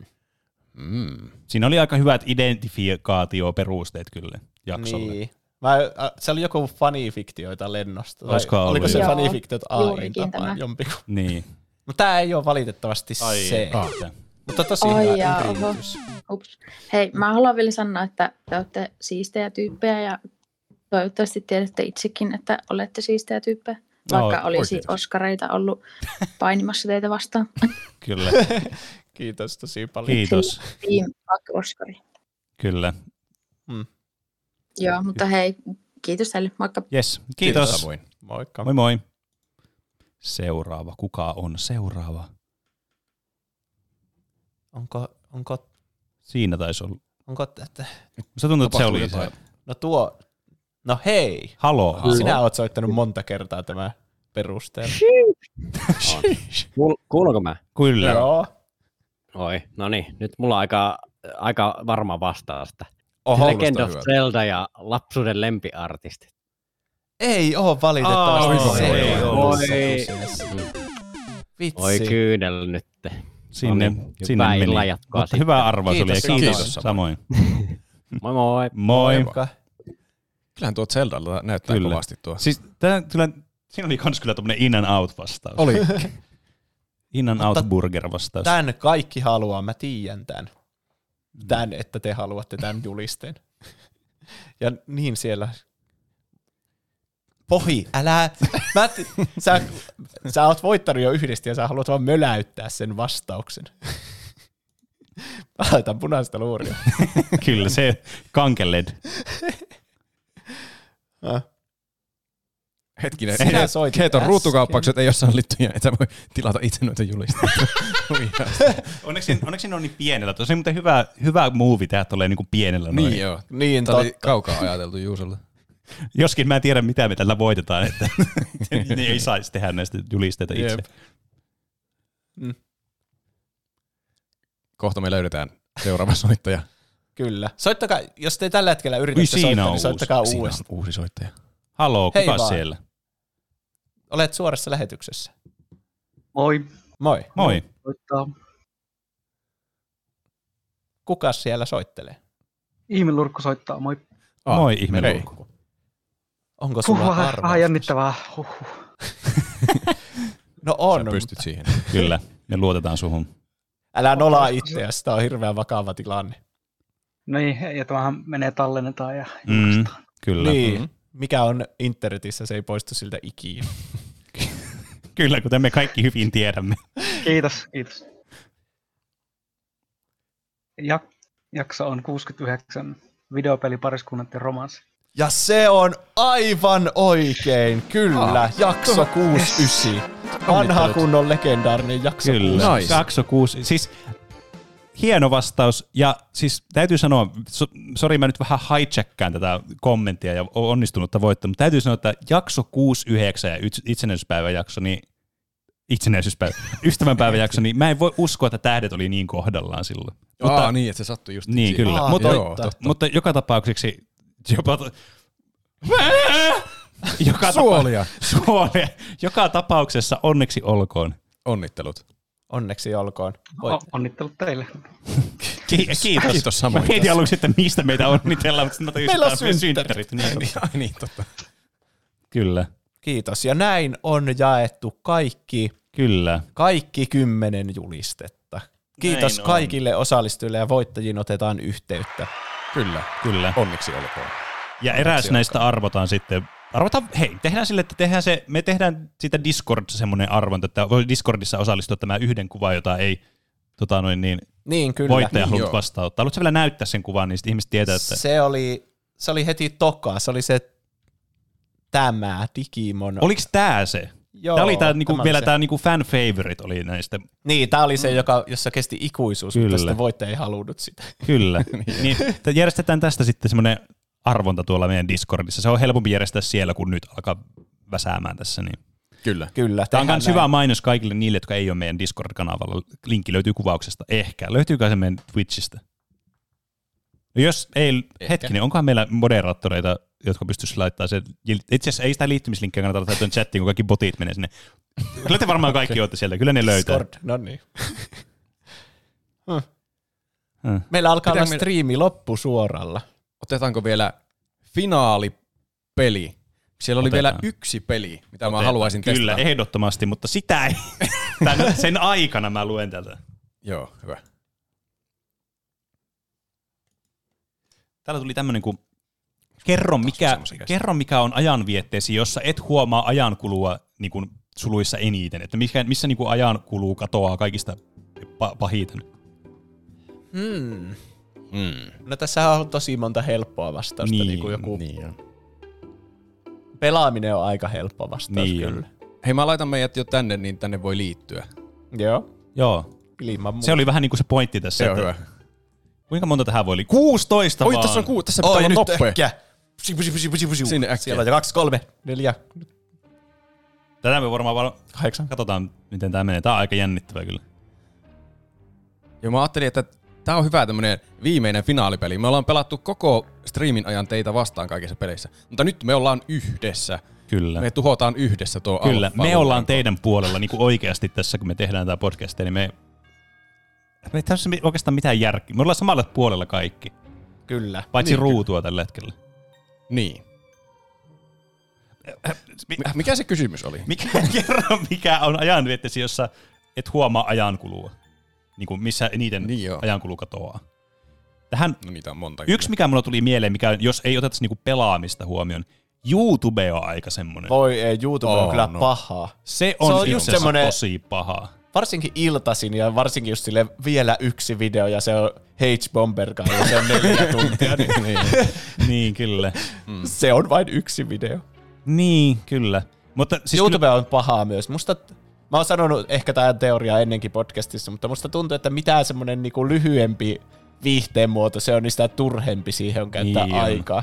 Mm. Siinä oli aika hyvät identifikaatioperusteet kyllä jaksolle. Niin. Niin. Mä, äh, se oli joku fanifiktioita lennosta. vai Olisiko ollut oliko se joo? fanifiktiot Joo, AIin juurikin tapaan tämä. jompiku? niin. Mutta tämä ei ole valitettavasti Ai se. että. Mutta tosi Ai hyvä jaa, yritys. oho. Ups. Hei, mä haluan vielä sanoa, että te olette siistejä tyyppejä ja toivottavasti tiedätte itsekin, että olette siistejä tyyppejä. Vaikka No, olisi oikein. oskareita ollut painimassa teitä vastaan. Kyllä, Kiitos tosi paljon. kiitos. Team Fuck Oskari. Kyllä. Joo, mutta hei, kiitos teille. Moikka. Yes, kiitos. Kiitos, samoin. Moikka. Moi moi. Seuraava. Kuka on seuraava? Onko, onko, Siinä taisi olla. onko että... Musta tuntuu, että se oli se. jotain? No tuo, no hei. Haloo. Haloo. Sinä oot soittanut monta kertaa tämä perusteella. Kuul- Kuuluuko mä? Kyllä. Joo. Oi, no niin. Nyt mulla on aika, aika varma vastausta. Oho, Legend kuulostaa of hyvältä. Zelda ja lapsuuden lempiartisti. Ei oo valitettavasti Aa, se. voi, ei voi, ollut voi. sopusessa. Vitsi. Oi kyynel nyt. Sinne, No niin, sinne hyvää meni. illan jatkoa Mutta sitten. hyvä arvaus oli. ja Kiitos. Samoin. moi moi. Moi. Moikka. Kyllähän tuo Zeldalla näyttää Kyllä. kyllä. kovasti tuo. Siis tää, kyllä, siinä oli kans kyllä tommonen in and out vastaus. Oli. in and out Mutta burger vastaus. Tän kaikki haluaa, mä tiedän tän. Tän, että te haluatte tän julisteen. Ja niin siellä... Pohi, älä... Mä, t- sä, sä oot voittanut jo yhdestä ja sä haluat vaan möläyttää sen vastauksen. Mä laitan punaista luuria. Kyllä, se kankeled. Ah. Hetkinen, Sinä sinä soitit soitit on äsken. ruutukauppaukset, ei ole sallittuja, et sä voi tilata itse noita julisteita. onneksi, onneksi ne on niin pienellä. Tosi muuten hyvä, hyvä muuvi tehdä tolleen niin kuin pienellä. Noin. niin joo, niin, tää oli kaukaa ajateltu Juusolle. Joskin mä en tiedä, mitä me tällä voitetaan, että ne ei saisi tehdä näistä julisteita itse. Jep. Kohta me löydetään seuraava soittaja. Kyllä. Soittakaa, jos te tällä hetkellä Ui, yritätte siinä soittaa, on niin uusi. soittakaa Siinä on uudestaan. uusi soittaja. Haloo, Hei kuka vaan. siellä? Olet suorassa lähetyksessä. Moi. Moi. Moi. Soittaa. Kuka siellä soittelee? Ihmelurkku soittaa, moi. Aa, Moi, ihmelurkku. hei. Onko sulla Huh, vähän- arvaus? Vähän jännittävää. Huhhuh. No on. Sä pystyt siihen. Kyllä, me luotetaan suhun. Älä nolaa itseäsi, tämä on hirveän vakava tilanne. Niin, ja tämähän menee tallennetaan ja Mm, kyllä. Mhm. Niin. Mikä on internetissä, se ei poistu siltä ikinä. Kyllä, kuten me kaikki hyvin tiedämme. Kiitos, kiitos. Jak, jakso on 69, videopeli, pariskunnat ja romanssi. Ja se on aivan oikein, kyllä. Ah. jakso 69. Vanha Onnittelut. kunnon legendaarinen jakso Kyllä, 69. nice. jakso kuusi. Siis hieno vastaus, ja siis täytyy sanoa, so, sori mä nyt vähän hijackkaan tätä kommenttia ja o- onnistunutta voittoa, mutta täytyy sanoa, että jakso 69 ja yts- itsenäisyyspäiväjakso, niin itsenäisyyspäivä, ystävänpäiväjakso, niin mä en voi uskoa, että tähdet oli niin kohdallaan silloin. Aa, niin, että se sattui just Niin, siihen. kyllä. Aa, mutta, joo, mutta- totta. mutta joka tapauksessa jopa joka Suolia. Tapa- suolia. Joka tapauksessa onneksi olkoon. Onnittelut. Onneksi olkoon. O- onnittelut teille. Ki- kiitos. Kiitos samoin. Mä mietin aluksi, että mistä meitä onnitellaan, mutta sitten mä tajusin, Meillä on että tää synttärit. Niin, totta. Ai niin, totta. Kyllä. Kiitos. Ja näin on jaettu kaikki, Kyllä. kaikki kymmenen julistetta. Kiitos Näin on. kaikille osallistujille ja voittajiin otetaan yhteyttä. Kyllä. Kyllä. Onneksi olkoon. Ja Onneksi eräs olkoon. näistä arvotaan sitten. Arvotaan, hei, tehdään sille, että tehdään se, me tehdään siitä Discordissa semmoinen arvonta, että voi Discordissa osallistua tämän yhden kuvan, jota ei tota noin niin, Niin, kyllä. voittaja Niin, halunnut joo. vastaanottaa. Haluatko sä vielä näyttää sen kuvan, niin sitten ihmiset tietää, että Se oli, se oli heti toka. Se oli se tämä Digimon. oliko tämä se? no. Joo, tämä oli tää, niinku, tämä oli vielä se. tämä niinku fan favorite oli näistä. Niin, tämä oli Mm. se, joka, jossa kesti ikuisuus, Kyllä. Kyllä. mutta sitten voittaja ei halunnut sitä. Kyllä. niin, että järjestetään tästä sitten semmoinen arvonta tuolla meidän Discordissa. Se on helpompi järjestää siellä, kun nyt alkaa väsäämään tässä. Niin. Kyllä. Kyllä. Tämä on tehdään myös hyvä näin. mainos kaikille niille, jotka ei ole meidän Discord-kanavalla. Linkki löytyy kuvauksesta. Ehkä. Löytyykö se meidän Twitchistä? No jos ei, Ehkä. hetkinen, onkohan meillä moderaattoreita, jotka pystyisi laittamaan sen. Itse asiassa ei sitä liittymislinkkiä kannata laittaa tuon chattiin, kun kaikki botit menee sinne. Kyllä te varmaan kaikki okay. olette siellä, kyllä ne löytää. Discord, no niin. Hmm. Meillä alkaa olla Pitääkö me- striimi loppusuoralla. Otetaanko vielä finaalipeli? Siellä oli Otetaan. vielä yksi peli, mitä mä Otetaan. haluaisin Kyllä, testata. ehdottomasti, mutta sitä ei. Tän, sen aikana mä luen tältä. Joo, hyvä. Täällä tuli tämmöinen kuin, kerro mikä, kerro mikä on ajanvietteesi, jossa et huomaa ajankulua niin kuin suluissa eniten. Että mikä, missä niin kuin ajankuluu katoaa kaikista pa- pahiten. Hmm. Mm. No tässä on tosi monta helppoa vastausta. Niin, niin kuin joku niin on. Pelaaminen on aika helppo vastaus niin kyllä. Hei, mä laitan meidät jo tänne, niin tänne voi liittyä. Joo. Joo. Ilman muuta. Se oli vähän niin kuin se pointti tässä. Se on hyvä. Kuinka monta tähän voi oli? 16 Oi, vaan. tässä on kuu- tässä pitää olla nyt nopea. äkkiä. Psi, psi, psi, psi, psi. Sinne äkkiä. Siellä on jo kaksi, kolme, neljä. Tätä me varmaan vaan kahdeksan. Katsotaan, miten tämä menee. Tämä on aika jännittävää kyllä. niin- Joo, mä ajattelin, että tää on hyvä tämmönen viimeinen finaalipeli. Me ollaan pelattu koko striimin ajan teitä vastaan kaikissa peleissä. Mutta nyt me ollaan yhdessä. Kyllä. Me tuhotaan yhdessä tuo Kyllä, alfa. me ollaan teidän puolella niin kuin oikeasti tässä, kun me tehdään tämä podcast, niin me, me ei tässä oikeastaan mitään järkeä. Me ollaan samalla puolella kaikki, Kyllä. paitsi Niin, niin, ruutua tällä hetkellä. Niin. Mi- Mikä se kysymys oli? Mikä, kerro, mikä on ajanviettesi, jossa et huomaa ajankulua, niin kuin missä niiden niin ajankulu katoaa. Tähän No niitä on monta. yksi, mikä mulla tuli mieleen, mikä, jos ei otettaisi niinku pelaamista huomioon, YouTube on aika semmoinen. Voi ei, YouTube on Oh, kyllä no. paha. Se on, se itse on just asiassa semmoinen, tosi paha. varsinkin iltasin ja varsinkin just sille vielä yksi video ja se on H. Bomberkaan ja se on neljä tuntia. Mm. niin, kyllä. Se on vain yksi video. Niin, kyllä. Mutta siis YouTube on pahaa myös. Musta, mä oon sanonut ehkä tämän teoriaa ennenkin podcastissa, mutta musta tuntuu, että mitään semmoinen niinku lyhyempi viihteen muoto, se on niistä turhempi siihen on käyttää Niin on. aikaa.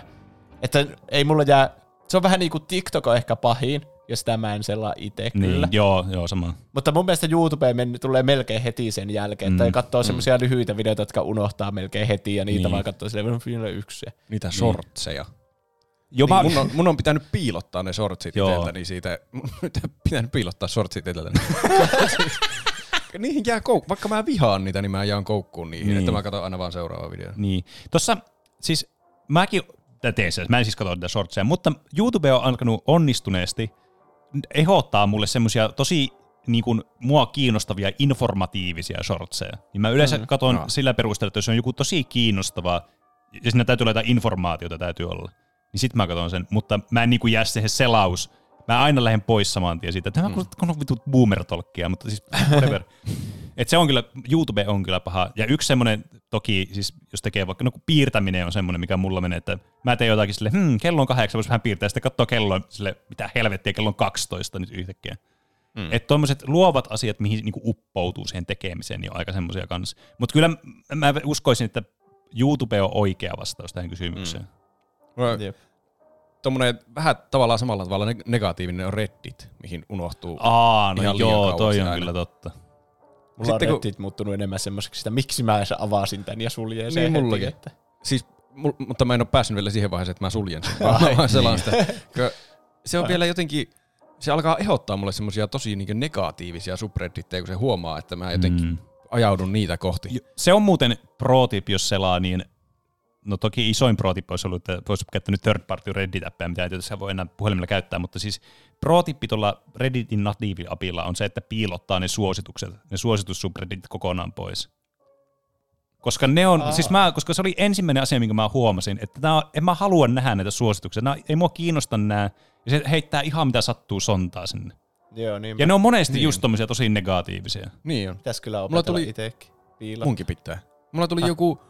Että ei mulla jää... Se on vähän niinku TikTok on ehkä pahin, jos tämä mä en selaa itse Niin, kyllä. joo, joo, sama. Mutta mun mielestä YouTubeen men- tulee melkein heti sen jälkeen, että Mm, mm. katsoo mm. semmoisia lyhyitä videoita, jotka unohtaa melkein heti, ja niitä Niin. niin. vaan katsoo silleen vielä yksi. Niitä Niin. shortseja. Jo, Jo, mä- niin, mun, on, mun on pitänyt piilottaa ne shortsit Joo. itseltäni siitä. Mun on pitänyt piilottaa shortsit itseltäni. niihin jää koukku. Vaikka mä vihaan niitä, niin mä jään koukkuun niihin. Niin. Niin. Että mä katson aina vaan seuraava video. Niin. Tossa siis mäkin tää teen sen, mä en siis katso niitä shortseja, mutta YouTube on alkanut onnistuneesti ehdottaa mulle semmoisia tosi niin kuin, mua kiinnostavia informatiivisia shortseja. Niin mä yleensä Mm. mm. katon Joo. sillä perusteella, että jos on joku tosi kiinnostava, ja siinä täytyy olla jotain informaatiota täytyy olla, niin sit mä katson sen, mutta mä en niin kuin jää siihen selaus. Mä aina lähden pois saman tien siitä, että Mm. tämä kun on vitut boomer-tolkkia, mutta siis whatever. Et se on kyllä, YouTube on kyllä paha. Ja yksi semmoinen, toki siis jos tekee vaikka, no kun piirtäminen on semmoinen, mikä mulla menee, että mä teen jotakin sille, hmm, kello on kahdeksan, voisi vähän piirtää, ja sitten katsoo kelloa sille, mitä helvettiä, kello on 12 nyt yhtäkkiä. Mm. Mm. Että tuommoiset luovat asiat, mihin niinku uppoutuu siihen tekemiseen, niin on aika semmoisia kanssa. Mutta kyllä m- mä uskoisin, että YouTube on oikea vastaus tähän kysymykseen. Mm. Jep. Tuommoinen vähän tavallaan samalla tavalla neg- negatiivinen on Reddit, mihin unohtuu Aa, no ihan liian joo, kauaksi toi on aina. kyllä totta. Mulla Sitten on kun- Reddit muuttunut enemmän semmoiseksi, että miksi mä edes avasin tän ja suljeen sen Niin heti, mullakin. että- Siis, mul, mutta mä en ole päässyt vielä siihen vaiheeseen, että mä suljen sen. Ai, Vaan mä vaan selaan niin. sitä. Kö- Se on Ai. vielä jotenkin, se alkaa ehdottaa mulle semmoisia tosi niinku negatiivisia subreddittejä, kun se huomaa, että mä jotenkin Mm. ajaudun niitä kohti. Se on muuten pro tip, jos selaa, niin no toki isoin pro tip olisi ollut, että voisi käyttänyt third party Reddit-appia, mitä ei tietysti voi enää puhelimella käyttää, mutta siis pro tippi tuolla Redditin natiiviapilla on se, että piilottaa ne suositukset, ne suositussubredditit kokonaan pois. Koska ne on, Aa. siis mä, koska se oli ensimmäinen asia, minkä mä huomasin, että tää on, en mä halua nähdä näitä suosituksia, nää, ei mua kiinnosta nää, ja se heittää ihan mitä sattuu sontaa sinne. Joo, niin ja mä- ne on monesti niin. just tommosia tosi negatiivisia. Niin on. Pitäis kyllä Mulla opetella tuli- tuli... itsekin. Munkin pitää. Mulla Ah. tuli joku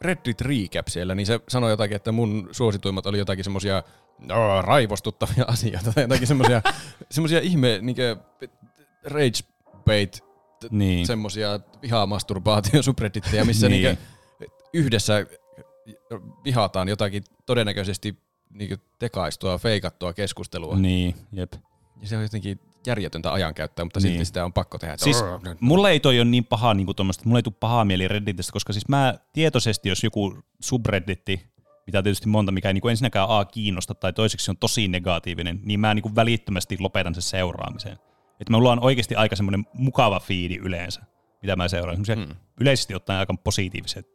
Reddit recap siellä, niin se sanoi jotakin, että mun suosituimmat oli jotakin semmosia no, raivostuttavia asioita tai jotakin semmosia, semmosia ihme niinkö rage bait, t- Niin. semmosia vihamasturbaatio subreddittejä, missä Niin. niin. niinkö yhdessä vihataan jotakin todennäköisesti niinkö tekaistua, feikattua keskustelua. Niin, jep. Ja se on jotenkin järjetöntä ajankäyttöä, mutta Niin. niin. silti sitä on pakko tehdä. että Siis "Arr, nyt mulle ei toi ole niin paha niin kuin tuommoista, mulle ei tule pahaa mieli Redditistä, koska siis mä tietoisesti, jos joku subredditti, mitä on tietysti monta, mikä ei niin kuin ensinnäkään A kiinnosta tai toiseksi on tosi negatiivinen, niin mä niin kuin välittömästi lopetan sen seuraamisen. Että mulla on oikeasti aika semmoinen mukava fiidi yleensä, mitä mä seuraan. Hmm. Mm. Yleisesti ottaen aika positiiviset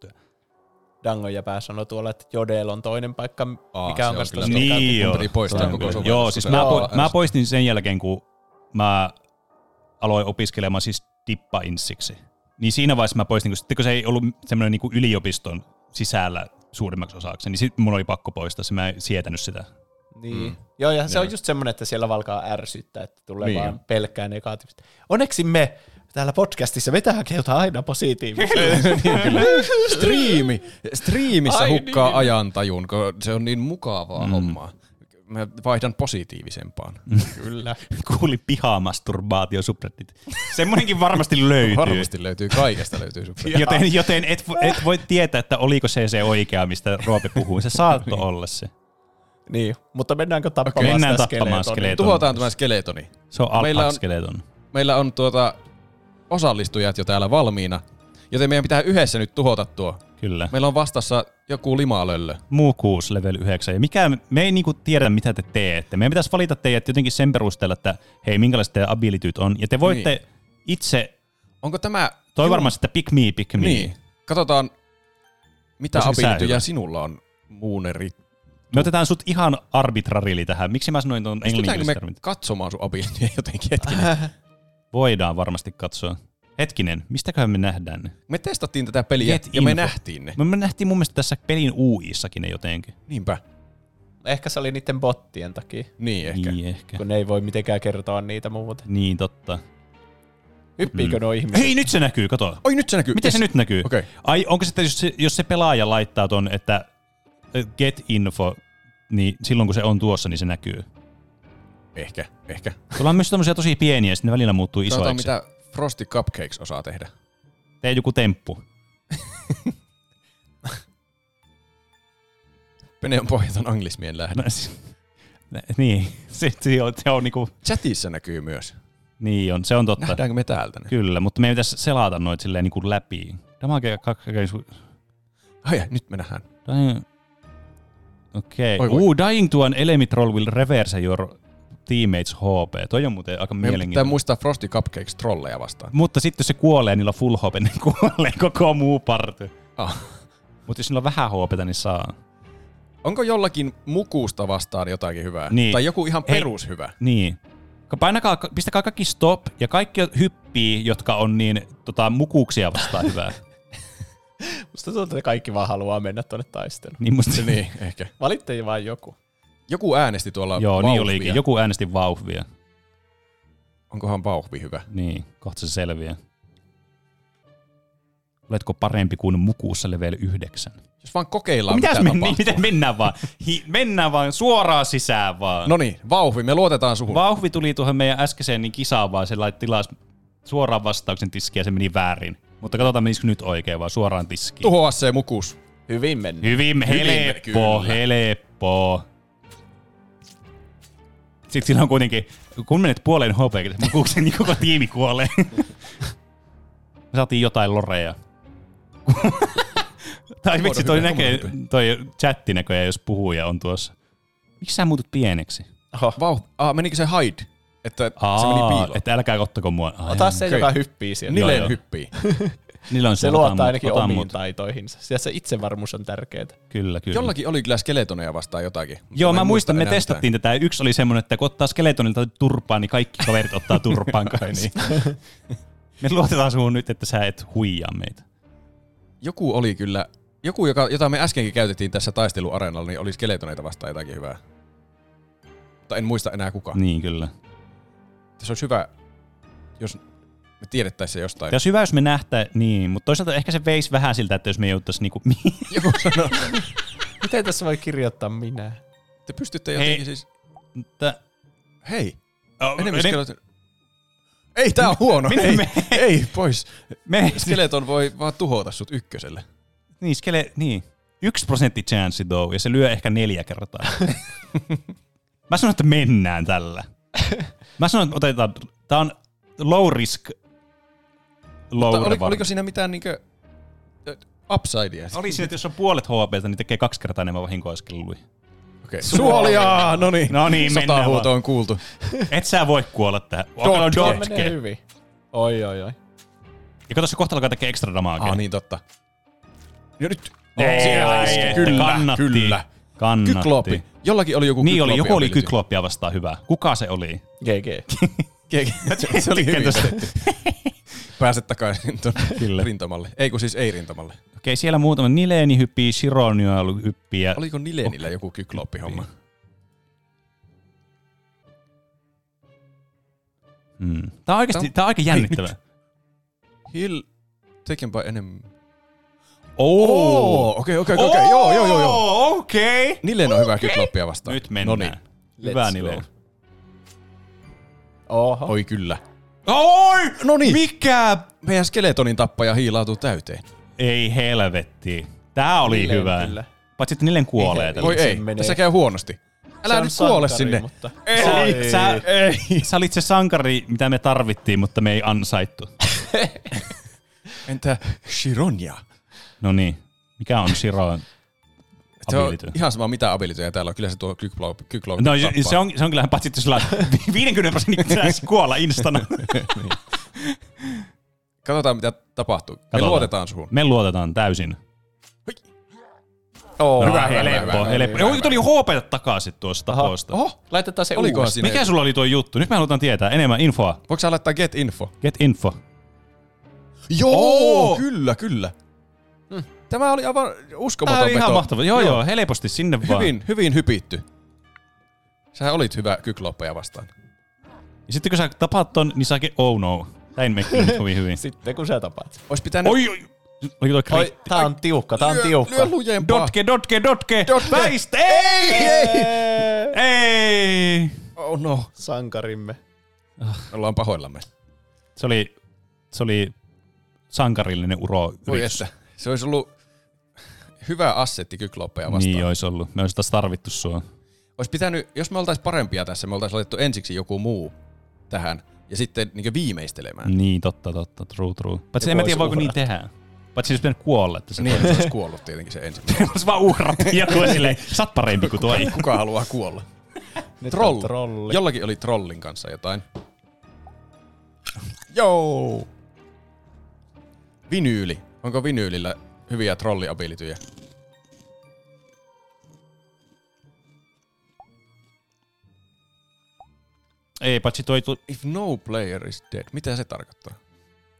Dangon jäpä sanoi tuolla, että Jodel on toinen paikka, Aa, mikä se on on myös kyllä tosi totta. negatiivinen. Niin joo. Kumpeli poistaa Toi on koko kyllä. sovellus, Joo, kun siis se mä, on po- ärsyttävää. mä poistin sen jälkeen, kun mä aloin opiskelemaan siis tippainssiksi. Niin siinä vaiheessa mä poistin, kun, sitten kun se ei ollut semmoinen niin yliopiston sisällä suurimmaksi osaksi, niin sitten mun oli pakko poistaa se, mä en sietänyt sitä. Niin. Mm. Joo, ja se Joo. on just semmoinen, että siellä alkaa ärsyttää, että tulee Niin niin vaan on. pelkkää negatiivista. Onneksi me täällä podcastissa, me tähän kehutaan aina positiivista. niin, kyllä. Striimi. Striimissä Ai Ai hukkaa niin. niin. ajantajun, kun se on niin mukavaa mm. hommaa. Mä vaihdan positiivisempaan. Kyllä. Kuulin pihamasturbaatio subreddit. Semmoinenkin varmasti löytyy. Varmasti löytyy, kaikesta löytyy subreddit. Joten, joten et, vo- et voi tietää, että oliko se se oikea, mistä Roope puhuu. Se saattoi olla se. Niin, mutta mennäänkö tappamaan Okei, mennään sitä niin tappamaan skeletonia? skeleton. Tuhotaan tämä skeletoni. Se on Meillä alfa on- skeleton. Meillä on tuota osallistujat jo täällä valmiina, joten meidän pitää yhdessä nyt tuhota tuo. Kyllä. Meillä on vastassa joku limalöllö. Muukuus level 9. Ja mikä, me ei niinku tiedä, mitä te teette. Meidän pitäisi valita teidät jotenkin sen perusteella, että hei, minkälaiset teidän abilityt on. Ja te voitte niin. itse... Onko tämä... Toi Juu. varmaan sitä pick me, pick me. Niin. Katsotaan, mitä Olisiko sä hyvä? abilityjä sinulla on, muuneri. Me otetaan sut ihan arbitrarili tähän. Miksi mä sanoin tuon Pystytäänkö me englanninkielisen termin? katsomaan sun abilityjä jotenkin Äh. hetkinen? Voidaan varmasti katsoa. Hetkinen, mistäköhän me nähdään ne? Me testattiin tätä peliä Get ja me info. nähtiin ne. Me, me nähtiin mun mielestä tässä pelin UI-sakin ne jotenkin. Niinpä. Ehkä se oli niiden bottien takia. Niin ehkä. Niin ehkä. Kun ne ei voi mitenkään kertoa niitä muuten. Niin totta. Hyppiikö mm. nuo ihmiset? Hei, nyt se näkyy, kato. Oi, nyt se näkyy. Miten se Yes. nyt näkyy? Okei. Ai, onko sitten, jos se, jos se pelaaja laittaa ton, että ö, get info, niin silloin kun se on tuossa, niin se näkyy. Ehkä, ehkä. Tuolla on myös tämmöisiä tosi pieniä, ja sitten ne välillä muuttuu Katsotaan, isoiksi. mitä Frosty Cupcakes osaa tehdä. Tee joku temppu. Pene on pohjaton anglismien lähde. niin, se, se on, se on niinku... Chatissa näkyy myös. Niin on, se on totta. Nähdäänkö me täältä ne? Kyllä, mutta meidän pitäisi selata noit silleen niinku läpi. Damage kakkakeisuus... Ai, ai, nyt me nähdään. Dying... Okei. Oi Okay. voi. Uu, Dying to an Element Roll will reverse your teammates HP. Toi on muuten aika Meidän pitää mielenkiintoinen. muistaa Frosty Cupcakes trolleja vastaan. Mutta sitten jos se kuolee, niillä on full HP, niin kuolee koko muu party. Ah. Mutta jos niillä on vähän HP, niin saa. Onko jollakin mukuusta vastaan jotakin hyvää? Niin. Tai joku ihan Hei. perushyvä? Niin. Ka- Painakaa, pistäkää kaikki stop ja kaikki hyppii, jotka on niin tota, mukuuksia vastaan hyvää. Musta tuntuu, että kaikki vaan haluaa mennä tuonne taisteluun. Niin musta- Niin, ehkä. Valitte vain joku. Joku äänesti tuolla Joo, niin vauhvia. olikin. Joku äänesti vauhvia. Onkohan vauhvi hyvä? Niin, kohta se selviää. Oletko parempi kuin mukuussa level 9? Jos vaan kokeillaan, Mitä mitä, jos mitä men, niin, tapahtuu. miten mennään vaan? Hi, mennään vaan suoraan sisään vaan. No niin, vauhvi, me luotetaan suhun. Vauhvi tuli tuohon meidän äskeiseen niin kisaan vaan, se lait- tilasi suoraan vastauksen tiskiin ja se meni väärin. Mutta katsotaan, menisikö nyt oikein vaan suoraan tiskiin. Tuhoa se mukus. Hyvin meni. Hyvin helppo, kyllä. helppo. Sitten sillä on kuitenkin, kun menet puoleen HP, mukuksen, niin koko tiimi kuolee. Me saatiin jotain loreja. tai miksi toi, hyvä, näkee, toi chatti näköjään, jos puhuja on tuossa. Miksi sä muutut pieneksi? Oho. Vauh... Ah, menikö se hide? Että Aa, se meni Aa, piiloon. Että älkää ottako mua. Ai, Ota se, okei. joka hyppii sieltä. Joo, Nileen joo. hyppii. Niillä on se se, luottaa ota mut, ainakin ota omiin mut. taitoihinsa. Siellä se itsevarmuus on tärkeää. Kyllä, kyllä. Jollakin oli kyllä skeletoneja vastaan jotakin. Mutta Joo, en mä muista muistan, me enää testattiin tätä. ja Yksi oli semmoinen, että kun ottaa skeletonilta turpaa, niin kaikki kaverit ottaa turpaan kanssa. me luotetaan suhun nyt, että sä et huijaa meitä. mitään. Joku oli kyllä... Joku, joka, jota me äskenkin käytettiin tässä taisteluareenalla, niin oli skeletoneita vastaan jotakin hyvää. Mutta en muista enää kuka. Niin, kyllä. Se olisi hyvä, jos me tiedettäisiin se jostain. Tai jos hyvä, jos me nähtää, niin, mutta toisaalta ehkä se veisi vähän siltä, että jos me jouttaisiin niinku... Joku sanoo. Miten tässä voi kirjoittaa minä? Te pystytte jotenkin Hei. siis... Tä... Hei. Oh, Enemmän skeleton... Ei, tää on huono. Mene- ei, mene- ei, pois. Mene- Skeleton voi vaan tuhota sut ykköselle. Niin, skele, niin. Yksi prosentti chance though, ja se lyö ehkä neljä kertaa. Mä sanon, että mennään tällä. Mä sanon, että otetaan, tää on low risk, low Mutta oli, reward. oliko siinä mitään niinkö ö, upsidea? Oli siinä, että jos on puolet HPtä, niin tekee kaksi kertaa enemmän vahinkoa askelului. Okei. Suoliaa! No niin. No niin, mennään Sotahuuto vaan. on kuultu. Et sä voi kuolla tähän. Dotke. Dotke. Menee Dotke. hyvin. Oi, oi, oi. Ja kato, se kohta alkaa tekee ekstra damagea. Ah, niin totta. Ja nyt. Ei, Siellä ai, iski. että kyllä, kannatti. kyllä. Kannatti. Kykloppi. Jollakin oli joku Niin oli, joku oli kykloppi-ability. kyklooppia vastaan hyvä. Kuka se oli? GG. GG. Se oli hyvin Tykkään tästä. vedetty. Pääset takaisin Kyllä. tuonne rintamalle. Ei kun siis ei rintamalle. Okei, siellä muutama. Nileeni hyppii, Shironio hyppii. Ja... Oliko Oh. Nilenillä joku kyklooppihomma? Mm. Tää on oikeasti, Tää on- tää on aika Hei, jännittävä. nyt. Heal taken by enemy. Oh! Oo, Oh, Okei, okei, okei. okei. Joo, joo, joo, joo. Okei. Nilen on hyvä kyklooppia vastaan. Nyt mennään. Noniin. Hyvä Let's Nileen. Oho. Oi kyllä. Oi! No niin. Mikä? Meidän skeletonin tappaja hiilautuu täyteen. Ei helvetti. Tää oli Nileen hyvä. Niin, kyllä. Paitsi että Nilen kuolee. tällä. Voi ei, tässä käy huonosti. Älä on nyt kuole sankari, sinne. mutta- Ei, Sä, ei. sä olit se sankari, mitä me tarvittiin, mutta me ei ansaittu. Entä Shironia? No niin, mikä on Shiron Se on ability? ihan sama mitä abilityjä täällä on. Kyllä se tuo kykloopi kykloopi No tappaa. se on, se on kyllähän paitsi, että sulla on 50 prosentin chance kuolla instana. Katsotaan mitä tapahtuu. Me Katsotaan. luotetaan suhun. Me luotetaan täysin. Oh, hyvä, helppo, helppo. Joo, tuli HP takaisin tuosta poosta. Oho, laitetaan se Olikohan uudestaan. siinä Mikä sulla oli tuo juttu? Nyt mä halutaan tietää enemmän infoa. Voiko sä laittaa get info? Get info. Joo, kyllä, kyllä. Tämä oli aivan uskomaton Tämä oli ihan veto. mahtava. Joo, joo, helposti sinne vaan. Hyvin, hyvin hypitty. Sä olit hyvä kykloppeja vastaan. Ja sitten kun sä tapaat ton, niin sä ke- oh no. Näin mekin nyt kovin hyvin. Sitten kun sä tapaat. Ois pitänyt... Oi, oi. Oliko toi Oi, kriitti? tää on tiukka, tää on Lyö- tiukka. lyö lujempaa. Dotke, dotke, dotke. Väistä. Ei! Ei! Oh no. Sankarimme. Ollaan pahoillamme. Se oli, se oli sankarillinen uro. Voi että. Se olisi ollut hyvä assetti kykloppeja vastaan. Niin olisi ollut. Me olisi taas tarvittu sua. Olisi pitänyt, jos me oltaisiin parempia tässä, me oltaisiin laitettu ensiksi joku muu tähän ja sitten niin viimeistelemään. Niin, totta, totta. True, true. Paitsi Ja en mä voisi tiedä, voiko niin uhrata. tehdä. Paitsi jos pitänyt kuolla. Että se Niin, se olisi kuollut tietenkin se ensimmäinen. Niin. olisi vaan uhrattu joku silleen, sä oot parempi kuin toi. Kuka, kuka haluaa kuolla? Nyt on Troll. trolli. Jollakin oli trollin kanssa jotain. Joo! Vinyyli. Onko vinyylillä hyviä trolliabilityjä? Ei, paitsi toi... Tu- If no player is dead. Mitä se tarkoittaa?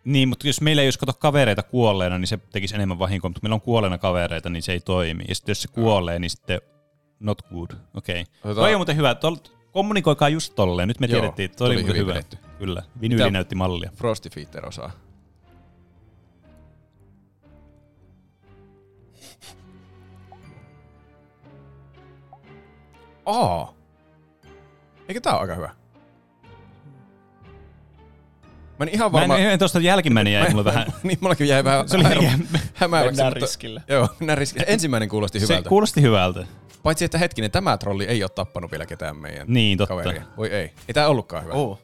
Niin, mutta jos meillä ei olisi kato kavereita kuolleena, niin se tekisi enemmän vahinkoa, mutta kun meillä on kuolleena kavereita, niin se ei toimi. Ja sitten jos se kuolee, niin sitten not good. Okei. Okay. Otetaan- Toi on muuten hyvä. Tol, kommunikoikaa just tolleen. Nyt me Joo, tiedettiin, että toi tuli oli muuten hyvin hyvä. vedetty. Kyllä. Vinyyli Mitä näytti mallia. Frosty Feeder osaa. Aa! Eikö tää ole aika hyvä? Mä en ihan Mä en, varma... en, en tuosta jälkimmäinen jäi Mä- mulle vähän... niin, mullakin jäi vähän Se oli liian- hämääväksi. Mennään mutta- riskillä. Joo, mennään riskillä. Ensimmäinen kuulosti Se hyvältä. kuulosti hyvältä. Paitsi, että hetkinen, tämä trolli ei ole tappanut vielä ketään meidän Niin, totta. kaveria. Voi ei. Ei tää ollutkaan hyvä. Oo.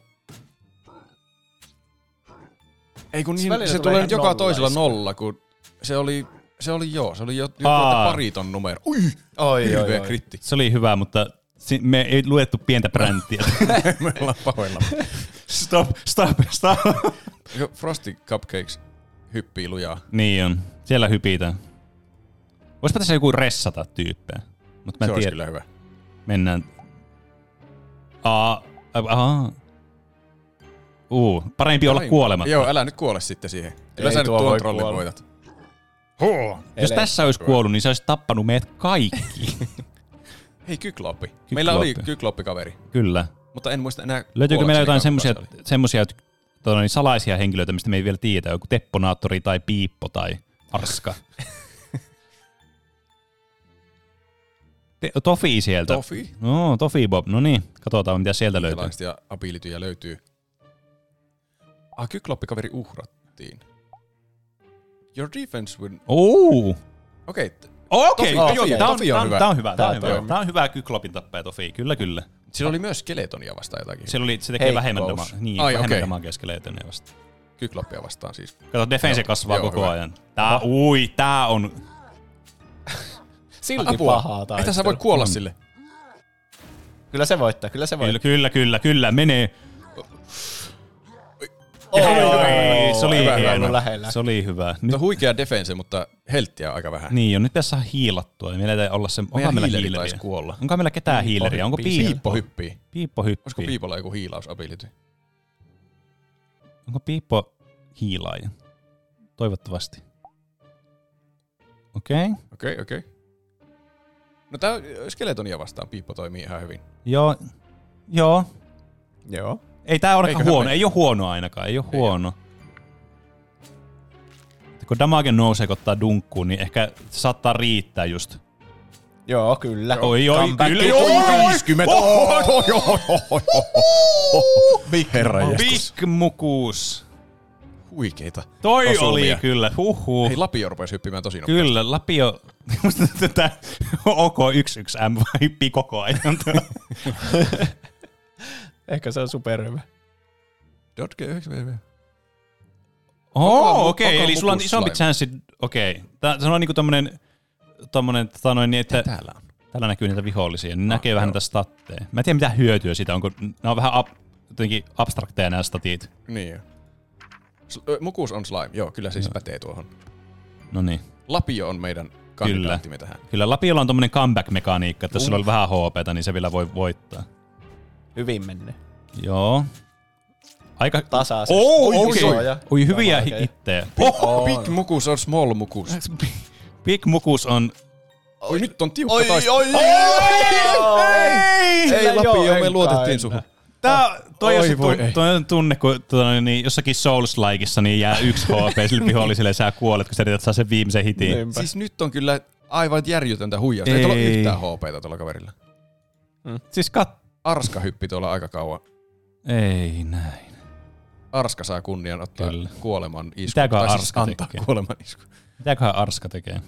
Ei kun Se niin, välillä se tulee tulee ihan joka nolla toisella isku. nolla, kun se oli, se oli joo, se oli jo, joku Aa. että pariton numero. Ui, hirveä kritti. Se oli hyvä, mutta si- me ei luettu pientä bränttiä. Me ollaan pahoilla. stop, stop, stop. Frosty Cupcakes hyppii lujaa. niin on. Siellä hypitään. Voisipa tässä joku ressata tyyppejä. Mut mä en Se olisi tiedä. kyllä hyvä. Mennään. Aa, aha. Uu, parempi olla Älä- kuolematta. Joo, älä nyt kuole sitten siihen. Kyllä Ei sä nyt tuo voi tuon trollin kuolla. voitat. Jos Ele- tässä olisi kuollut, niin se olisi tappanut meidät kaikki. Hei, kykloppi. Meillä oli kykloppikaveri. Kyllä. Mutta en muista enää... Löytyykö kuoleeko meillä se jotain eka, kuka se semmoisia oli? semmosia, tuota, niin salaisia henkilöitä, mistä me ei vielä tiedä, joku tepponaattori tai piippo tai arska? Te, tofi sieltä. Tofi? No, Tofi Bob. No niin, katsotaan mitä sieltä löytyy. Minkälaista ja abilityjä löytyy? Ah, kykloppikaveri uhrattiin. Your defense would... Ooh. Okei. t- Okei, Tofi- joo, Tofi- tää on, Tofi tää on, tää on hyvä. Tää on Joo. hyvä. Tää on hyvä kyklopin tappaja Tofi, kyllä kyllä. Sillä oli myös skeletonia vastaan jotakin. Siellä oli, se tekee vähemmän damaa. Niin, Ai, vähemmän okei. damaa keskeletonia vastaan. Kykloppia vastaan siis. Kato, defense Joo, kasvaa joo, koko hyvä. ajan. Tää, ui, tää on... Silti pahaa Ei tässä voi taistelu. kuolla Mm. sille. Kyllä se voittaa, kyllä se Kyllä, voittaa. kyllä, kyllä, kyllä, menee. Oi, se oli no. hieno. Se oli hyvä. Nyt... huikea defense, mutta helttiä aika vähän. Niin, on nyt tässä hiilattua. Meillä ei olla se... Onko meillä hiileri hiileriä? taisi kuolla. Onko meillä ketään Piippo hiileriä? Onko hyppii. piippo? Piippo hyppii. Piippo hyppii. Olisiko Piipolla joku hiilausability? Onko piippo hiilaaja? Toivottavasti. Okei. Okay. Okei, okay, okei. Okay. No tää skeletonia vastaan Piippo toimii ihan hyvin. Joo. Joo. Joo. Ei tää ole Eiköhän huono. me- Ei ole huono ainakaan. Ei ole huono. Kun damage nousee, kun ottaa dunkkuun, niin ehkä se saattaa riittää just. Joo, kyllä. Oi, oi, Comeback. kyllä, joo, joo, 50. Oho, oho, oho, oho, oho. Big Big mukuus. Huikeita. Toi osumia. oli kyllä, huhhuh. Hei, Lapio rupesi hyppimään tosi nopeasti. Kyllä, Lapio... Musta tätä OK11M vaan hyppii koko ajan. Ehkä se on superhyvä. Dotke 9 Oo, Koko- okei, koko eli sulla on mukus isompi slime. chanssi. Okei, Tää- se on niinku tommonen... tommonen tota noin, niin, että täällä on? Ah, Täällä näkyy niitä vihollisia, niin näkee vähän niitä statteja. Mä en tiedä mitä hyötyä siitä, onko... Nämä on vähän ab, jotenkin abstrakteja nämä statit. Niin. S- ö, Mukus on slime, joo, kyllä siis pätee tuohon. No niin. Lapio on meidän Kyllä. kandidaattimme tähän. Kyllä, Lapiolla on tommonen comeback-mekaniikka, että jos sillä Uh. on vähän HPtä, niin se vielä voi voittaa. Hyvin mennyt. Joo. Aika tasaisesti. Oh, Oi, okei. isoja. Oi, hyviä Joo, okei. hittejä. Oh, Big Mukus on small mukus. Big Mukus on... Oi, nyt on tiukka Oi, taistelu. oi, ei, Ei, ei Lapio, me olekaan luotettiin enää. suhun. Ah. Tää, toi, on Oi se voi, tun, ei. toi on tunne, kun tuota, niin, jossakin Souls-likeissa niin jää yksi HP sille viholliselle ja sä kuolet, kun sä yrität saa sen viimeisen hitin. Siis nyt on kyllä aivan järjytöntä huijausta. Ei, ei Ei. tuolla yhtään HPta tuolla kaverilla. Siis kat... Arska hyppi tuolla aika kauan. Ei näin. Arska saa kunnian ottaa Kyllä. kuoleman isku. Mitäköhän Tai siis Arska antaa tekee? kuoleman isku. Mitäköhän Arska tekee?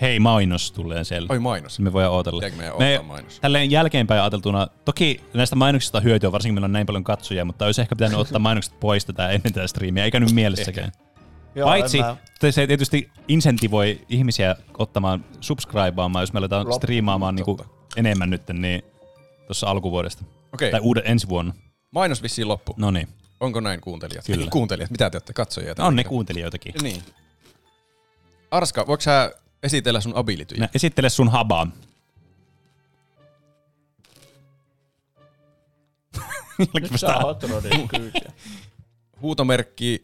Hei, mainos tulee siellä. Oi, mainos. Me voidaan odotella. Pitääkö meidän odottaa mainos? Tälleen jälkeenpäin ajateltuna, toki näistä mainoksista on hyötyä, varsinkin meillä on näin paljon katsojia, mutta olisi ehkä pitänyt ottaa mainokset pois tätä ennen tätä striimiä, eikä nyt mielessäkään. Joo, Paitsi en mä- te- se tietysti insentivoi ihmisiä ottamaan, subscribeaamaan, jos me aletaan Lop- striimaamaan niin enemmän nyt, niin tuossa alkuvuodesta. Okei. Tai uuden, ensi vuonna. Mainos vissiin loppu. No niin. Onko näin kuuntelijat? Kyllä. No Ei, Kuuntelijat, mitä te olette katsojia? On ne kuuntelijoitakin. Niin. Arska, voiko sä esitellä sun abilityjä? Nä, esittele sun habaa. Nyt sä oot Rodin Huutomerkki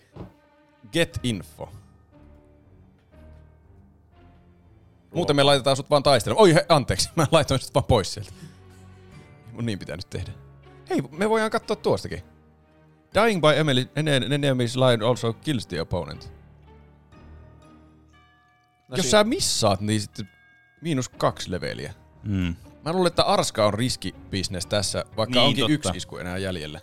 get info. Muuten me laitetaan sut vaan taistelemaan. Oi, he, anteeksi, mä laitoin sut vaan pois sieltä. Mun niin pitää nyt tehdä. Hei, me voidaan katsoa tuostakin. Dying by Emily, en- en- enemy's line also kills the opponent. No Jos si- sä missaat, niin sitten miinus kaksi leveliä. Mm. Mä luulen, että Arska on riskibisnes tässä, vaikka Niin, onkin totta. yksi isku enää jäljellä.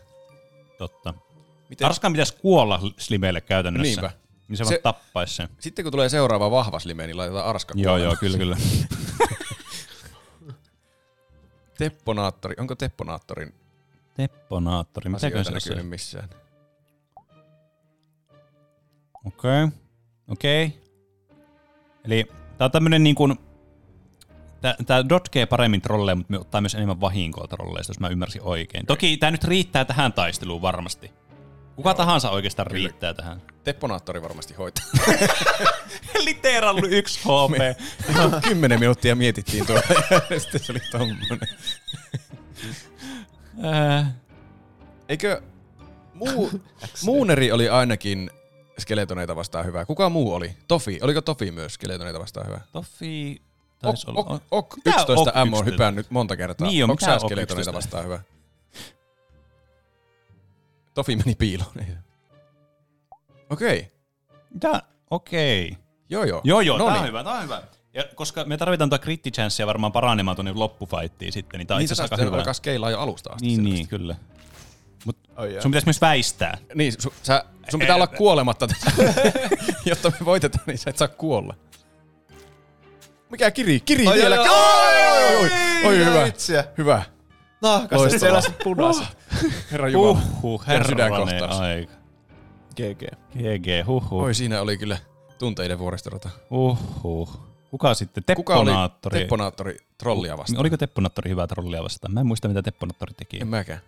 Totta. Miten- Miten? Arskan pitäisi kuolla Slimeille käytännössä. Niinpä. Niin se, se... Se- vaan tappaisi sen. Sitten kun tulee seuraava vahva slime, niin laitetaan Arska Joo, kuolemaan. joo, kyllä, kyllä. Tepponaattori. Onko Tepponaattorin Tepponaattori. Mitäköhän asioita se näkynyt on? missään? Okei. Okei. Eli tää on tämmönen niin kuin... Tää, tää dotkee paremmin trolleja, mutta me ottaa myös enemmän vahinkoa trolleista, jos mä ymmärsin oikein. Toki tää nyt riittää tähän taisteluun varmasti. Kuka joo. tahansa oikeastaan kyllä. riittää tähän. Tepponaattori varmasti hoitaa. Literallu 1 HP. Me kymmenen minuuttia mietittiin tuolla ja sitten se oli tommonen. Ää. Eikö muu, Muuneri oli ainakin skeletoneita vastaan hyvä. Kuka muu oli? Tofi. Oliko Tofi myös skeletoneita vastaan hyvä? Toffi... Ok, taisi olla- ok, ok, Mitä 11 ok M on 11? hypännyt monta kertaa. Niin on, Onko mitä sä ok skeletoneita 11? vastaan hyvä? Tofi meni piiloon. ei. Okei. Mitä? Okei. Joo joo. Joo, joo, No tää on niin. hyvä, tää on hyvä. Ja koska me tarvitaan tuota krittichanssia varmaan paranemaan tuonne loppufaittiin sitten, niin tää on Niin itse sä asiassa saisit aika hyvä. alkaa skeilaa jo alusta asti Niin, niin, kyllä. Mut Oh, yeah. sun pitäisi myös väistää. Niin, su, sä, sun pitää olla kuolematta, jotta me voitetaan, niin sä et saa kuolla. Mikä kiri? Kiri Ai, vielä! ai, Oi, ai, oi, ai, oi, ai, hyvä. vitsiä. Hyvä. Nahkaiset Loistavaa. selässä punaiset. Herra Jumala. Huhhuh, Tää on herranen sydänkohtaus. aika. GG. GG, huhhuh. Oi, siinä oli kyllä tunteiden vuoristorata. Huhhuh. Kuka sitten? Kuka oli Tepponaattori. Tepponaattori trollia vastaan? Oliko Tepponaattori hyvä trollia vastaan? Mä en muista, mitä Tepponaattori teki. En mäkään.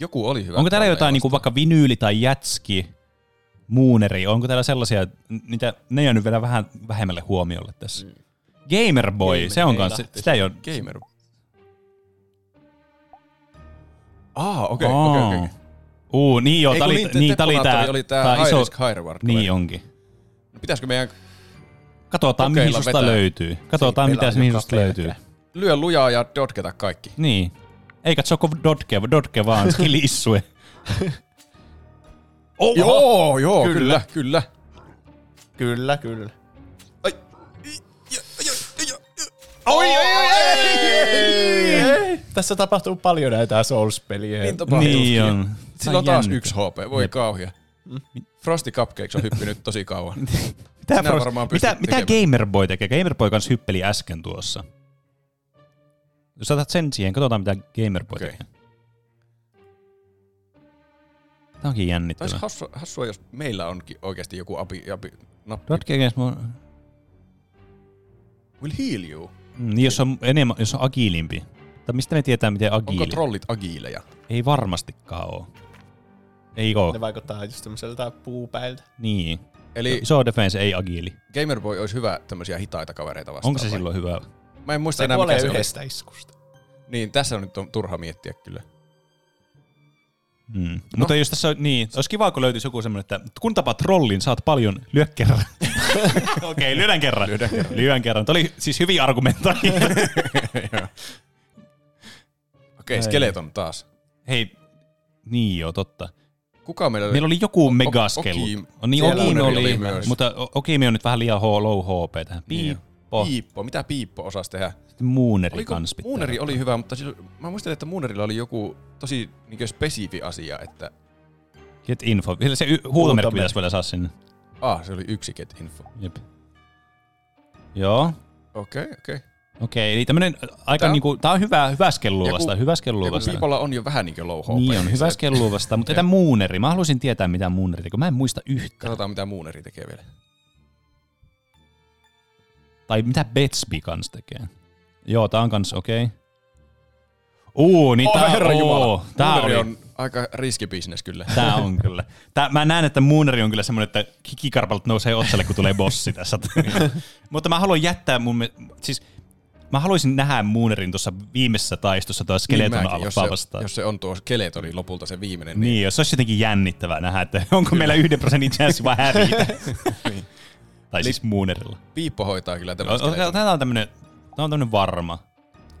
Joku oli hyvä. Onko täällä trolleja jotain niinku vaikka vinyyli tai jätski, muuneri, onko täällä sellaisia, niitä, ne on jäänyt vielä vähän vähemmälle huomiolle tässä. Gamerboy, Mm. Gamer- se on ei kanssa, lähtisi. sitä ei ole. Gamer. Aa, okei, okei, okei, okei. Uu, niin joo, Ei, tää kun oli, niin, te- niin, tää oli tää, Tepponaattori oli tää high risk, high reward kaveri. Niin onkin. Pitäisikö meidän Katsotaan, mihin kokeilla susta vetää? löytyy. Katsotaan, mitä mihin susta löytyy. Lyö lujaa ja dotketa kaikki. Niin. Eikä Choco Dotke, Dotke vaan, skilissue. Oho! Joo, joo, kyllä, kyllä. Kyllä, kyllä. Oi, oi, Ei. Tässä tapahtuu paljon näitä Souls-pelejä. Niin tapahtuu. Niin on. Sillä on Tää on taas jännitä. yksi HP, voi Jep. Mm. kauhia. Frosty Cupcakes on hyppinyt tosi kauan. Mitä, Sinä Frost, varmaan pystyt mitä, mitä tekemään. Gamerboy tekee? Gamerboy kanssa hyppeli äsken tuossa. Jos otat sen siihen, katsotaan mitä Gamerboy okay. tekee. Tämä onkin Taisi jännittävää. hassua, hassua, jos meillä onkin oikeasti joku api, api nappi. Dotke against more... Will heal you. Mm, niin jos on enemmän, jos on agiilimpi. Tai mistä me tietää, miten agiili? Onko trollit agiileja? Ei varmastikaan oo. Ei oo. Ne vaikuttaa just tämmöiseltä puupäiltä. Niin. Eli- Iso defense, ei agiili. Gamerboy olisi hyvä tämmöisiä hitaita kavereita vastaan. Onko se vai? silloin hyvä? Mä en muista Se enää mikä kuolee se oli. yhdestä iskusta. Niin, tässä on nyt on turha miettiä kyllä. Mm. No. Mutta jos tässä on, niin, olisi kiva, kun löytyisi joku semmoinen, että kun tapaat trollin, saat paljon, lyö kerran. Okei, lyödään kerran. Lyödään kerran. Lyön kerran. Tämä oli siis hyvin argumentointi. Okei, skeleton taas. Hei, niin joo, totta. Kuka meillä oli? Meillä oli joku O- o- megaskellu. Oki- O, niin Siellä Okimi Uneri oli, oli oli myös. mutta O- Okimi on nyt vähän liian ho- low HP tähän. Piip, Niin. niin. Piippo. Piippo. Mitä piippo osasi tehdä? Sitten Muuneri Oliko- kans pitää. Muuneri oli hyvä, mutta sillä, mä muistelin, että Muunerilla oli joku tosi niin spesifi asia, että Get info. Vielä se y- huutomerkki Huutomerkki. pitäisi vielä saada sinne. ah, se oli yksi get info. Jep. Joo. Okei, okay, okei. Okay. Okei, eli tämmönen aika tää, niinku, tää on hyvä, hyvä skellua vastaan, hyvä skellua joku vastaan. Piipolla on jo vähän niin low HP. Niin on, hyvä Se- skellua vastaan, mutta entä muuneri? Mä haluaisin tietää, mitä muuneri tekee, kun mä en muista yhtään. Katsotaan, mitä Muuneri tekee vielä. Tai mitä Betsby kans tekee. Joo, tää on kans, okei. Okay. Uu, niin Oh, tää, oo, tää Muuneri oli, on aika riskibisnes kyllä. Niin Tää on kyllä. Tää, mä näen, että Muuneri on kyllä semmoinen, että kikikarpalat nousee otsalle, kun tulee bossi tässä. Mutta mä haluan jättää mun... mi- Siis, mä haluaisin nähdä Muunerin tuossa viimeisessä taistossa tuossa skeleton mäkin, niin jos se, alfaa vastaan. jos se on tuo skeletoni lopulta se viimeinen. Niin, niin, jos se olisi jotenkin jännittävää nähdä, että onko kyllä. meillä yhden prosentin chanssi vaan hävitä. niin. tai siis Muunerilla. Piippo hoitaa kyllä tämän skeleton. Tämä on tämmönen, tää on tämmönen varma.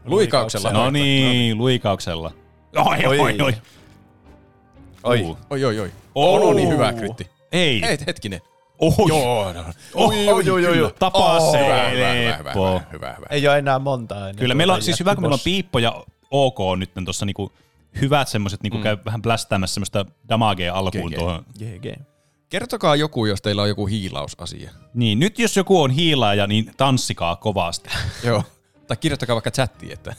Luikauksella No hoitaa. niin, luikauksella. Oi, oi, oi. oi. Oi, Uu. oi, oi, oi. Oo. Oh, no niin, hyvä kritti. Ei. Ei, hetkinen. Oi. Joo, no. Oi, oi, oi, oi, kyllä. Tapaa Oo, se, Hyvä, hyvä, hyvä, hyvä, Leppo. hyvä, hyvä, hyvä. Ei ole enää montaa ennen. Kyllä meillä on tuota siis hyvä, kun meillä on jättiboss. piippo ja OK nyt tuossa niinku hyvät semmoset, niinku Mm. käy vähän blästäämässä semmoista damagea alkuun GG. tuohon. GG. Kertokaa joku, jos teillä on joku hiilausasia. Niin, nyt jos joku on hiilaaja, niin tanssikaa kovasti. Joo. Tai kirjoittakaa vaikka chattiin, että,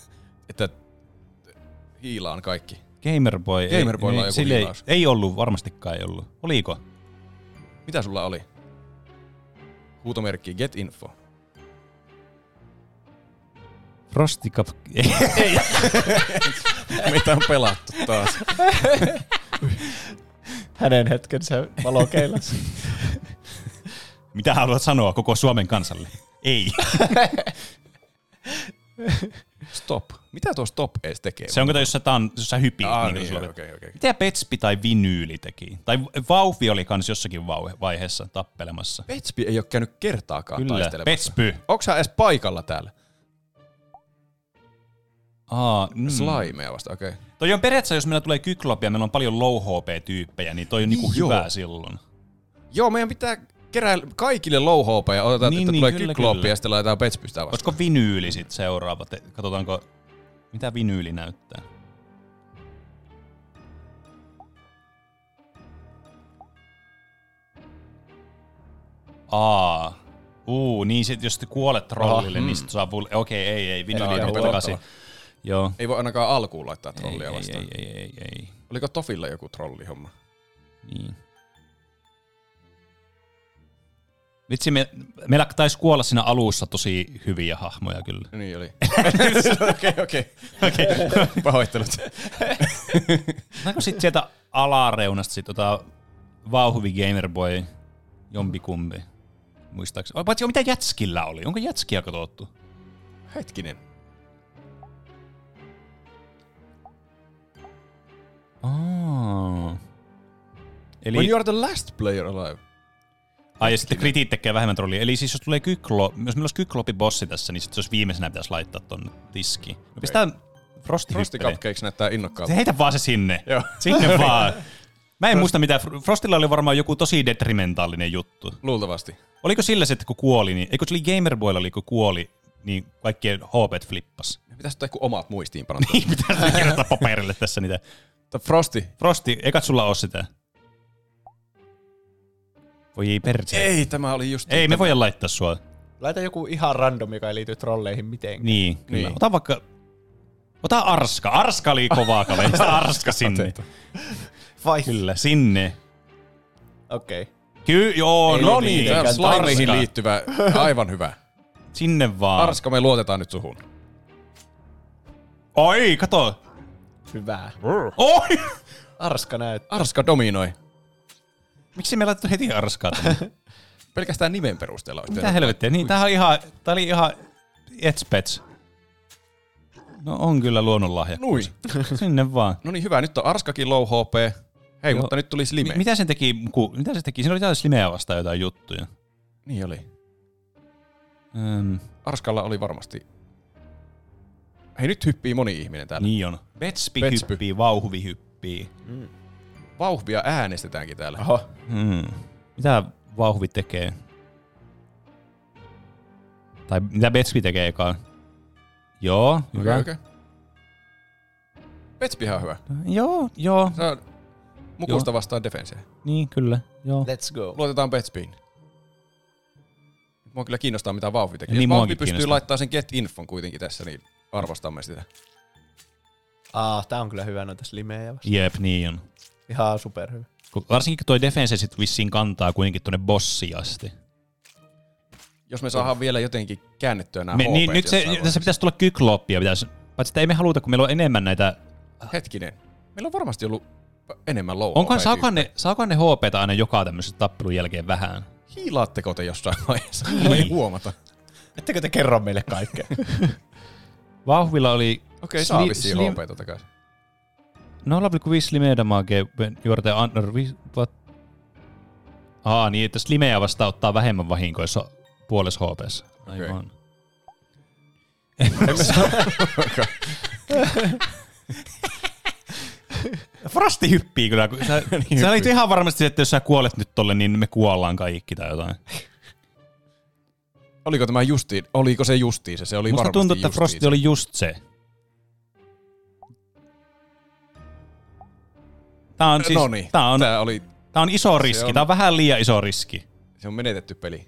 että hiilaan kaikki. Gamerboy. ei- Gamerboylla on ei, joku sille ei, hiilaus. ei ollut, varmastikaan ei ollut. Oliko? Mitä sulla oli? Huutomerkki get info. Frosty Cup. Ei. Mitä on pelattu taas? Hänen hetkensä valo keilasi. Mitä haluat sanoa koko Suomen kansalle? Ei. Stop. Mitä tuo stop edes tekee? Se onko toi, jos sä, tan, jos sä hypit? Aa, kuin niin, sulla- joo, okei, okei. Mitä Petspi tai Vinyyli teki? Tai Vauvi oli kans jossakin vau- vaiheessa tappelemassa. Petspi ei ole käynyt kertaakaan Kyllä, taistelemassa. Petsby. Onko sä edes paikalla täällä? Aa, mm. Slimeja vasta, okei. Okay. Toi on periaatteessa, jos meillä tulee kyklopia, meillä on paljon low HP-tyyppejä, niin toi on niinku Joo. hyvä silloin. Joo, meidän pitää keräillä kaikille low HP ja otetaan, Niin, niin, että niin, niin, tulee kyllä, kykloppi kyllä. ja sitten laitetaan petspystää vastaan. Olisiko vinyyli sitten seuraava? Te, katsotaanko, mitä vinyyli näyttää. Aa. Uu, niin sit, jos te kuolet trollille, Aha, niin mm. sit saa full... Okei, ei, ei, vinyyli Ei, on ei, takaisin. ei. Joo. Ei voi ainakaan alkuun laittaa trollia ei, vastaan. Ei, ei, ei, ei. Oliko Tofilla joku trollihomma? Niin. Vitsi, me, meillä taisi kuolla siinä alussa tosi hyviä hahmoja kyllä. Niin oli. Okei, okei. Okei. Pahoittelut. Saanko sitten sieltä alareunasta sit tota vauhuvi Gamerboy jompikumpi? Muistaakseni. Vai Paitsi mitä Jätskillä oli? Onko Jätskiä katsottu? Hetkinen. Aa. Eli, When you are the last player alive. ai, ja sitten kritit tekee vähemmän trollia. Eli siis jos tulee kyklo, jos meillä olisi kyklopi bossi tässä, niin sit se olisi viimeisenä pitäisi laittaa tonne tiskiin. Okay. Pistää Frosty, Frosty Cupcakes näyttää innokkaalta. Se heitä vaan se sinne. Joo. Sinne vaan. Mä en Frost- muista mitä. Fr- Frostilla oli varmaan joku tosi detrimentaalinen juttu. Luultavasti. Oliko sillä se, että kun kuoli, niin... Eikö se oli Gamerboylla, oli, kun kuoli, niin kaikkien HP flippas. Niin Pitäisi ottaa joku omat muistiinpanot. Niin, pitäisi kirjoittaa paperille tässä niitä. The Frosty. Frosti, eikä sulla ole sitä. Voi ei perse. Ei, tämä oli just... Ei, me voidaan laittaa sua. Laita joku ihan random, joka ei liity trolleihin mitenkään. Niin, kyllä. Niin. Ota vaikka... Ota Arska. Arska oli kovaa kaveri. Pistä Arska sinne. Otettu. Vai? Kyllä, sinne. Okei. Okay. Kyllä, joo, Ei Niin. no ollut niin. Tämä on mitenkään slimeihin Arska. liittyvä. Aivan hyvä. Sinne vaan. Arska, me luotetaan nyt suhun. Oi, kato. Hyvä. Oi! Arska näyttää. Arska dominoi. Miksi me laitettu heti Arskaa tänne? Pelkästään nimen perusteella. olisi Mitä tehnyt. helvettiä? Niin, tää oli ihan, tää oli ihan etspets. No on kyllä luonnonlahjakkuus. Sinne vaan. No niin, hyvä. Nyt on Arskakin low HP. Hei, mutta nyt tuli slime. M- mitä sen teki? Ku, mitä sen teki? Siinä oli jotain slimeä vastaan jotain juttuja. Niin oli. Öm, Arskalla oli varmasti... Hei, nyt hyppii moni ihminen täällä. niin on. Betsby, Betsby. hyppii, vauhuvi hyppii. Mm. Vauhvia äänestetäänkin täällä. Oho. Hmm. Mitä vauhuvi tekee? Tai mitä Betsby tekee ekaan? Joo, hyvä. okei. Petspi ihan hyvä. Joo, joo. Se on mukusta vastaan defensiä. Niin, kyllä. Joo. Let's go. Luotetaan Petspiin. Mua kyllä kiinnostaa, mitä Vauvi tekee. Niin, Niin, Vauvi muakin pystyy kiinnostaa. laittaa sen get infon kuitenkin tässä, niin arvostamme sitä. Aa, tää on kyllä hyvä noita slimejä vasta. Jep, niin on. Ihan superhyvä. Kun- Varsinkin kun toi defense sit vissiin kantaa kuitenkin tuonne bossiin asti. Jos me saadaan vielä jotenkin käännettyä nämä Me, HP:t niin, nyt se, jossain tässä pitäisi tulla kykloppia. Pitäisi, paitsi että ei me haluta, kun meillä on enemmän näitä... vaiheessa. Hetkinen. Meillä on varmasti ollut enemmän low Onkohan, HP. saakohan ne, saakohan ne HPta aina joka tämmöisen tappelun jälkeen vähän? Hiilaatteko te jossain vaiheessa? Me ei huomata. Ettekö te kerro meille kaikkea? Vauhvilla oli... Okei, saa vissiin HPta takaisin. 0,5 slimeä damage when your the under... vi- What? Aa, niin, että slimeä vasta ottaa vähemmän vahinkoa, jos on puolessa HPssä. Aivan. Emme saa- Frosti hyppii kyllä. Kun sä, Niin sä olit hyppii. ihan varmasti, että jos sä kuolet nyt tolle, niin me kuollaan kaikki tai jotain. Oliko tämä justiin? Oliko se justiin se? Se oli Musta varmasti tuntuu, että justiin Frosti se. oli just se. Tää on, siis, Noniin. tää on, tää oli, tää on iso se riski. on- Tää on vähän liian iso riski. Se on menetetty peli.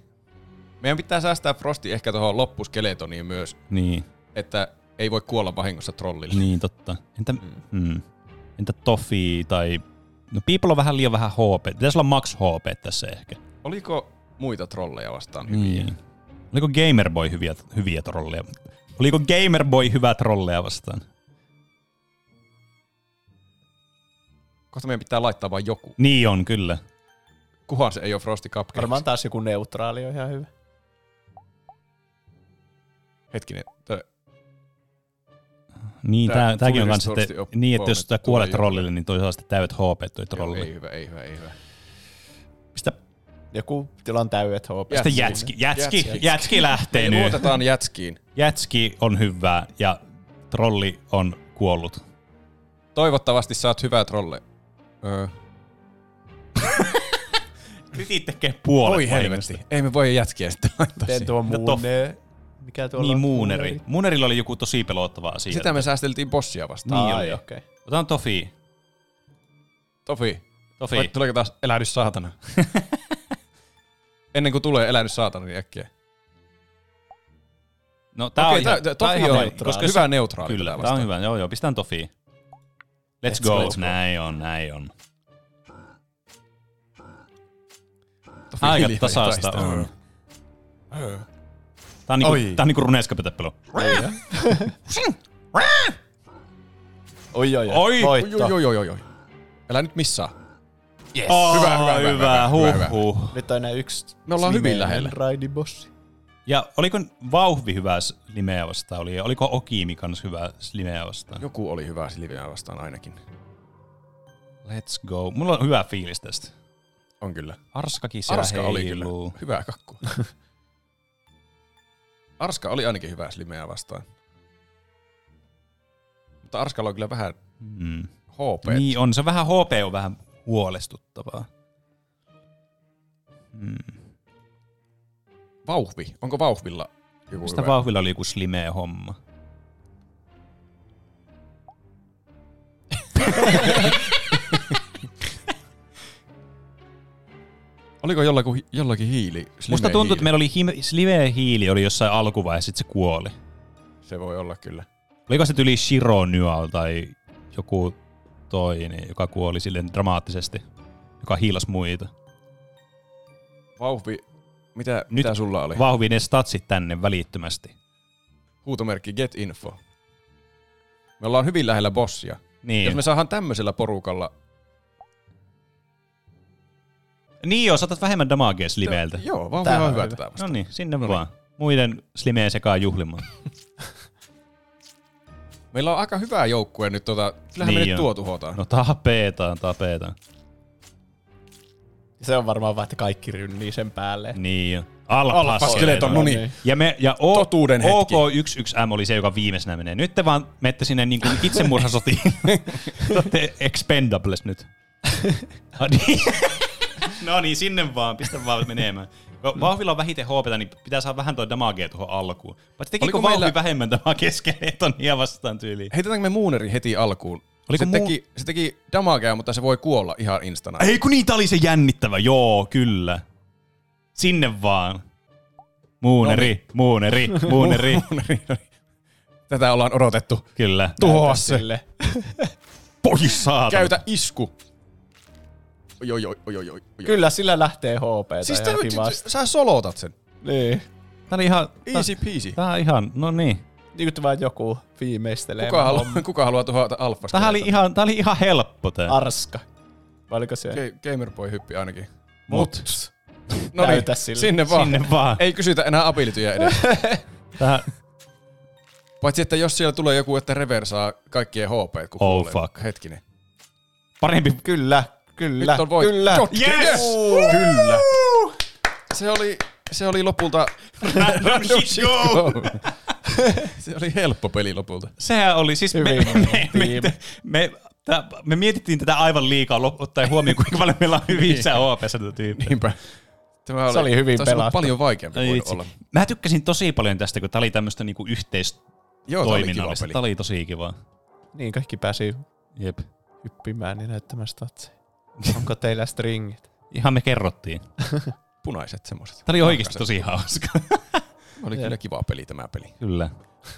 Meidän pitää säästää Frosti ehkä tuohon loppuskeletoniin myös. Niin. Että ei voi kuolla vahingossa trollille. Niin, totta. Entä, mm. Entä Tofi tai... No People on vähän liian vähän HP. Pitäisi olla max HP tässä ehkä. Oliko muita trolleja vastaan? Hyviä. Niin. Oliko Gamerboy hyviä, hyviä trolleja? Oliko Gamerboy hyvää trolleja vastaan? Kohta meidän pitää laittaa vain joku. Niin on, kyllä. Kuhan se ei ole Frosty Cupcake. Varmaan taas joku neutraali on ihan hyvä. Hetkinen. Tö. Niin, Tää- tää, tämäkin on tuli kans, just että, Frosty niin, että Opponent. jos sä kuolet Tulee trollille, niin toisaalta täydet HP toi trollille. Ei hyvä, ei hyvä, ei hyvä. Pistä joku tilan täydet HP. Sitten jätski. Jätski, jätski, jätski lähtee Me nyt. luotetaan jätskiin. Jätski on hyvää ja trolli on kuollut. Toivottavasti saat hyvää trolle. Öö. Kritit tekee puolet Oi vahingosta. helvetti. Ei me voi jätkiä sitten laittaa Miten siihen. tuo No muune? Mikä tuolla niin, on? muuneri. Muunerilla oli joku tosi pelottava asia. Sitä me säästeltiin bossia vastaan. Niin oli. Okay. Otetaan Tofi. Tofi. Tofi. Vai Tuleeko taas elähdys saatana? Ennen kuin tulee elähdys saatana, niin äkkiä. No, tää Okei, on ihan, tää- tää- tää Tofi ihan on neutraali. koska hyvä neutraali Kyllä, tää tää on vastaan. hyvä. Joo, joo, pistetään Tofi. Let's, Let's go. go. Let's go. Näin on, näin on. Tofi Aika hiljaa tasasta taistaa. on. Öö. Tää on niinku, Oi. tää on niinku runeskapetappelu. Oi, oi, Oi! Oi, oi, oi, oi, oi. Älä nyt missaa. Yes. Oh, hyvä, hyvä, hyvä, hyvä, huh, hyvä, hyvä. huh. Nyt on enää yksi. Me ollaan hyvin slimeen lähellä. Raidibossi. Ja oliko vauhvi hyvä limeä vastaan? Oli, oliko Okimi kans hyvä limeä vastaan? Joku oli hyvä Silviaa vastaan ainakin. Let's go. Mulla on hyvä fiilis tästä. On kyllä. Arskakin siellä Arska oli kyllä. heiluu. Hyvää kakkua. Arska oli ainakin hyvä Slimeä vastaan. Mutta Arskalla on kyllä vähän Mm. HP. Niin on, se vähän HP on vähän huolestuttavaa. Mm. Vauhvi. Onko Vauhvilla joku Mistä hyvä? vauhvilla oli joku slimeä homma? Oliko jollakin, jollakin hiili? Musta slimeä tuntuu, hiili? että meillä oli hime, slimeä hiili oli jossain alkuvaiheessa, sitten se kuoli. Se voi olla kyllä. Oliko se tyli Shiro Nyal tai joku toinen, joka kuoli silleen dramaattisesti, joka hiilas muita. Vauhvi. Mitä, Nyt mitä sulla oli? Vauhvi ne statsit tänne välittömästi. Huutomerkki get info. Me ollaan hyvin lähellä bossia. Niin. Jos me saadaan tämmöisellä porukalla... Niin joo, saatat vähemmän damagea slimeiltä. Joo, joo, vauhvi on hyvä tätä No vastaan. niin, sinne No niin. vaan. Muiden slimeä sekaan juhlimaan. Meillä on aika hyvää joukkue nyt. Tota, kyllähän me nyt on. tuo tuhotaan. No tapeetaan, tapeetaan. Se on varmaan vaan, että kaikki rynnii sen päälle. Niin jo. Alpha Alpas. Skeleton, no niin. Ja, me, ja o, Totuuden hetki. OK11M oli se, joka viimeisenä menee. Nyt te vaan menette sinne niin kuin itsemurhasotiin. te olette expendables nyt. Ah, No niin. No niin, sinne vaan, pistä vaan menemään. Mm. Kun Vauhvilla on vähiten HP, niin pitää saada vähän toi damagea tuohon alkuun. Vai tekikö Oliko Vauhvi meillä- vähemmän damagea skeletonia vastaan tyyliin? Heitetäänkö me Moonerin heti alkuun? Oliko se, Moon- teki, se teki damagea, mutta se voi kuolla ihan instana. Ei kun niitä oli se jännittävä, joo, kyllä. Sinne vaan. Muuneri, Noniin. muuneri, muuneri. Muuneri, Tätä ollaan odotettu. Kyllä. Tuhoa Näytä se. sille. Pois saatana. Käytä isku. Oi, oi, oi, oi, oi, oi. Kyllä sillä lähtee HP. Siis Siis tää, ihan nyt- kivasti. sä solotat sen. Niin. Tää oli ihan... Easy peasy. Tää on ihan, no niin. Nyt vaan joku viimeistelee. Kuka haluaa, homman. kuka haluaa tuhota alfasta? Tähän oli ihan, tää oli ihan helppo tää. Arska. Vai oliko se? Ge- Gamerboy hyppi ainakin. Mut. No niin, Näytä sille. sinne vaan. Sinne vaan. Ei kysytä enää abilityjä edes. Tää, Paitsi, että jos siellä tulee joku, että reversaa kaikkien HP, kun Oh, kuulee. fuck. Hetkinen. parempi. Kyllä, kyllä. Nyt on voit. Kyllä. Jotki, Yes! yes! Kyllä. Se oli, se oli lopulta... Random shit go. se oli helppo peli lopulta. Sehän oli siis... Me, me, me, me, me, tää, me mietittiin tätä aivan liikaa lop- ottaen huomioon, kuinka paljon meillä on hyvissä HP tätä tyyppiä. Niinpä. Tämä oli, Se oli hyvin taisi olla pelattu. paljon vaikeampi Ai voinut vitsi. olla. Mä tykkäsin tosi paljon tästä, kun tää oli tämmöstä niinku Joo, tää oli kiva yhteistoiminnallista. peli. Tää oli tosi kivaa. Niin, kaikki pääsi Jep. hyppimään ja näyttämään statseja. Onko teillä stringit? Ihan me kerrottiin. Punaiset semmoiset. Tää oli oikeesti tosi hauska. Oli Jep. kyllä kiva peli tämä peli. Kyllä.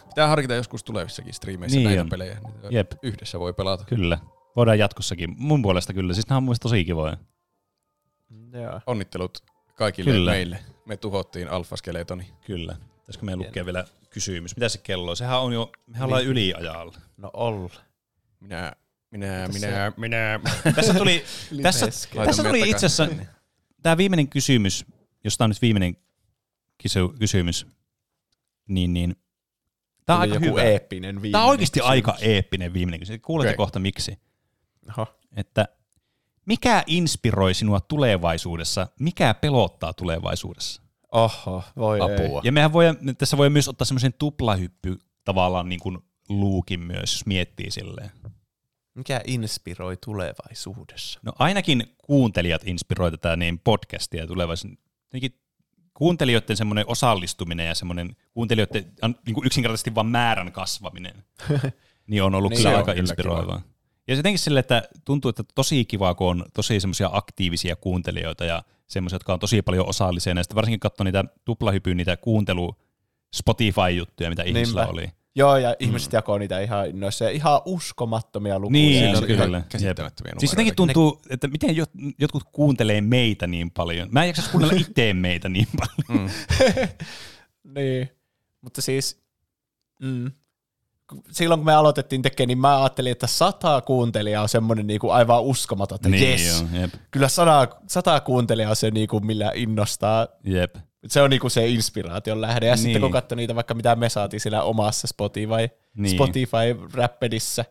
Pitää harkita joskus tulevissakin striimeissä Niin niin näitä on. pelejä. Jep. Yhdessä voi pelata. Kyllä. Voidaan jatkossakin. Mun puolesta kyllä. Siis nämä on mun mielestä tosi kivoja. Joo. Onnittelut kaikille Kyllä. kyllä. meille. Me tuhottiin Alfa Skeletoni. Kyllä. Pitäisikö meidän lukea vielä kysymys? Mitä se kello on? Sehän on jo, mehän ollaan yliajalla. No olla. Minä, minä, Tässä- minä, minä. Tässä tuli, tässä, Laitan tässä tuli meidät itse asiassa takaisin. tämä viimeinen kysymys, jos tämä on nyt viimeinen kisu, kysymys, niin, niin tämä on Tuli aika joku hyvä. eeppinen viimeinen Tämä on oikeasti kysymys. aika eeppinen viimeinen kysymys. Kuulette Okei. kohta miksi. Aha. Että mikä inspiroi sinua tulevaisuudessa? Mikä pelottaa tulevaisuudessa? Oho, voi Apua. Ja mehän voi, tässä voi myös ottaa semmoisen tuplahyppy tavallaan niin kuin luukin myös, jos miettii silleen. Mikä inspiroi tulevaisuudessa? No ainakin kuuntelijat inspiroi tätä niin podcastia tulevaisuudessa. Jotenkin kuuntelijoiden semmoinen osallistuminen ja semmoinen kuuntelijoiden an- niin kuin yksinkertaisesti vain määrän kasvaminen, niin on ollut Niin, niin kyllä se on aika kyllä inspiroivaa. Ja se jotenkin sille, että tuntuu, että tosi kiva, kun on tosi semmoisia aktiivisia kuuntelijoita ja semmoisia, jotka on tosi paljon osallisia. Ja sitten varsinkin katsoa niitä tuplahypyn, niitä kuuntelu Spotify-juttuja, mitä ihmisillä Niinpä. oli. Joo, ja ihmiset mm. jakoo niitä ihan innoissa. Ja Ihan uskomattomia lukuja. Niin, Siinä siis oli ihan kyllä. käsittämättömiä Jep. Siis jotenkin numeroita. tuntuu, että miten jot- jotkut kuuntelee meitä niin paljon. Mä en jaksa kuunnella itteen meitä niin paljon. Mm. niin. Mutta siis, mm. silloin kun me aloitettiin tekemään, niin mä ajattelin, että sata kuuntelijaa on semmoinen niinku aivan uskomaton, että niin, Niin, yes. joo, jep. Kyllä sata, sata kuuntelijaa on se, niinku, millä innostaa. Jep. Se on niinku se inspiraation lähde. Ja niin. sitten Niin. kun katsoo niitä vaikka mitä me saatiin siellä omassa Spotify, Niin. niin. Spotify Rappedissä,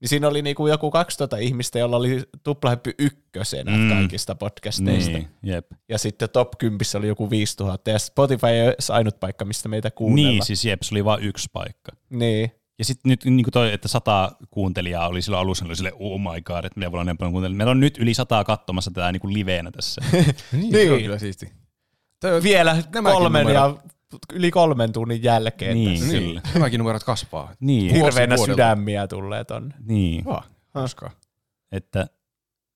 niin siinä oli niinku joku 2000 ihmistä, jolla oli tuplahyppy ykkösenä Mm. mm. kaikista podcasteista. Niin, jep. Ja sitten top 10 oli joku 5000, ja Spotify ei ole ainut paikka, mistä meitä kuunnella. Niin, siis jep, se oli vain yksi paikka. Niin. Ja sitten nyt niin kuin toi, että sata kuuntelijaa oli silloin alussa, niin oli sille, oh my god, että meillä voi olla näin paljon kuuntelijaa. Meillä on nyt yli sataa katsomassa tätä niin kuin liveenä tässä. Niin, Niin. Se on kyllä siisti. Vielä nämäkin kolmen ja numerot. yli kolmen tunnin jälkeen. Niin, tässä. kyllä. Nämäkin numerot kasvaa. Ah, Niin. Hirveänä Vuosi vuodelta. sydämiä tulee tonne. Ah. Niin. Kiva. Hauskaa. Että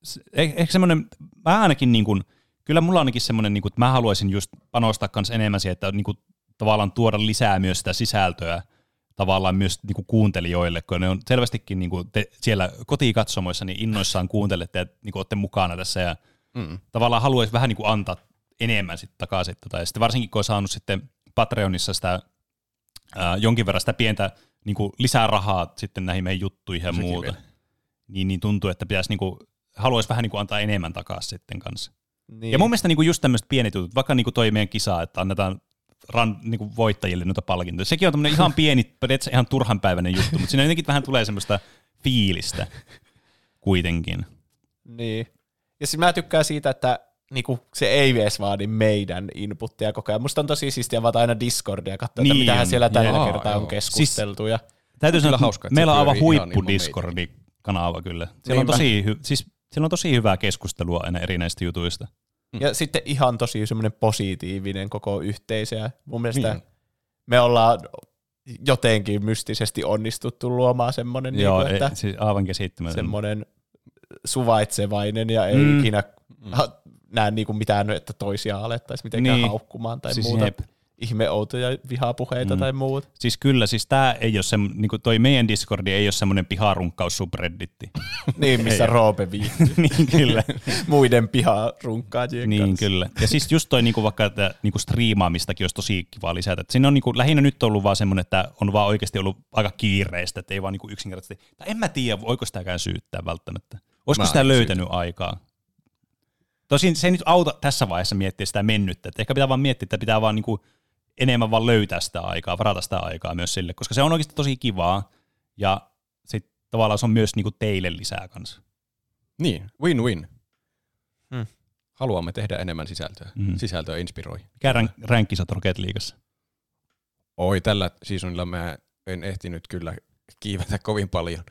se- eh- ehkä semmoinen, mä ainakin niin kuin, kyllä mulla ainakin semmoinen, niin kuin, että mä haluaisin just panostaa kans enemmän siihen, että niin kuin, tavallaan tuoda lisää myös sitä sisältöä tavallaan myös niin kuin kuuntelijoille, kun ne on selvästikin niin kuin te siellä kotikatsomoissa niin innoissaan kuuntelette ja niin kuin olette mukana tässä ja Mm. tavallaan haluaisi vähän niin kuin antaa enemmän sitten takaisin. Tota. Ja sitten varsinkin kun on saanut sitten Patreonissa sitä ää, jonkin verran sitä pientä niin kuin lisää rahaa sitten näihin meidän juttuihin ja Sekin muuta, vielä. niin, niin tuntuu, että pitäisi niin kuin, haluaisi vähän niin kuin antaa enemmän takaisin sitten kanssa. Niin. Ja mun mielestä niin kuin just tämmöiset pienet jutut, vaikka niin kuin toi meidän kisa, että annetaan ran, niin kuin voittajille noita palkintoja. Sekin on tämmöinen ihan pieni, periaatteessa ihan turhanpäiväinen juttu, mutta siinä jotenkin vähän tulee semmoista fiilistä kuitenkin. Niin. Ja siis mä tykkään siitä, että niinku, se ei edes vaadi meidän inputtia koko ajan. Musta on tosi siistiä avata aina Discordia ja katsoa, Niin että mitähän on, siellä tällä joo. kertaa Joo. Siis on keskusteltu. Ja... Täytyy Siis sanoa, Kyllä että hauska, että se meillä on aivan pyörii ihan niinku huippu ilman meitä. Discordi-kanava kyllä. Siellä on niin Niinpä. tosi hy- siis Siellä on tosi hyvää keskustelua aina eri näistä jutuista. Ja sitten ihan tosi semmoinen positiivinen koko yhteisö. Ja Mun mielestä niin. me ollaan jotenkin mystisesti onnistuttu luomaan semmoinen, Joo, niin kuin, ei- että siis aivan käsittämätön. semmoinen suvaitsevainen ja ei Mm. mm. ikinä ha, näe niin kuin mitään, että toisia alettaisiin mitenkään niin. haukkumaan tai siis muuta. jep. Ihme outoja vihapuheita mm. tai muuta. Siis kyllä, siis tää ei ole sem, niin kuin toi meidän Discordi ei ole semmoinen piharunkkaus subredditti. Niin, missä Ei oo. Roope viihtyy. niin, kyllä. Muiden piharunkkaajien Niin, kanssa. kyllä. Ja siis just toi niinku vaikka että, niinku striimaamistakin olisi tosi kivaa lisätä. Et siinä on niinku, lähinnä nyt ollut vaan semmoinen, että on vaan oikeasti ollut aika kiireistä, että ei vaan niinku yksinkertaisesti. Tai en mä tiedä, voiko sitäkään syyttää välttämättä. Olisiko Mä sitä ainakin löytänyt aikaa? Tosin se ei nyt auta tässä vaiheessa miettiä sitä mennyttä. Et ehkä pitää vaan miettiä, että pitää vaan niinku enemmän vaan löytää sitä aikaa, varata sitä aikaa myös sille, koska se on oikeasti tosi kivaa. Ja sitten tavallaan se on myös niinku teille lisää kanssa. Niin, win-win. Hmm. Haluamme tehdä enemmän sisältöä. Mm. Sisältö inspiroi. Mikä rän, ränkki sä oot Rocket Leagueassa? Oi, tällä seasonilla mä en ehtinyt kyllä kiivetä kovin paljon.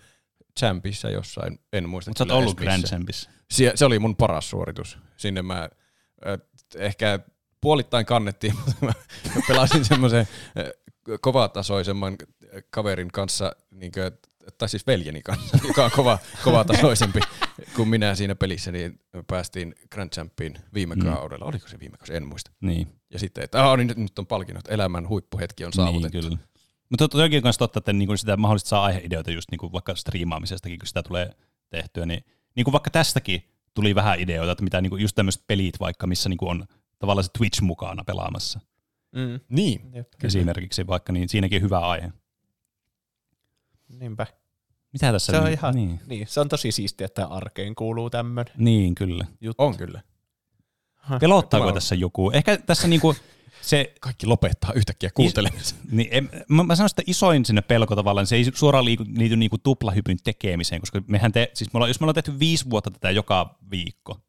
Champissa jossain, en muista. Mut sä oot kyllä edes ollut Grand missä. Champissa. Sie- Se oli mun paras suoritus. Sinne mä äh, ehkä puolittain kannettiin, mutta mä pelasin semmoisen äh, kovatasoisemman kaverin kanssa, niinkö, tai siis veljeni kanssa, joka on kova, kovatasoisempi kuin minä siinä pelissä, niin päästiin Grand Champiin viime Mm. kaudella. Oliko se viime kaudella? En muista. Niin. Ja sitten, että aah, niin nyt, nyt on palkinnot, elämän huippuhetki on saavutettu. Niin, kyllä. Mutta toki on myös totta, että niinku sitä mahdollisesti saa aiheideoita just niinku vaikka striimaamisestakin, kun sitä tulee tehtyä. Niin, niinku vaikka tästäkin tuli vähän ideoita, että mitä niinku just tämmöiset pelit vaikka, missä niinku on tavallaan se Twitch mukana pelaamassa. Mm. Niin. Jep. Esimerkiksi vaikka, niin siinäkin hyvä aihe. Niinpä. Mitä tässä se on nyt- ihan, niin. niin. niin. se on tosi siistiä, että arkeen kuuluu tämmöinen. Niin, kyllä. Juttu. On kyllä. Pelottaako Mä- tässä joku? Ehkä tässä niinku se... Kaikki lopettaa yhtäkkiä kuuntelemisen. Niin, en, mä, mä sanoisin, että isoin sinne pelko tavallaan, se ei suoraan liity, liity niinku tuplahypyn tekemiseen, koska mehän te, siis me ollaan, jos me ollaan tehty viisi vuotta tätä joka viikko,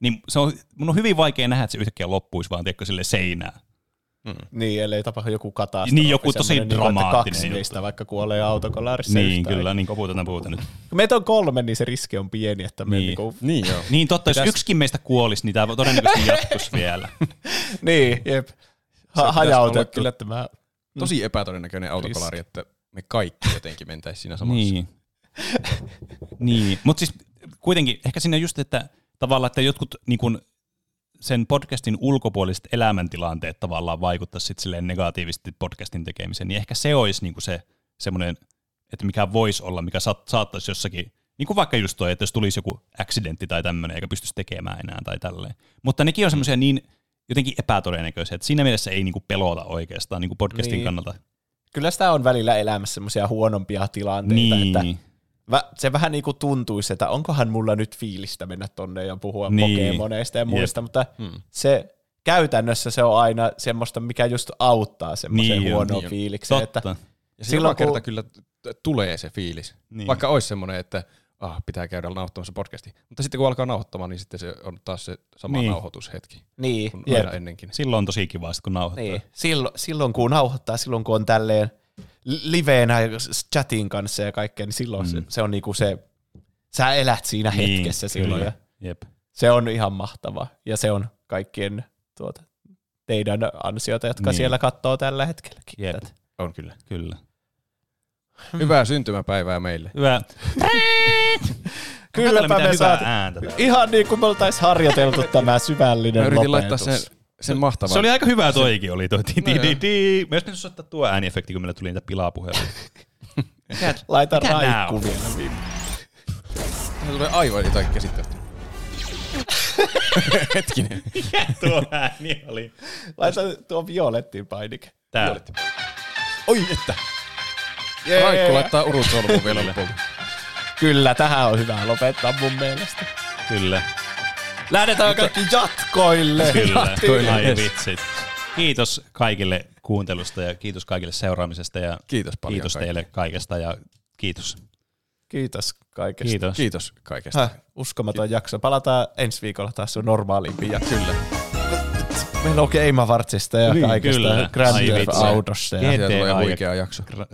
niin se on, mun on hyvin vaikea nähdä, että se yhtäkkiä loppuisi vaan tiedätkö, sille seinään. Mm. Niin, ellei tapahdu joku katastrofi. Niin, joku tosi semmoinen, niin kuin, että dramaattinen Kaksi juttu. meistä vaikka kuolee autokolarissa niin, yhtä kyllä, aikaa. niin koputetaan puhuta nyt. Kun meitä on kolme, niin se riski on pieni, että me niin. Niinku... Niin, joo. Niin totta, jos Pitäis- yksikin meistä kuolisi, niin tämä todennäköisesti jatkuisi vielä. Niin, jep. Ha- hajautettu. Kyllä, että mä... Tosi epätodennäköinen autokolari, että me kaikki jotenkin mentäisiin siinä samassa. Niin. niin. Mutta siis kuitenkin ehkä siinä just, että tavallaan, että jotkut niin kun sen podcastin ulkopuoliset elämäntilanteet tavallaan vaikuttaa sitten silleen negatiivisesti podcastin tekemiseen, niin ehkä se olisi niin se semmoinen, että mikä voisi olla, mikä saat, saattaisi jossakin, niin kuin vaikka just toi, että jos tulisi joku accidentti tai tämmöinen, eikä pystyisi tekemään enää tai tälleen. Mutta nekin on semmoisia niin jotenkin epätodennäköisiä, että siinä mielessä ei niin kuin pelota oikeastaan niin kuin podcastin Niin. kannalta. kyllä sitä on välillä elämässä semmoisia huonompia tilanteita, Niin. niin. että vä- se vähän niin kuin tuntuisi, että onkohan mulla nyt fiilistä mennä tonne ja puhua Niin. niin. Pokemoneista ja muista, Jep. Jep. mutta Hmm. se käytännössä se on aina semmoista, mikä just auttaa semmoiseen Niin niin, on, huonoon niin on. fiilikseen. Totta. Että Ja se joka kerta kyllä t- t- tulee se fiilis. Niin. Niin. Vaikka olisi semmoinen, että ah, pitää käydä nauhoittamassa podcasti. Mutta sitten kun alkaa nauhoittamaan, niin sitten se on taas se sama Niin. niin. nauhoitushetki. Niin, Kun jep. aina ennenkin. Silloin on tosi kiva, sit kun nauhoittaa. Niin. Silloin, silloin kun nauhoittaa, silloin kun on tälleen li- liveenä ja s- chatin kanssa ja kaikkea, niin silloin mm. se, se on niinku se, sä elät siinä Niin, hetkessä kyllä. silloin. ja Jep. Se on ihan mahtavaa ja se on kaikkien tuota, teidän ansiota, jotka Niin. niin. siellä katsoo tällä hetkellä. Jep. On kyllä. Kyllä. Hyvää syntymäpäivää meille. Hyvä. Kylläpä me saatiin. ääntä. täällä. Ihan niin kuin me oltaisiin harjoiteltu tämä syvällinen Mä yritin laittaa lopetus. sen- sen mahtavan- Se oli aika hyvä toikin oli toi di- di- di- di. Mä olisin ottaa tuo ääniefekti, kun meillä tuli niitä pilapuheluja. Laita Mitä nää raikku on? vielä. Se tulee aivan jotain käsittämättä. Hetkinen. Mikä tuo ääni oli? Laita tuo violetti painike. Tää. Violetti. Oi että. Jee. Raikku laittaa urut solmuun vielä Kyllä. lopulta. Kyllä, tähän on hyvä lopettaa mun mielestä. Kyllä. Lähdetään kaikki jatkoille. Kyllä. Jatkoille. Ai Yes. vitsit. Kiitos kaikille kuuntelusta ja kiitos kaikille seuraamisesta ja kiitos, paljon kiitos kaikille. teille kaikesta ja kiitos. Kiitos kaikesta. Kiitos. Kiitos kaikesta. Häh, uskomaton jakso. Palataan ensi viikolla taas sun normaaliin jakso. Kyllä. Meillä on Game Awardsista ja Niin, niin, kaikesta. Grand Theft Autosta. ja- GTA ja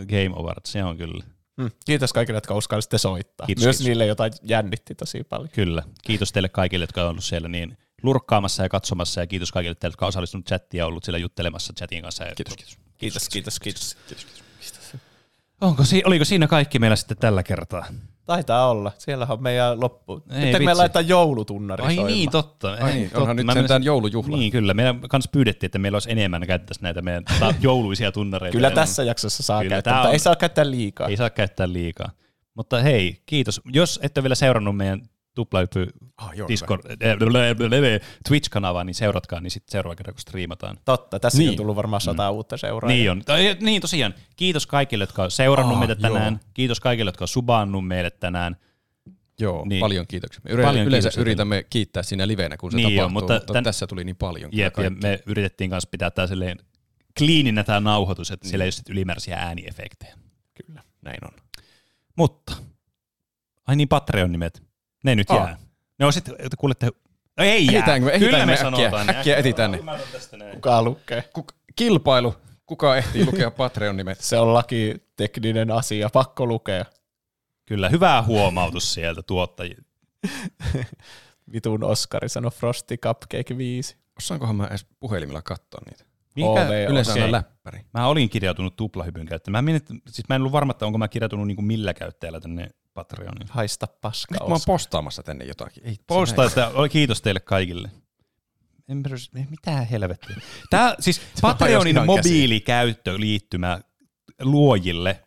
Game Awards, se on kyllä. Mm. Kiitos kaikille, jotka uskallisitte soittaa. Kiitos, Kiitos, Myös kiitos. kiitos. niille, joita jännitti tosi paljon. Kyllä. Kiitos teille kaikille, jotka on ollut siellä niin lurkkaamassa ja katsomassa, ja kiitos kaikille teille, jotka on osallistunut chattiin ja ollut siellä juttelemassa chatin kanssa. Kiitos, kiitos. Kiitos, kiitos, kiitos. kiitos, kiitos. Onko, si- oliko siinä kaikki meillä sitten tällä kertaa? Taitaa olla. Siellähän on meidän loppu. Pitääkö vitsi. meillä laittaa joulutunnari Ai soimaan? niin, totta. Ai niin, totta. onhan nyt Mä menisin- sentään joulujuhla. Niin, kyllä. Meidän kanssa pyydettiin, että meillä olisi enemmän käyttäisi näitä meidän ta- jouluisia tunnareita. Kyllä Ja- tässä jaksossa saa Kyllä, käyttää, tää mutta on- ei saa käyttää liikaa. Ei saa käyttää liikaa. Mutta hei, kiitos. Jos ette ole vielä seurannut meidän tuplahyppy Ah, joo, Discord, eh, blä, blä, blä, Twitch-kanavaa, niin seuratkaa, niin sitten seuraava kerran, kun striimataan. Totta, tässäkin Niin. on tullut varmaan sata uutta seuraajaa. Niin on. Tai- Niin tosiaan. Kiitos kaikille, jotka on seurannut Ah, ah, meitä joo. tänään. Joo. Kiitos kaikille, jotka on subannut meille tänään. Joo, niin. paljon kiitoksia. Me Yle- paljon yleensä yritämme kiittää siinä livenä, kun se niin Niin tapahtuu, on, mutta, mutta mutta tän- tässä tuli niin paljon. kyllä Jep, ja kaikkea. me yritettiin kanssa pitää tämä silleen kliininä tämä nauhoitus, että Niin. siellä ei ole sit ylimääräisiä ääniefektejä. Kyllä, näin on. Mutta, ai niin Patreon-nimet, ne nyt Aa. jää. Ne on sitten, että kuulette, no ei jää. Ehditäänkö Ah. me, Kyllä ehditäänkö me me sanotaan. äkkiä, äkkiä etitään ne. Kuka lukee? Kuk- kilpailu. Kuka ehtii lukea Patreon-nimet? Se on lakitekninen asia, pakko lukea. Kyllä, hyvä huomautus sieltä tuottajilta. Vitun Oskari sanoi Frosty Cupcake 5. Osaankohan mä edes puhelimella katsoa niitä? Mikä? Yleensä Okei. aina läppäri. Mä olin kirjautunut tuplahypyn käyttäjään. Mä, mietin, että- siis mä en ollut varma, että onko mä kirjautunut niin kuin millä käyttäjällä tänne Patreoniin. Haista paska. Nyt mä oon postaamassa tänne jotakin. Ei, Postaa, että oi, kiitos teille kaikille. Embers, mitä helvettiä. Tää, siis Patreonin ihan käsiin. mobiilikäyttöliittymä luojille.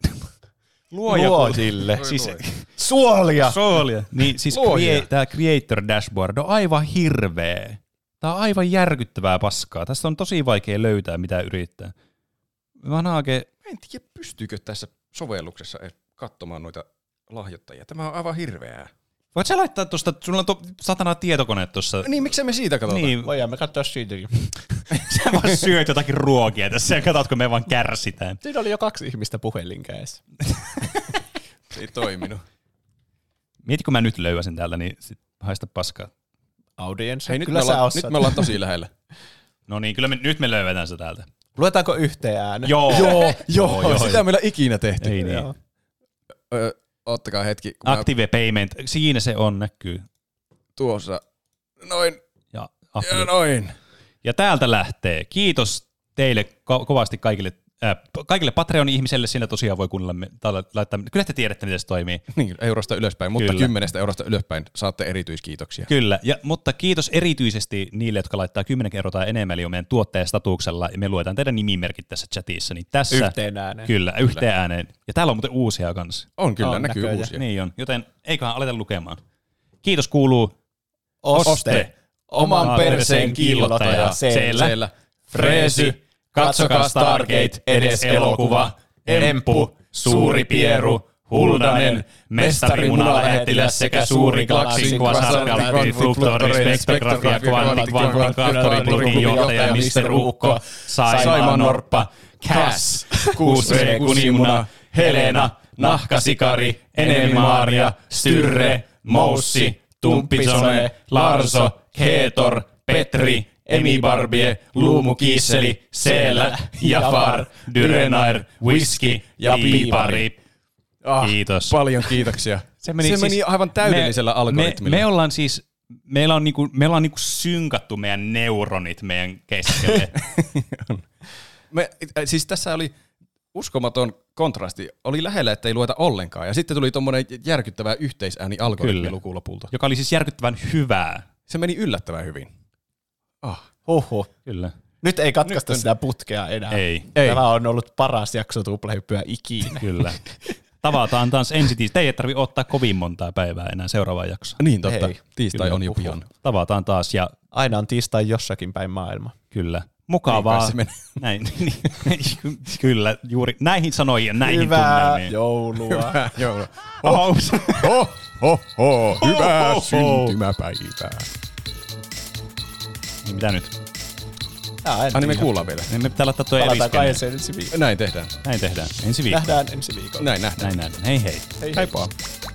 Luojille. Siis, Suolia. Suolia. Niin siis Luojia. crea- tämä Creator Dashboard on aivan hirveä. Tämä on aivan järkyttävää paskaa. Tästä on tosi vaikea löytää, mitä yrittää. Vanhake, Mä en tiedä, pystyykö tässä sovelluksessa edes katsomaan noita lahjoittajia. Tämä on aivan hirveää. voit sä laittaa tuosta, sulla on to, satana tietokone tuossa. Niin, miksei me siitä katsota? Niin. Voidaan me katsoa siitäkin. Sä vaan syöt jotakin ruokia tässä ja katsotko me vaan kärsitään. Siinä oli jo kaksi ihmistä puhelin kädessä. Se ei toiminut. Mieti, kun mä nyt löyväsin täältä, niin sit haista paskaa. Audience. Hei, nyt kyllä me sä ollaan- osaat. nyt me ollaan tosi lähellä. No niin, kyllä me, nyt me löydetään se täältä. Luetaanko yhteen ääneen? Joo. joo, Joo, joo, joo. joo, sitä meillä ikinä tehty. Ei niin. Joo. Ö, ottakaa hetki, kun mä Active payment, siinä se on, näkyy. tuossa noin Ja, ja noin. Ja täältä lähtee. Kiitos teille ko- kovasti kaikille, äh, kaikille Patreon-ihmisille. Siinä tosiaan voi kuunnella, me- tai laittaa, kyllä te tiedätte, miten se toimii. Niin, eurosta ylöspäin, mutta Kyllä. Kyllä. kymmenestä eurosta ylöspäin saatte erityiskiitoksia. Kyllä, ja, mutta kiitos erityisesti niille, jotka laittaa kymmenen kertaa enemmän, eli on meidän tuottajastatuksella, ja me luetaan teidän nimimerkit tässä chatissa. Niin tässä, Yhteen ääneen. Kyllä, yhteen Kyllä. ääneen. Ja täällä on muuten uusia kanssa. On kyllä, On näkyy näköjään. uusia. Niin on, joten eiköhän aleta lukemaan. Kiitos kuuluu Oste, oman perseen kiillottaja, Seellä, Seellä, Freesy, katsokaa Stargate, edes elokuva, Emppu, Suuri Pieru, Huldanen, Mestari Munalähettiläs sekä Suuri Klaksin, Kvasarkalti, Fluktori, Spektrografia, Kvantit, Vankan, Kantori, Plurin johtaja, Mr. Ukko, Saimaan Norppa, Cass, 6V Kunimuna, Helena, Nahkasikari, Enelmaaria, Styrre, Moussi, Tumppisone, Larso, Keetor, Petri, Emi Barbie, Luumu Kiisseli, Seelä, Jafar, Dyrenair, Whisky ja Piipari. Ah, Kiitos. Paljon kiitoksia. se meni, se meni siis, aivan täydellisellä me, algoritmilla. Me, me ollaan siis, meillä on, niinku, meillä on niinku synkattu meidän neuronit meidän keskelle. Me, äh, siis tässä oli uskomaton kontrasti. Oli lähellä, että ei lueta ollenkaan. Ja sitten tuli tuommoinen järkyttävä yhteisääni algoritmi Kyllä. luku lopulta. joka oli siis järkyttävän hyvää. Se meni yllättävän hyvin. Ah. Huhhuh. Kyllä. Nyt ei katkaista Nyt on- sitä putkea enää. Ei. Ei. Tämä on ollut paras jakso tuplahyppyä ikinä. Kyllä. Tavataan taas ensi tiistai. Ei tarvi ottaa kovin montaa päivää enää seuraavaan jaksoon. Niin totta. Tiistai on jo huhhuh. pian. Tavataan taas ja Aina on tiistai jossakin päin maailma. kyllä. Mukavaa. Niin kai se menee. Näin, niin, kyllä, juuri näihin sanoihin ja näihin Hyvää tunnelmiin. joulua. Hyvää joulua. Oho. Ho, ho, ho. Hyvää Ho, ho, ho. syntymäpäivää. Niin mitä nyt? Jaa, en Ai niin me tiedä. kuullaan vielä. Niin me pitää laittaa tuo eri Palataanko skene. ensi ensi viikolla? Näin tehdään. Näin tehdään. Ensi viikolla. Nähdään ensi viikolla. Näin nähdään. Näin nähdään. Hei hei. Hei hei. Heippa.